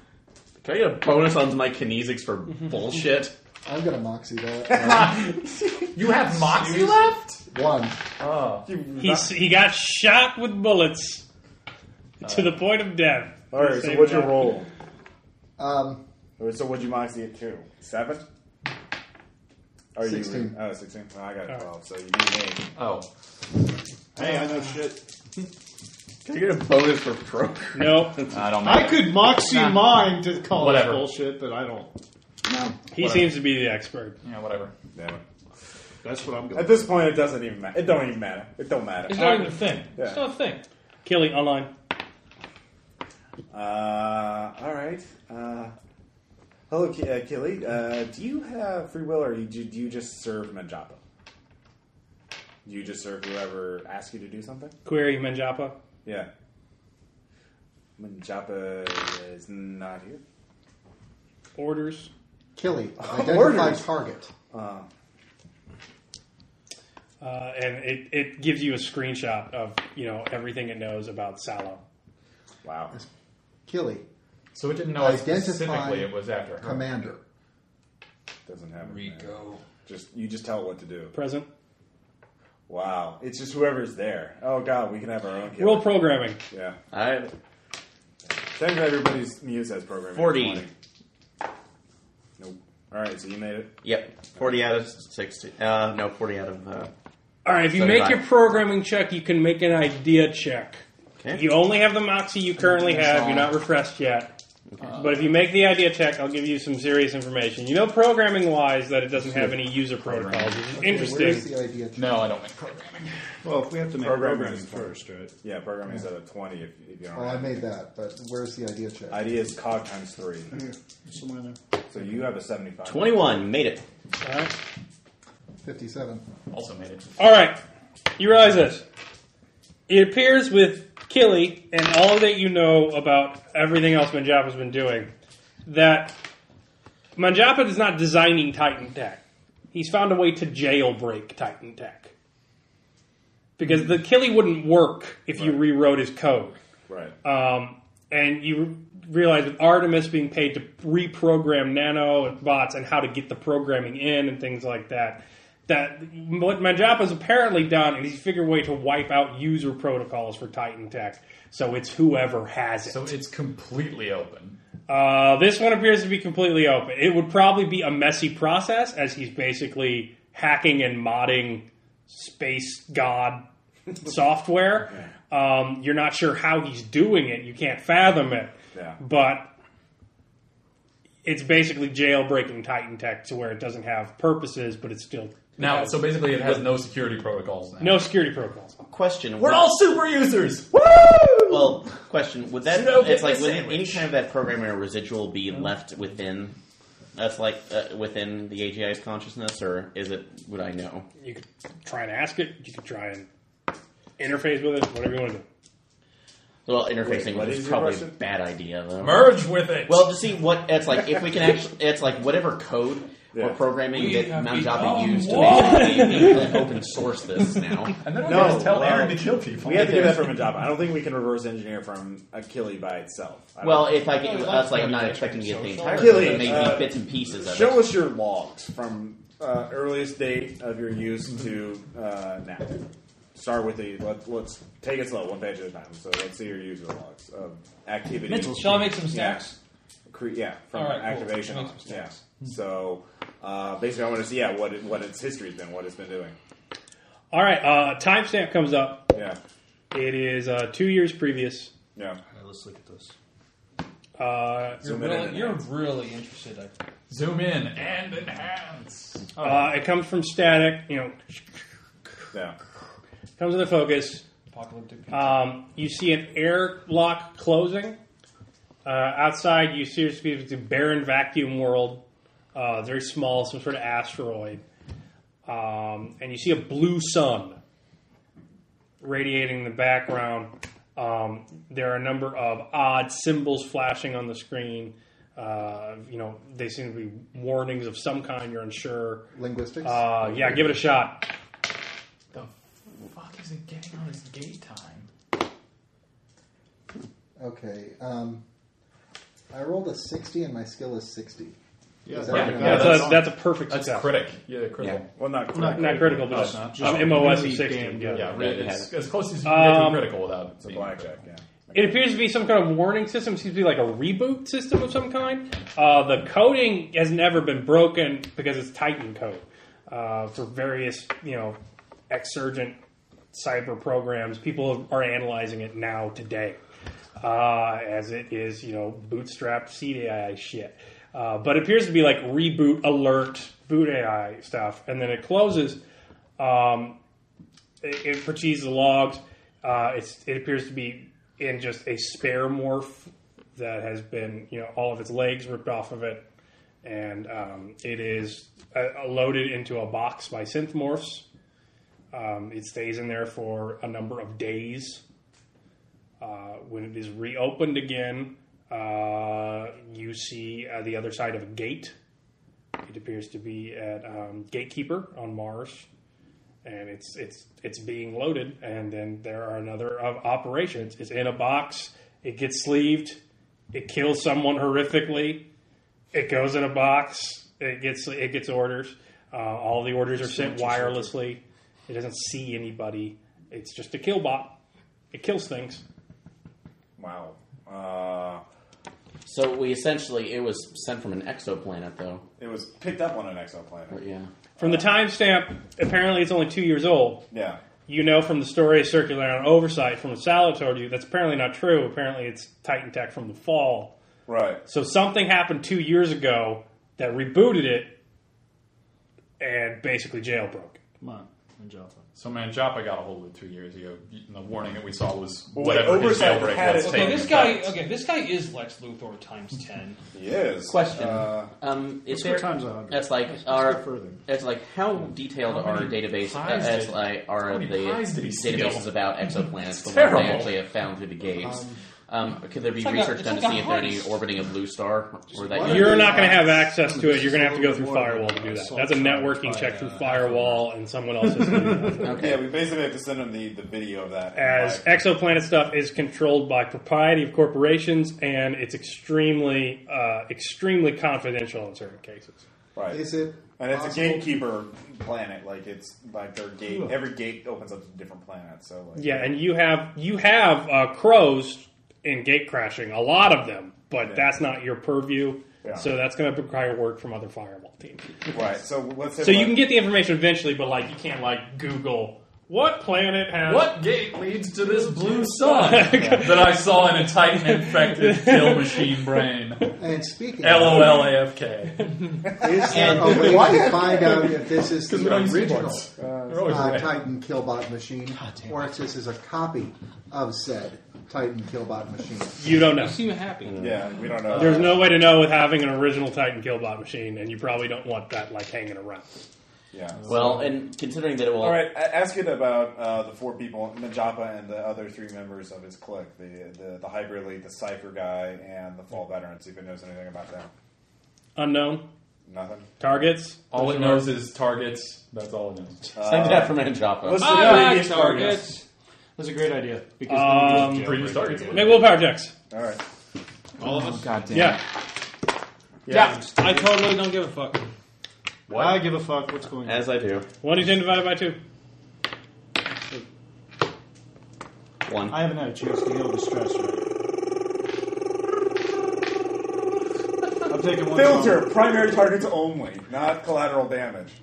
Speaker 6: I get a bonus on my kinesics for bullshit?
Speaker 4: I'm gonna moxie that.
Speaker 2: You have Moxie left?
Speaker 4: Uh, one.
Speaker 2: Oh.
Speaker 1: He s- he got shot with bullets to the point of death.
Speaker 3: All right. So
Speaker 1: Same
Speaker 3: what's your
Speaker 1: time.
Speaker 3: roll?
Speaker 4: Um,
Speaker 3: Or So what'd you moxie it to? Seven. Are
Speaker 4: Sixteen.
Speaker 3: You, oh, 16. Well, I got a
Speaker 1: right.
Speaker 3: 12, so you beat me.
Speaker 2: Oh.
Speaker 8: Hey, I know shit.
Speaker 6: Can I get a bonus for pro?
Speaker 1: No,
Speaker 6: I don't
Speaker 8: I
Speaker 6: know.
Speaker 8: could moxie mine to call
Speaker 2: Whatever.
Speaker 8: that bullshit, but I don't.
Speaker 1: he seems to be the expert.
Speaker 2: Yeah, whatever.
Speaker 3: Damn it.
Speaker 8: That's what I'm going.
Speaker 3: At this point, it doesn't even matter. It don't even matter. It don't matter.
Speaker 7: It's not even a thing.
Speaker 3: Yeah.
Speaker 7: It's not a thing.
Speaker 1: Killy online.
Speaker 3: Uh, all right. Uh, hello, Ki- uh, Killy. Uh, do you have free will, or you, do do you just serve Manjapa? Do you just serve whoever asks you to do something?
Speaker 1: Query Menjapa.
Speaker 3: Yeah. Manjapa is not here.
Speaker 1: Orders.
Speaker 4: Killy. Identify
Speaker 3: Orders.
Speaker 4: target.
Speaker 3: Uh,
Speaker 1: Uh, and it, it gives you a screenshot of you know everything it knows about Sallow.
Speaker 3: wow.
Speaker 4: Killy.
Speaker 2: So it didn't know us
Speaker 4: Identify
Speaker 2: specifically it was after her.
Speaker 4: Commander.
Speaker 3: Doesn't have it, man. Just you just tell it what to do.
Speaker 1: Present.
Speaker 3: Wow. It's just whoever's there. Oh God, we can have our own. Killer.
Speaker 1: World programming.
Speaker 3: Yeah.
Speaker 6: I
Speaker 3: Thank everybody's muse has programming.
Speaker 6: 40.
Speaker 3: Twenty. Nope. All right, so you made it.
Speaker 6: yep. Forty out of sixty. Uh, no, forty out of. Uh,
Speaker 1: All right. If you
Speaker 6: So
Speaker 1: make
Speaker 6: did I.
Speaker 1: your programming check, you can make an idea check.
Speaker 6: okay.
Speaker 1: You only have the moxie you currently have. You're not refreshed yet. But if you make the idea check, I'll give you some serious information. You know, programming wise, that it doesn't have any user protocols, which is
Speaker 4: Okay, Where's
Speaker 1: interesting.
Speaker 4: the idea? check?
Speaker 2: No, I don't make programming.
Speaker 8: Well, if we have to make
Speaker 3: Programming
Speaker 8: programming
Speaker 3: is fine.
Speaker 8: first, right?
Speaker 3: Yeah, programming is at a twenty if, if you don't.
Speaker 4: Oh, I
Speaker 3: have it.
Speaker 4: made that, but where's the idea check?
Speaker 3: Idea is cog times three,
Speaker 8: Somewhere there.
Speaker 3: so you have a seventy-five.
Speaker 6: Twenty-one made it.
Speaker 1: All right.
Speaker 4: Fifty-seven.
Speaker 2: Also made it.
Speaker 1: All right. You realize this. It appears with Killy and all that you know about everything else Manjapa's been doing that Manjapa is not designing Titan Tech. He's found a way to jailbreak Titan Tech. Because the Killy wouldn't work if you rewrote his code.
Speaker 3: Right.
Speaker 1: Um, and you realize with Artemis being paid to reprogram nano bots and how to get the programming in and things like that. That what Manjapa's apparently done is he's figured a way to wipe out user protocols for Titan Tech. So it's whoever has it.
Speaker 2: So it's completely open.
Speaker 1: Uh, this one appears to be completely open. It would probably be a messy process as he's basically hacking and modding space god software. Um, you're not sure how he's doing it. You can't fathom it.
Speaker 3: Yeah.
Speaker 1: But it's basically jailbreaking Titan Tech to where it doesn't have purposes, but it's still
Speaker 2: Now,
Speaker 1: it has
Speaker 2: so basically it has no security protocols now.
Speaker 1: no security protocols.
Speaker 6: Question.
Speaker 2: We're
Speaker 6: would-
Speaker 2: all super users!
Speaker 6: Well, question. Would that?
Speaker 2: Snow
Speaker 6: it's
Speaker 2: business
Speaker 6: like would it-
Speaker 2: sandwich.
Speaker 6: any kind of that programming or residual be left within? That's like uh, within the AGI's consciousness, or is it? Would I know?
Speaker 1: You could try and ask it. You could try and interface with it. Whatever you want to do.
Speaker 6: Well, interfacing
Speaker 3: what
Speaker 6: is
Speaker 3: is your
Speaker 6: probably a
Speaker 3: question?
Speaker 6: bad idea, though.
Speaker 2: Merge with it!
Speaker 6: Well, to see what it's like, if we can actually, it's like whatever code or
Speaker 3: Yeah.
Speaker 6: programming
Speaker 7: We
Speaker 6: that
Speaker 7: have
Speaker 6: Mount Joppa
Speaker 7: become
Speaker 6: used to
Speaker 7: one.
Speaker 6: make it, we can open source this now.
Speaker 2: and then we
Speaker 3: No,
Speaker 2: can just tell
Speaker 3: well,
Speaker 2: Aaron to kill people.
Speaker 3: we have to get that from Manjapa. I don't think we can reverse engineer from Achille by itself. I don't-
Speaker 6: Well, if I get, that's like I'm not expecting to get the entire
Speaker 3: Killy,
Speaker 6: code, but maybe
Speaker 3: uh,
Speaker 6: bits and pieces of
Speaker 3: show
Speaker 6: it.
Speaker 3: us your logs from uh, earliest date of your use to uh, now. Start with the let's let's take it slow, one page at a time. So let's see your user logs of activity.
Speaker 7: Shall I make some snacks?
Speaker 3: Cre- yeah, from
Speaker 7: All right, cool.
Speaker 3: activation.
Speaker 7: That
Speaker 3: on.
Speaker 7: makes
Speaker 3: Yeah. Mm-hmm. So uh, basically, I want to see yeah what it, what its history's been, what it's been doing.
Speaker 1: All right. Uh, timestamp comes up.
Speaker 3: Yeah.
Speaker 1: It is uh, two years previous.
Speaker 3: Yeah.
Speaker 8: All right, let's look at this.
Speaker 1: Uh,
Speaker 7: You're,
Speaker 3: Zoom in
Speaker 7: really,
Speaker 3: and
Speaker 7: you're
Speaker 3: enhance.
Speaker 7: really interested. I
Speaker 2: Zoom in and enhance.
Speaker 1: uh, it comes from static. You know,
Speaker 3: Yeah.
Speaker 1: comes into focus.
Speaker 7: apocalyptic.
Speaker 1: Um, you see an airlock closing. Uh, outside, you see it's a barren vacuum world. Uh, very small, some sort of asteroid. Um, and you see a blue sun radiating in the background. Um, there are a number of odd symbols flashing on the screen. Uh, you know, they seem to be warnings of some kind. You're unsure.
Speaker 4: Linguistics.
Speaker 1: Uh, yeah, give it a shot.
Speaker 2: The fuck is it getting on his gate time?
Speaker 4: okay. Um, I rolled a 60 and my skill is 60.
Speaker 8: Yeah,
Speaker 4: Is that-
Speaker 8: yeah,
Speaker 1: That's,
Speaker 2: that's-
Speaker 1: a, that's a perfect
Speaker 2: That's
Speaker 1: success.
Speaker 2: critic. Yeah, critical.
Speaker 3: Well, not
Speaker 8: Not-
Speaker 3: correct.
Speaker 1: Not critical, but
Speaker 2: Oh,
Speaker 1: just,
Speaker 8: not.
Speaker 1: um,
Speaker 8: Just
Speaker 1: MOS
Speaker 8: really
Speaker 1: of 60. yeah.
Speaker 8: damn good.
Speaker 2: Yeah,
Speaker 6: Yeah,
Speaker 2: really,
Speaker 6: it
Speaker 2: it's
Speaker 6: has-
Speaker 2: as close as you can get to
Speaker 1: Um,
Speaker 2: critical without
Speaker 3: It's a
Speaker 2: being
Speaker 3: blackjack. Yeah.
Speaker 1: It appears to be some kind of warning system. It seems to be like a reboot system of some kind. Uh, the coding has never been broken because it's Titan code uh, for various, you know, exurgent cyber programs. People are analyzing it now today, uh, as it is, you know, bootstrapped seed AI shit. Uh, but it appears to be like reboot alert boot AI stuff, and then it closes. Um, it, it proceeds the logs. Uh, it's, it appears to be in just a spare morph that has been, you know, all of its legs ripped off of it, and um, it is uh, loaded into a box by synth morphs. Um, it stays in there for a number of days. Uh, when it is reopened again, uh, you see uh, the other side of a gate. It appears to be at um, Gatekeeper on Mars and it's it's it's being loaded, and then there are another of operations. It's in a box. It gets sleeved. It kills someone horrifically. It goes in a box. It gets it gets orders. Uh, all the orders are sent wirelessly. It doesn't see anybody. It's just a kill bot. It kills things.
Speaker 3: Wow. Uh,
Speaker 6: So we essentially it was sent from an exoplanet, though.
Speaker 3: it was picked up on an exoplanet.
Speaker 6: But yeah,
Speaker 1: From the timestamp, apparently it's only two years old.
Speaker 3: Yeah.
Speaker 1: You know from the story circulating on oversight from the salad told you that's apparently not true. Apparently it's Titan Tech from the fall.
Speaker 3: Right.
Speaker 1: So something happened two years ago that rebooted it and basically jailbroke. it.
Speaker 8: Come on, Manjapa.
Speaker 2: So Manjapa got a hold of it two years ago. And the warning that we saw was
Speaker 3: Well,
Speaker 2: whatever
Speaker 3: wait,
Speaker 2: his
Speaker 3: Oversight
Speaker 2: jailbreak
Speaker 3: had
Speaker 2: was.
Speaker 3: it.
Speaker 2: taken
Speaker 7: Okay, this guy.
Speaker 2: effect.
Speaker 7: Okay, this guy is Lex Luthor times ten.
Speaker 3: Yes.
Speaker 6: question.
Speaker 3: Uh,
Speaker 6: um, is
Speaker 8: Let's go
Speaker 6: there
Speaker 8: times a hundred.
Speaker 6: That's like
Speaker 8: Let's go
Speaker 6: our.
Speaker 8: further.
Speaker 6: That's like how detailed
Speaker 2: How
Speaker 6: are our
Speaker 2: many
Speaker 6: database
Speaker 2: pies
Speaker 6: uh, as
Speaker 2: did-
Speaker 6: like are
Speaker 2: how
Speaker 6: the
Speaker 2: many pies did he steal?
Speaker 6: databases about exoplanets the ones
Speaker 2: terrible.
Speaker 6: they actually have found through the gates. Um, could there be
Speaker 7: like a-
Speaker 6: research
Speaker 7: it's
Speaker 6: done
Speaker 7: like
Speaker 6: to
Speaker 7: a
Speaker 6: see if they're any
Speaker 7: heist.
Speaker 6: orbiting a blue star or that?
Speaker 8: Why
Speaker 6: kind of-
Speaker 1: You're not going to
Speaker 8: Yeah.
Speaker 1: have access to it. You're going to have to go through
Speaker 8: More than
Speaker 1: firewall to do that.
Speaker 8: assault
Speaker 1: That's a networking
Speaker 8: by,
Speaker 1: check
Speaker 8: uh,
Speaker 1: through firewall and someone else's.
Speaker 6: Okay.
Speaker 3: yeah, we basically have to send him the, the video of that.
Speaker 1: As
Speaker 3: Like,
Speaker 1: exoplanet stuff is controlled by propriety of corporations and it's extremely, uh, extremely confidential in certain cases.
Speaker 3: right.
Speaker 4: Is it?
Speaker 3: and it's a
Speaker 4: possible-
Speaker 3: gatekeeper planet. Like it's like their gate. Every gate opens up to different planets. So like,
Speaker 1: Yeah, and you have you have uh, crows in gate crashing, a lot of them, but that's not your purview.
Speaker 3: Yeah.
Speaker 1: So that's going to require work from other firewall teams.
Speaker 3: Right. So let's.
Speaker 1: So you can get the information eventually, but like you can't like Google what planet has
Speaker 2: What gate leads to this blue sun that I saw in a Titan infected kill machine brain?
Speaker 4: And speaking, of,
Speaker 2: LOL AFK.
Speaker 4: is there a way to find out if this is the
Speaker 2: don't use
Speaker 4: original
Speaker 2: keyboards. They're always
Speaker 4: uh,
Speaker 2: right.
Speaker 4: Titan Killbot machine, or if this is a copy of said Titan Killbot machine?
Speaker 1: you don't know.
Speaker 7: You seem happy.
Speaker 3: Yeah, we don't know.
Speaker 1: There's no way to know with having an original Titan Killbot machine, and you probably don't want that like hanging around.
Speaker 3: Yeah.
Speaker 6: Well, and considering that it will.
Speaker 3: All right. a- Ask it about uh, the four people, Najapa and the other three members of his clique: the the, the hybrid elite, the cipher guy, and the fall veteran. See if it knows anything about them.
Speaker 1: Unknown
Speaker 3: Nothing.
Speaker 1: targets.
Speaker 2: All it knows is targets. That's all it knows.
Speaker 3: Uh,
Speaker 6: Send it out from Manjapa.
Speaker 3: Let's
Speaker 7: I
Speaker 3: do
Speaker 7: like
Speaker 3: previous targets.
Speaker 7: Ah, targets.
Speaker 8: That's a great idea. Because
Speaker 1: Um,
Speaker 8: then we
Speaker 2: Previous targets.
Speaker 1: Make willpower checks.
Speaker 3: All right.
Speaker 9: All of us. Goddamn.
Speaker 1: Yeah.
Speaker 7: Yeah. I totally don't give a fuck.
Speaker 8: Why I give a fuck what's going on?
Speaker 6: As I do.
Speaker 1: One to ten divided by two.
Speaker 6: One.
Speaker 8: I haven't had a chance to heal the stress yet. I'm taking one.
Speaker 3: Filter primary targets only, not collateral damage.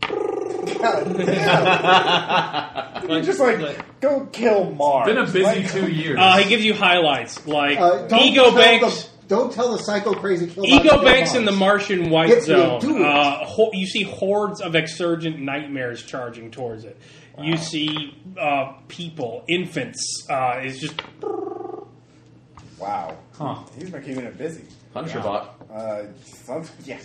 Speaker 3: God damn! You're just like
Speaker 5: Go kill Mars.
Speaker 2: Been a busy
Speaker 5: Like,
Speaker 2: two years.
Speaker 1: Uh, he gives you highlights like
Speaker 4: Uh, don't
Speaker 1: ego
Speaker 4: tell
Speaker 1: banks.
Speaker 4: The, don't tell the psycho crazy kill.
Speaker 1: Ego banks in the Martian white
Speaker 4: Get me, do
Speaker 1: zone.
Speaker 4: it.
Speaker 1: Uh, ho- you see hordes of exurgent nightmares charging towards it. You see uh, people, infants. Uh, it's just
Speaker 3: Wow.
Speaker 2: Huh.
Speaker 3: He's been keeping it busy.
Speaker 6: Hunterbot.
Speaker 3: Uh, sounds, yeah,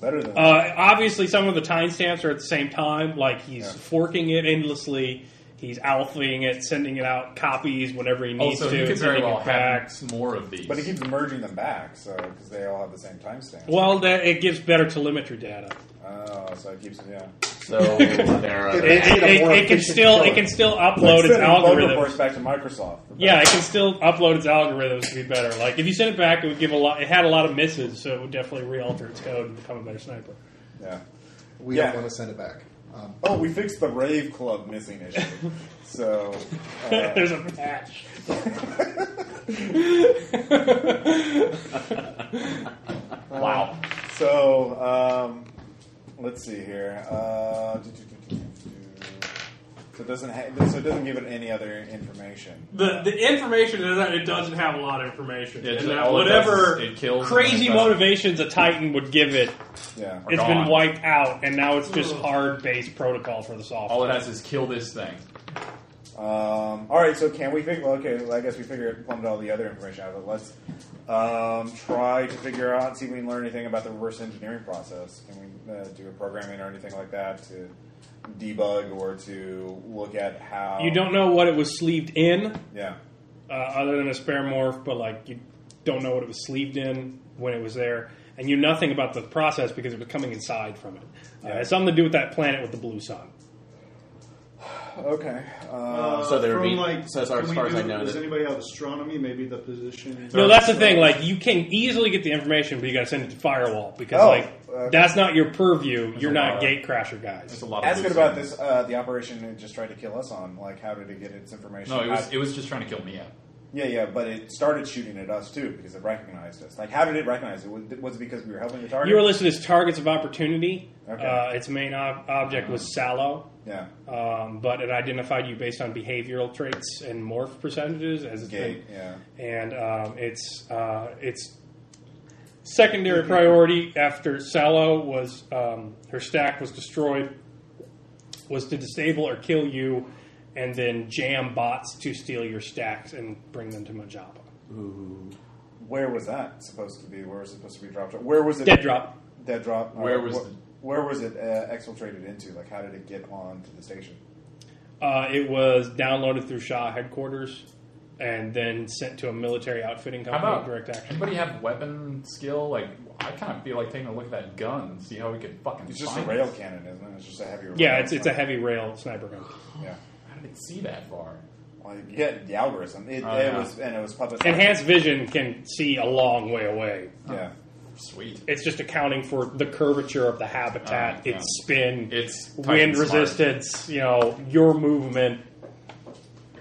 Speaker 3: better than
Speaker 1: uh, obviously some of the timestamps are at the same time. Like he's forking it endlessly. He's alphaing it, sending it out copies whenever he needs
Speaker 2: also,
Speaker 1: to,
Speaker 2: he could very
Speaker 1: sending
Speaker 2: well
Speaker 1: it back.
Speaker 2: have more of these.
Speaker 3: But he keeps merging them back, so because they all have the same timestamp.
Speaker 1: Well, that, it gives better telemetry data.
Speaker 3: Oh, so it keeps yeah.
Speaker 6: So there uh, are
Speaker 1: It, it- it- it can still it can still upload its
Speaker 3: sending bug
Speaker 1: algorithm.
Speaker 3: reports back to Microsoft.
Speaker 1: Yeah, it can still upload its algorithms to be better. Like if you send it back, it would give a lot. It had a lot of misses, so it would definitely re-alter its code and become a better sniper.
Speaker 3: Yeah.
Speaker 4: We
Speaker 3: Yeah.
Speaker 4: don't want to send it back. Um,
Speaker 3: Oh, we fixed the rave club missing issue. so uh,
Speaker 1: There's a patch.
Speaker 2: wow.
Speaker 3: So, um, let's see here. Uh, do, do, do, do, do. so it doesn't ha- so it doesn't give it any other information.
Speaker 1: The the information is that it doesn't have a lot of information,
Speaker 2: Yeah,
Speaker 1: and
Speaker 2: just
Speaker 1: that
Speaker 2: all it
Speaker 1: whatever
Speaker 2: does is it kills
Speaker 1: crazy
Speaker 2: and it doesn't.
Speaker 1: motivations a Titan would give it,
Speaker 3: Yeah.
Speaker 1: it's
Speaker 2: gone.
Speaker 1: been wiped out, and now it's just hard based protocol for the software.
Speaker 2: All it has is kill this thing.
Speaker 3: Um, all right. So can we figure? Well, okay. Well, I guess we figured plumbed all the other information out of it. Let's um, try to figure out see if we can learn anything about the reverse engineering process. Can we uh, do a programming or anything like that to debug or to look at how
Speaker 1: You don't know what it was sleeved in,
Speaker 3: Yeah.
Speaker 1: uh, other than a spare morph, but like you don't know what it was sleeved in when it was there, and you knew nothing about the process because it was coming inside from it. Uh, it has something to do with that planet with the blue sun.
Speaker 3: Okay. Uh,
Speaker 6: so there would
Speaker 5: from,
Speaker 6: be-
Speaker 5: like,
Speaker 6: so as far-
Speaker 5: can
Speaker 6: as
Speaker 5: we
Speaker 6: far as
Speaker 5: do-
Speaker 6: I know,
Speaker 5: Does
Speaker 6: that-
Speaker 5: anybody have astronomy? Maybe the position.
Speaker 1: No, that's the thing. Like you can easily get the information, but you got to send it to firewall because
Speaker 3: Oh,
Speaker 1: like
Speaker 3: uh,
Speaker 1: that's not your purview. You're
Speaker 2: a
Speaker 1: not
Speaker 2: lot.
Speaker 1: gate crasher guys.
Speaker 2: There's a lot of
Speaker 3: asking
Speaker 2: loose
Speaker 3: about
Speaker 2: ends.
Speaker 3: this uh, the operation it just tried to kill us on. Like, how did it get its information?
Speaker 2: No, it
Speaker 3: How-
Speaker 2: was it was just trying to kill Mia.
Speaker 3: Yeah, yeah, but it started shooting at us too because it recognized us. Like, how did it recognize it? Was, was it because we were helping the target?
Speaker 1: You were listed as targets of opportunity.
Speaker 3: Okay.
Speaker 1: Uh, its main ob- object was sallow.
Speaker 3: yeah,
Speaker 1: Um, but it identified you based on behavioral traits and morph percentages as it's
Speaker 3: gate.
Speaker 1: been
Speaker 3: Yeah,
Speaker 1: and um, its uh, its secondary priority after Sallow was um, her stack was destroyed was to disable or kill you, and then jam bots to steal your stacks and bring them to Majapa.
Speaker 3: where was that supposed to be? Where was it supposed to be dropped? Where was it?
Speaker 1: Dead drop.
Speaker 3: Dead drop.
Speaker 2: Where
Speaker 3: Alright,
Speaker 2: was
Speaker 3: wh-
Speaker 2: the-
Speaker 3: Where was it uh, exfiltrated into? Like, how did it get on to the station?
Speaker 1: Uh, it was downloaded through Shah headquarters. And then sent to a military outfitting
Speaker 2: How
Speaker 1: company,
Speaker 2: about
Speaker 1: direct action.
Speaker 2: Anybody have weapon skill? Like I kind of feel like taking a look at that gun, and see how we could fucking.
Speaker 3: It's just a
Speaker 2: find
Speaker 3: rail
Speaker 2: it.
Speaker 3: cannon, isn't it? It's just a heavy.
Speaker 1: Yeah,
Speaker 3: rail
Speaker 1: it's, it's a
Speaker 3: cannon.
Speaker 1: heavy rail sniper gun.
Speaker 3: Yeah.
Speaker 2: How did it see that far?
Speaker 3: Well, you get the algorithm. It,
Speaker 2: Oh,
Speaker 3: it
Speaker 2: yeah.
Speaker 3: was and it was puppet.
Speaker 1: Enhanced vision can see a long way away.
Speaker 3: Yeah.
Speaker 2: Sweet.
Speaker 1: It's just accounting for the curvature of the habitat,
Speaker 2: Ah, yeah.
Speaker 1: its spin,
Speaker 2: It's Titan
Speaker 1: wind
Speaker 2: smart.
Speaker 1: resistance, you know, your movement.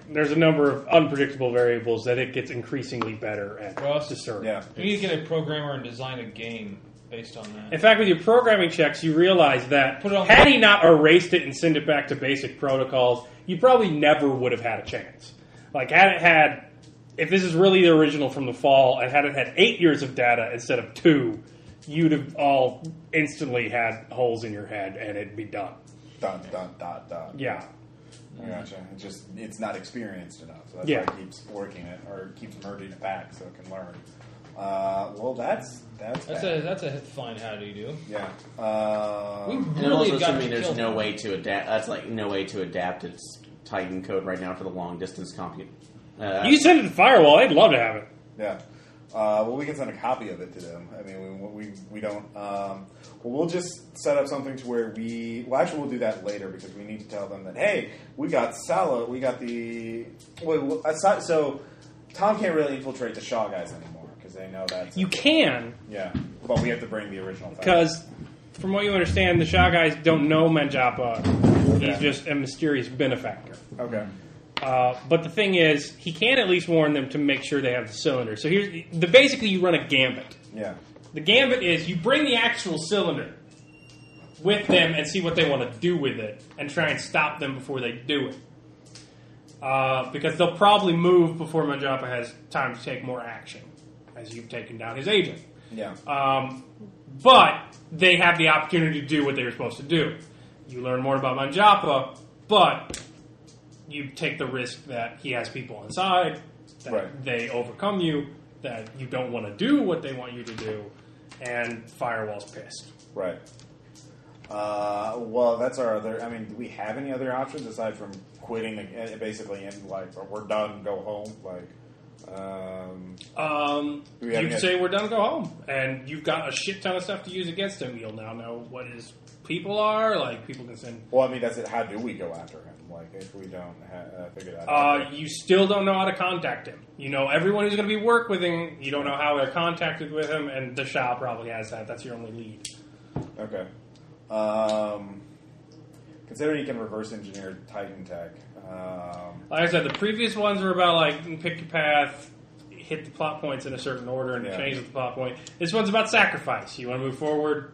Speaker 1: There's a number of unpredictable variables that it gets increasingly better at
Speaker 7: Well, it's-
Speaker 1: discerning.
Speaker 3: Yeah.
Speaker 7: You need to get a programmer and design a game based on that.
Speaker 1: In fact, with your programming checks, you realize that
Speaker 7: Put it on-
Speaker 1: had he not erased it and sent it back to basic protocols, you probably never would have had a chance. Like, had it had, if this is really the original from the fall, and had it had eight years of data instead of two, you'd have all instantly had holes in your head and it'd be done.
Speaker 3: Dun dun dun dun.
Speaker 1: Yeah.
Speaker 3: I gotcha. It just it's not experienced enough, so that's
Speaker 1: Yeah.
Speaker 3: why it keeps working it or keeps merging it back so it can learn. Uh, well, that's that's,
Speaker 7: That's
Speaker 3: bad.
Speaker 7: a that's a fine how do you do.
Speaker 3: yeah. Uh,
Speaker 7: We
Speaker 6: And
Speaker 7: really
Speaker 6: also,
Speaker 7: got
Speaker 6: assuming
Speaker 7: to kill
Speaker 6: there's no
Speaker 7: them.
Speaker 6: way to adapt. That's like no way to adapt its Titan code right now for the long distance compute. Uh,
Speaker 1: You send it to Firewall, I'd love to have it.
Speaker 3: yeah. Uh, well, we can send a copy of it to them. I mean, we we, we don't. Um, well, we'll just set up something to where we. Well, actually, we'll do that later because we need to tell them that hey, we got Sala, we got the. Well, aside, so Tom can't really infiltrate the Shaw guys anymore because they know that's
Speaker 1: You can,
Speaker 3: yeah. But we have to bring the original.
Speaker 1: because from what you understand, the Shah guys don't know Manjapa. He's just a mysterious benefactor.
Speaker 3: okay.
Speaker 1: Uh, but the thing is, he can at least warn them to make sure they have the cylinder. So here's the basically you run a gambit.
Speaker 3: Yeah.
Speaker 1: The gambit is you bring the actual cylinder with them and see what they want to do with it, and try and stop them before they do it. uh, because they'll probably move before Majapa has time to take more action, as you've taken down his agent.
Speaker 3: Yeah.
Speaker 1: Um, but they have the opportunity to do what they were supposed to do. You learn more about Manjapa, but you take the risk that he has people inside, that
Speaker 3: Right.
Speaker 1: they overcome you, that you don't want to do what they want you to do, and Firewall's pissed.
Speaker 3: Right. Uh, well, that's our other. I mean, do we have any other options aside from quitting, uh, basically, and like we're done, go home? Like, um,
Speaker 1: Um,
Speaker 3: Do
Speaker 1: you
Speaker 3: we have
Speaker 1: can
Speaker 3: any-
Speaker 1: say we're done, go home, and you've got a shit ton of stuff to use against him. You'll now know what his people are. Like people can send.
Speaker 3: well, I mean, that's it. How do we go after him? Like, if we don't ha- uh, figure that
Speaker 1: Uh,
Speaker 3: out,
Speaker 1: you still don't know how to contact him. You know everyone who's going to be work with him. You don't know how they're contacted with him, and the shop probably has that. That's your only lead.
Speaker 3: okay. Um, considering you can reverse engineer Titan Tech, um,
Speaker 1: Like I said, the previous ones were about like pick your path, hit the plot points in a certain order, and
Speaker 3: Yeah.
Speaker 1: change the plot point. This one's about sacrifice. You want to move forward,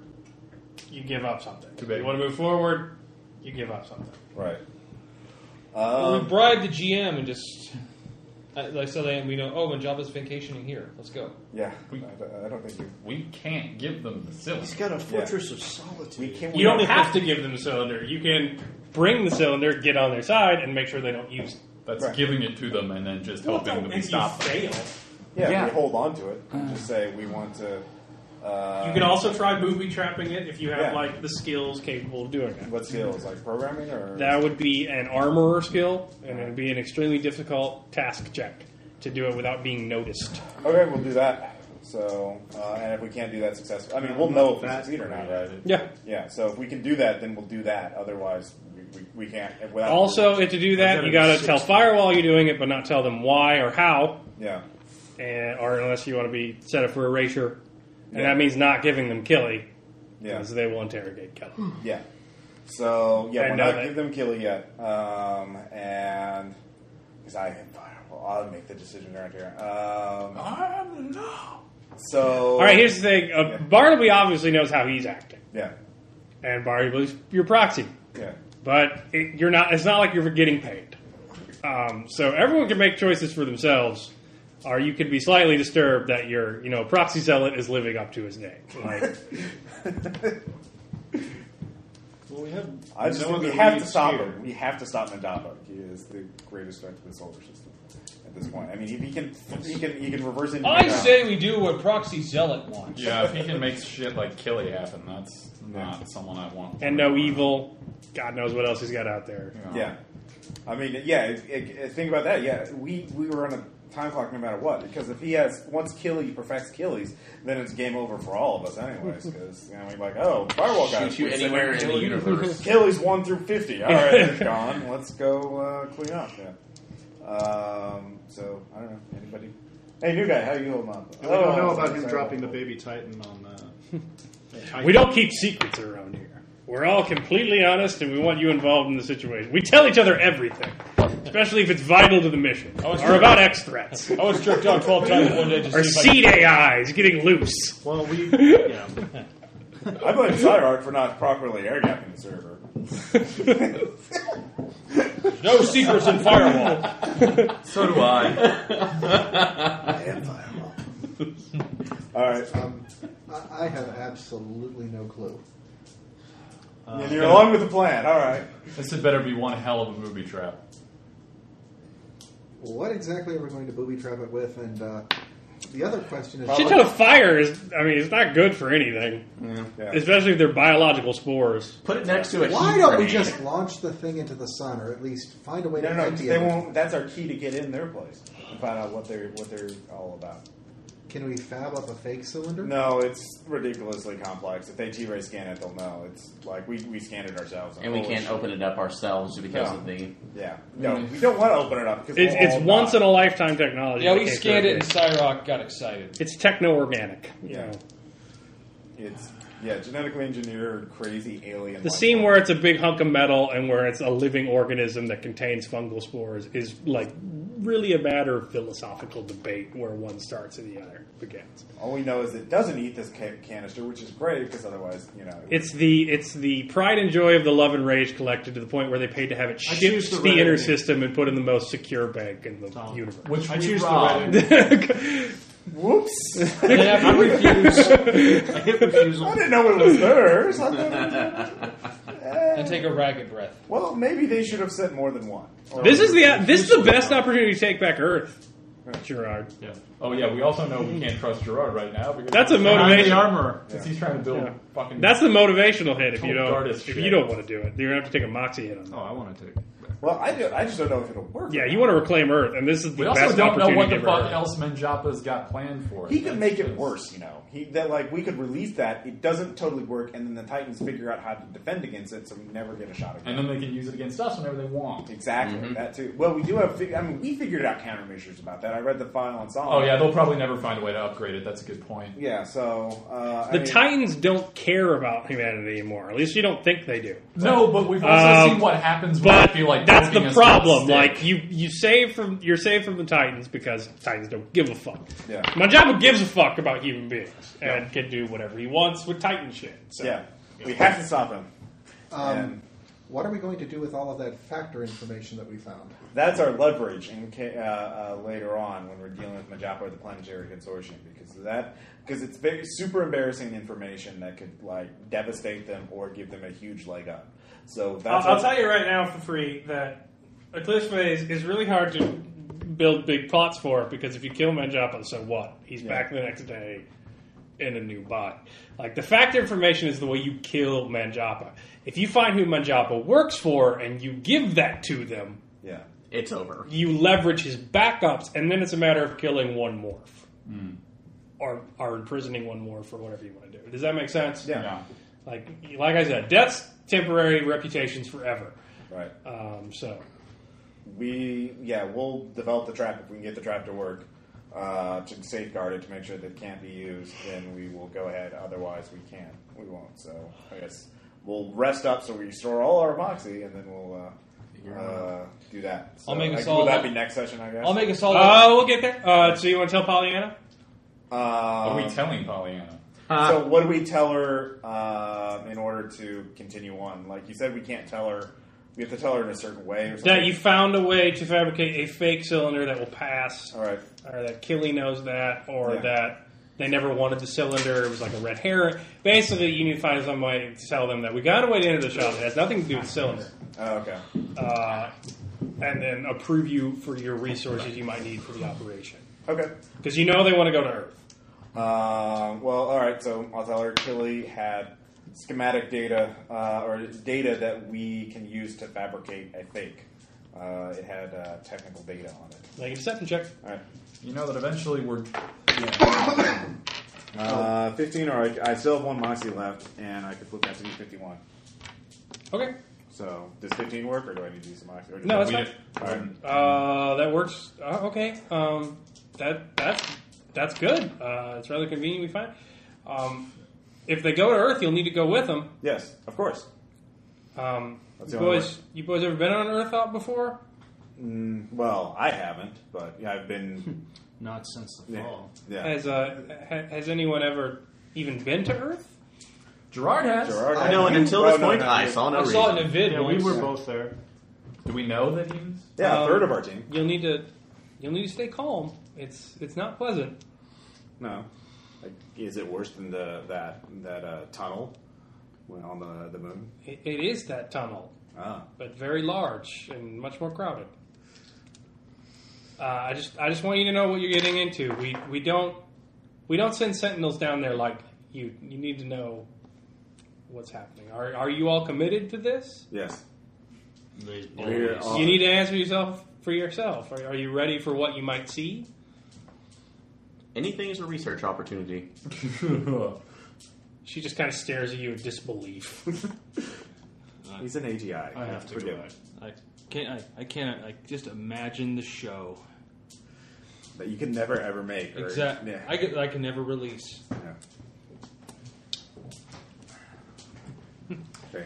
Speaker 1: you give up something.
Speaker 2: Too bad.
Speaker 1: You want to move forward, you give up something.
Speaker 3: right?
Speaker 7: Well, we
Speaker 3: Um,
Speaker 7: bribe the GM and just uh, like so then we know. Oh, when Jabba's vacationing here, let's go.
Speaker 3: yeah, I, I don't think you.
Speaker 2: We can't give them the
Speaker 8: He's
Speaker 2: silver.
Speaker 8: got a fortress of solitude.
Speaker 3: We can.
Speaker 1: You don't have to give them the cylinder. You can bring the cylinder, get on their side, and make sure they don't use it.
Speaker 2: That's
Speaker 3: Right.
Speaker 2: giving it to them and then just hoping that we
Speaker 1: if
Speaker 2: stop
Speaker 1: you
Speaker 2: them.
Speaker 1: fail.
Speaker 3: Yeah,
Speaker 2: Yeah.
Speaker 3: we hold on to it. Just say we want to. Uh,
Speaker 1: You can also try booby trapping it if you have
Speaker 3: Yeah.
Speaker 1: like the skills capable of doing that.
Speaker 3: What skills? Like programming or
Speaker 1: That would be an armorer skill, and it would be an extremely difficult task check to do it without being noticed.
Speaker 3: Okay, we'll do that. So, uh, and if we can't do that successfully, I mean, we'll know if we succeed or not, right?
Speaker 1: Yeah.
Speaker 3: Yeah. So if we can do that, then we'll do that. Otherwise, we, we, we can't. if- Without
Speaker 1: Also, if to do that, you got to tell Firewall you're doing it, but not tell them why or how,
Speaker 3: yeah,
Speaker 1: and, or unless you want to be set up for erasure, and
Speaker 3: Yeah.
Speaker 1: that means not giving them Killy,
Speaker 3: yeah,
Speaker 1: because they will interrogate Kelly.
Speaker 3: yeah. So yeah,
Speaker 1: I
Speaker 3: we're
Speaker 1: know
Speaker 3: not
Speaker 1: that.
Speaker 3: give them Killy yet, um, and because I am Firewall, I'll make the decision right here. Um, so
Speaker 1: All right, here's the thing: uh,
Speaker 3: Yeah.
Speaker 1: Barnaby obviously knows how he's acting,
Speaker 3: yeah,
Speaker 1: and Barnaby's your proxy.
Speaker 3: yeah,
Speaker 1: But it, you're not. It's not like you're getting paid. Um, so everyone can make choices for themselves, or you could be slightly disturbed that your, you know, proxy zealot is living up to his name. Like,
Speaker 8: Well, we have
Speaker 3: I just
Speaker 8: no
Speaker 3: think we
Speaker 8: other
Speaker 3: have to
Speaker 8: leads
Speaker 3: stop
Speaker 8: here.
Speaker 3: him. We have to stop Mandapa. He is the greatest threat to the solar system at this point. I mean, if he can, he can, he can reverse engineer.
Speaker 7: I say we do what Proxy Zealot wants.
Speaker 2: Yeah, if he can make shit like Killy happen, that's not someone I want.
Speaker 1: and no evil. God knows what else he's got out there.
Speaker 3: Yeah, I mean, yeah. It, it, it- think about that. Yeah, we we were on a time clock no matter what. Because if he has once Killy perfects Killy's, then it's game over for all of us, anyways. Because you know, we're like, oh, firewall guy,
Speaker 6: Shoot you anywhere in the universe.
Speaker 3: Killy's one through fifty. All right, it's gone. Let's go uh, clean up. Yeah. Um, so I don't know anybody. Hey, new guy, how you holding Oh, up?
Speaker 5: And we don't
Speaker 6: Oh,
Speaker 5: know about him dropping the baby Titan on. Uh, Titan.
Speaker 1: We don't keep secrets around here. We're all completely honest, and we want you involved in the situation. We tell each other everything, especially if it's vital to the mission or about X threats
Speaker 7: I was jerked out twelve times one day to
Speaker 1: or
Speaker 7: see if
Speaker 1: seed AIs getting loose.
Speaker 5: Well, we. Yeah.
Speaker 3: I blame Cyark for not properly air gapping the server.
Speaker 7: I could- no secrets in Firewall.
Speaker 6: So do I.
Speaker 4: And firewall.
Speaker 3: All right,
Speaker 4: Um, I, I have absolutely no clue.
Speaker 5: Uh,
Speaker 3: and you're along with the plan. All right.
Speaker 2: This had better be one hell of a booby trap.
Speaker 4: What exactly are we going to booby trap it with? And uh, the other question is,
Speaker 1: Shit ton of fire is. I mean, it's not good for anything,
Speaker 3: Yeah.
Speaker 1: especially if they're biological spores.
Speaker 6: Put it next to a
Speaker 4: why
Speaker 6: heat
Speaker 4: don't we
Speaker 6: grenade.
Speaker 4: just launch the thing into the sun, or at least find a way
Speaker 3: No,
Speaker 4: to
Speaker 3: no,
Speaker 4: empty
Speaker 3: they
Speaker 4: it?
Speaker 3: won't. That's our key to get in their place and find out what they're what they're all about.
Speaker 4: Can we fab up a fake cylinder?
Speaker 3: No, it's ridiculously complex. If they T-ray scan it, they'll know. It's like we, we scanned it ourselves.
Speaker 6: And we
Speaker 3: Holy
Speaker 6: can't
Speaker 3: shit.
Speaker 6: open it up ourselves because
Speaker 3: No.
Speaker 6: of the.
Speaker 3: Yeah, no, we don't want to open it up because
Speaker 1: It's,
Speaker 3: we'll all
Speaker 1: it's once
Speaker 3: die.
Speaker 1: in a lifetime technology.
Speaker 7: Yeah,
Speaker 1: that
Speaker 7: we
Speaker 1: can't
Speaker 7: scanned it, and
Speaker 1: correct
Speaker 7: Cyrock got excited.
Speaker 1: It's techno organic.
Speaker 3: Yeah. It's yeah, genetically engineered, crazy alien.
Speaker 1: The scene where it's a big hunk of metal and where it's a living organism that contains fungal spores is like
Speaker 10: really a matter of philosophical debate where one starts and the other begins.
Speaker 3: All we know is it doesn't eat this ca- canister, which is great because otherwise, you know,
Speaker 1: It's the it's the pride and joy of the Love and Rage collected to the point where they paid to have it shipped to the, inner system and put in the most secure bank in the universe.
Speaker 2: Which
Speaker 8: I
Speaker 2: we
Speaker 8: choose the
Speaker 2: robbed.
Speaker 3: whoops! I
Speaker 7: They have to
Speaker 8: I hit refusal.
Speaker 3: didn't know it was theirs. I thought it was-
Speaker 7: and take a ragged breath.
Speaker 3: well, maybe they should have said more than one. Or-
Speaker 1: This is the this is the best opportunity to take back Earth, Gerard.
Speaker 2: Yeah. Oh yeah. We also know we can't trust Gerard right now because
Speaker 1: That's a
Speaker 8: I'm the
Speaker 1: motivation.
Speaker 8: armor.
Speaker 2: because he's trying to build
Speaker 1: Yeah.
Speaker 2: fucking.
Speaker 1: That's the motivational hit if you
Speaker 2: Total
Speaker 1: don't
Speaker 2: Dartist
Speaker 1: if
Speaker 2: shit.
Speaker 1: you don't want to do it. You're gonna have to take a moxie hit on. Them.
Speaker 8: Oh, I want to take.
Speaker 3: well, I, do, I just don't know if it'll work.
Speaker 1: Yeah, you want to reclaim Earth, and this is the
Speaker 2: we
Speaker 1: best
Speaker 2: also don't know
Speaker 1: opportunity.
Speaker 2: what the
Speaker 1: to
Speaker 2: fuck
Speaker 1: ever-
Speaker 2: else Menjapa's got planned for. us.
Speaker 3: He could
Speaker 2: That's
Speaker 3: make it
Speaker 2: just-
Speaker 3: worse, you know. He that like we could release that. It doesn't totally work, and then the Titans figure out how to defend against it, so we never get a shot
Speaker 2: and
Speaker 3: again.
Speaker 2: then they can use it against us whenever they want.
Speaker 3: Exactly
Speaker 2: Mm-hmm.
Speaker 3: that too. Well, we do have. fig- I mean, we figured out countermeasures about that. I read the file and saw.
Speaker 2: Oh
Speaker 3: it.
Speaker 2: yeah, they'll probably never find a way to upgrade it. That's a good point.
Speaker 3: yeah. So uh, I
Speaker 1: The
Speaker 3: mean,
Speaker 1: Titans don't care about humanity anymore. At least you don't think they do.
Speaker 2: No, but we've also
Speaker 1: Um,
Speaker 2: seen what happens when
Speaker 1: But
Speaker 2: they feel like
Speaker 1: that's
Speaker 2: poking
Speaker 1: the
Speaker 2: us with a
Speaker 1: problem.
Speaker 2: stick.
Speaker 1: Like you, you save from you're saved from the Titans because Titans don't give a fuck.
Speaker 3: Yeah.
Speaker 1: Manjaba gives a fuck about human beings and can do whatever he wants with Titan shit. So.
Speaker 3: yeah, we have to stop him.
Speaker 4: Um,
Speaker 3: And-
Speaker 4: what are we going to do with all of that factor information that we found?
Speaker 3: That's our leverage in ca- uh, uh, later on when we're dealing with Majapa or the Planetary Consortium because of that because it's very super embarrassing information that could like devastate them or give them a huge leg up. So that's
Speaker 1: I'll, I'll
Speaker 3: what-
Speaker 1: tell you right now for free that Eclipse Phase is really hard to build big plots for because if you kill Manjapa, so what? He's back the next day in a new body. Like the fact information is the way you kill Manjapa. If you find who Manjapa works for and you give that to them,
Speaker 3: yeah.
Speaker 6: It's over.
Speaker 1: you leverage his backups, and then it's a matter of killing one morph.
Speaker 3: Hmm.
Speaker 1: Or, or imprisoning one morph or whatever you want to do. Does that make sense?
Speaker 3: yeah,
Speaker 2: Yeah.
Speaker 1: Like, like I said, death's temporary, reputation's forever.
Speaker 3: right.
Speaker 1: Um, so,
Speaker 3: We yeah we'll develop the trap if we can get the trap to work uh, to safeguard it to make sure that it can't be used. Then we will go ahead. Otherwise, we can't. We won't. So I guess we'll rest up so we restore all our moxie and then we'll. Uh, uh, do that. So
Speaker 7: I'll make
Speaker 3: I-
Speaker 7: us
Speaker 3: will
Speaker 7: all-
Speaker 3: that be next session? I guess.
Speaker 7: I'll make us all.
Speaker 1: uh, we'll get there. Uh, so you want to tell Pollyanna?
Speaker 3: Uh,
Speaker 2: Are we telling Pollyanna?
Speaker 3: so what do we tell her uh, in order to continue on? Like you said, we can't tell her. We have to tell her in a certain way or something.
Speaker 1: That you found a way to fabricate a fake cylinder that will pass,
Speaker 3: All right.
Speaker 1: or that Killy knows that, or
Speaker 3: Yeah.
Speaker 1: that they never wanted the cylinder. It was like a red herring. Basically, you need to find some way to tell them that we got a way to enter the shop that has nothing to do with the cylinder,
Speaker 3: Oh, okay.
Speaker 1: uh, and then approve you for your resources you might need for the operation.
Speaker 3: Okay.
Speaker 1: Because you know they want to go to Earth.
Speaker 3: Um, well, all right. So I'll tell her Tilly had schematic data uh, or data that we can use to fabricate a fake. Uh, it had uh, technical data on it.
Speaker 1: Make a deception check.
Speaker 3: All right.
Speaker 2: You know that eventually we're.
Speaker 8: Oh.
Speaker 3: Uh, 15, or I, I still have one Moxie left, and I could flip that to be 51.
Speaker 1: Okay.
Speaker 3: So, does 15 work, or do I need to use some Moxie? Or does
Speaker 1: No,
Speaker 3: that
Speaker 1: it's
Speaker 3: we-
Speaker 1: fine.
Speaker 3: All right.
Speaker 1: Uh, that works. Uh, okay. Um, that that's that's good. Uh, it's rather convenient. We find. Um, if they go to Earth, you'll need to go with them.
Speaker 3: Yes, of course.
Speaker 1: Um,
Speaker 3: That's
Speaker 1: you
Speaker 3: the only
Speaker 1: boys, you boys ever been on Earth out before?
Speaker 3: Well, I haven't, but yeah, I've been.
Speaker 8: Not since the
Speaker 3: Yeah.
Speaker 8: fall.
Speaker 3: yeah.
Speaker 1: Has uh, ha- has anyone ever even been to Earth?
Speaker 2: Gerard has.
Speaker 3: Gerard,
Speaker 4: I
Speaker 3: have
Speaker 6: No, and
Speaker 3: you-
Speaker 6: until
Speaker 3: oh,
Speaker 6: this
Speaker 3: no,
Speaker 6: point,
Speaker 3: no,
Speaker 6: I
Speaker 3: you-
Speaker 6: saw no
Speaker 7: I saw it in a
Speaker 6: reason.
Speaker 7: vid.
Speaker 5: Yeah, we
Speaker 7: once.
Speaker 5: were both there.
Speaker 2: Do we know that he was?
Speaker 3: Yeah, a
Speaker 1: um,
Speaker 3: third of our team.
Speaker 1: You'll need to you'll need to stay calm. It's it's not pleasant.
Speaker 3: No. Like, is it worse than the that that uh, tunnel when on the the moon?
Speaker 1: It, it is that tunnel,
Speaker 3: Ah,
Speaker 1: but very large and much more crowded. Uh, I just I just want you to know what you're getting into. We we don't we don't send sentinels down there like you. You need to know what's happening. Are are you all committed to this?
Speaker 3: yes.
Speaker 8: They
Speaker 3: We're
Speaker 8: always-
Speaker 3: all-
Speaker 1: You need to answer yourself for yourself. Are, are you ready for what you might see?
Speaker 6: Anything is a research opportunity.
Speaker 2: Uh,
Speaker 1: She just kind of stares at you in disbelief.
Speaker 3: He's an AGI.
Speaker 9: I have to
Speaker 3: Forgive
Speaker 9: go.
Speaker 3: me.
Speaker 9: I can't. I, I can't. I just imagine the show.
Speaker 3: That you can never ever make. or-
Speaker 7: Exactly.
Speaker 3: Yeah.
Speaker 7: I, could, I can never release.
Speaker 3: yeah. Okay.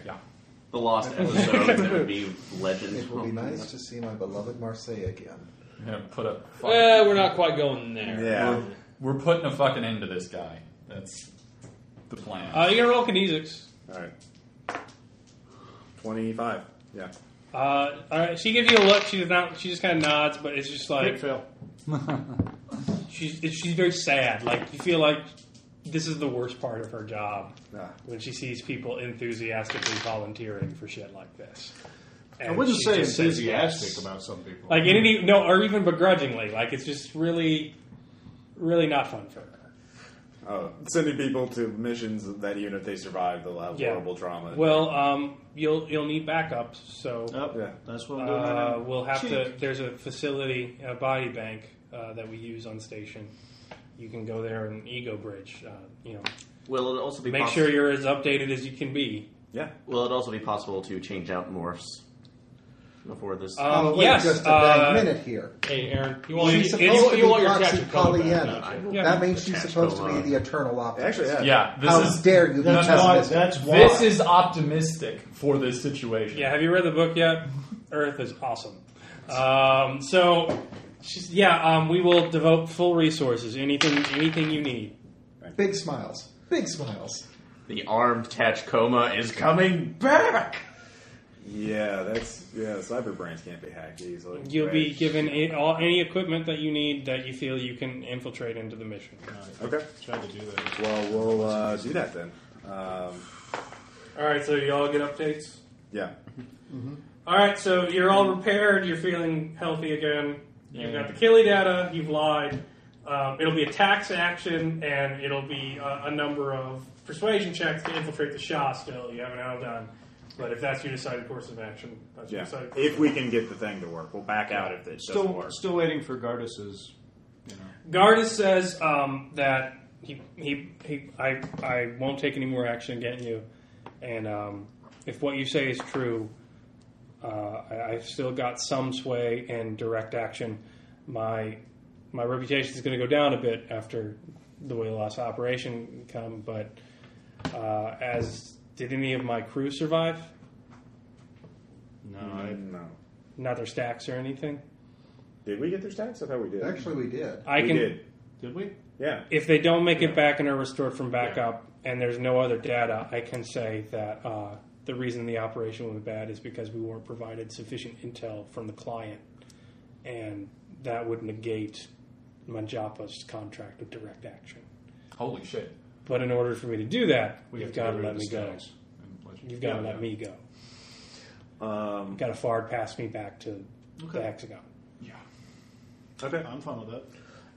Speaker 6: The lost episode that would be legend.
Speaker 4: It will be nice to see my beloved Marseille again.
Speaker 2: We're gonna put a.
Speaker 1: Eh.
Speaker 2: fuck-
Speaker 7: Well, we're not quite going there.
Speaker 3: Yeah.
Speaker 2: We're, we're putting a fucking end to this guy. That's the plan.
Speaker 1: Uh, you're gonna roll kinesics.
Speaker 3: All right. Twenty-five. Yeah.
Speaker 1: Uh, all right, she gives you a look. She does not. She just kind of nods, but it's just like
Speaker 8: fail.
Speaker 1: she's she's very sad. Like you feel like this is the worst part of her job
Speaker 3: Ah.
Speaker 1: when she sees people enthusiastically volunteering for shit like this.
Speaker 8: I
Speaker 1: And
Speaker 8: wouldn't
Speaker 1: she
Speaker 8: say
Speaker 1: just says
Speaker 8: enthusiastic
Speaker 1: yes.
Speaker 8: about some people.
Speaker 1: like in any no, or even begrudgingly. Like it's just really, really not fun for her.
Speaker 3: Oh, sending people to missions that even if they survive, they'll have
Speaker 1: Yeah.
Speaker 3: horrible trauma.
Speaker 1: Well, um, you'll you'll need backups, so
Speaker 8: Yep,
Speaker 3: Yeah.
Speaker 8: that's what Oh, I'm doing right
Speaker 1: uh,
Speaker 8: now.
Speaker 1: we'll have to.
Speaker 8: Cheek.
Speaker 1: There's a facility, a body bank uh, that we use on station. You can go there and ego bridge. Uh, you know,
Speaker 6: Will it also be
Speaker 1: make
Speaker 6: possi-
Speaker 1: sure you're as updated as you can be.
Speaker 3: yeah.
Speaker 6: Will it also be possible to change out morphs before this?
Speaker 1: Um,
Speaker 4: Oh, wait
Speaker 1: yes,
Speaker 4: just a
Speaker 1: uh,
Speaker 4: dang minute here.
Speaker 7: Hey, Aaron, you want,
Speaker 1: She's
Speaker 7: you,
Speaker 1: supposed
Speaker 7: you,
Speaker 1: to
Speaker 7: you want your
Speaker 4: Roxy
Speaker 7: capture code back,
Speaker 4: Pollyanna.
Speaker 7: don't you?
Speaker 1: Yeah.
Speaker 4: That means she's
Speaker 6: Attached
Speaker 4: supposed to
Speaker 6: Pollyanna.
Speaker 4: be the eternal optimist.
Speaker 3: Actually, yeah.
Speaker 2: yeah, this
Speaker 4: How
Speaker 2: is
Speaker 4: dare you be
Speaker 2: That's
Speaker 4: pessimistic.
Speaker 2: why.
Speaker 5: That's why.
Speaker 2: This is optimistic for this situation.
Speaker 1: Yeah, have you read the book yet? Earth is awesome. Um, so, she's- yeah, um, we will devote full resources. Anything, anything you need.
Speaker 4: Big smiles. Big smiles.
Speaker 6: the armed Tachkoma is coming back.
Speaker 3: Yeah, that's yeah. Cyber brains can't be hacked easily.
Speaker 1: You'll
Speaker 3: Right.
Speaker 1: be given a, all, any equipment that you need that you feel you can infiltrate into the mission.
Speaker 3: Okay.
Speaker 8: Tried to do that.
Speaker 3: Well, we'll uh, do that then. Um,
Speaker 1: All right, so you all get updates.
Speaker 3: yeah.
Speaker 1: All right, so you're all repaired. You're feeling healthy again. You've got the Killy data. You've lied. Um, it'll be a tax action, and it'll be a, a number of persuasion checks to infiltrate the Shah. Still, you haven't all done. But if that's your decided course of action, that's your
Speaker 3: Yeah.
Speaker 1: decided. Course
Speaker 3: If we can get the thing to work, we'll back out if it doesn't
Speaker 8: Still,
Speaker 3: work.
Speaker 8: still waiting for Garda's. You know,
Speaker 1: Gardas says um, that he, he, he I, I won't take any more action against you, and um, if what you say is true, uh, I, I've still got some sway in direct action. My my reputation is going to go down a bit after the way loss operation come, but uh, as did any of my crew survive?
Speaker 8: no, I,
Speaker 3: Mm-hmm. No.
Speaker 1: Not their stacks or anything.
Speaker 3: Did we get their stacks? I thought we did.
Speaker 4: Actually, we did.
Speaker 1: I
Speaker 3: we
Speaker 1: can
Speaker 3: did.
Speaker 8: did we?
Speaker 3: Yeah.
Speaker 1: if they don't make it back and are restored from backup and there's no other data, I can say that uh, the reason the operation went bad is because we weren't provided sufficient intel from the client, and that would negate Manjapa's contract with direct action.
Speaker 2: Holy shit.
Speaker 1: But in order for me to do that,
Speaker 8: We
Speaker 1: you've
Speaker 8: have to
Speaker 1: got
Speaker 8: get
Speaker 1: to
Speaker 8: rid
Speaker 1: let
Speaker 8: of
Speaker 1: me
Speaker 8: the
Speaker 1: go.
Speaker 8: stacks and let you-
Speaker 1: You've got to
Speaker 8: Yeah,
Speaker 1: let
Speaker 8: yeah.
Speaker 1: me go.
Speaker 3: Um,
Speaker 1: You've got to forward pass me back to the hexagon.
Speaker 3: okay.
Speaker 8: I'm fine with that.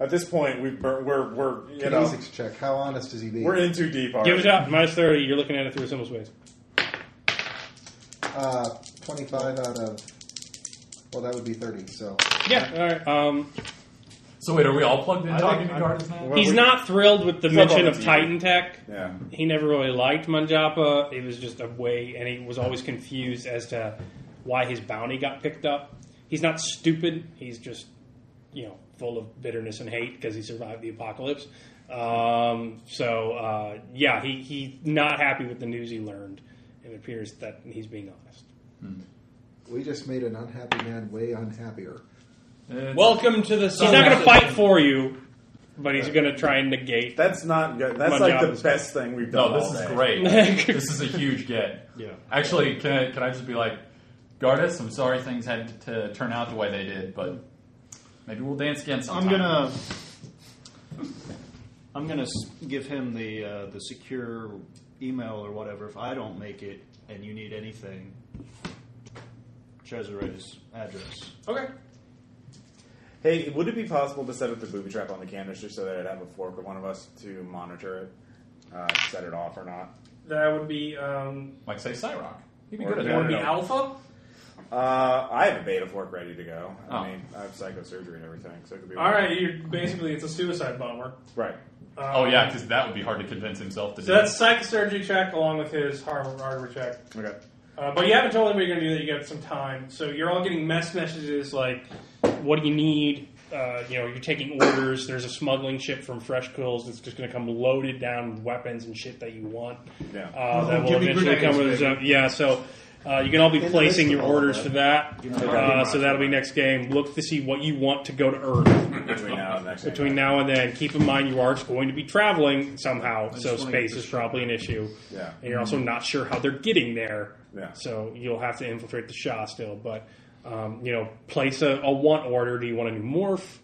Speaker 3: At this point, we've burnt, we're we're you know
Speaker 4: Kinesics check. How honest is he being?
Speaker 3: we're in too deep already.
Speaker 1: Give it up. Minus 30. You're looking at it through a simple space.
Speaker 4: Uh, 25 out of. Well, that would be 30, so.
Speaker 1: Yeah. All right. Um,
Speaker 2: So wait, are we all plugged in
Speaker 8: I
Speaker 2: talking
Speaker 8: think
Speaker 2: to
Speaker 8: I'm-
Speaker 2: Gardas now?
Speaker 1: he's not thrilled with the
Speaker 3: It's up
Speaker 1: mention
Speaker 3: on
Speaker 1: of
Speaker 3: the TV.
Speaker 1: Titan Tech.
Speaker 3: Yeah.
Speaker 1: he never really liked Manjapa. It was just a way, and he was always confused as to why his bounty got picked up. He's not stupid. He's just, you know, full of bitterness and hate because he survived the apocalypse. Um, so uh, yeah, he he's not happy with the news he learned. It appears that he's being honest.
Speaker 4: We just made an unhappy man way unhappier.
Speaker 2: It's-
Speaker 7: Welcome to the
Speaker 1: He's not going to fight for you, but he's going to try and negate.
Speaker 3: That's not good. That's
Speaker 1: My
Speaker 3: like
Speaker 1: job
Speaker 3: the
Speaker 1: is-
Speaker 3: best thing we've done.
Speaker 2: No, this
Speaker 3: all
Speaker 2: is
Speaker 3: day.
Speaker 2: great. this is a huge get.
Speaker 8: Yeah.
Speaker 2: Actually, can I, can I just be like, Gardas, I'm sorry things had to turn out the way they did, but maybe we'll dance again sometime.
Speaker 8: I'm gonna. I'm gonna s- give him the uh, the secure email or whatever. If I don't make it and you need anything, Treasure's address.
Speaker 1: Okay.
Speaker 3: Hey, would it be possible to set up the booby trap on the canister so that I'd have a fork or one of us to monitor it, uh, set it off or not?
Speaker 1: That would be um,
Speaker 2: Like, say, Cyrock. He'd be
Speaker 3: Or
Speaker 2: good at
Speaker 3: no, no,
Speaker 2: that.
Speaker 3: no.
Speaker 1: Alpha.
Speaker 3: Uh, I have a beta fork ready to go. I
Speaker 2: Oh.
Speaker 3: mean, I have psychosurgery and everything, so it could be
Speaker 1: All right, you're basically it's a suicide bomber.
Speaker 3: Right.
Speaker 1: Um,
Speaker 2: Oh, yeah, because that would be hard to convince himself to do.
Speaker 1: So that's psychosurgery check along with his har- hardware check.
Speaker 3: Okay.
Speaker 1: Uh, but you haven't told anybody you're going to do that. You got some time, so you're all getting mess messages like, "What do you need?" Uh, you know, you're taking orders. There's a smuggling ship from Fresh Kills that's just going to come loaded down with weapons and shit that you want.
Speaker 3: Yeah.
Speaker 1: Uh, that will
Speaker 8: Oh, give me
Speaker 1: eventually
Speaker 8: grenades,
Speaker 1: come with. Yeah, so Uh, you can all be
Speaker 4: In the
Speaker 1: placing
Speaker 4: midst of
Speaker 1: your
Speaker 4: all
Speaker 1: orders
Speaker 4: that.
Speaker 1: for that. Uh, so that'll be next game. Look to see what you want to go to
Speaker 2: Uh,
Speaker 1: Earth
Speaker 3: between now and next. game.
Speaker 1: between now and then. Keep in mind you are going to be traveling somehow, so
Speaker 8: wanna get
Speaker 1: space
Speaker 8: this
Speaker 1: is probably an issue.
Speaker 3: Yeah.
Speaker 1: And you're also not sure how they're getting there.
Speaker 3: Yeah.
Speaker 1: So you'll have to infiltrate the Shah still. But, um, you know, place a, a want order. Do you want a new morph?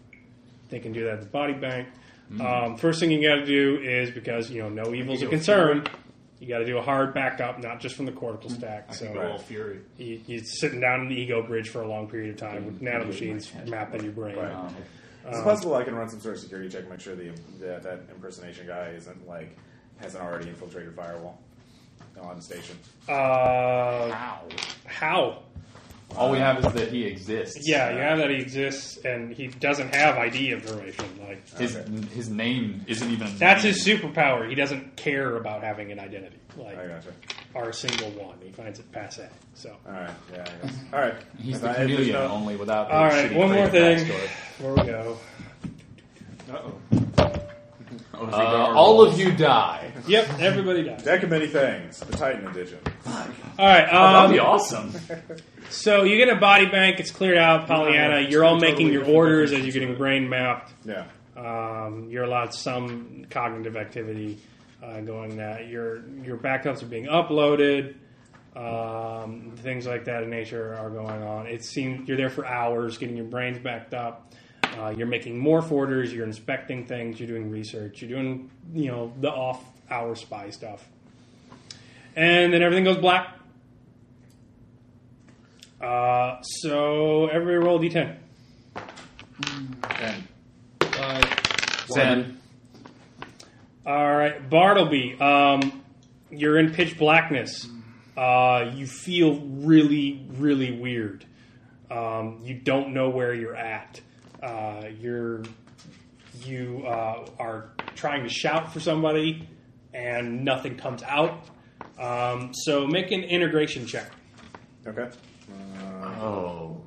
Speaker 1: They can do that at the body bank. Um, first thing you got to do is because, you know, no evil's a concern. You got to do a hard backup, not just from the cortical stack. so
Speaker 8: All fury.
Speaker 1: you, you're sitting down in the ego bridge for a long period of time with nanomachines mapping your brain.
Speaker 3: It's
Speaker 2: uh,
Speaker 3: possible I can run some sort of security check, and make sure the, the that impersonation guy isn't like hasn't already infiltrated firewall on the station.
Speaker 1: Uh,
Speaker 2: Wow.
Speaker 1: how?
Speaker 2: All we have is that he exists.
Speaker 1: Yeah, you have that he exists and he doesn't have ID information. Like
Speaker 2: His his name isn't even. a
Speaker 1: that's
Speaker 2: name.
Speaker 1: his superpower. He doesn't care about having an identity. Like
Speaker 3: I gotcha.
Speaker 1: our single one, he finds it passe. So,
Speaker 3: All right. Yeah. I guess. All right.
Speaker 2: He's
Speaker 3: If
Speaker 2: the
Speaker 3: I- if there's
Speaker 2: chameleon,
Speaker 3: no-
Speaker 2: only without. the
Speaker 1: all right,
Speaker 2: shitty
Speaker 1: one more
Speaker 2: creative
Speaker 1: thing
Speaker 2: backstory.
Speaker 1: before we go.
Speaker 2: Uh, all of you die.
Speaker 1: Yep, everybody dies.
Speaker 3: That can many things. The Titan edition.
Speaker 1: All right,
Speaker 2: That'd
Speaker 1: um,
Speaker 2: be awesome.
Speaker 1: so you get a body bank. It's cleared out, Pollyanna. You're all making your orders as you're getting brain mapped.
Speaker 3: Yeah.
Speaker 1: Um, you're allowed some cognitive activity uh, going. That your your backups are being uploaded. Um, things like that in nature are going on. It seems you're there for hours, getting your brains backed up. Uh, you're making morph orders. You're inspecting things. You're doing research. You're doing you know the off hour spy stuff. And then everything goes black. Uh, so everybody roll a d10.
Speaker 3: Ten.
Speaker 2: Ten.
Speaker 1: All right, Bartleby, um, you're in pitch blackness. Uh, you feel really, really weird. Um, you don't know where you're at. Uh, you're you uh, are trying to shout for somebody, and nothing comes out. Um, so make an integration check.
Speaker 3: Okay. Uh,
Speaker 6: Oh.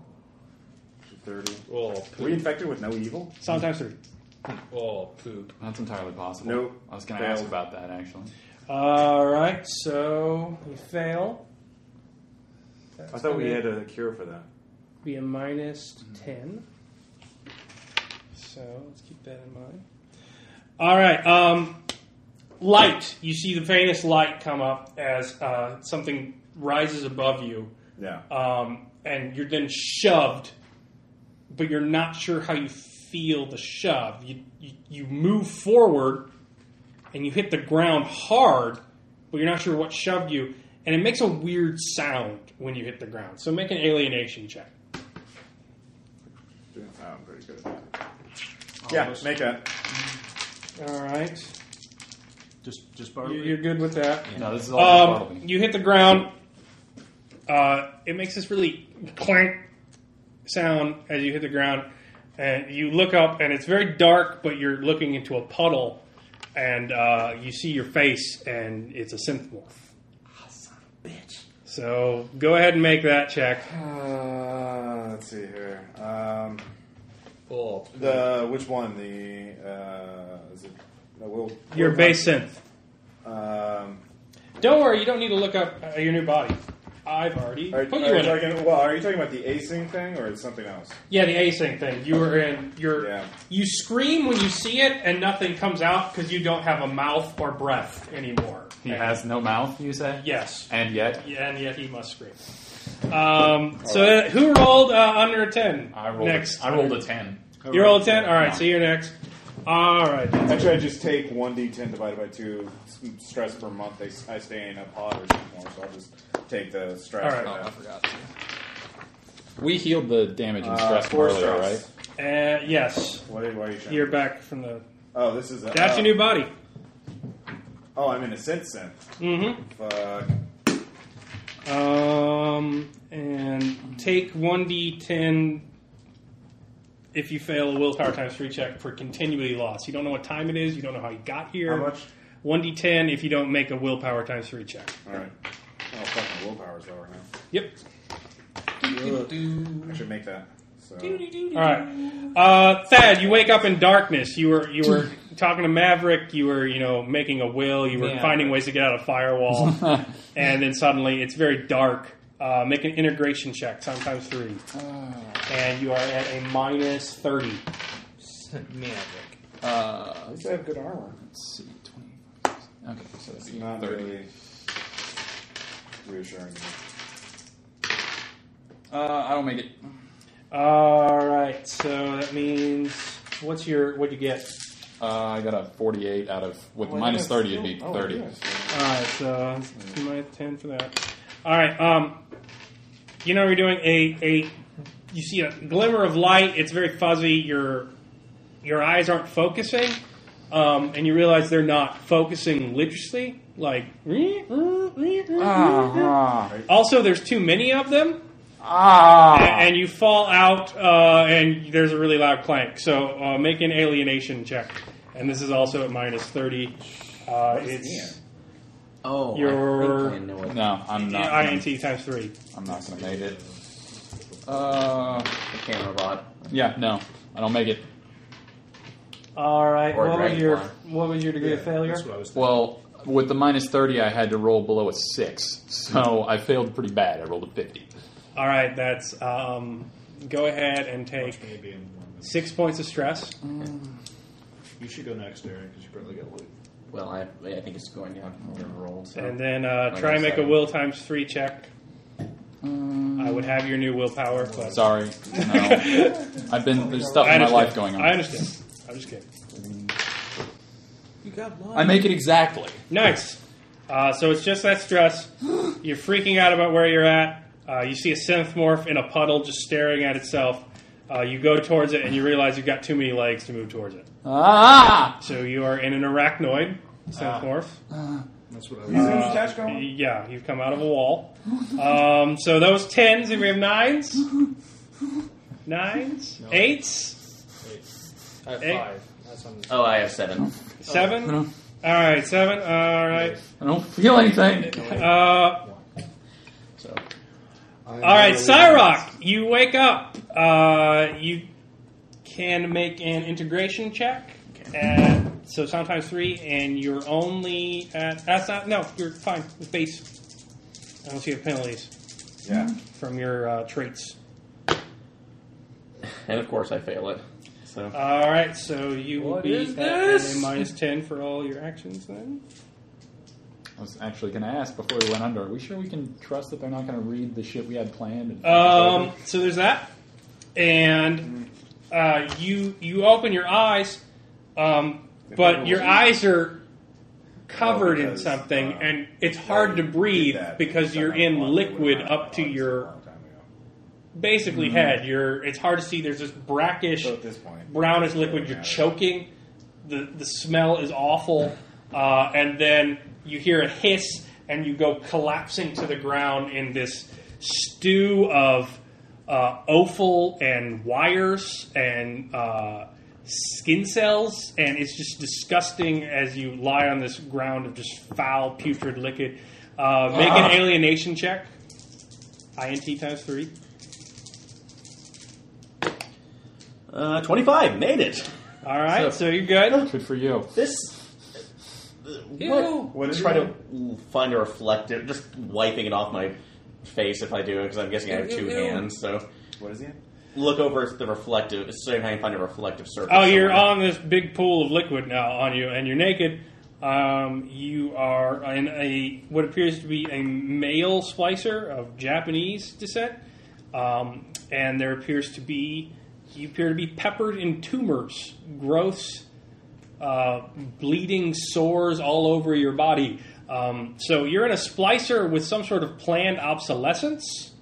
Speaker 3: Thirty.
Speaker 7: Oh,
Speaker 3: Were we infected with no evil?
Speaker 1: Sometimes three.
Speaker 7: oh, poop.
Speaker 2: That's entirely possible.
Speaker 3: Nope.
Speaker 2: I was going to
Speaker 3: Failed.
Speaker 2: ask about that actually.
Speaker 1: All right, so you fail.
Speaker 3: I thought we had a cure for that.
Speaker 1: Be a minus ten. So let's keep that in mind. All right. Um, light. You see the faintest light come up as uh, something rises above you,
Speaker 3: Yeah.
Speaker 1: um, and you're then shoved, but you're not sure how you feel the shove. You, you you move forward, and you hit the ground hard, but you're not sure what shoved you, and it makes a weird sound when you hit the ground. So make an alienation check.
Speaker 3: Doing- oh, I'm pretty good at that. Yeah. Make that.
Speaker 1: All right.
Speaker 8: Just, just
Speaker 1: You-
Speaker 8: Bartleby.
Speaker 1: You're good with that.
Speaker 2: No, this is all
Speaker 1: Um,
Speaker 2: Bartleby.
Speaker 1: you hit the ground. Uh, it makes this really clank sound as you hit the ground, and you look up, and it's very dark, but you're looking into a puddle, and uh, you see your face, and it's a synth morph. So go ahead and make that check.
Speaker 3: Uh, let's see here. Um,
Speaker 7: Oh,
Speaker 3: the which one? The uh, is it? No, will
Speaker 1: Your base synth.
Speaker 3: Um,
Speaker 1: Don't worry, you don't need to look up uh, your new body. I've already
Speaker 3: are,
Speaker 1: put
Speaker 3: are
Speaker 1: you in. it.
Speaker 3: talking, well, are you talking about the acing thing or something else?
Speaker 1: Yeah, the async thing. You were in. You're.
Speaker 3: Yeah.
Speaker 1: You scream when you see it, and nothing comes out because you don't have a mouth or breath anymore.
Speaker 2: He
Speaker 1: And-
Speaker 2: has no mouth, you say?
Speaker 1: Yes.
Speaker 2: And yet,
Speaker 1: Yeah, and yet he must scream. Um, so uh, who rolled uh, under a ten?
Speaker 2: I rolled.
Speaker 1: next.
Speaker 2: I rolled a ten.
Speaker 1: You rolled a ten. All right.
Speaker 2: No.
Speaker 1: So you're next. All right. Uh,
Speaker 3: Actually, I just take one d10 divided by two s- stress per month. They, I stay in a pod or something more, so I'll just take the stress.
Speaker 1: All right.
Speaker 3: for
Speaker 2: I
Speaker 3: that.
Speaker 2: forgot. We healed the damage and
Speaker 3: Uh,
Speaker 2: stress from
Speaker 3: four
Speaker 2: earlier,
Speaker 3: stress.
Speaker 1: Uh, yes.
Speaker 3: What are, what are you showing?
Speaker 1: You're back from the.
Speaker 3: Oh, this is a,
Speaker 1: That's
Speaker 3: oh,
Speaker 1: your new body.
Speaker 3: Oh, I'm in a synth synth.
Speaker 1: Mm-hmm.
Speaker 3: Fuck.
Speaker 1: Um, and take 1d10 if you fail a willpower times 3 check for continually lost. You don't know what time it is, you don't know how you got here.
Speaker 3: How much?
Speaker 1: 1d10 if you don't make a willpower times 3 check.
Speaker 3: All right. Oh, fucking willpower's lower now.
Speaker 1: Yep.
Speaker 3: I should make that. So
Speaker 1: All right. Uh, Thad, you wake up in darkness. You were you were talking to Maverick. You were you know making a will. You were
Speaker 7: Yeah.
Speaker 1: finding ways to get out of firewall,
Speaker 2: right?
Speaker 1: and then suddenly it's very dark, Uh, make an integration check, sometimes three, and you are at a minus thirty.
Speaker 7: Magic.
Speaker 2: Uh,
Speaker 3: I have good armor.
Speaker 2: let's see, 25. Okay, so that'd
Speaker 3: It's
Speaker 2: be
Speaker 3: not
Speaker 2: 30.
Speaker 3: really reassuring.
Speaker 2: Uh, I don't make it.
Speaker 1: All right, so that means what's your what you get?
Speaker 2: Uh, I got a 48 out of with
Speaker 3: Well,
Speaker 2: minus
Speaker 3: that's
Speaker 2: 30
Speaker 3: still-
Speaker 2: it'd be
Speaker 3: oh,
Speaker 2: 30.
Speaker 3: yes.
Speaker 1: All right, so that's my ten for that. All right, um, you know you're doing a a you see a glimmer of light. It's very fuzzy. Your your eyes aren't focusing, um, and you realize they're not focusing literally. Like
Speaker 2: Ah,
Speaker 1: also, there's too many of them, a-
Speaker 2: ah.
Speaker 1: and you fall out, uh, and there's a really loud clank. So uh, make an alienation check, and this is also at minus thirty. Uh, it's
Speaker 6: Oh,
Speaker 1: Your-
Speaker 6: I think I know it.
Speaker 2: No, I'm not. gonna-
Speaker 1: INT times three.
Speaker 2: I'm not gonna make it. Uh,
Speaker 6: The camera bot.
Speaker 2: yeah, no, I don't make it.
Speaker 1: All right.
Speaker 6: Or
Speaker 1: what was your
Speaker 6: dragonfly.
Speaker 1: what was your degree of failure?
Speaker 10: That's what I was thinking.
Speaker 2: Well, with the minus 30, I had to roll below a 6, so I failed pretty bad. I rolled a 50.
Speaker 1: All right. That's um, go ahead and take
Speaker 5: Maybe in one minute.
Speaker 1: six points of stress.
Speaker 5: You should go next, Aaron, because you probably got loot.
Speaker 6: Well, I, I think it's going down from your roll. So.
Speaker 1: And then uh,
Speaker 6: I
Speaker 1: try and
Speaker 6: guess
Speaker 1: make a
Speaker 6: I-
Speaker 1: will times three check. I would have your new willpower, but
Speaker 2: Sorry. No. I've been, there's stuff in my
Speaker 1: understand.
Speaker 2: life going on.
Speaker 1: I understand. I'm just kidding.
Speaker 7: You got
Speaker 2: I
Speaker 7: one.
Speaker 2: make it exactly.
Speaker 1: Nice. Uh, so it's just that stress. You're freaking out about where you're at. Uh, you see a synth morph in a puddle just staring at itself. Uh, you go towards it and you realize you've got too many legs to move towards it.
Speaker 2: Ah!
Speaker 1: So you are in an arachnoid synth morph.
Speaker 5: That's what I
Speaker 3: Is
Speaker 5: was.
Speaker 3: it mustache going?
Speaker 1: Yeah, you've come out of a wall. Um, so those tens, and we have nines, nines, eights,
Speaker 7: I have
Speaker 1: Eight.
Speaker 7: five. That's something.
Speaker 6: Oh, I have seven.
Speaker 1: seven.
Speaker 2: Oh.
Speaker 1: All right, seven. All right.
Speaker 2: I don't feel anything.
Speaker 1: Uh,
Speaker 6: So
Speaker 4: All
Speaker 1: all right, Cyrock, you wake up. Uh, you can make an integration check. And so sometimes three, and you're only at. That's not. No, you're fine with base. I don't see the penalties
Speaker 3: Yeah.
Speaker 1: from your uh, traits.
Speaker 6: and of course I fail it. So
Speaker 1: All right, so you will
Speaker 7: What
Speaker 1: be
Speaker 7: is
Speaker 1: at
Speaker 7: this?
Speaker 1: a minus ten for all your actions then.
Speaker 2: I was actually going to ask before we went under are we sure we can trust that they're not going to read the shit we had planned? And
Speaker 1: Um, so there's that, and uh, you you open your eyes, um, but your eyes are covered in
Speaker 3: because,
Speaker 1: something,
Speaker 3: uh,
Speaker 1: and it's hard to breathe
Speaker 3: Did that
Speaker 1: because you're
Speaker 3: somehow
Speaker 1: in
Speaker 3: one
Speaker 1: liquid
Speaker 3: would have
Speaker 1: up to
Speaker 3: gone a
Speaker 1: your
Speaker 3: long time ago.
Speaker 1: basically head. You're it's hard to see. There's this brackish
Speaker 3: So at this point,
Speaker 1: brownish liquid. You're choking. The the smell is awful, uh, and then you hear a hiss, and you go collapsing to the ground in this stew of uh, offal and wires and uh, skin cells, and it's just disgusting as you lie on this ground of just foul, putrid liquid. Uh, make an alienation check. INT times three.
Speaker 6: uh, twenty-five made it.
Speaker 1: All right, so you're good.
Speaker 2: Good for you.
Speaker 6: This.
Speaker 7: Ew.
Speaker 6: What try to find a reflective, just wiping it off my face if I do it because I'm guessing I have
Speaker 7: Ew,
Speaker 6: two
Speaker 7: ew, ew.
Speaker 6: hands. So
Speaker 3: what is he? in?
Speaker 6: look over at the reflective. See if I can find a reflective surface.
Speaker 1: Oh, you're
Speaker 6: somewhere.
Speaker 1: on this big pool of liquid now on you, and you're naked. Um, you are in a what appears to be a male splicer of Japanese descent, um, and there appears to be you appear to be peppered in tumors, growths, uh, bleeding sores all over your body. Um, so you're in a splicer with some sort of planned obsolescence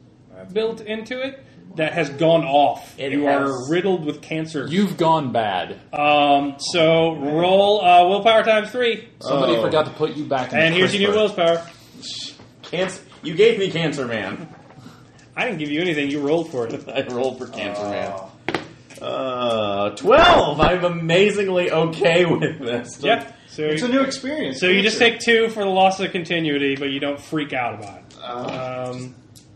Speaker 1: built into it that has gone off.
Speaker 6: It
Speaker 1: you
Speaker 6: has-
Speaker 1: are riddled with cancer.
Speaker 2: You've gone bad.
Speaker 1: Um, so roll uh, willpower times three,
Speaker 2: Somebody
Speaker 6: Oh.
Speaker 2: forgot to put you back in
Speaker 1: and
Speaker 2: the
Speaker 1: here's
Speaker 2: first
Speaker 1: your new
Speaker 2: place.
Speaker 1: willpower.
Speaker 6: Cancer. You gave me cancer, man.
Speaker 1: I didn't give you anything; you rolled for it.
Speaker 6: I rolled for cancer, man. Uh, twelve. I'm amazingly okay with this.
Speaker 1: yeah. So
Speaker 5: It's a
Speaker 1: you,
Speaker 5: new experience.
Speaker 1: so you just take two for the loss of continuity, but you don't freak out about it. um,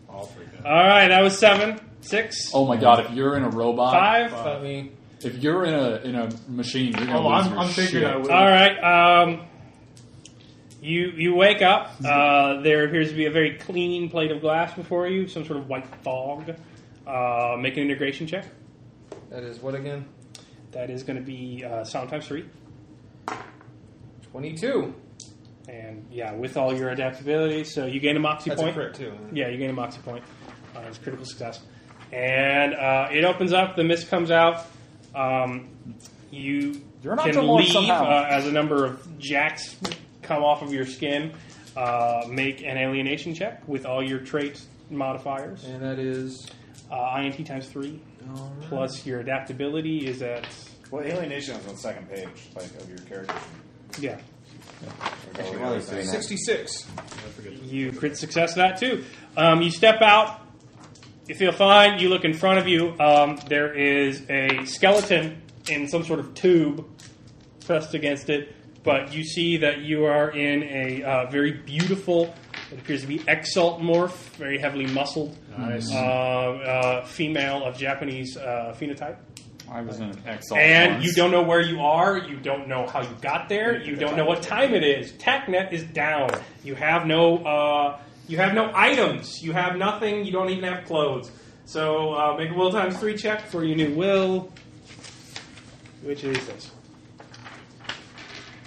Speaker 5: Uh, I'll freak out.
Speaker 1: all right, that was seven, six,
Speaker 2: Oh my god, if you're in a robot,
Speaker 1: five.
Speaker 7: I mean,
Speaker 2: if you're in a in a machine, you're going to
Speaker 5: Oh,
Speaker 2: lose
Speaker 5: I'm,
Speaker 2: your
Speaker 5: I'm
Speaker 2: shit.
Speaker 5: figuring I will.
Speaker 1: All right. Um, You you wake up. Uh, there appears to be a very clean plate of glass before you, some sort of white fog. Uh, make an integration check.
Speaker 7: That is what again?
Speaker 1: That is going to be uh, sound times three.
Speaker 7: 22.
Speaker 1: And yeah, with all your adaptability, so you gain a moxie
Speaker 7: That's a
Speaker 1: point.
Speaker 7: crit, too.
Speaker 1: Yeah, you gain a moxie point. Uh, it's critical success. And uh, it opens up. The mist comes out. Um, you
Speaker 2: You're not
Speaker 1: can
Speaker 2: to launch
Speaker 1: leave
Speaker 2: somehow.
Speaker 1: uh, as a number of jacks come off of your skin. Uh, make an alienation check with all your trait modifiers.
Speaker 7: And that is.
Speaker 1: Uh, INT times three plus your adaptability is at
Speaker 3: Well, alienation is on the second page, like of your character. oh,
Speaker 1: yeah.
Speaker 6: Actually, while he's doing that,
Speaker 7: 66.
Speaker 1: You crit success that too. Um, you step out. You feel fine. You look in front of you. Um, there is a skeleton in some sort of tube pressed against it, but you see that you are in a uh, very beautiful. It appears to be exalt morph, very heavily muscled, nice. uh, uh, female of Japanese uh, phenotype.
Speaker 2: I was in an X.
Speaker 1: And you don't know where you are. You don't know how you got there. You don't know what time it is. TechNet is down. You have no. Uh, you have no items. You have nothing. You don't even have clothes. So uh, make a will times three check for your new will, which is this.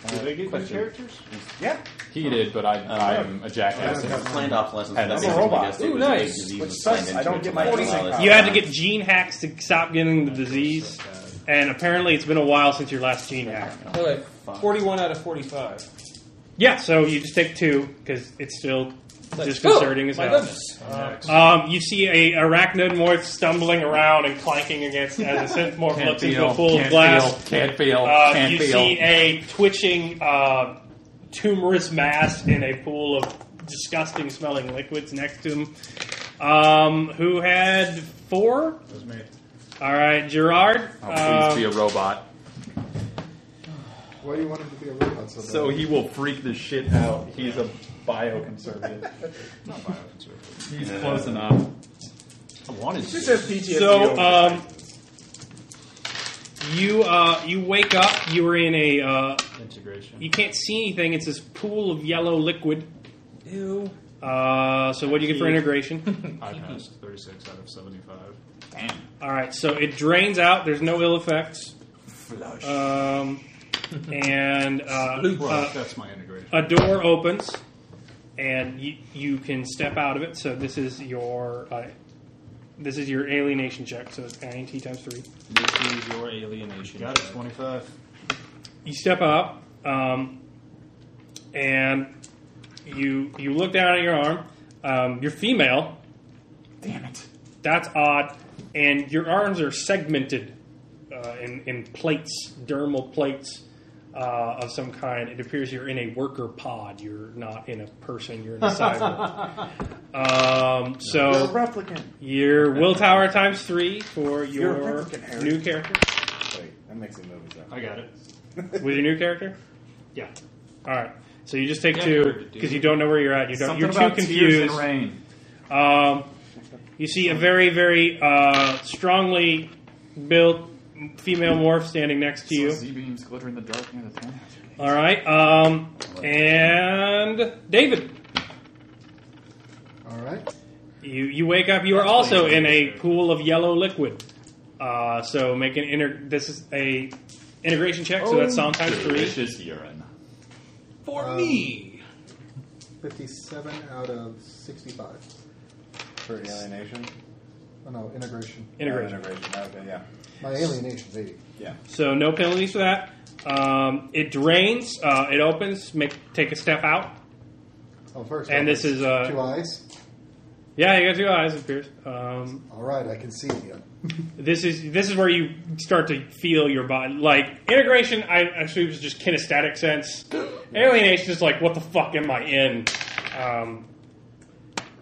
Speaker 2: Did they get
Speaker 6: characters?
Speaker 3: Yeah.
Speaker 2: He did, but I, I'm a jackass.
Speaker 6: planned off lessons.
Speaker 2: And I'm
Speaker 6: that's
Speaker 2: a
Speaker 6: basically
Speaker 2: robot.
Speaker 6: just it
Speaker 2: Ooh,
Speaker 6: was a big
Speaker 2: nice.
Speaker 6: disease
Speaker 3: Which
Speaker 6: was planned
Speaker 3: sucks.
Speaker 6: into
Speaker 3: I don't
Speaker 6: it
Speaker 3: get
Speaker 6: to
Speaker 3: my
Speaker 6: allow
Speaker 3: forty-six
Speaker 6: this.
Speaker 3: power.
Speaker 1: You had to
Speaker 7: Uh,
Speaker 1: get gene hacks to stop getting the disease, and apparently it's been a while since your last gene hack.
Speaker 7: Okay, 41 out of 45.
Speaker 1: Yeah, so you just take two because it's still
Speaker 7: Like,
Speaker 1: disconcerting
Speaker 7: oh,
Speaker 1: as
Speaker 7: my
Speaker 1: hell.
Speaker 7: goodness.
Speaker 1: Um, you see a arachnid morph stumbling around and clanking against as a synth morph
Speaker 2: Can't
Speaker 1: looks into a
Speaker 2: feel.
Speaker 1: pool of
Speaker 2: Can't
Speaker 1: glass.
Speaker 2: feel. Can't feel.
Speaker 1: Uh,
Speaker 2: Can't
Speaker 1: you
Speaker 2: feel.
Speaker 1: see a twitching, uh, tumorous mass in a pool of disgusting smelling liquids next to him. Um, who had four? That was me. All right, Gerard.
Speaker 2: Oh, please
Speaker 1: um,
Speaker 2: be a robot.
Speaker 4: Why do you want him to be a robot so bad?
Speaker 2: So he will freak the shit out. He's a bioconservative. He's close enough.
Speaker 8: I wanted
Speaker 3: This
Speaker 8: to.
Speaker 3: says PTSD.
Speaker 1: So,
Speaker 3: over
Speaker 1: um, you uh, you wake up. You were in a. Uh,
Speaker 8: Integration.
Speaker 1: you can't see anything. It's this pool of yellow liquid.
Speaker 7: Ew.
Speaker 1: Uh, so what do you get for integration?
Speaker 8: I passed 36 out of 75.
Speaker 1: All right, so it drains out. There's no ill effects. Flush. Um, and uh,
Speaker 8: Well,
Speaker 1: uh,
Speaker 8: that's my integration.
Speaker 1: a door opens, and you, you can step out of it. So this is your uh, this is your alienation check. So it's INT times three.
Speaker 11: This is your alienation.
Speaker 8: Got it, 25.
Speaker 1: you step up, um, and you you look down at your arm. Um, you're female. Damn it. That's odd. And your arms are segmented uh, in, in plates, dermal plates uh, of some kind. It appears you're in a worker pod. You're not in a person. You're in a cyborg. um, so
Speaker 3: You're a replicant.
Speaker 1: your willpower times three for
Speaker 3: You're a
Speaker 1: your
Speaker 3: replicant, Harry.
Speaker 1: new character.
Speaker 3: Wait, that makes a movie sound.
Speaker 8: I got it.
Speaker 1: With your new character.
Speaker 8: Yeah.
Speaker 1: All right. So you just take
Speaker 11: Yeah,
Speaker 1: two
Speaker 11: dude.
Speaker 1: because you don't know where you're at. You don't,
Speaker 2: Something
Speaker 1: you're too
Speaker 2: about tears
Speaker 1: confused.
Speaker 2: and rain.
Speaker 1: Um, you see a very, very uh, strongly built female morph standing next to you.
Speaker 2: Z-beams glitter in the dark near the town.
Speaker 1: All right. Um, and David,
Speaker 4: All right.
Speaker 1: you you wake up. You are also in a pool of yellow liquid. Uh, so make an inter. This is a integration check. So
Speaker 2: Oh.
Speaker 1: that's sound times three.
Speaker 2: Delicious urine.
Speaker 7: For me.
Speaker 4: 57 out of 65.
Speaker 3: For alienation?
Speaker 4: Oh, no, integration.
Speaker 1: Integration.
Speaker 3: Oh, integration. Okay, yeah.
Speaker 4: My alienation's 80.
Speaker 3: Yeah.
Speaker 1: So no penalties for that. Um, it drains. Uh, it opens. Make take a step out.
Speaker 4: Oh, first.
Speaker 1: And
Speaker 4: oh,
Speaker 1: this is, uh,
Speaker 4: Two eyes.
Speaker 1: Yeah, you got two eyes. It appears. Um,
Speaker 4: All right, I can see again.
Speaker 1: this is this is where you start to feel your body. Like integration, I actually was just kinesthetic sense. Alienation is like, what the fuck am I in? Um,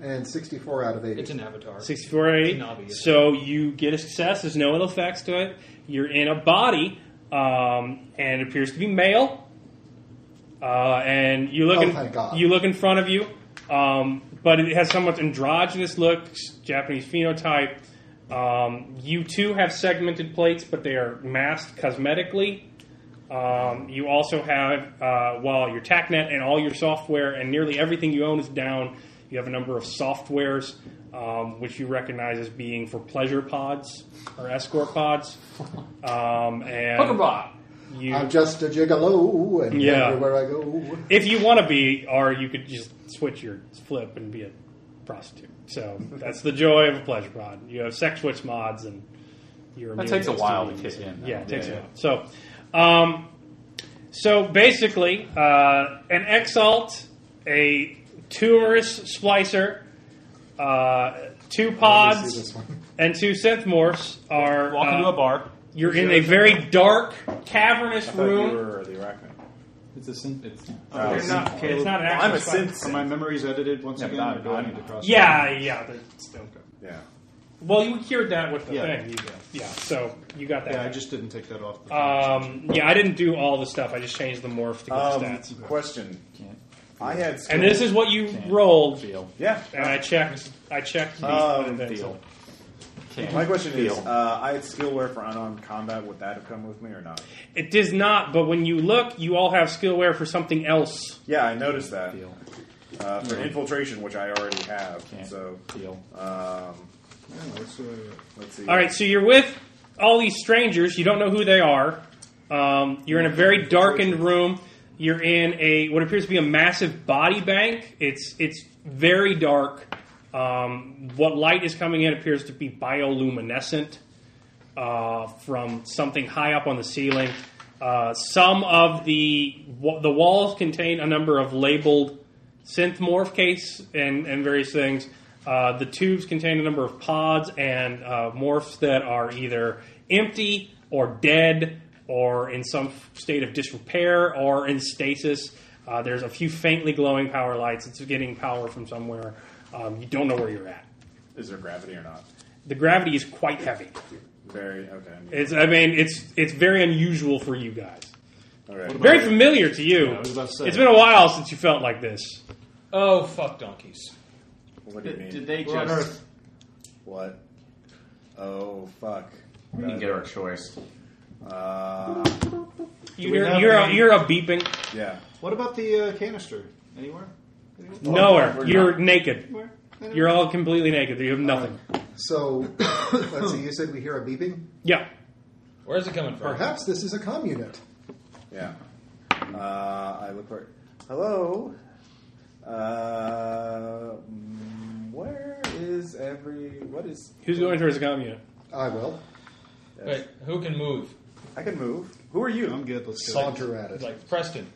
Speaker 4: And 64 out of 80.
Speaker 7: It's an avatar.
Speaker 1: Sixty-four eight.
Speaker 7: Knobby.
Speaker 1: So you get a success. There's no ill effects to it. You're in a body, um, and it appears to be male. Uh, and you look
Speaker 4: Oh,
Speaker 1: in,
Speaker 4: thank God.
Speaker 1: you look in front of you, um, but it has somewhat androgynous looks, Japanese phenotype. Um, you too have segmented plates, but they are masked cosmetically. Um, you also have, uh, while your TACnet and all your software and nearly everything you own is down, you have a number of softwares um, which you recognize as being for pleasure pods or escort pods. Um, and
Speaker 2: Hooker pod.
Speaker 1: You,
Speaker 4: I'm just a gigolo, and
Speaker 1: Yeah.
Speaker 4: everywhere I go.
Speaker 1: if you want to be, or you could just switch your flip and be a prostitute. So that's the joy of a pleasure pod. You have sex switch mods, and you're
Speaker 2: That
Speaker 1: immune
Speaker 2: takes a
Speaker 1: to
Speaker 2: while to
Speaker 1: STDs.
Speaker 2: kick in, though.
Speaker 1: Yeah, it
Speaker 2: Yeah,
Speaker 1: takes
Speaker 2: yeah.
Speaker 1: a while. So, um, so basically, uh, an exalt, a tumorous splicer, uh, two
Speaker 4: see
Speaker 1: pods,
Speaker 4: this one.
Speaker 1: and two synth morphs are
Speaker 11: Walk into
Speaker 1: uh,
Speaker 11: a bar.
Speaker 1: You're in a very dark, cavernous
Speaker 3: I thought you
Speaker 1: room.
Speaker 3: were the arachnid.
Speaker 2: It's a synth. It's,
Speaker 1: You're not- it's not an
Speaker 3: Well,
Speaker 1: actual
Speaker 3: I'm a
Speaker 1: spider.
Speaker 3: synth.
Speaker 5: Are my memories edited once
Speaker 2: Yeah,
Speaker 5: again? or
Speaker 2: but I-
Speaker 5: do I
Speaker 2: I'm
Speaker 5: need to
Speaker 2: not.
Speaker 5: cross
Speaker 1: Yeah, yeah. They're still good.
Speaker 3: Yeah.
Speaker 1: Well, you cured that with the
Speaker 5: Yeah.
Speaker 1: thing. You- yeah, so you got that.
Speaker 5: Yeah, I just didn't take that off. The
Speaker 11: Uh,
Speaker 1: um, yeah, I didn't do all the stuff. I just changed the morph to get
Speaker 3: Um,
Speaker 1: the stats.
Speaker 3: question. I had.
Speaker 1: And this is what you rolled.
Speaker 2: Feel.
Speaker 3: Yeah.
Speaker 1: And I checked. I checked the
Speaker 3: Um,
Speaker 1: thing, so-
Speaker 2: Feel.
Speaker 3: My question is,
Speaker 2: Feel.
Speaker 3: uh, I had skillware for unarmed combat. Would that have come with me or not?
Speaker 1: It does not. But when you look, you all have skillware for something else.
Speaker 3: Yeah, I noticed that
Speaker 2: Feel.
Speaker 3: uh, for infiltration, which I already have.
Speaker 2: Can't.
Speaker 3: So,
Speaker 2: Feel.
Speaker 3: um,
Speaker 5: Let's, uh,
Speaker 3: let's see.
Speaker 1: All right, so you're with all these strangers. You don't know who they are. Um, you're in a very darkened room. You're in a what appears to be a massive body bank. It's it's very dark. Um, what light is coming in appears to be bioluminescent uh, from something high up on the ceiling. Uh, some of the wa- the walls contain a number of labeled synth morph case and, and various things. Uh, the tubes contain a number of pods and uh, morphs that are either empty or dead or in some f- state of disrepair or in stasis. Uh, there's a few faintly glowing power lights. It's getting power from somewhere. Um, you don't know where you're at.
Speaker 3: Is there gravity or not?
Speaker 1: The gravity is quite heavy.
Speaker 3: Very okay.
Speaker 1: It's, I mean, it's it's very unusual for you guys.
Speaker 3: All right.
Speaker 1: Very familiar to you.
Speaker 8: I was about to say.
Speaker 1: It's been a while since you felt like this.
Speaker 7: Oh, fuck donkeys.
Speaker 3: What do you mean?
Speaker 6: Did, did they
Speaker 8: We're on
Speaker 6: just?
Speaker 8: Earth.
Speaker 3: What? Oh fuck.
Speaker 6: We didn't get our choice.
Speaker 3: Uh,
Speaker 1: You
Speaker 5: we
Speaker 1: hear,
Speaker 5: have
Speaker 1: you're a,
Speaker 5: any-
Speaker 1: you're a beeping
Speaker 3: yeah.
Speaker 5: What about the uh, canister? Anywhere?
Speaker 1: nowhere.
Speaker 6: we're
Speaker 1: You're
Speaker 6: not.
Speaker 1: naked.
Speaker 5: Anywhere? Anywhere?
Speaker 1: You're all completely naked. You have nothing.
Speaker 4: So, let's see, you said we hear a beeping?
Speaker 1: Yeah.
Speaker 7: Where's it coming from?
Speaker 4: Perhaps this is a comm unit.
Speaker 3: Yeah. Uh, I look for. Hello. Uh, mm, where is every? What is?
Speaker 1: Who's going towards the comm unit?
Speaker 4: I will.
Speaker 7: Wait, who can move?
Speaker 3: I can move. Who are you?
Speaker 5: I'm good. Let's go.
Speaker 4: Saunter at
Speaker 7: It's
Speaker 4: it.
Speaker 7: like Preston.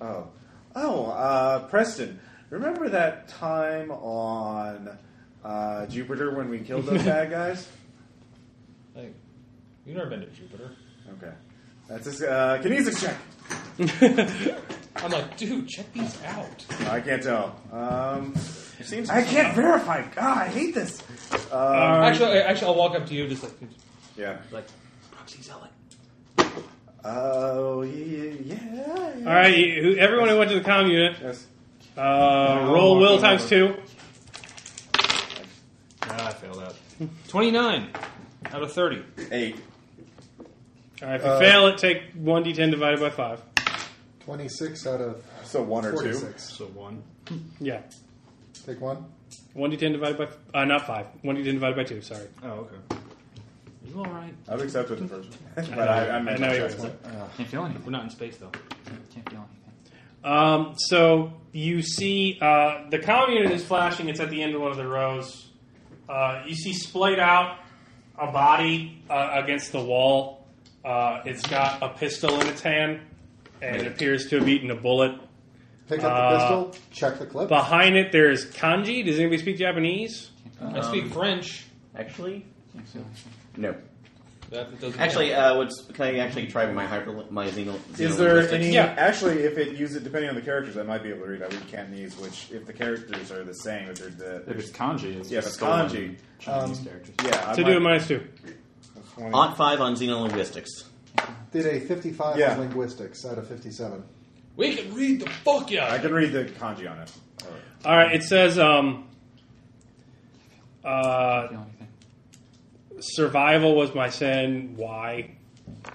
Speaker 3: Oh, oh, uh, Preston. Remember that time on uh, Jupiter when we killed those bad guys?
Speaker 7: Like, you've never been to Jupiter.
Speaker 3: Okay, that's a uh, kinesics check.
Speaker 7: I'm like, dude, check these out.
Speaker 3: I can't tell. Um,
Speaker 6: Seems
Speaker 3: I can't verify. God, I hate this. Uh,
Speaker 7: Actually, actually, I'll walk up to you just like,
Speaker 3: yeah.
Speaker 7: like proxy selling.
Speaker 3: Oh, yeah. yeah, yeah.
Speaker 1: All right. You, who- everyone who went to the comm unit,
Speaker 3: Yes.
Speaker 1: uh, roll will times two.
Speaker 5: Nah, I failed out.
Speaker 11: 29 out of 30.
Speaker 3: Eight.
Speaker 1: All right. If you fail it, take one d10 divided by five.
Speaker 4: 26 out of
Speaker 3: So one or two.
Speaker 4: 46.
Speaker 5: So one.
Speaker 1: Yeah.
Speaker 4: Take one.
Speaker 1: One d10 divided by uh, not five. One d10 divided by two. Sorry.
Speaker 5: Oh, okay.
Speaker 11: You all right?
Speaker 3: I've accepted the first one, but I, I'm
Speaker 1: I know you want.
Speaker 11: Can't feel anything. We're not in space, though. Can't feel anything.
Speaker 1: Um, so you see uh, the comm unit is flashing. It's at the end of one of the rows. Uh, you see splayed out a body uh, against the wall. Uh, it's got a pistol in its hand, and it appears to have eaten a bullet.
Speaker 4: Pick up
Speaker 1: Uh,
Speaker 4: the pistol, check the clip.
Speaker 1: Behind it, there is kanji. Does anybody speak Japanese?
Speaker 7: I
Speaker 1: Um,
Speaker 7: speak French.
Speaker 6: Actually, no.
Speaker 7: That doesn't
Speaker 6: Actually, uh, what's, can I actually try my hyper my xeno?
Speaker 3: Is there
Speaker 6: xenolinguistics?
Speaker 3: any?
Speaker 1: Yeah.
Speaker 3: Actually, if it uses depending on the characters, I might be able to read. I read Cantonese, which if the characters are the same, if they're the
Speaker 2: If it's kanji, it's
Speaker 3: Yeah,
Speaker 2: just
Speaker 3: if it's kanji.
Speaker 2: stolen Chinese
Speaker 4: Um,
Speaker 2: characters.
Speaker 3: yeah, I
Speaker 1: So
Speaker 3: might,
Speaker 1: do a minus two.
Speaker 6: Ot five on xenolinguistics?
Speaker 4: Did a 55
Speaker 3: Yeah.
Speaker 4: on linguistics out of 57.
Speaker 7: we can read the fuck
Speaker 3: I
Speaker 7: out.
Speaker 3: can read the kanji on it. Alright.
Speaker 1: All right. It says um, uh,
Speaker 11: Feel anything.
Speaker 1: survival was my sin. Why?
Speaker 9: At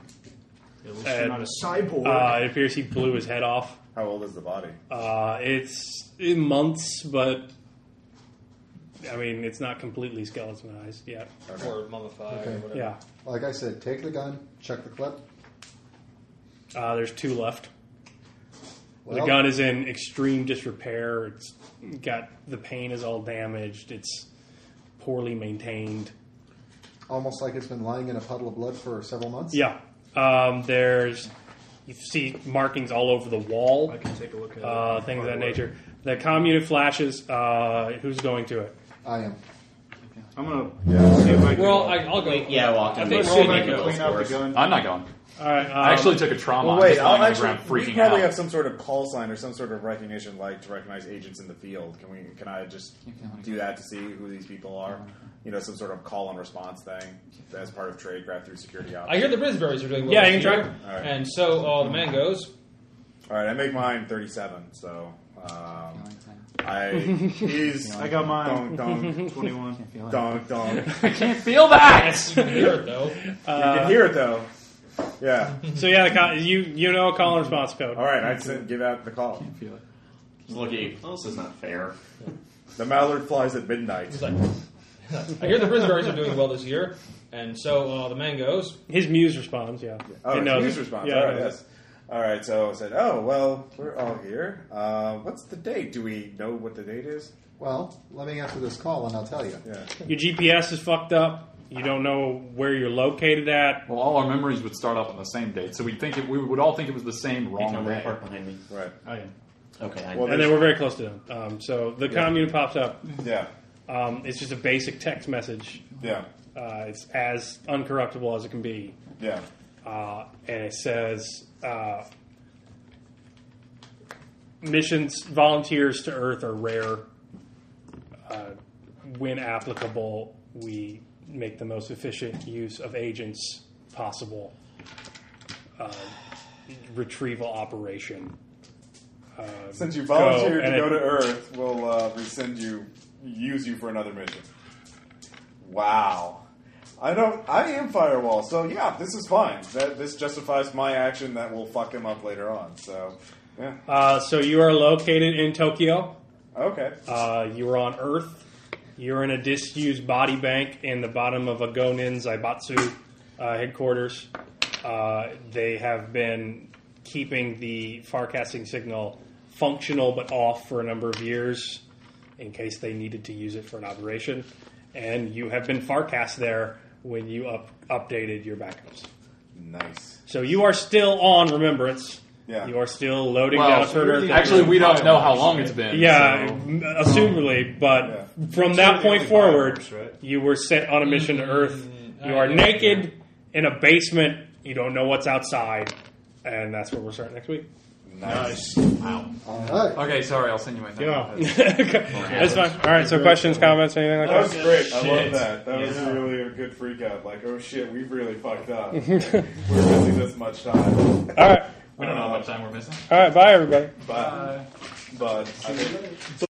Speaker 11: Uh,
Speaker 9: least
Speaker 1: And,
Speaker 9: you're not a cyborg.
Speaker 1: Uh, it appears he blew his head off.
Speaker 3: How old is the body?
Speaker 1: Uh, it's in months, but I mean, it's not completely skeletonized yet.
Speaker 7: Or mummified
Speaker 4: Okay.
Speaker 7: or whatever.
Speaker 1: Yeah.
Speaker 4: Like I said, take the gun, check the clip.
Speaker 1: Uh, there's two left. the
Speaker 4: Well-
Speaker 1: gun is in extreme disrepair. It's got the paint is all damaged. It's poorly maintained.
Speaker 4: Almost like it's been lying in a puddle of blood for several months.
Speaker 1: Yeah. Um, there's you see markings all over the wall.
Speaker 9: I can take a look at
Speaker 1: uh,
Speaker 9: it.
Speaker 1: things of that nature. The comm unit flashes. Uh, who's going to it?
Speaker 4: I am.
Speaker 9: I'm gonna
Speaker 11: see if I can-
Speaker 7: Well, I, I'll go.
Speaker 6: Wait, yeah, walk in.
Speaker 7: I'm
Speaker 6: They
Speaker 7: gonna
Speaker 6: should
Speaker 7: roll back
Speaker 6: make
Speaker 7: up.
Speaker 6: those scores.
Speaker 2: I'm not going.
Speaker 1: All right. Um,
Speaker 2: I actually took a trauma.
Speaker 3: Well,
Speaker 2: I'm
Speaker 3: wait,
Speaker 2: just
Speaker 3: I'll
Speaker 2: lying on the
Speaker 3: actually.
Speaker 2: ground
Speaker 3: We
Speaker 2: freaking
Speaker 3: probably
Speaker 2: out.
Speaker 3: have some sort of call sign or some sort of recognition light to recognize agents in the field. Can we? Can I just do that to see who these people are? You know, some sort of call and response thing as part of trade craft through security ops.
Speaker 7: I hear the Brisberries are doing well.
Speaker 1: Yeah,
Speaker 7: this
Speaker 1: you can
Speaker 7: year.
Speaker 1: try.
Speaker 3: All right.
Speaker 7: And so uh, the man goes.
Speaker 3: All right, I make mine thirty-seven. So um, I he's
Speaker 5: I got mine.
Speaker 3: Dong, dong,
Speaker 5: 21.
Speaker 3: dong, dong. You
Speaker 2: I can't feel
Speaker 1: um,
Speaker 2: that.
Speaker 7: You can hear it though.
Speaker 3: can hear it though. Yeah.
Speaker 1: So yeah, the co- you you know a call and response code.
Speaker 3: All right, I sent, give out the call.
Speaker 2: Feel it.
Speaker 6: Just look at you. Oh, this is not fair.
Speaker 3: The mallard flies at midnight.
Speaker 7: He's like, I hear the Brisberries are doing well this year. And so uh, the man goes.
Speaker 1: His muse responds. Yeah.
Speaker 3: Oh,
Speaker 1: It
Speaker 3: it's
Speaker 1: knows.
Speaker 3: news response.
Speaker 1: Yeah,
Speaker 3: All
Speaker 1: it
Speaker 3: right,
Speaker 1: knows.
Speaker 3: yes. All right, so I said, oh, well, we're all here. Uh, what's the date? Do we know what the date is?
Speaker 4: Well, let me answer this call and I'll tell you.
Speaker 3: Yeah.
Speaker 1: Your GPS is fucked up. You don't know where you're located at.
Speaker 2: Well, all our memories would start up on the same date, so we'd think it, we would all think it was the same
Speaker 6: Hey,
Speaker 2: wrong
Speaker 6: Tom,
Speaker 2: day.
Speaker 6: park behind me.
Speaker 3: Right.
Speaker 9: I am.
Speaker 6: Okay, I
Speaker 3: Well,
Speaker 1: And then we're very close to them. Um, so the comm unit pops up.
Speaker 3: Yeah.
Speaker 1: Um, it's just a basic text message.
Speaker 3: Yeah.
Speaker 1: Uh, it's as uncorruptible as it can be.
Speaker 3: Yeah.
Speaker 1: uh, and it says uh, missions volunteers to Earth are rare. Uh, when applicable, we make the most efficient use of agents possible. Uh, retrieval operation. Uh,
Speaker 3: Since you volunteered
Speaker 1: and
Speaker 3: to go
Speaker 1: it-
Speaker 3: to Earth, we'll uh, rescind you, use you for another mission. Wow. I don't. I am firewall, so yeah, this is fine. That this justifies my action that will fuck him up later on. So, yeah.
Speaker 1: Uh, so you are located in Tokyo.
Speaker 3: Okay.
Speaker 1: Uh, you were on Earth. You're in a disused body bank in the bottom of a Gonin Zaibatsu uh, headquarters. Uh, they have been keeping the farcasting signal functional but off for a number of years in case they needed to use it for an operation. And you have been farcast there when you up- updated your backups.
Speaker 3: Nice.
Speaker 1: So you are still on Remembrance.
Speaker 3: Yeah.
Speaker 1: You are still loading
Speaker 2: Well,
Speaker 1: down Turner.
Speaker 2: actually, we don't know how long it's been.
Speaker 1: Yeah,
Speaker 2: so-
Speaker 1: m assumably, but
Speaker 3: Yeah.
Speaker 1: from that point forward,
Speaker 9: biomes, right?
Speaker 1: you were sent on a mission to Earth. You are
Speaker 7: I-
Speaker 1: naked in a basement. You don't know what's outside, and that's where we're starting next week.
Speaker 3: Nice.
Speaker 4: All right.
Speaker 2: Okay, sorry, I'll send you my thing.
Speaker 5: Yeah.
Speaker 1: that's fine. All right. So, questions, comments, anything like
Speaker 3: That
Speaker 1: that?
Speaker 3: was great. I love that. That was really a good freak out. Like, oh shit, we've really fucked up. We're missing this much time.
Speaker 1: All right.
Speaker 2: We don't know how much time we're missing.
Speaker 1: All right. Bye, everybody.
Speaker 3: But, but I think